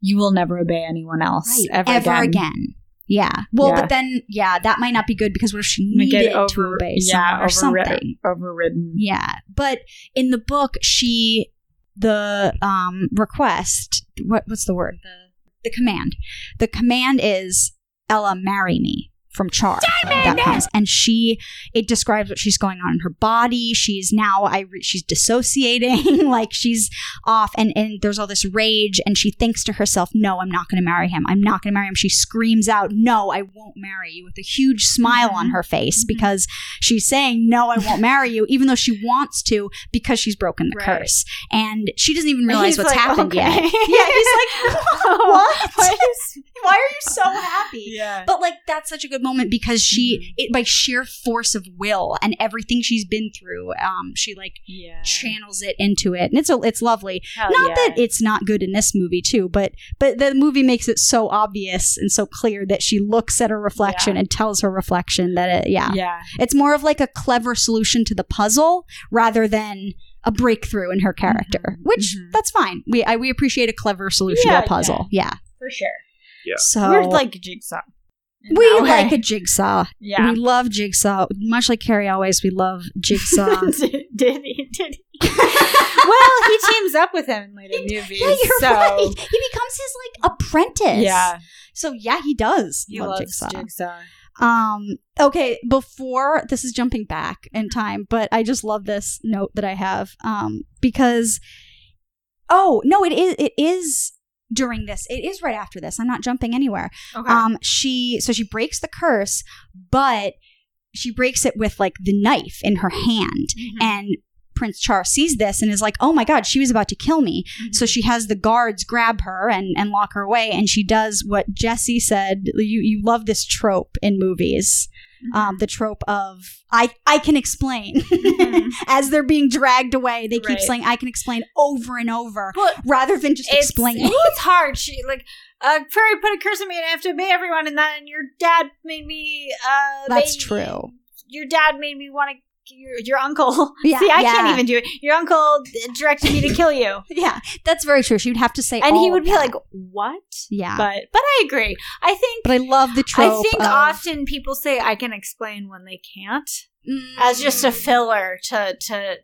[SPEAKER 1] "You will never obey anyone else
[SPEAKER 2] Right,
[SPEAKER 1] ever, again."
[SPEAKER 2] Yeah. Well,
[SPEAKER 1] Yeah.
[SPEAKER 2] but then, yeah, that might not be good because what if she
[SPEAKER 1] Like,
[SPEAKER 2] needed
[SPEAKER 1] get over-
[SPEAKER 2] to obey
[SPEAKER 1] yeah,
[SPEAKER 2] someone or
[SPEAKER 1] overri-
[SPEAKER 2] something?
[SPEAKER 1] Overridden.
[SPEAKER 2] Yeah, but in the book, she the um request. What what's the word? The, the command. The command is Ella, marry me from Char. That comes, and she it describes what she's going on in her body. She's now I re- she's dissociating, like she's off, and and there's all this rage, and she thinks to herself, "No, I'm not going to marry him. I'm not going to marry him." She screams out, "No, I won't marry you!" with a huge smile on her face
[SPEAKER 1] Mhm.
[SPEAKER 2] because she's saying no i won't marry you even though she wants to because she's broken the
[SPEAKER 1] Right.
[SPEAKER 2] curse and she doesn't even
[SPEAKER 1] And
[SPEAKER 2] realize
[SPEAKER 1] he's
[SPEAKER 2] what's
[SPEAKER 1] like,
[SPEAKER 2] happened
[SPEAKER 1] okay.
[SPEAKER 2] yet yeah he's like what
[SPEAKER 1] Why are
[SPEAKER 2] why are you so happy
[SPEAKER 1] Yeah.
[SPEAKER 2] but like that's such a good moment because she
[SPEAKER 1] Mm-hmm.
[SPEAKER 2] it by sheer force of will and everything she's been through um she like
[SPEAKER 1] yeah.
[SPEAKER 2] channels it into it and it's a, it's lovely
[SPEAKER 1] Hell
[SPEAKER 2] not
[SPEAKER 1] yeah.
[SPEAKER 2] that it's not good in this movie too but but the movie makes it so obvious and so clear that she looks at her reflection
[SPEAKER 1] Yeah.
[SPEAKER 2] and tells her reflection that it, yeah
[SPEAKER 1] Yeah.
[SPEAKER 2] it's more of like a clever solution to the puzzle rather than a breakthrough in her character,
[SPEAKER 1] Mhm,
[SPEAKER 2] which
[SPEAKER 1] mhm.
[SPEAKER 2] that's fine. We I, we appreciate a clever solution
[SPEAKER 1] Yeah,
[SPEAKER 2] to a puzzle. Yeah.
[SPEAKER 1] For sure.
[SPEAKER 3] Yeah.
[SPEAKER 2] So
[SPEAKER 1] We're like a jigsaw. in
[SPEAKER 2] we
[SPEAKER 1] that way.
[SPEAKER 2] like a jigsaw.
[SPEAKER 1] yeah.
[SPEAKER 2] We love jigsaw. Much like Carrie always, we love jigsaw.
[SPEAKER 1] did, did he? Did he? well, he teams up with him in later movies.
[SPEAKER 2] yeah, you're
[SPEAKER 1] so
[SPEAKER 2] right. He becomes his like apprentice.
[SPEAKER 1] yeah,
[SPEAKER 2] So yeah, he does.
[SPEAKER 1] he
[SPEAKER 2] love
[SPEAKER 1] loves
[SPEAKER 2] jigsaw.
[SPEAKER 1] jigsaw.
[SPEAKER 2] Um, okay, before this is jumping back in time, but I just love this note that I have. Um, because oh no, it is it is during this. It is right after this. I'm not jumping anywhere.
[SPEAKER 1] Okay.
[SPEAKER 2] Um, she so she breaks the curse, but she breaks it with like the knife in her hand.
[SPEAKER 1] Mm-hmm.
[SPEAKER 2] And Prince Char sees this and is like, oh my god, she was about to kill me.
[SPEAKER 1] Mm-hmm.
[SPEAKER 2] So she has the guards grab her and, and lock her away, and she does what Jesse said. You you love this trope in movies, um, the trope of I I can explain.
[SPEAKER 1] Mhm.
[SPEAKER 2] As they're being dragged away, they keep
[SPEAKER 1] Right.
[SPEAKER 2] saying I can explain over and over,
[SPEAKER 1] Well,
[SPEAKER 2] rather than just
[SPEAKER 1] it's,
[SPEAKER 2] explaining.
[SPEAKER 1] well, it's hard. She like uh, Prairie put a curse on me, and I have to obey everyone. And then your dad made me. Uh,
[SPEAKER 2] That's
[SPEAKER 1] made-
[SPEAKER 2] true.
[SPEAKER 1] Your dad made me want to. Your, your uncle.
[SPEAKER 2] Yeah,
[SPEAKER 1] See, I can't
[SPEAKER 2] yeah.
[SPEAKER 1] even do it. Your uncle directed me to kill you,
[SPEAKER 2] Yeah, that's very true. She would have to say,
[SPEAKER 1] and he
[SPEAKER 2] all
[SPEAKER 1] would
[SPEAKER 2] of
[SPEAKER 1] be
[SPEAKER 2] that.
[SPEAKER 1] like, "What?"
[SPEAKER 2] yeah. But,
[SPEAKER 1] But but I agree. I think
[SPEAKER 2] I love the trope.
[SPEAKER 1] I think
[SPEAKER 2] of-
[SPEAKER 1] often people say I can explain when they can't
[SPEAKER 2] Mm.
[SPEAKER 1] as just a filler to to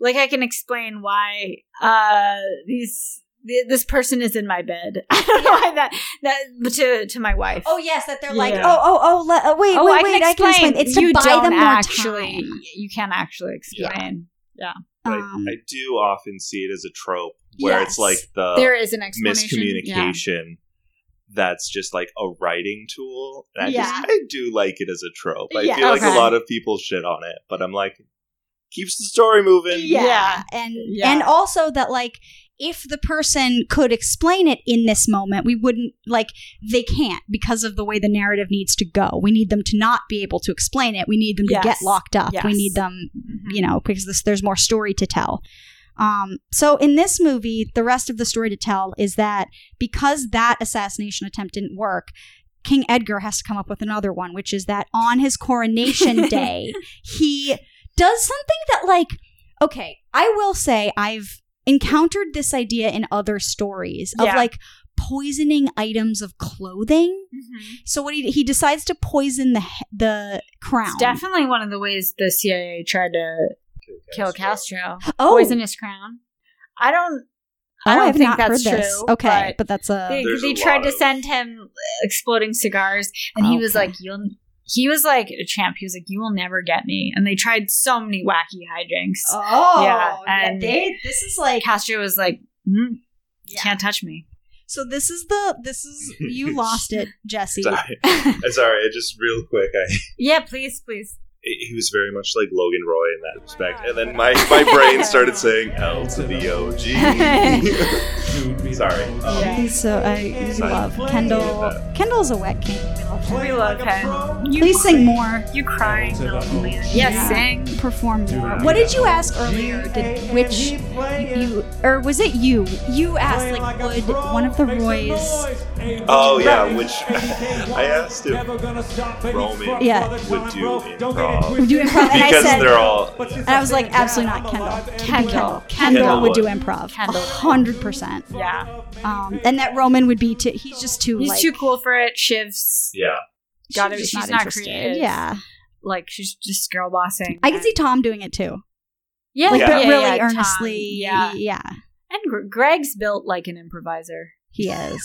[SPEAKER 1] like I can explain why uh these th- this person is in my bed. I don't know why that that to to my wife.
[SPEAKER 2] Oh yes, that they're like,
[SPEAKER 1] Yeah.
[SPEAKER 2] oh oh oh, le- uh, wait
[SPEAKER 1] Oh,
[SPEAKER 2] wait wait, I can explain. It's to
[SPEAKER 1] you
[SPEAKER 2] buy
[SPEAKER 1] don't
[SPEAKER 2] them more
[SPEAKER 1] actually
[SPEAKER 2] time.
[SPEAKER 1] you can't actually explain.
[SPEAKER 3] But I-
[SPEAKER 2] Um,
[SPEAKER 3] I, do often see it as a trope where
[SPEAKER 2] yes.
[SPEAKER 3] it's like the
[SPEAKER 1] There is an explanation. Yeah.
[SPEAKER 3] miscommunication that's just like a writing tool. And I
[SPEAKER 2] Yeah.
[SPEAKER 3] just I do like it as a trope. I
[SPEAKER 1] Yeah,
[SPEAKER 3] feel like
[SPEAKER 1] okay.
[SPEAKER 3] a lot of people shit on it, but I'm like keeps the story moving.
[SPEAKER 2] yeah.
[SPEAKER 1] Yeah.
[SPEAKER 2] Uh, and
[SPEAKER 1] Yeah.
[SPEAKER 2] and also that like if the person could explain it in this moment we wouldn't like they can't because of the way the narrative needs to go we need them to not be able to explain it we need them
[SPEAKER 1] Yes.
[SPEAKER 2] to get locked up we
[SPEAKER 1] Yes.
[SPEAKER 2] need them
[SPEAKER 1] Mhm.
[SPEAKER 2] you know because this, there's more story to tell um, so in this movie the rest of the story to tell is that because that assassination attempt didn't work king edgar has to come up with another one which is that on his coronation day he does something that like okay i will say i've encountered this idea in other stories of
[SPEAKER 1] Yeah.
[SPEAKER 2] like poisoning items of clothing
[SPEAKER 1] Mm-hmm.
[SPEAKER 2] so what he, he decides to poison the he- the crown
[SPEAKER 1] It's definitely one of the ways the CIA tried to kill Castro.
[SPEAKER 2] Oh.
[SPEAKER 1] Poisonous crown. I don't.
[SPEAKER 2] oh,
[SPEAKER 1] I don't
[SPEAKER 2] have
[SPEAKER 1] think
[SPEAKER 2] not
[SPEAKER 1] that's
[SPEAKER 2] heard this
[SPEAKER 1] true,
[SPEAKER 2] okay
[SPEAKER 1] but
[SPEAKER 2] but, uh, that's a
[SPEAKER 1] they,
[SPEAKER 3] There's
[SPEAKER 1] they
[SPEAKER 3] a
[SPEAKER 1] tried
[SPEAKER 3] lot
[SPEAKER 1] to
[SPEAKER 3] of-
[SPEAKER 1] send him exploding cigars, and he was
[SPEAKER 2] Okay.
[SPEAKER 1] like, "You'll." He was like a champ. He was like, "You will never get me." And they tried so many wacky hijinks.
[SPEAKER 2] oh
[SPEAKER 1] Yeah, and-
[SPEAKER 2] this is like
[SPEAKER 1] Castro was like, mm,
[SPEAKER 2] Yeah.
[SPEAKER 1] "Can't touch me."
[SPEAKER 2] so this is the this is you lost it jesse
[SPEAKER 3] Sorry, I'm sorry. I just real quick. I
[SPEAKER 1] Yeah, please, please.
[SPEAKER 3] he was very much like Logan Roy in that respect. And then my my brain started saying L to the OG. sorry. Um,
[SPEAKER 2] And so I you
[SPEAKER 3] Sorry.
[SPEAKER 2] love Kendall. Kendall's a wet king.
[SPEAKER 1] We love him. You,
[SPEAKER 2] Please sing more.
[SPEAKER 1] you crying, Melanie. Yes,
[SPEAKER 2] Yeah.
[SPEAKER 1] sing.
[SPEAKER 2] Perform more. What did you ask earlier? Did which you or was it you? You asked like would one of the Roys?
[SPEAKER 3] Oh yeah, which I asked if Roman
[SPEAKER 2] Yeah.
[SPEAKER 3] would do improv
[SPEAKER 2] Would you improv? And I
[SPEAKER 3] because
[SPEAKER 2] said,
[SPEAKER 3] they're all.
[SPEAKER 2] and I was like, absolutely not Kendall. Kendall. Kendall
[SPEAKER 3] Kendall
[SPEAKER 2] would do
[SPEAKER 3] would.
[SPEAKER 2] improv.
[SPEAKER 1] Kendall.
[SPEAKER 2] hundred percent.
[SPEAKER 1] Yeah,
[SPEAKER 2] Um, and that Roman would be too. He's just too.
[SPEAKER 1] he's
[SPEAKER 2] like,
[SPEAKER 1] too cool for it. Shiv's
[SPEAKER 3] Yeah,
[SPEAKER 2] She's,
[SPEAKER 1] Got it.
[SPEAKER 2] just
[SPEAKER 1] She's
[SPEAKER 2] not,
[SPEAKER 1] not
[SPEAKER 2] interested.
[SPEAKER 1] creative.
[SPEAKER 2] Yeah,
[SPEAKER 1] like she's just girl bossing.
[SPEAKER 2] I can see Tom doing it too.
[SPEAKER 1] yeah,
[SPEAKER 2] Like,
[SPEAKER 1] yeah,
[SPEAKER 2] but
[SPEAKER 1] yeah,
[SPEAKER 2] really
[SPEAKER 1] yeah, Tom.
[SPEAKER 2] earnestly.
[SPEAKER 1] yeah,
[SPEAKER 2] yeah,
[SPEAKER 1] and Gr- Greg's built like an improviser.
[SPEAKER 2] he is.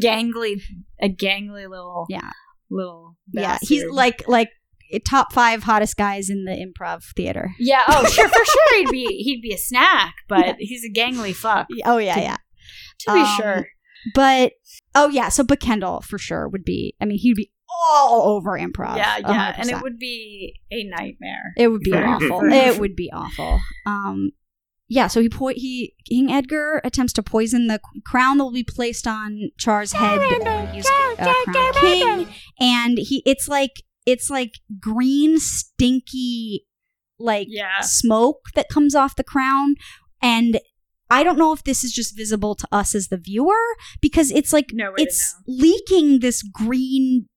[SPEAKER 1] gangly, a gangly little,
[SPEAKER 2] Yeah.
[SPEAKER 1] little.
[SPEAKER 2] Yeah,
[SPEAKER 1] bastard.
[SPEAKER 2] he's like like eh, top five hottest guys in the improv theater.
[SPEAKER 1] yeah. Oh, sure, for sure, he'd be he'd be a snack, but he's a gangly fuck
[SPEAKER 2] Oh yeah, yeah.
[SPEAKER 1] to be
[SPEAKER 2] Um,
[SPEAKER 1] sure.
[SPEAKER 2] But oh yeah, so but Kendall for sure would be. I mean, he'd be all over improv.
[SPEAKER 1] Yeah, yeah, and it
[SPEAKER 2] 100%.
[SPEAKER 1] would be a nightmare.
[SPEAKER 2] it would be
[SPEAKER 1] Fair.
[SPEAKER 2] awful. it would be awful. Um, yeah. So he po- he King Edgar attempts to poison the c- crown that will be placed on Char's head. Uh, he's uh, crown king, and he it's like it's like green stinky like
[SPEAKER 1] Yeah,
[SPEAKER 2] smoke that comes off the crown and i don't know if this is just visible to us as the viewer because it's like
[SPEAKER 1] no way
[SPEAKER 2] it's
[SPEAKER 1] to know.
[SPEAKER 2] leaking this green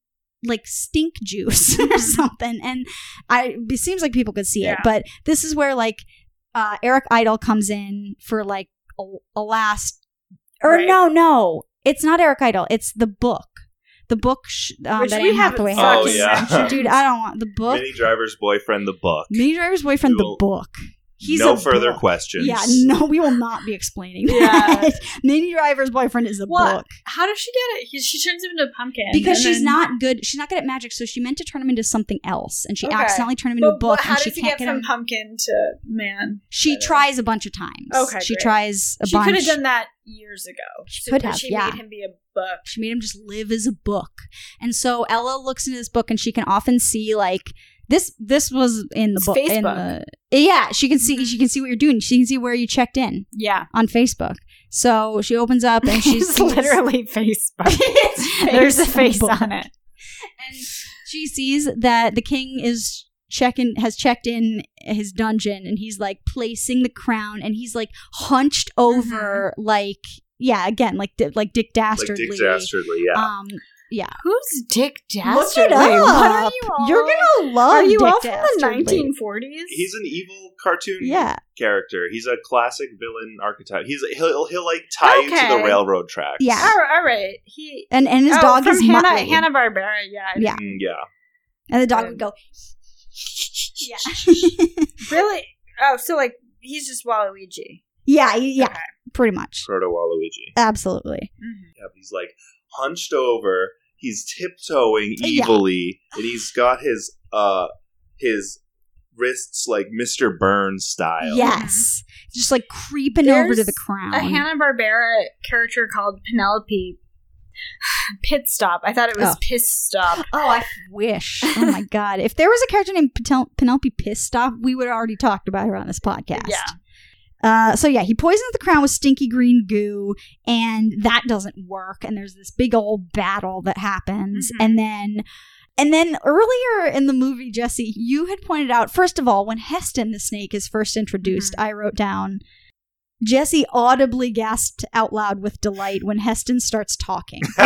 [SPEAKER 2] like stink juice or something and i it seems like people could see it
[SPEAKER 1] Yeah.
[SPEAKER 2] but this is where like uh eric idle comes in for like a, a last or
[SPEAKER 1] Right.
[SPEAKER 2] no no it's not eric idle it's the book the book sh- um,
[SPEAKER 1] Which
[SPEAKER 2] that
[SPEAKER 1] we
[SPEAKER 2] Anne
[SPEAKER 1] haven't
[SPEAKER 2] Hathaway has.
[SPEAKER 3] Oh,
[SPEAKER 1] fucking
[SPEAKER 3] yeah.
[SPEAKER 1] mentioned.
[SPEAKER 2] dude i don't want the book
[SPEAKER 3] Minnie Driver's boyfriend, the book.
[SPEAKER 2] Mini Driver's boyfriend, the
[SPEAKER 3] We will-
[SPEAKER 2] book. He's
[SPEAKER 3] no
[SPEAKER 2] a
[SPEAKER 3] further
[SPEAKER 2] book.
[SPEAKER 3] questions.
[SPEAKER 2] Yeah, no, we will not be explaining that.
[SPEAKER 1] Yeah.
[SPEAKER 2] Mini Driver's boyfriend is a
[SPEAKER 1] What?
[SPEAKER 2] book
[SPEAKER 1] How does she get it? He, she turns him into a pumpkin
[SPEAKER 2] because
[SPEAKER 1] and
[SPEAKER 2] she's
[SPEAKER 1] then-
[SPEAKER 2] not good. She's not good at magic, so she meant to turn him into something else, and she
[SPEAKER 1] Okay.
[SPEAKER 2] accidentally turned him into
[SPEAKER 1] But
[SPEAKER 2] a book,
[SPEAKER 1] how
[SPEAKER 2] and she
[SPEAKER 1] does he
[SPEAKER 2] can't
[SPEAKER 1] get
[SPEAKER 2] get
[SPEAKER 1] from
[SPEAKER 2] him.
[SPEAKER 1] pumpkin to man?
[SPEAKER 2] She tries a bunch of times.
[SPEAKER 1] Okay,
[SPEAKER 2] she
[SPEAKER 1] great.
[SPEAKER 2] tries a
[SPEAKER 1] she
[SPEAKER 2] bunch.
[SPEAKER 1] could have done that years ago.
[SPEAKER 2] She
[SPEAKER 1] So
[SPEAKER 2] could
[SPEAKER 1] that
[SPEAKER 2] have,
[SPEAKER 1] She
[SPEAKER 2] yeah.
[SPEAKER 1] made him be a book.
[SPEAKER 2] She made him just live as a book. And so Ella looks into this book and she can often see like this this was in the
[SPEAKER 1] It's
[SPEAKER 2] book in
[SPEAKER 1] Facebook.
[SPEAKER 2] the Yeah, she can see
[SPEAKER 1] Mhm.
[SPEAKER 2] she can see what you're doing. She can see where you checked in
[SPEAKER 1] Yeah,
[SPEAKER 2] on Facebook. So she opens up and she's
[SPEAKER 1] she's literally Facebook. There's a face on it.
[SPEAKER 2] and she sees that the king is checking has checked in his dungeon and he's like placing the crown and he's like hunched over like yeah again like di- Mm-hmm. like Dick
[SPEAKER 3] like
[SPEAKER 2] Dastardly
[SPEAKER 3] Dick Dastardly. Yeah,
[SPEAKER 2] um yeah
[SPEAKER 1] Who's Dick
[SPEAKER 2] look it up are gonna love
[SPEAKER 1] Are you
[SPEAKER 2] Dick
[SPEAKER 1] all from the
[SPEAKER 2] Dastardly.
[SPEAKER 1] 1940s?
[SPEAKER 3] he's an evil cartoon
[SPEAKER 2] yeah
[SPEAKER 3] character. He's a classic villain archetype. He's he'll he'll like tie you to
[SPEAKER 1] Okay.
[SPEAKER 3] the railroad tracks.
[SPEAKER 1] all
[SPEAKER 2] Yeah.
[SPEAKER 1] right. all right. He
[SPEAKER 2] and and his
[SPEAKER 1] oh,
[SPEAKER 2] dog
[SPEAKER 1] from
[SPEAKER 2] is
[SPEAKER 1] Hannah Oh.
[SPEAKER 2] Muttley.
[SPEAKER 1] Hanna Barbera. Yeah,
[SPEAKER 2] Yeah.
[SPEAKER 3] Mm, yeah.
[SPEAKER 2] and the dog would go yeah
[SPEAKER 1] really. Oh, so like he's just Waluigi.
[SPEAKER 2] yeah yeah pretty much
[SPEAKER 3] Proto Waluigi.
[SPEAKER 2] absolutely
[SPEAKER 3] Yeah, but he's like hunched over. He's tiptoeing evilly, and he's got his uh his wrists like Mr. Burns style.
[SPEAKER 2] yes just like creeping over to
[SPEAKER 1] There's
[SPEAKER 2] the crown
[SPEAKER 1] A Hanna Barbera character called Penelope Pit Stop. I thought it was
[SPEAKER 2] Oh.
[SPEAKER 1] Piss Stop.
[SPEAKER 2] Oh, I wish. Oh my god. If there was a character named Petel- Penelope Pisstop, we would have already talked about her on this podcast.
[SPEAKER 1] Yeah.
[SPEAKER 2] Uh, so yeah, he poisons the crown with stinky green goo, and that doesn't work. And there's this big old battle that happens,
[SPEAKER 1] Mhm.
[SPEAKER 2] and then, and then earlier in the movie, Jesse, you had pointed out. First of all, when Heston the snake is first introduced, I wrote down Jesse audibly gasped out loud with delight when Heston starts talking. when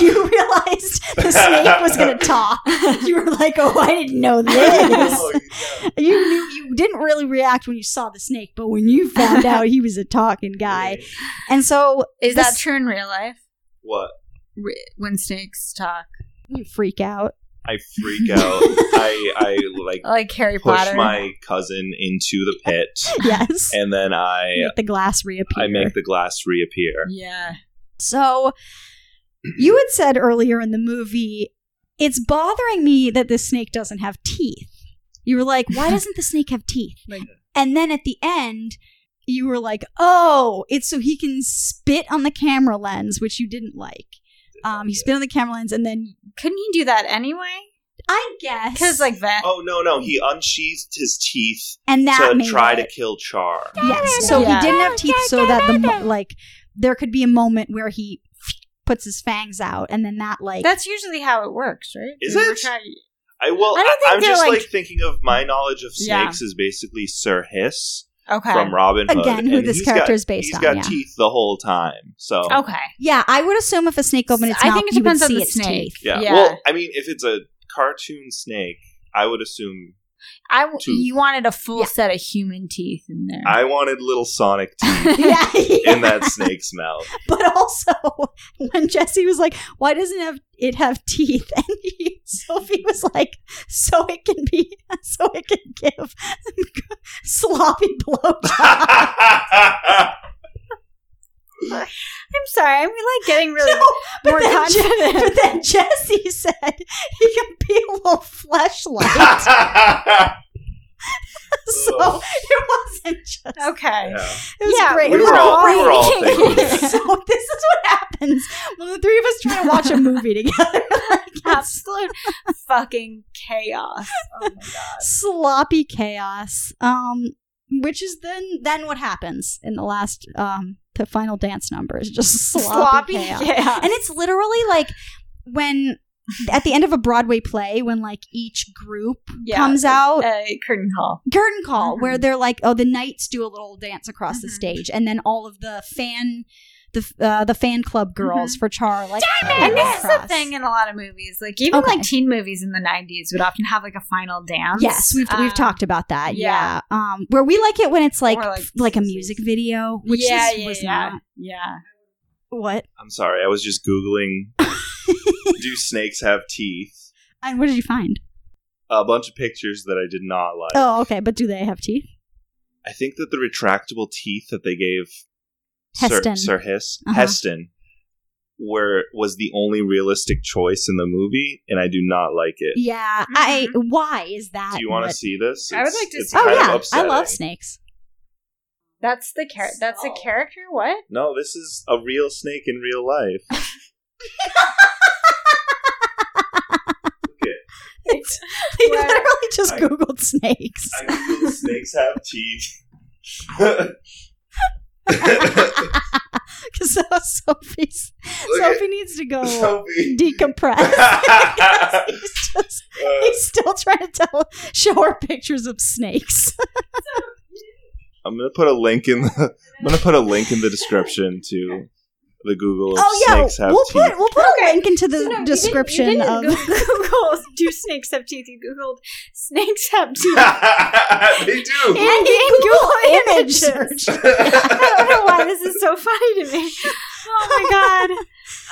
[SPEAKER 2] you realized the snake was going to talk, you were like, "Oh, I didn't know this."
[SPEAKER 3] Oh, yeah.
[SPEAKER 2] you knew you didn't really react when you saw the snake, but when you found out he was a talking guy, and so
[SPEAKER 1] Is
[SPEAKER 2] this-
[SPEAKER 1] that true in real life?
[SPEAKER 3] What?
[SPEAKER 1] Re- when snakes talk,
[SPEAKER 2] you freak out.
[SPEAKER 3] I freak out. I I like
[SPEAKER 1] like Harry
[SPEAKER 3] push
[SPEAKER 1] Potter.
[SPEAKER 3] my cousin into the pit,
[SPEAKER 2] Yes,
[SPEAKER 3] and then I
[SPEAKER 2] make the glass reappear.
[SPEAKER 3] I make the glass reappear.
[SPEAKER 1] yeah.
[SPEAKER 2] So you had said earlier in the movie, it's bothering me that this snake doesn't have teeth. You were like, why doesn't the snake have teeth?
[SPEAKER 1] Like-
[SPEAKER 2] and then at the end, you were like, oh, it's so he can spit on the camera lens, which you didn't like. Um, he spit on the camera lens, and then
[SPEAKER 1] Couldn't you do that anyway?
[SPEAKER 2] I guess
[SPEAKER 1] Because like that.
[SPEAKER 3] Oh no no! He unsheathed his teeth
[SPEAKER 2] and that
[SPEAKER 3] to
[SPEAKER 2] made
[SPEAKER 3] try
[SPEAKER 2] it.
[SPEAKER 3] to kill Char.
[SPEAKER 2] Yes. So
[SPEAKER 1] Yeah.
[SPEAKER 2] he didn't have teeth, so that the mo- like there could be a moment where he puts his fangs out, and then that like
[SPEAKER 1] That's usually how it works, right?
[SPEAKER 3] Is
[SPEAKER 1] They were
[SPEAKER 3] it?
[SPEAKER 1] trying-
[SPEAKER 3] I will.
[SPEAKER 1] I don't think
[SPEAKER 3] I, am
[SPEAKER 1] they're
[SPEAKER 3] just like,
[SPEAKER 1] like-
[SPEAKER 3] thinking of my knowledge of
[SPEAKER 1] Yeah.
[SPEAKER 3] snakes is basically Sir Hiss
[SPEAKER 1] Okay.
[SPEAKER 3] from Robin Hood.
[SPEAKER 2] Again, who
[SPEAKER 3] and
[SPEAKER 2] this
[SPEAKER 3] he's
[SPEAKER 2] character
[SPEAKER 3] got-
[SPEAKER 2] is based on,
[SPEAKER 3] He's got
[SPEAKER 2] yeah. Oh,
[SPEAKER 3] teeth the whole time. So
[SPEAKER 1] okay.
[SPEAKER 2] Yeah, I would assume if a snake opened its
[SPEAKER 1] I
[SPEAKER 2] mouth,
[SPEAKER 1] think it
[SPEAKER 2] you would
[SPEAKER 1] depends on
[SPEAKER 2] see
[SPEAKER 1] the
[SPEAKER 2] its
[SPEAKER 1] snake.
[SPEAKER 2] teeth.
[SPEAKER 3] yeah.
[SPEAKER 1] yeah.
[SPEAKER 3] Well, I mean, if it's a cartoon snake, I would assume
[SPEAKER 1] I w-
[SPEAKER 3] Two.
[SPEAKER 1] you wanted a full
[SPEAKER 2] Yeah.
[SPEAKER 1] set of human teeth in there.
[SPEAKER 3] I wanted little Sonic teeth
[SPEAKER 2] yeah, yeah.
[SPEAKER 3] in that snake's mouth.
[SPEAKER 2] But also, when Jesse was like, "Why doesn't it have it have teeth?" and he, Sophie was like, "So it can be, so it can give sloppy blowjob."
[SPEAKER 1] I'm sorry. I'm like getting really
[SPEAKER 2] No,
[SPEAKER 1] more
[SPEAKER 2] but, then Je-
[SPEAKER 1] confident.
[SPEAKER 2] but then Jesse said he can be a little fleshlight, so it wasn't just.
[SPEAKER 1] okay.
[SPEAKER 3] Yeah.
[SPEAKER 2] It was
[SPEAKER 1] Yeah,
[SPEAKER 2] great.
[SPEAKER 1] we
[SPEAKER 2] it was
[SPEAKER 1] were all-
[SPEAKER 2] great.
[SPEAKER 1] we were
[SPEAKER 3] all thinking
[SPEAKER 1] that.
[SPEAKER 2] so this is what happens when the three of us try to watch a movie together.
[SPEAKER 1] Absolute fucking chaos. Oh my god.
[SPEAKER 2] Sloppy chaos. Um, which is then then what happens in the last um the final dance number is just sloppy, chaos. And it's literally like when at the end of a Broadway play when like each group
[SPEAKER 1] Yeah.
[SPEAKER 2] comes out
[SPEAKER 1] Uh, curtain call.
[SPEAKER 2] curtain call
[SPEAKER 1] Mhm.
[SPEAKER 2] where they're like, oh, the knights do a little dance across the
[SPEAKER 1] Mhm.
[SPEAKER 2] stage, and then all of the fan, the uh, the fan club girls for Char, like,
[SPEAKER 1] And this Mm-hmm. is the
[SPEAKER 2] across.
[SPEAKER 1] thing in a lot of movies. Like even
[SPEAKER 2] Okay.
[SPEAKER 1] like teen movies in the '90s would often have like a final dance.
[SPEAKER 2] Yes, we've
[SPEAKER 1] Um,
[SPEAKER 2] we've talked about that.
[SPEAKER 1] yeah.
[SPEAKER 2] Yeah. um, where we like it when it's like
[SPEAKER 1] Or, like,
[SPEAKER 2] like, a music video, which
[SPEAKER 1] yeah,
[SPEAKER 2] this
[SPEAKER 1] yeah,
[SPEAKER 2] was
[SPEAKER 1] yeah,
[SPEAKER 2] not.
[SPEAKER 1] yeah.
[SPEAKER 2] What?
[SPEAKER 3] I'm sorry. I was just googling. do snakes have teeth?
[SPEAKER 2] And what did you find?
[SPEAKER 3] A bunch of pictures that I did not like.
[SPEAKER 2] Oh, okay, but do they have teeth?
[SPEAKER 3] I think that the retractable teeth that they gave
[SPEAKER 2] Heston.
[SPEAKER 3] Sir, Sir Hess,
[SPEAKER 2] Uh-huh.
[SPEAKER 3] Heston were was the only realistic choice in the movie, and I do not like it.
[SPEAKER 2] Yeah, I.
[SPEAKER 1] Mm-hmm.
[SPEAKER 2] Why is that?
[SPEAKER 3] Do you want to
[SPEAKER 2] what-
[SPEAKER 3] see this?
[SPEAKER 1] I would
[SPEAKER 3] It's-
[SPEAKER 1] like to
[SPEAKER 3] it's
[SPEAKER 1] see
[SPEAKER 2] Oh
[SPEAKER 3] kind
[SPEAKER 1] it.
[SPEAKER 3] of
[SPEAKER 2] yeah, I
[SPEAKER 3] upsetting.
[SPEAKER 2] love snakes.
[SPEAKER 1] That's the character. That's the character. What?
[SPEAKER 3] No, this is a real snake in real life.
[SPEAKER 2] It's, we
[SPEAKER 1] Well,
[SPEAKER 2] literally just
[SPEAKER 3] I-
[SPEAKER 2] googled snakes.
[SPEAKER 3] I Googled snakes have teeth.
[SPEAKER 2] Because uh, Sophie's Sophie needs to go
[SPEAKER 3] Sophie.
[SPEAKER 2] decompress. he's just
[SPEAKER 3] Uh,
[SPEAKER 2] he's still trying to tell show her pictures of snakes.
[SPEAKER 3] I'm gonna put a link in. The, I'm gonna put a link in the description to the Google. Of
[SPEAKER 2] oh yeah,
[SPEAKER 3] snakes have
[SPEAKER 2] we'll
[SPEAKER 3] teeth.
[SPEAKER 2] put we'll put
[SPEAKER 1] Okay.
[SPEAKER 2] a link into the
[SPEAKER 1] No, you didn't-
[SPEAKER 2] description
[SPEAKER 1] you didn't,
[SPEAKER 2] of.
[SPEAKER 1] Goo- Google do snakes have teeth. You googled snakes have teeth.
[SPEAKER 3] they do.
[SPEAKER 2] And Google image search.
[SPEAKER 1] I don't know why this is so funny to me. Oh my god.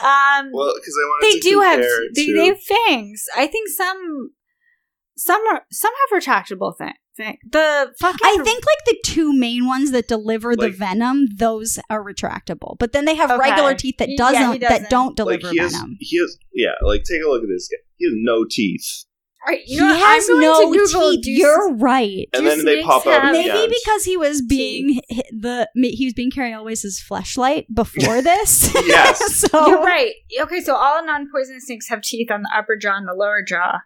[SPEAKER 1] Um,
[SPEAKER 3] well, because I wanted
[SPEAKER 1] they
[SPEAKER 3] to
[SPEAKER 1] do have
[SPEAKER 3] compare
[SPEAKER 1] they,
[SPEAKER 3] to-
[SPEAKER 1] they have fangs. I think some some are some have retractable thing. thing. The fucking
[SPEAKER 2] I think like the two main ones that deliver the
[SPEAKER 3] Like-
[SPEAKER 2] venom, those are retractable. But then they have
[SPEAKER 1] Okay.
[SPEAKER 2] regular teeth that
[SPEAKER 1] Y- yeah, he
[SPEAKER 2] doesn't,
[SPEAKER 1] doesn't.
[SPEAKER 2] that don't deliver
[SPEAKER 3] like he has,
[SPEAKER 2] venom.
[SPEAKER 3] he has yeah. Like take a look at this guy. He has no teeth,
[SPEAKER 1] All right, you know what?
[SPEAKER 2] he has
[SPEAKER 1] I'm
[SPEAKER 2] no
[SPEAKER 1] going to Google
[SPEAKER 2] teeth.
[SPEAKER 1] do
[SPEAKER 2] You're right.
[SPEAKER 3] and
[SPEAKER 1] Do
[SPEAKER 3] then they
[SPEAKER 1] snakes
[SPEAKER 3] pop out.
[SPEAKER 1] have-
[SPEAKER 3] At the
[SPEAKER 2] Maybe
[SPEAKER 3] end.
[SPEAKER 2] because he was being hi- the he was being carried always his flashlight before this.
[SPEAKER 3] Yes.
[SPEAKER 2] so
[SPEAKER 1] You're right. Okay, so all non-poisonous snakes have teeth on the upper jaw and the lower jaw.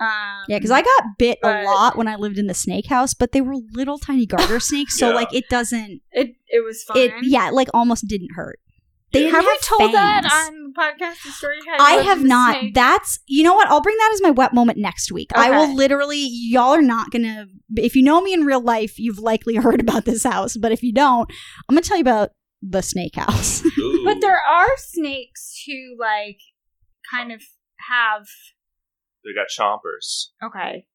[SPEAKER 1] Um,
[SPEAKER 2] Yeah, because I got bit
[SPEAKER 1] But-
[SPEAKER 2] a lot when I lived in the snake house, but they were little tiny garter snakes, so
[SPEAKER 3] Yeah.
[SPEAKER 2] like it doesn't
[SPEAKER 1] it it was fun.
[SPEAKER 2] it yeah, it, like almost didn't hurt. They
[SPEAKER 3] Yeah.
[SPEAKER 2] didn't
[SPEAKER 1] have
[SPEAKER 2] have
[SPEAKER 1] we told that
[SPEAKER 2] fangs.
[SPEAKER 1] on podcast the story you had?
[SPEAKER 2] I
[SPEAKER 1] with
[SPEAKER 2] have
[SPEAKER 1] the
[SPEAKER 2] not.
[SPEAKER 1] snake?
[SPEAKER 2] That's you know what? I'll bring that as my wet moment next week. I
[SPEAKER 1] Okay.
[SPEAKER 2] will literally y'all are not gonna if you know me in real life, you've likely heard about this house, but if you don't, I'm gonna tell you about the snake house.
[SPEAKER 1] But there are snakes who like kind of have
[SPEAKER 3] they got chompers.
[SPEAKER 1] okay.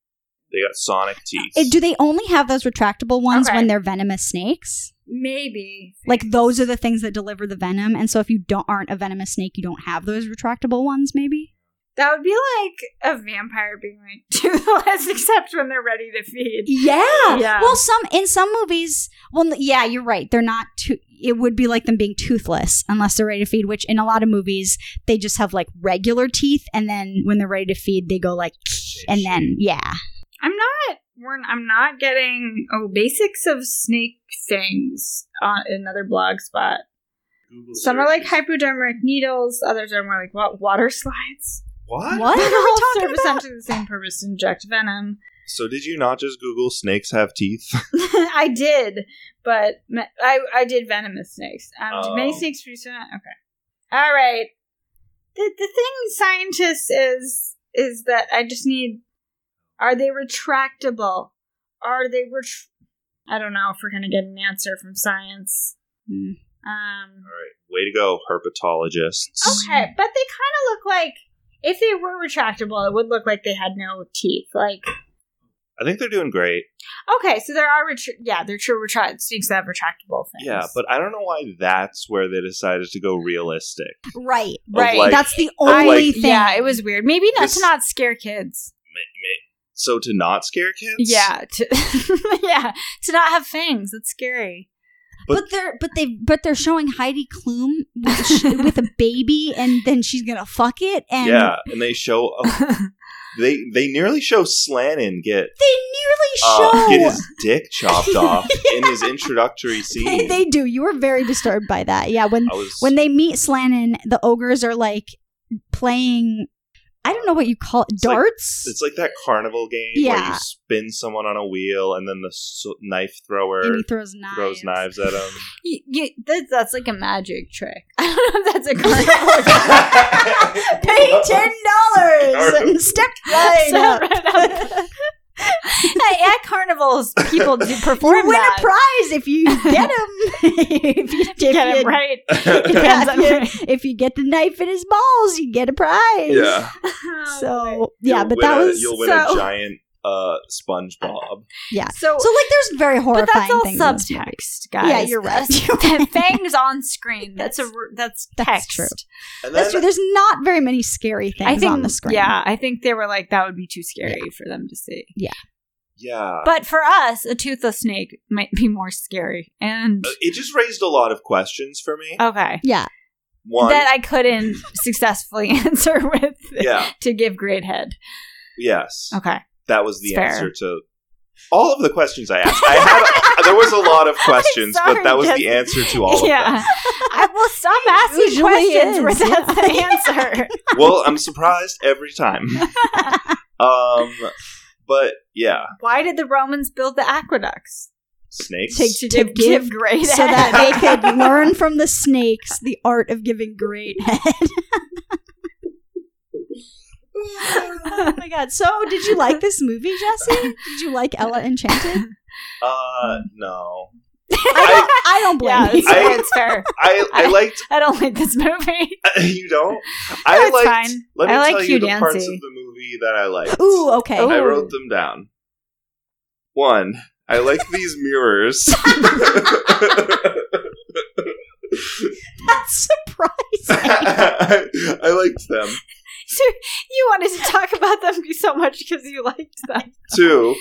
[SPEAKER 3] They got sonic teeth.
[SPEAKER 2] Eh, Do they only have those retractable ones
[SPEAKER 1] Okay.
[SPEAKER 2] when they're venomous snakes?
[SPEAKER 1] Maybe.
[SPEAKER 2] Like those are the things that deliver the venom, and so if you don't aren't a venomous snake, you don't have those retractable ones. Maybe
[SPEAKER 1] That would be like a vampire being like do the less except when they're ready to feed.
[SPEAKER 2] Yeah.
[SPEAKER 1] Yeah.
[SPEAKER 2] Well, some in some movies, well, n- yeah, you're right. They're not. Too, it would be like them being toothless unless they're ready to feed. Which in a lot of movies, they just have like regular teeth, and then when they're ready to feed, they go like, and then yeah,
[SPEAKER 1] I'm not we're, I'm not getting oh basics of snake things on another blog spot.
[SPEAKER 3] Google
[SPEAKER 1] Some are like
[SPEAKER 3] searches.
[SPEAKER 1] hypodermic needles, others are more like what water slides.
[SPEAKER 3] What?
[SPEAKER 2] what
[SPEAKER 1] They
[SPEAKER 2] are
[SPEAKER 1] all
[SPEAKER 2] we
[SPEAKER 1] serve
[SPEAKER 2] talking about?
[SPEAKER 1] essentially the same purpose: inject venom.
[SPEAKER 3] So did you not just Google snakes have teeth?
[SPEAKER 1] I did, but me- I I did venomous snakes. Um, did many
[SPEAKER 3] Oh.
[SPEAKER 1] snakes produce venom? Okay, all right. The the thing, scientists, is is that I just need. Are they retractable? Are they ret- I don't know if we're gonna get an answer from science.
[SPEAKER 2] Hmm.
[SPEAKER 1] Um.
[SPEAKER 3] All right, way to go, herpetologists.
[SPEAKER 1] Okay, but they kind of look like if they were retractable, it would look like they had no teeth. Like
[SPEAKER 3] I think they're doing great.
[SPEAKER 1] okay, so there are retr yeah, they're true retract snakes that have retractable things.
[SPEAKER 3] Yeah, but I don't know why that's where they decided to go realistic.
[SPEAKER 2] Right.
[SPEAKER 1] Right.
[SPEAKER 3] like-
[SPEAKER 2] That's the
[SPEAKER 3] of, like-
[SPEAKER 2] only thing.
[SPEAKER 1] Yeah, it was weird. Maybe not to
[SPEAKER 3] This-
[SPEAKER 1] not scare kids.
[SPEAKER 3] So to not scare kids?
[SPEAKER 1] Yeah, to, yeah, to not have fangs. That's scary.
[SPEAKER 2] But,
[SPEAKER 3] But-
[SPEAKER 2] they're but they but they're showing Heidi Klum with, sh- with a baby, and then she's gonna fuck it, and
[SPEAKER 3] Yeah, and they show they they nearly show Slannon get
[SPEAKER 2] they
[SPEAKER 3] uh,
[SPEAKER 2] nearly show.
[SPEAKER 3] get his dick chopped off in his introductory
[SPEAKER 2] they,
[SPEAKER 3] scene.
[SPEAKER 2] they do. You were very disturbed by that. Yeah, when
[SPEAKER 3] I was
[SPEAKER 2] when they meet Slannon, the ogres are like playing. I don't know what you call it.
[SPEAKER 3] It's like-
[SPEAKER 2] Darts.
[SPEAKER 3] it's like that carnival game where
[SPEAKER 2] Yeah.
[SPEAKER 3] you spin someone on a wheel and then the s- knife thrower
[SPEAKER 2] and he throws knives.
[SPEAKER 3] throws knives at him.
[SPEAKER 1] You, you, that, that's like a magic trick. I don't know if that's a carnival.
[SPEAKER 2] Pay ten dollars and step right up.
[SPEAKER 1] at carnivals, people do
[SPEAKER 2] You
[SPEAKER 1] perform
[SPEAKER 2] win
[SPEAKER 1] that.
[SPEAKER 2] a prize if you get him. if you, if
[SPEAKER 1] Get
[SPEAKER 2] you-
[SPEAKER 1] it right.
[SPEAKER 2] yeah,
[SPEAKER 1] Depends on
[SPEAKER 2] if you- if you get the knife in his balls, you get a prize.
[SPEAKER 3] yeah,
[SPEAKER 1] Oh,
[SPEAKER 2] So yeah,
[SPEAKER 3] You'll
[SPEAKER 2] but
[SPEAKER 3] win
[SPEAKER 2] that
[SPEAKER 3] a-
[SPEAKER 2] was
[SPEAKER 3] you'll win
[SPEAKER 1] so-
[SPEAKER 3] a giant uh, SpongeBob.
[SPEAKER 1] so,
[SPEAKER 2] so like there's very
[SPEAKER 1] but
[SPEAKER 2] horrifying
[SPEAKER 1] that's all
[SPEAKER 2] things in this movie.
[SPEAKER 1] subtext, guys.
[SPEAKER 2] Yeah, you're right.
[SPEAKER 1] That's- that fangs on screen. That's a r- that's
[SPEAKER 2] That's
[SPEAKER 1] text.
[SPEAKER 2] true.
[SPEAKER 3] And
[SPEAKER 2] That's true.
[SPEAKER 3] then
[SPEAKER 2] There's not very many scary things
[SPEAKER 1] I think
[SPEAKER 2] on the screen.
[SPEAKER 1] Yeah, I think they were like that would be too scary for them to see.
[SPEAKER 3] yeah,
[SPEAKER 1] But for us, a toothless snake might be more scary. And
[SPEAKER 3] it just raised a lot of questions for
[SPEAKER 2] Oh, Uh,
[SPEAKER 3] me.
[SPEAKER 1] okay,
[SPEAKER 2] Yeah.
[SPEAKER 3] One,
[SPEAKER 1] that I couldn't successfully answer with
[SPEAKER 3] yeah,
[SPEAKER 1] to give great head.
[SPEAKER 3] yes,
[SPEAKER 1] Okay,
[SPEAKER 3] that was the
[SPEAKER 1] It's fair.
[SPEAKER 3] answer to all of the questions I asked. I had there was a lot of questions,
[SPEAKER 1] sorry,
[SPEAKER 3] but that was
[SPEAKER 1] Jess.
[SPEAKER 3] the answer to all of
[SPEAKER 1] yeah,
[SPEAKER 3] them.
[SPEAKER 1] I will stop asking
[SPEAKER 2] Usually
[SPEAKER 1] questions
[SPEAKER 2] is,
[SPEAKER 1] where that's
[SPEAKER 2] yeah.
[SPEAKER 1] the answer.
[SPEAKER 3] Well, I'm surprised every time. Um, but yeah,
[SPEAKER 1] Why did the Romans build the aqueducts
[SPEAKER 3] snakes.
[SPEAKER 2] Take
[SPEAKER 1] to,
[SPEAKER 2] To
[SPEAKER 1] give,
[SPEAKER 2] give-
[SPEAKER 1] give great
[SPEAKER 2] so
[SPEAKER 1] head?
[SPEAKER 2] that they could learn from the snakes the art of giving great head. oh my god! So, did you like this movie, Jesse? Did you like Ella Enchanted?
[SPEAKER 3] Uh, no,
[SPEAKER 2] I, I don't blame
[SPEAKER 1] yeah,
[SPEAKER 2] you.
[SPEAKER 1] it's fair. it's fair.
[SPEAKER 3] I I liked
[SPEAKER 1] I don't like this movie.
[SPEAKER 3] you don't. I
[SPEAKER 1] That's
[SPEAKER 3] liked.
[SPEAKER 1] fine.
[SPEAKER 3] Let
[SPEAKER 1] I
[SPEAKER 3] me
[SPEAKER 1] like
[SPEAKER 3] tell
[SPEAKER 1] Hugh
[SPEAKER 3] you the parts
[SPEAKER 1] Dancy.
[SPEAKER 3] of the movie that I liked.
[SPEAKER 2] Ooh, okay.
[SPEAKER 1] Oh.
[SPEAKER 3] I wrote them down. One, I like these mirrors.
[SPEAKER 2] That's surprising.
[SPEAKER 3] I, I liked them.
[SPEAKER 1] So you wanted to talk about them so much because you liked them.
[SPEAKER 3] Two,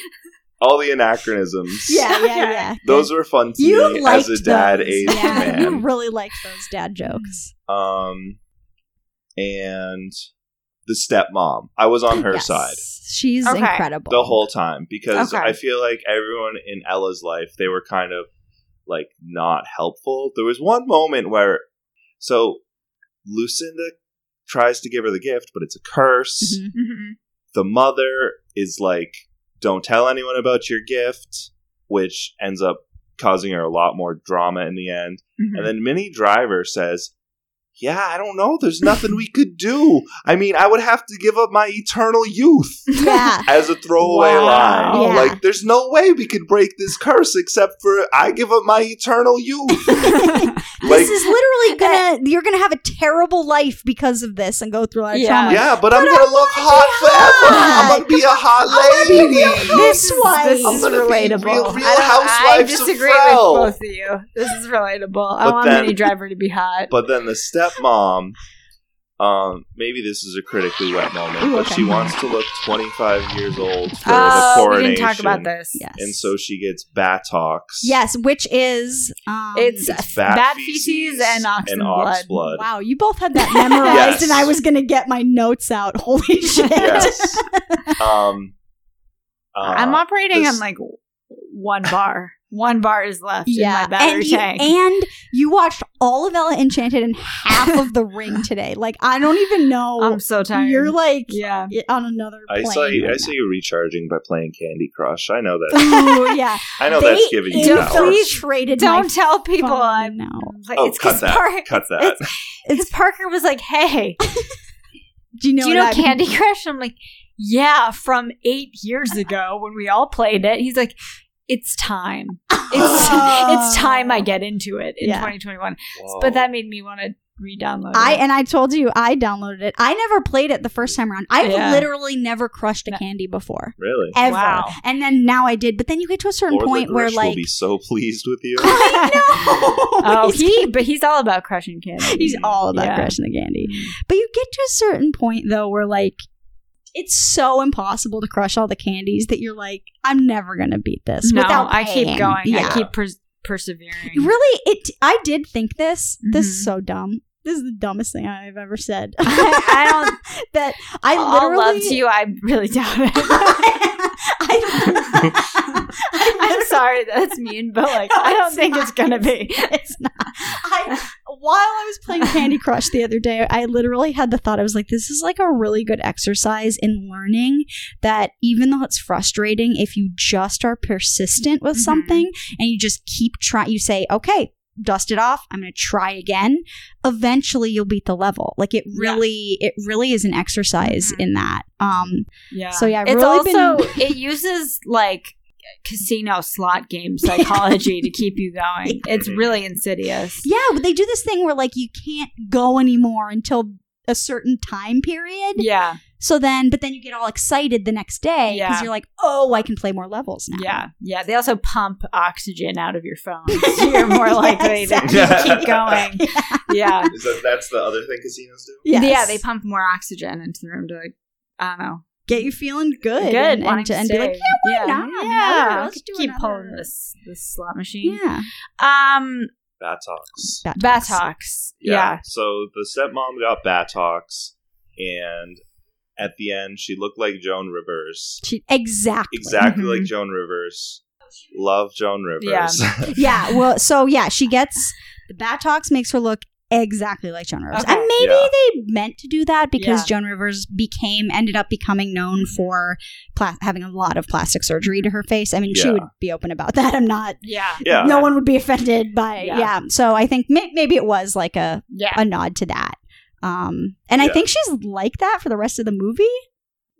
[SPEAKER 3] all the anachronisms.
[SPEAKER 2] yeah, yeah,
[SPEAKER 1] Okay.
[SPEAKER 2] yeah.
[SPEAKER 3] Those were fun to
[SPEAKER 2] you
[SPEAKER 3] me
[SPEAKER 2] liked
[SPEAKER 3] as a dad
[SPEAKER 2] those.
[SPEAKER 3] aged
[SPEAKER 2] yeah, you
[SPEAKER 3] man.
[SPEAKER 2] really liked those dad jokes.
[SPEAKER 3] um, and the stepmom. I was on her
[SPEAKER 2] Yes.
[SPEAKER 3] side
[SPEAKER 2] She's
[SPEAKER 1] Okay.
[SPEAKER 2] incredible.
[SPEAKER 3] the whole time because
[SPEAKER 1] Okay.
[SPEAKER 3] I feel like everyone in Ella's life they were kind of like not helpful. There was one moment where so Lucinda tries to give her the gift, but it's a curse.
[SPEAKER 2] Mhm.
[SPEAKER 3] the mother is like, don't tell anyone about your gift, which ends Mm-hmm. up causing her a lot more drama in the end. And then Minnie Driver says, Yeah, I don't know. There's nothing we could do. I mean, I would have to give up my eternal youth
[SPEAKER 2] Yeah.
[SPEAKER 3] as a throwaway
[SPEAKER 8] Wow.
[SPEAKER 3] line.
[SPEAKER 2] Yeah.
[SPEAKER 3] Like, there's no way we could break this curse except for I give up my eternal youth. Like,
[SPEAKER 2] this is literally gonna you're gonna have a terrible life because of this and go through a lot of
[SPEAKER 1] Yeah.
[SPEAKER 2] trauma.
[SPEAKER 3] yeah, but, I'm gonna look hot forever. I'm gonna be a hot lady.
[SPEAKER 2] This
[SPEAKER 8] This
[SPEAKER 2] one
[SPEAKER 3] I'm
[SPEAKER 8] is
[SPEAKER 3] gonna
[SPEAKER 8] relatable.
[SPEAKER 3] be real,
[SPEAKER 1] I, don't-
[SPEAKER 3] real
[SPEAKER 1] I
[SPEAKER 3] housewives of
[SPEAKER 1] disagree with
[SPEAKER 3] Frel.
[SPEAKER 1] both of you. This is relatable. I
[SPEAKER 3] But
[SPEAKER 1] want
[SPEAKER 3] then-
[SPEAKER 1] Minnie Driver to be hot.
[SPEAKER 3] But then the stepmom, um, maybe this is a critically wet moment,
[SPEAKER 2] Ooh,
[SPEAKER 3] but
[SPEAKER 2] okay.
[SPEAKER 3] she wants to look 25 years old for the
[SPEAKER 1] oh, we
[SPEAKER 3] coronation.
[SPEAKER 1] didn't talk about this.
[SPEAKER 2] yes.
[SPEAKER 3] And so she gets Batox.
[SPEAKER 2] yes, which is um,
[SPEAKER 1] It's,
[SPEAKER 3] It's
[SPEAKER 1] bat,
[SPEAKER 3] bat
[SPEAKER 1] feces,
[SPEAKER 3] feces
[SPEAKER 1] and ox
[SPEAKER 3] And
[SPEAKER 1] and
[SPEAKER 3] ox
[SPEAKER 1] blood.
[SPEAKER 3] blood.
[SPEAKER 2] wow. You both had that memorized,
[SPEAKER 3] Yes.
[SPEAKER 2] and I was gonna get my notes out. Holy shit!
[SPEAKER 3] Yes. um, uh,
[SPEAKER 1] I'm operating
[SPEAKER 3] this-
[SPEAKER 1] on like one bar. one bar is left
[SPEAKER 2] Yeah,
[SPEAKER 1] in my battery
[SPEAKER 2] and you,
[SPEAKER 1] tank.
[SPEAKER 2] and you watched all of Ella Enchanted and half of The Ring today. Like I don't even know.
[SPEAKER 1] I'm so tired.
[SPEAKER 2] You're like
[SPEAKER 1] yeah.
[SPEAKER 2] on another.
[SPEAKER 3] I
[SPEAKER 2] plane
[SPEAKER 3] saw you.
[SPEAKER 2] right
[SPEAKER 3] I saw you recharging by playing Candy Crush. I know that.
[SPEAKER 2] now. Ooh, yeah.
[SPEAKER 3] I know
[SPEAKER 2] They
[SPEAKER 3] that's giving you
[SPEAKER 1] don't
[SPEAKER 3] power.
[SPEAKER 1] please
[SPEAKER 2] infiltrated my
[SPEAKER 1] Don't tell people
[SPEAKER 2] phone
[SPEAKER 1] I'm
[SPEAKER 2] now.
[SPEAKER 1] like,
[SPEAKER 3] Oh,
[SPEAKER 1] it's because
[SPEAKER 3] cut that.
[SPEAKER 1] Park,
[SPEAKER 3] Cut that.
[SPEAKER 1] it's Parker was like, "Hey,
[SPEAKER 2] Do you know?
[SPEAKER 1] do you know
[SPEAKER 2] what I-
[SPEAKER 1] Candy Crush?" I'm like, "Yeah, from eight years ago when we all played it." He's like, "It's time. It's
[SPEAKER 2] Oh.
[SPEAKER 1] it's time I get into it in
[SPEAKER 2] Yeah.
[SPEAKER 1] 2021."
[SPEAKER 3] Whoa.
[SPEAKER 1] But that made me want to re-download.
[SPEAKER 2] I
[SPEAKER 1] it.
[SPEAKER 2] and I told you I downloaded it. I never played it the first time around. I've
[SPEAKER 1] Yeah.
[SPEAKER 2] literally never crushed a
[SPEAKER 1] No.
[SPEAKER 2] candy before.
[SPEAKER 3] really.
[SPEAKER 2] Ever.
[SPEAKER 1] Wow.
[SPEAKER 2] And then now I did. But then you get to a certain
[SPEAKER 3] Lord
[SPEAKER 2] point where
[SPEAKER 3] Licorice will
[SPEAKER 2] like
[SPEAKER 3] be so pleased with you.
[SPEAKER 1] oh,
[SPEAKER 2] Oh,
[SPEAKER 1] he but he's all about crushing candy.
[SPEAKER 2] he's all about
[SPEAKER 1] Yeah.
[SPEAKER 2] crushing the candy. But you get to a certain point though where like it's so impossible to crush all the candies that you're like, I'm never gonna beat this.
[SPEAKER 1] No,
[SPEAKER 2] without
[SPEAKER 1] I keep
[SPEAKER 2] paying.
[SPEAKER 1] going.
[SPEAKER 2] Yeah.
[SPEAKER 1] I keep pers- persevering.
[SPEAKER 2] Really, it. I did think this. This is
[SPEAKER 1] Mhm.
[SPEAKER 2] so dumb. This is the dumbest thing I've ever said.
[SPEAKER 1] I
[SPEAKER 2] don't that I
[SPEAKER 1] All
[SPEAKER 2] literally
[SPEAKER 1] love to you. I really doubt it.
[SPEAKER 2] I,
[SPEAKER 1] I'm sorry that's mean, but like
[SPEAKER 2] No,
[SPEAKER 1] I don't
[SPEAKER 2] it's
[SPEAKER 1] think it's
[SPEAKER 2] not.
[SPEAKER 1] gonna be.
[SPEAKER 2] It's not. I, while I was playing Candy Crush the other day, I literally had the thought I was like, this is like a really good exercise in learning that even though it's frustrating, if you just are persistent with
[SPEAKER 1] Mhm.
[SPEAKER 2] something and you just keep trying, you say, okay, dust it off. I'm going to try again. Eventually, you'll beat the level. Like it
[SPEAKER 1] Yeah.
[SPEAKER 2] really, it really is an exercise
[SPEAKER 1] Mhm.
[SPEAKER 2] in that. Um,
[SPEAKER 1] Yeah.
[SPEAKER 2] So, yeah, I've
[SPEAKER 1] it's
[SPEAKER 2] really
[SPEAKER 1] also it uses like casino slot game psychology to keep you going. It's really insidious.
[SPEAKER 2] yeah, but they do this thing where like you can't go anymore until a certain time period.
[SPEAKER 1] Yeah.
[SPEAKER 2] So then, but then you get all excited the next day because
[SPEAKER 1] Yeah.
[SPEAKER 2] you're like, oh, I can play more levels now.
[SPEAKER 1] Yeah. Yeah. They also pump oxygen out of your phone. So you're more likely to
[SPEAKER 3] exactly.
[SPEAKER 1] keep going. Yeah.
[SPEAKER 3] Is that that's the other thing casinos do?
[SPEAKER 2] Yes.
[SPEAKER 1] Yeah, they pump more oxygen into the room to like I don't know.
[SPEAKER 2] get you feeling good.
[SPEAKER 1] Good.
[SPEAKER 2] And,
[SPEAKER 1] wanting
[SPEAKER 2] and, to, and be like,
[SPEAKER 1] stay.
[SPEAKER 2] yeah, why not?
[SPEAKER 1] Yeah.
[SPEAKER 2] Another- let's do
[SPEAKER 1] keep
[SPEAKER 2] another-
[SPEAKER 1] pulling this this slot machine.
[SPEAKER 2] yeah.
[SPEAKER 1] Um
[SPEAKER 3] Batox.
[SPEAKER 2] That
[SPEAKER 1] Batox. Yeah.
[SPEAKER 3] So the stepmom got Batox, and at the end, she looked like Joan Rivers.
[SPEAKER 2] She, exactly.
[SPEAKER 3] Exactly
[SPEAKER 1] Mhm.
[SPEAKER 3] like Joan Rivers. Love Joan Rivers.
[SPEAKER 2] Mm-hmm. yeah. Well, so yeah, she gets the Batox makes her look exactly like Joan Rivers.
[SPEAKER 1] Okay.
[SPEAKER 2] And maybe
[SPEAKER 3] Yeah.
[SPEAKER 2] they meant to do that because
[SPEAKER 1] Yeah. Mm-hmm.
[SPEAKER 2] Joan Rivers became ended up becoming known for pla- having a lot of plastic surgery to her face. I mean, she
[SPEAKER 3] Yeah.
[SPEAKER 2] would be open about that. I'm not
[SPEAKER 1] Yeah.
[SPEAKER 3] yeah.
[SPEAKER 2] no one would be offended by yeah.
[SPEAKER 1] Yeah.
[SPEAKER 2] So I think may- maybe it was like a
[SPEAKER 1] Yeah.
[SPEAKER 2] a nod to that. Um, and I
[SPEAKER 3] Yeah.
[SPEAKER 2] think she's like that for the rest of the movie.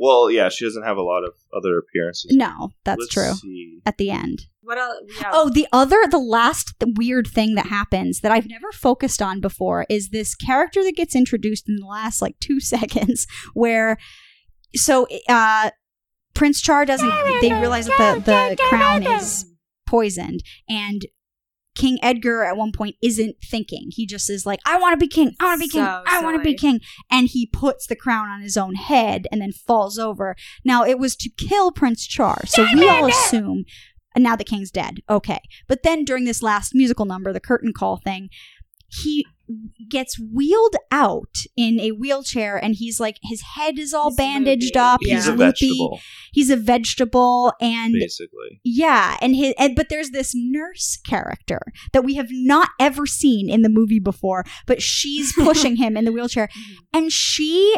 [SPEAKER 3] Well, yeah, she doesn't have a lot of other appearances.
[SPEAKER 2] No, that's
[SPEAKER 3] Let's
[SPEAKER 2] true.
[SPEAKER 3] see.
[SPEAKER 2] At the end.
[SPEAKER 1] What else? Yeah.
[SPEAKER 2] Oh, the other, the last th- weird thing that happens that I've never focused on before is this character that gets introduced in the last like two seconds, where so uh, Prince Char doesn't. They realize that the the crown is poisoned and. King Edgar at one point isn't thinking. He just is like, I want to be king. I want to be king.
[SPEAKER 1] So
[SPEAKER 2] I want to be
[SPEAKER 1] silly.
[SPEAKER 2] king. And he puts the crown on his own head and then falls over. Now, it was to kill Prince Char. So we all assume and now the king's dead. Okay. But then during this last musical number, the curtain call thing, he gets wheeled out in a wheelchair and he's like his head is all
[SPEAKER 1] He's
[SPEAKER 2] bandaged
[SPEAKER 1] loopy.
[SPEAKER 2] up.
[SPEAKER 1] Yeah.
[SPEAKER 3] He's a
[SPEAKER 2] loopy.
[SPEAKER 3] vegetable,
[SPEAKER 2] He's a vegetable and
[SPEAKER 3] basically.
[SPEAKER 2] yeah, and his and, but there's this nurse character that we have not ever seen in the movie before, but she's pushing him in the wheelchair, and she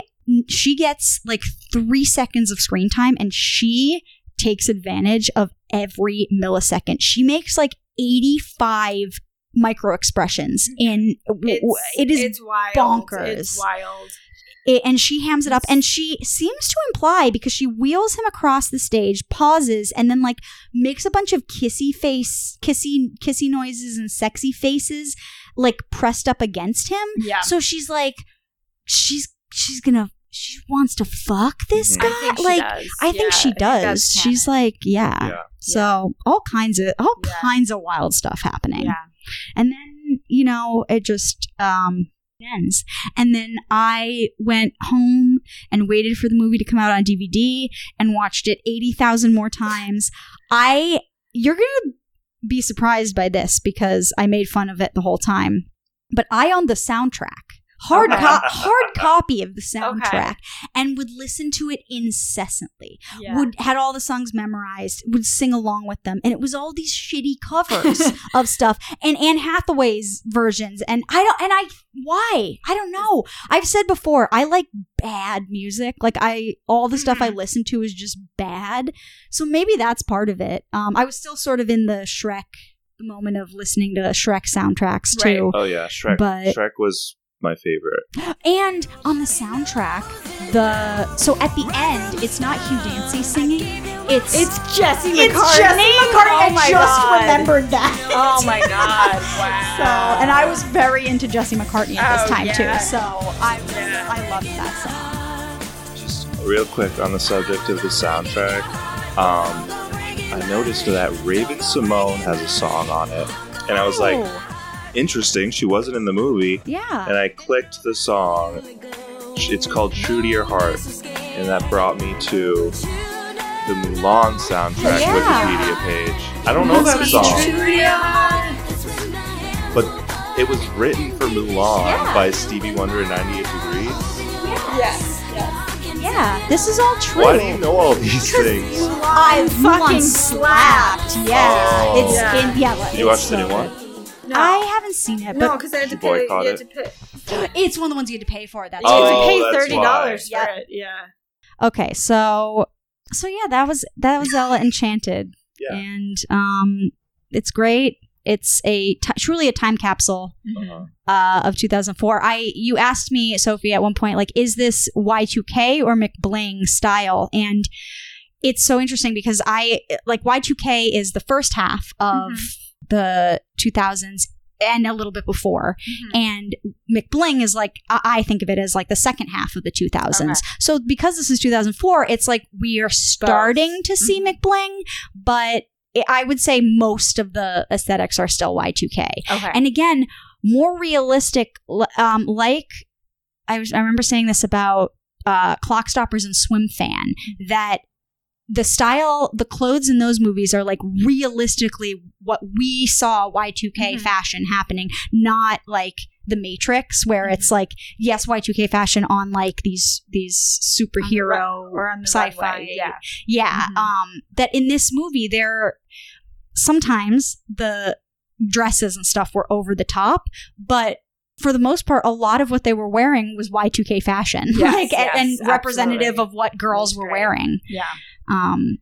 [SPEAKER 2] she gets like three seconds of screen time, and she takes advantage of every millisecond. She makes like eighty five micro expressions in
[SPEAKER 1] It's,
[SPEAKER 2] it is
[SPEAKER 1] it's wild.
[SPEAKER 2] bonkers.
[SPEAKER 1] It's wild.
[SPEAKER 2] it, and she hams it up and she seems to imply because she wheels him across the stage pauses and then like makes a bunch of kissy face kissy kissy noises and sexy faces like pressed up against him
[SPEAKER 1] Yeah.
[SPEAKER 2] so she's like she's she's gonna she wants to fuck this
[SPEAKER 3] Mhm.
[SPEAKER 2] guy
[SPEAKER 1] I think she
[SPEAKER 2] like
[SPEAKER 1] does.
[SPEAKER 2] I think
[SPEAKER 1] Yeah,
[SPEAKER 2] she does.
[SPEAKER 1] that's
[SPEAKER 2] She's like, yeah.
[SPEAKER 3] Yeah.
[SPEAKER 2] So all kinds of all
[SPEAKER 1] Yeah.
[SPEAKER 2] kinds of wild stuff happening.
[SPEAKER 1] Yeah.
[SPEAKER 2] And then, you know, it just um ends. And then I went home and waited for the movie to come out on DVD and watched it 80,000 more times. I you're going to be surprised by this because I made fun of it the whole time. But I owned the soundtrack. Hard
[SPEAKER 1] Okay.
[SPEAKER 2] co- hard copy of the soundtrack and would listen to it incessantly
[SPEAKER 1] yeah.
[SPEAKER 2] would had all the songs memorized, would sing along with them, and it was all these shitty covers of stuff and Anne Hathaway's versions. And I don't, and I why I don't know. I've said before I like bad music. Like I all the stuff I listen to is just bad. So maybe that's part of it. Um, I was still sort of in the Shrek moment of listening to Shrek soundtracks too.
[SPEAKER 3] Oh yeah, Shrek.
[SPEAKER 2] But-
[SPEAKER 3] Shrek was my favorite.
[SPEAKER 2] And on the soundtrack, the so at the end, it's not Hugh Dancy singing. It's
[SPEAKER 7] It's Jesse McCartney.
[SPEAKER 2] I
[SPEAKER 7] Oh my
[SPEAKER 2] just
[SPEAKER 7] God.
[SPEAKER 2] remembered that.
[SPEAKER 7] Oh my god!
[SPEAKER 2] So,
[SPEAKER 7] Wow.
[SPEAKER 2] and I was very into Jesse McCartney at this
[SPEAKER 1] Oh,
[SPEAKER 2] time
[SPEAKER 1] yeah.
[SPEAKER 2] too. So I was, I loved that song.
[SPEAKER 3] Just real quick on the subject of the soundtrack, um, I noticed that Raven Simone has a song on it, and I was like,
[SPEAKER 2] Oh.
[SPEAKER 3] interesting. She wasn't in the movie,
[SPEAKER 2] yeah.
[SPEAKER 3] and I clicked the song. It's called "True to Your Heart," and that brought me to the Mulan soundtrack
[SPEAKER 2] Yeah.
[SPEAKER 3] Wikipedia page. I don't know that song, but it was written for Mulan
[SPEAKER 2] Yeah.
[SPEAKER 3] by Stevie Wonder and 98 Degrees.
[SPEAKER 1] Yes.
[SPEAKER 2] Yeah. This is all true.
[SPEAKER 3] Why do you know all these things?
[SPEAKER 2] I fucking
[SPEAKER 1] fucking
[SPEAKER 2] slapped. Yeah.
[SPEAKER 3] Oh.
[SPEAKER 2] It's
[SPEAKER 1] Yeah.
[SPEAKER 2] in yeah.
[SPEAKER 3] Did you watch the new one?
[SPEAKER 1] No.
[SPEAKER 2] I haven't seen it,
[SPEAKER 1] no,
[SPEAKER 2] but
[SPEAKER 1] because I had
[SPEAKER 3] She
[SPEAKER 1] to pay. You
[SPEAKER 3] boycotted
[SPEAKER 1] had to pay.
[SPEAKER 2] it's one of the ones you had to pay for. That's
[SPEAKER 1] you had to
[SPEAKER 3] Oh,
[SPEAKER 1] pay
[SPEAKER 3] that's
[SPEAKER 1] thirty dollars for
[SPEAKER 2] why.
[SPEAKER 1] it. Yeah.
[SPEAKER 2] okay so so yeah that was that was ella enchanted
[SPEAKER 3] Yeah.
[SPEAKER 2] and um it's great it's a ti truly a time capsule
[SPEAKER 3] Uh-huh.
[SPEAKER 2] uh, of 2004 i you asked me sophie at one point like is this y2k or mcbling style and it's so interesting because i like y2k is the first half
[SPEAKER 3] Mm-hmm.
[SPEAKER 2] of the 2000s and a little bit before
[SPEAKER 7] Mm-hmm.
[SPEAKER 1] Mm-hmm.
[SPEAKER 2] and McBling is like I I think of it as like the second half of the 2000s. So because this is 2004, it's like we are starting to see McBling, but it, I would say most of the aesthetics are still Y2K.
[SPEAKER 7] okay.
[SPEAKER 2] And again, more realistic, l- um, like I, was, I remember saying this about uh, Clock Stoppers and Swim Fan,
[SPEAKER 1] Mm-hmm.
[SPEAKER 2] that the style, the clothes in those movies are like realistically what we saw Y2K
[SPEAKER 1] Mhm.
[SPEAKER 2] fashion happening, not like the Matrix, where
[SPEAKER 1] Mm-hmm.
[SPEAKER 2] it's like, yes, Y2K fashion on like these these superhero
[SPEAKER 1] or on the
[SPEAKER 2] sci-fi.
[SPEAKER 1] runway, Yeah.
[SPEAKER 2] yeah,
[SPEAKER 1] Mhm.
[SPEAKER 2] um, that in this movie there sometimes the dresses and stuff were over the top, but for the most part, a lot of what they were wearing was Y2K fashion,
[SPEAKER 1] Yes,
[SPEAKER 2] like and- and,
[SPEAKER 1] yes,
[SPEAKER 2] representative
[SPEAKER 1] absolutely.
[SPEAKER 2] of what girls
[SPEAKER 1] That's
[SPEAKER 2] were
[SPEAKER 1] great.
[SPEAKER 2] wearing,
[SPEAKER 1] Yeah.
[SPEAKER 2] um,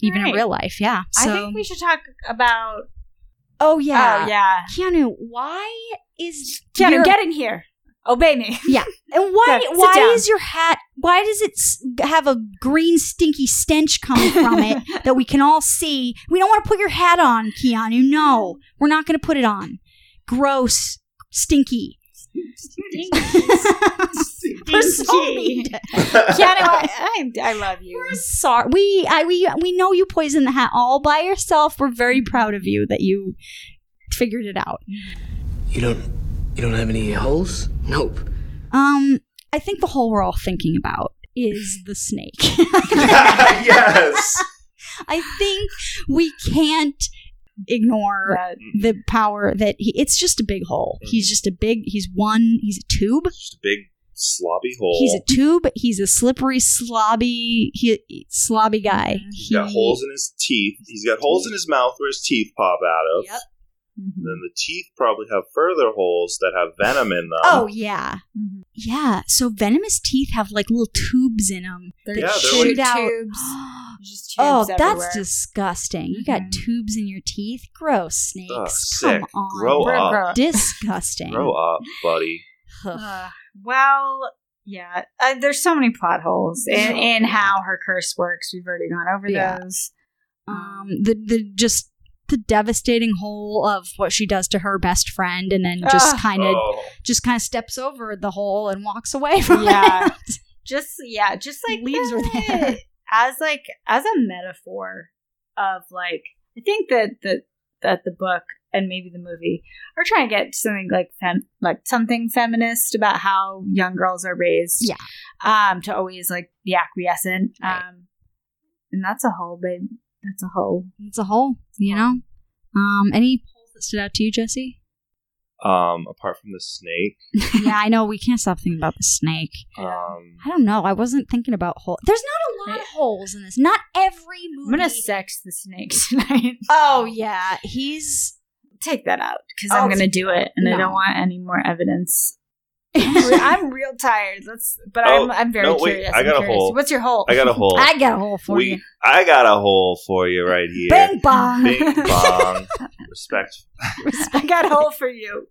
[SPEAKER 2] even in
[SPEAKER 1] Right.
[SPEAKER 2] real life. Yeah. So,
[SPEAKER 1] I think we should talk about.
[SPEAKER 2] oh yeah,
[SPEAKER 7] uh,
[SPEAKER 1] Oh yeah.
[SPEAKER 2] Keanu, why is
[SPEAKER 1] Jenna,
[SPEAKER 2] your-
[SPEAKER 1] get in here. Obey me.
[SPEAKER 2] and why
[SPEAKER 1] Go, sit
[SPEAKER 2] why
[SPEAKER 1] down.
[SPEAKER 2] is your hat? Why does it s- have a green stinky stench coming from it? that we can all see. We don't want to put your hat on, Keanu. No, we're not going to put it on. Gross, stinky. We're so mean. to-
[SPEAKER 1] Keanu, I, I, I love you.
[SPEAKER 2] We're sorry. We I, we we know you poisoned the hat all by yourself. We're very proud of you that you figured it out.
[SPEAKER 9] You don't you don't have any holes? Nope.
[SPEAKER 2] Um, I think the whole we're all thinking about is the snake.
[SPEAKER 3] yes.
[SPEAKER 2] I think we can't ignore
[SPEAKER 1] That-
[SPEAKER 2] the power that he, it's just a big hole. He's just a big, he's one, he's a tube.
[SPEAKER 3] Just a big sloppy hole.
[SPEAKER 2] He's a tube. He's a slippery, slobby, he, slobby guy.
[SPEAKER 3] Mm-hmm. He's got holes in his teeth. He's got holes in his mouth where his teeth pop out of.
[SPEAKER 2] Yep. Mm-hmm.
[SPEAKER 3] And then the teeth probably have further holes that have venom in them.
[SPEAKER 2] Oh, yeah.
[SPEAKER 3] Mm-hmm.
[SPEAKER 2] Yeah. So venomous teeth have like little tubes in them.
[SPEAKER 3] Yeah, they're
[SPEAKER 2] shoot
[SPEAKER 3] like-
[SPEAKER 2] out.
[SPEAKER 1] tubes.
[SPEAKER 7] There's just tubes
[SPEAKER 2] Oh,
[SPEAKER 7] everywhere.
[SPEAKER 2] that's disgusting. You got
[SPEAKER 7] Mhm.
[SPEAKER 2] tubes in your teeth. Gross snakes.
[SPEAKER 3] Mm-hmm.
[SPEAKER 2] Come
[SPEAKER 3] Ugh, sick.
[SPEAKER 2] on.
[SPEAKER 3] Grow
[SPEAKER 7] Grow-
[SPEAKER 3] up.
[SPEAKER 7] grow-
[SPEAKER 2] Disgusting.
[SPEAKER 3] Grow up, buddy.
[SPEAKER 2] Ugh.
[SPEAKER 7] Ugh. well, yeah. Uh, there's so many plot holes in, in how her curse works. We've already gone over
[SPEAKER 2] Yeah.
[SPEAKER 7] those.
[SPEAKER 2] Um, the the just the devastating hole of what she does to her best friend, and then just
[SPEAKER 7] Ugh.
[SPEAKER 2] kind of
[SPEAKER 3] Oh,
[SPEAKER 2] just kind of steps over the hole and walks away from
[SPEAKER 7] Yeah.
[SPEAKER 2] it.
[SPEAKER 1] Just yeah, just like
[SPEAKER 2] Leaves her there.
[SPEAKER 1] as like as a metaphor of like I think that the that the book and maybe the movie are trying to get something like fem- like something feminist about how young girls are raised.
[SPEAKER 2] Yeah.
[SPEAKER 1] Um, to always like be acquiescent.
[SPEAKER 2] Right.
[SPEAKER 1] Um and that's a hole, babe. That's a hole.
[SPEAKER 2] It's a hole, you know. Um, any holes that stood out to you, Jesse?
[SPEAKER 3] Um, apart from the snake,
[SPEAKER 2] yeah, I know we can't stop thinking about the snake.
[SPEAKER 3] um,
[SPEAKER 2] I don't know. I wasn't thinking about holes. There's not a lot of holes in this. Not every
[SPEAKER 1] I'm
[SPEAKER 2] movie.
[SPEAKER 1] gonna sex the snake tonight.
[SPEAKER 2] oh yeah, he's.
[SPEAKER 1] Take that out because
[SPEAKER 2] Oh,
[SPEAKER 1] I'm gonna do it, and I
[SPEAKER 2] no.
[SPEAKER 1] don't want any more evidence. I'm real tired. Let's, but I'm
[SPEAKER 3] Oh,
[SPEAKER 1] I'm very
[SPEAKER 3] no, wait,
[SPEAKER 1] curious.
[SPEAKER 3] I
[SPEAKER 1] I'm
[SPEAKER 3] got a
[SPEAKER 1] curious.
[SPEAKER 3] hole.
[SPEAKER 1] What's your hole?
[SPEAKER 3] I got a hole.
[SPEAKER 2] I got a hole for
[SPEAKER 3] we,
[SPEAKER 2] you.
[SPEAKER 3] I got a hole for you right here.
[SPEAKER 2] Bing bong.
[SPEAKER 3] Bing bong. Respect.
[SPEAKER 1] I got a hole for you.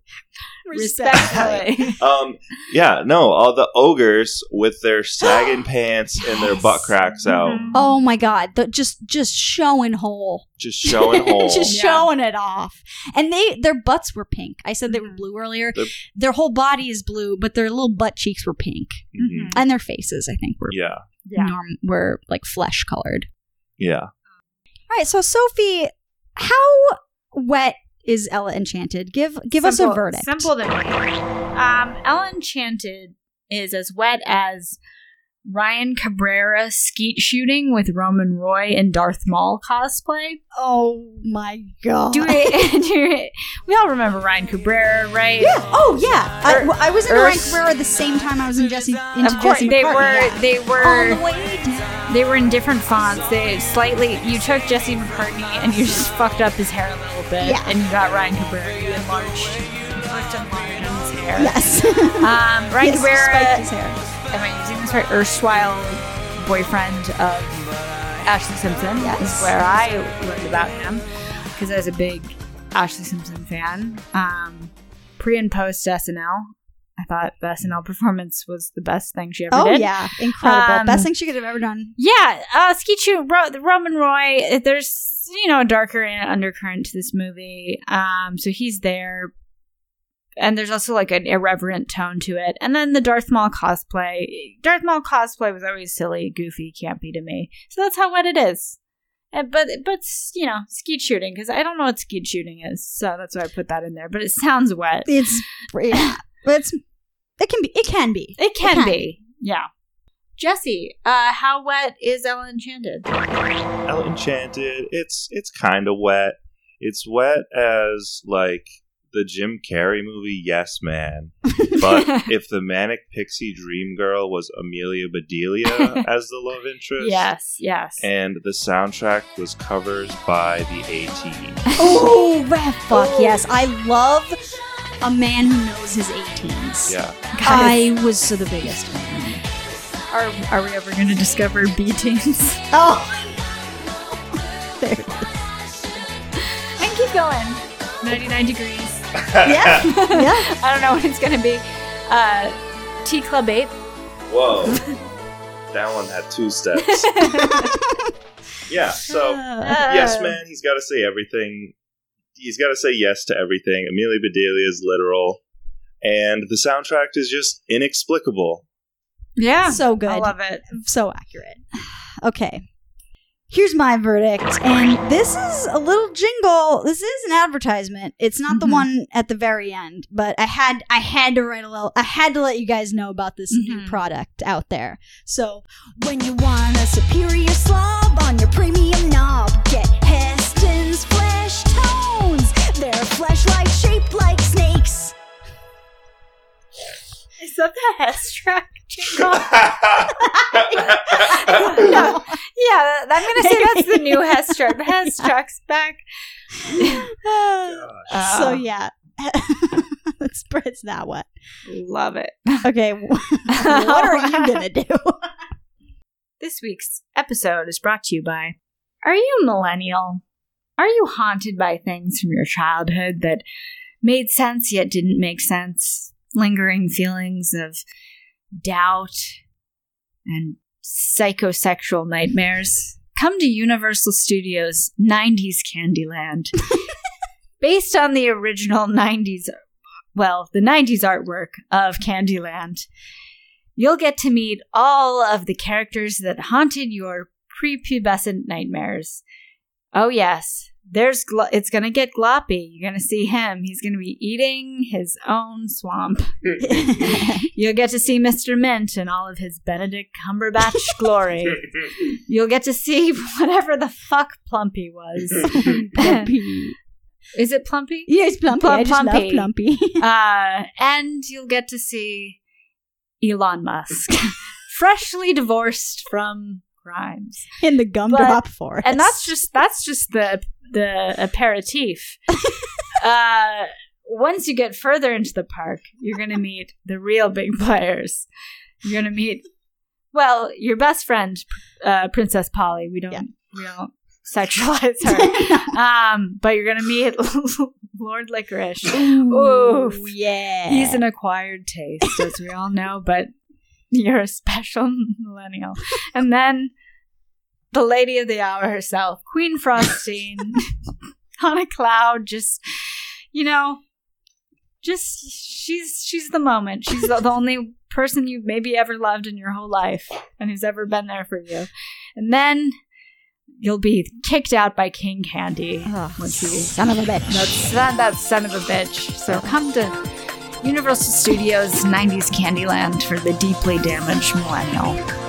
[SPEAKER 1] Respectfully.
[SPEAKER 3] Um, yeah, no, all the ogres with their sagging pants and their butt cracks
[SPEAKER 1] Mm-hmm.
[SPEAKER 3] out,
[SPEAKER 2] Oh my god, the, just just showing hole.
[SPEAKER 3] just showing hole.
[SPEAKER 2] just
[SPEAKER 1] Yeah.
[SPEAKER 2] showing it off. And they their butts were pink. I said they were blue earlier.
[SPEAKER 3] They're-
[SPEAKER 2] their whole body is blue, but their little butt cheeks were pink.
[SPEAKER 3] Mhm.
[SPEAKER 2] And their faces, I think, were
[SPEAKER 3] Yeah,
[SPEAKER 1] Mm-hmm. Yeah.
[SPEAKER 2] norm were like flesh colored.
[SPEAKER 3] yeah.
[SPEAKER 2] All right, so Sophie, how wet is Ella Enchanted? Give give us a
[SPEAKER 1] Simple-
[SPEAKER 2] verdict.
[SPEAKER 1] Simple than um, Ellen Chanted is as wet as Ryan Cabrera skeet shooting with Roman Roy and Darth Maul cosplay.
[SPEAKER 2] Oh my god.
[SPEAKER 1] Do it, do it. We all remember Ryan Cabrera, right?
[SPEAKER 2] Yeah. Oh yeah. I,
[SPEAKER 3] Er,
[SPEAKER 2] well, I was in Ryan
[SPEAKER 1] Earth-
[SPEAKER 2] Cabrera the same time I was in Jesse. Into
[SPEAKER 1] Of course,
[SPEAKER 2] Jesse
[SPEAKER 1] they
[SPEAKER 2] McCartney.
[SPEAKER 1] were.
[SPEAKER 2] Yeah.
[SPEAKER 1] They were.
[SPEAKER 2] on the way down.
[SPEAKER 1] They were in different fonts. They slightly. You took Jesse McCartney and you just fucked up his hair a little bit,
[SPEAKER 2] Yeah.
[SPEAKER 1] and you got Ryan Cabrera. You enlarged. You clicked on Ryan on his hair.
[SPEAKER 2] Yes.
[SPEAKER 1] Um, Ryan
[SPEAKER 2] yes, spiked his
[SPEAKER 1] Cabrera.
[SPEAKER 2] hair.
[SPEAKER 1] Am I using this right? Erstwhile boyfriend of Ashley Simpson. This
[SPEAKER 2] Yes.
[SPEAKER 1] is where I learned about him because I was a big Ashley Simpson fan. Um, pre and post SNL. I thought the SNL performance was the best thing she ever
[SPEAKER 2] Oh
[SPEAKER 1] did.
[SPEAKER 2] yeah, incredible!
[SPEAKER 1] Um,
[SPEAKER 2] Best thing she could have ever done.
[SPEAKER 1] Yeah, uh, Skeechu, Ro- the Roman Roy. There's you know a darker undercurrent to this movie, um, so he's there, and there's also like an irreverent tone to it. And then the Darth Maul cosplay. Darth Maul cosplay was always silly, goofy, campy to me. So that's how wet it is. Uh, But but you know skeet shooting because I don't know what skeet shooting is, so that's why I put that in there. But it sounds wet.
[SPEAKER 2] It's yeah, but it's it can be it can be.
[SPEAKER 1] It can,
[SPEAKER 2] It can
[SPEAKER 1] be. yeah. Jesse, uh, how wet is Ellen Enchanted?
[SPEAKER 3] El Enchanted. It's it's kind of wet. It's wet as like the Jim Carrey movie Yes Man. But if the manic pixie dream girl was Amelia Bedelia as the love interest,
[SPEAKER 1] Yes, yes.
[SPEAKER 3] and the soundtrack was covers by the E. AT.
[SPEAKER 2] Oh rah, fuck yes! I love a man who knows his 18s.
[SPEAKER 3] Yeah.
[SPEAKER 2] I was so the biggest fan.
[SPEAKER 1] Are, are we ever going to discover B teams?
[SPEAKER 2] Oh,
[SPEAKER 1] I can keep going. 99 degrees.
[SPEAKER 2] Yeah. yeah.
[SPEAKER 1] I don't know what it's going to be. Uh, T Club 8.
[SPEAKER 3] Whoa. that one had two steps. yeah, so
[SPEAKER 2] Uh,
[SPEAKER 3] Uh, yes, man, he's got to say everything. He's got to say yes to everything. Amelia Bedelia is literal. And the soundtrack is just inexplicable.
[SPEAKER 1] Yeah.
[SPEAKER 2] So good.
[SPEAKER 1] I love it.
[SPEAKER 2] so accurate. Okay. Here's my verdict. And this is a little jingle. This is an advertisement. It's not the
[SPEAKER 1] Mhm.
[SPEAKER 2] one at the very end, but I had I had to write a little I had to let you guys know about this new
[SPEAKER 1] Mhm.
[SPEAKER 2] product out there. So when you want a superior slob on your premium knob, get Heston's flesh tones. They're flesh like shaped like snakes.
[SPEAKER 1] Is that the Hess track?
[SPEAKER 3] no.
[SPEAKER 1] no. Yeah, I'm going to say that's the new Hess track. The Hess track's back.
[SPEAKER 2] so
[SPEAKER 1] Uh,
[SPEAKER 2] yeah. it's, it's that one.
[SPEAKER 1] Love it.
[SPEAKER 2] Okay, wh- what are you gonna do?
[SPEAKER 1] This week's episode is brought to you by Are you a millennial? Are you haunted by things from your childhood that made sense yet didn't make sense? Lingering feelings of doubt and psychosexual nightmares? Come to Universal Studios 90s Candyland. Based on the original 90s, well, the 90s artwork of Candyland you'll get to meet all of the characters that haunted your prepubescent nightmares. Oh yes, there's glo- it's going to get gloppy. You're going to see him. He's going to be eating his own swamp. you'll get to see Mr. Mint and all of his Benedict Cumberbatch glory. You'll get to see whatever the fuck Plumpy was.
[SPEAKER 2] Plumpy.
[SPEAKER 1] Is it Plumpy?
[SPEAKER 2] Yes, Plumpy. I just love
[SPEAKER 1] Plumpy.
[SPEAKER 2] Plumpy.
[SPEAKER 1] uh, and you'll get to see Elon Musk, freshly divorced from crimes,
[SPEAKER 2] In the gumdrop forest.
[SPEAKER 1] and that's just that's just the the aperitif. uh, once you get further into the park, you're gonna meet the real big players. You're gonna meet, well, your best friend, uh, Princess Polly. We don't
[SPEAKER 2] Yeah.
[SPEAKER 1] we don't sexualize her, um, but you're gonna meet Lord Licorice.
[SPEAKER 2] Ooh,
[SPEAKER 1] Oof.
[SPEAKER 2] yeah.
[SPEAKER 1] He's an acquired taste, as we all know, but you're a special millennial. And then the lady of the hour herself, Queen Frostine, on a cloud, just you know, just she's she's the moment. She's the, the only person you've maybe ever loved in your whole life, and who's ever been there for you. And then you'll be kicked out by King Candy.
[SPEAKER 2] Oh,
[SPEAKER 1] Let's see.
[SPEAKER 2] son of a bitch.
[SPEAKER 1] That's son, that son of a bitch. So come to Universal Studios 90s Candyland for the deeply damaged millennial.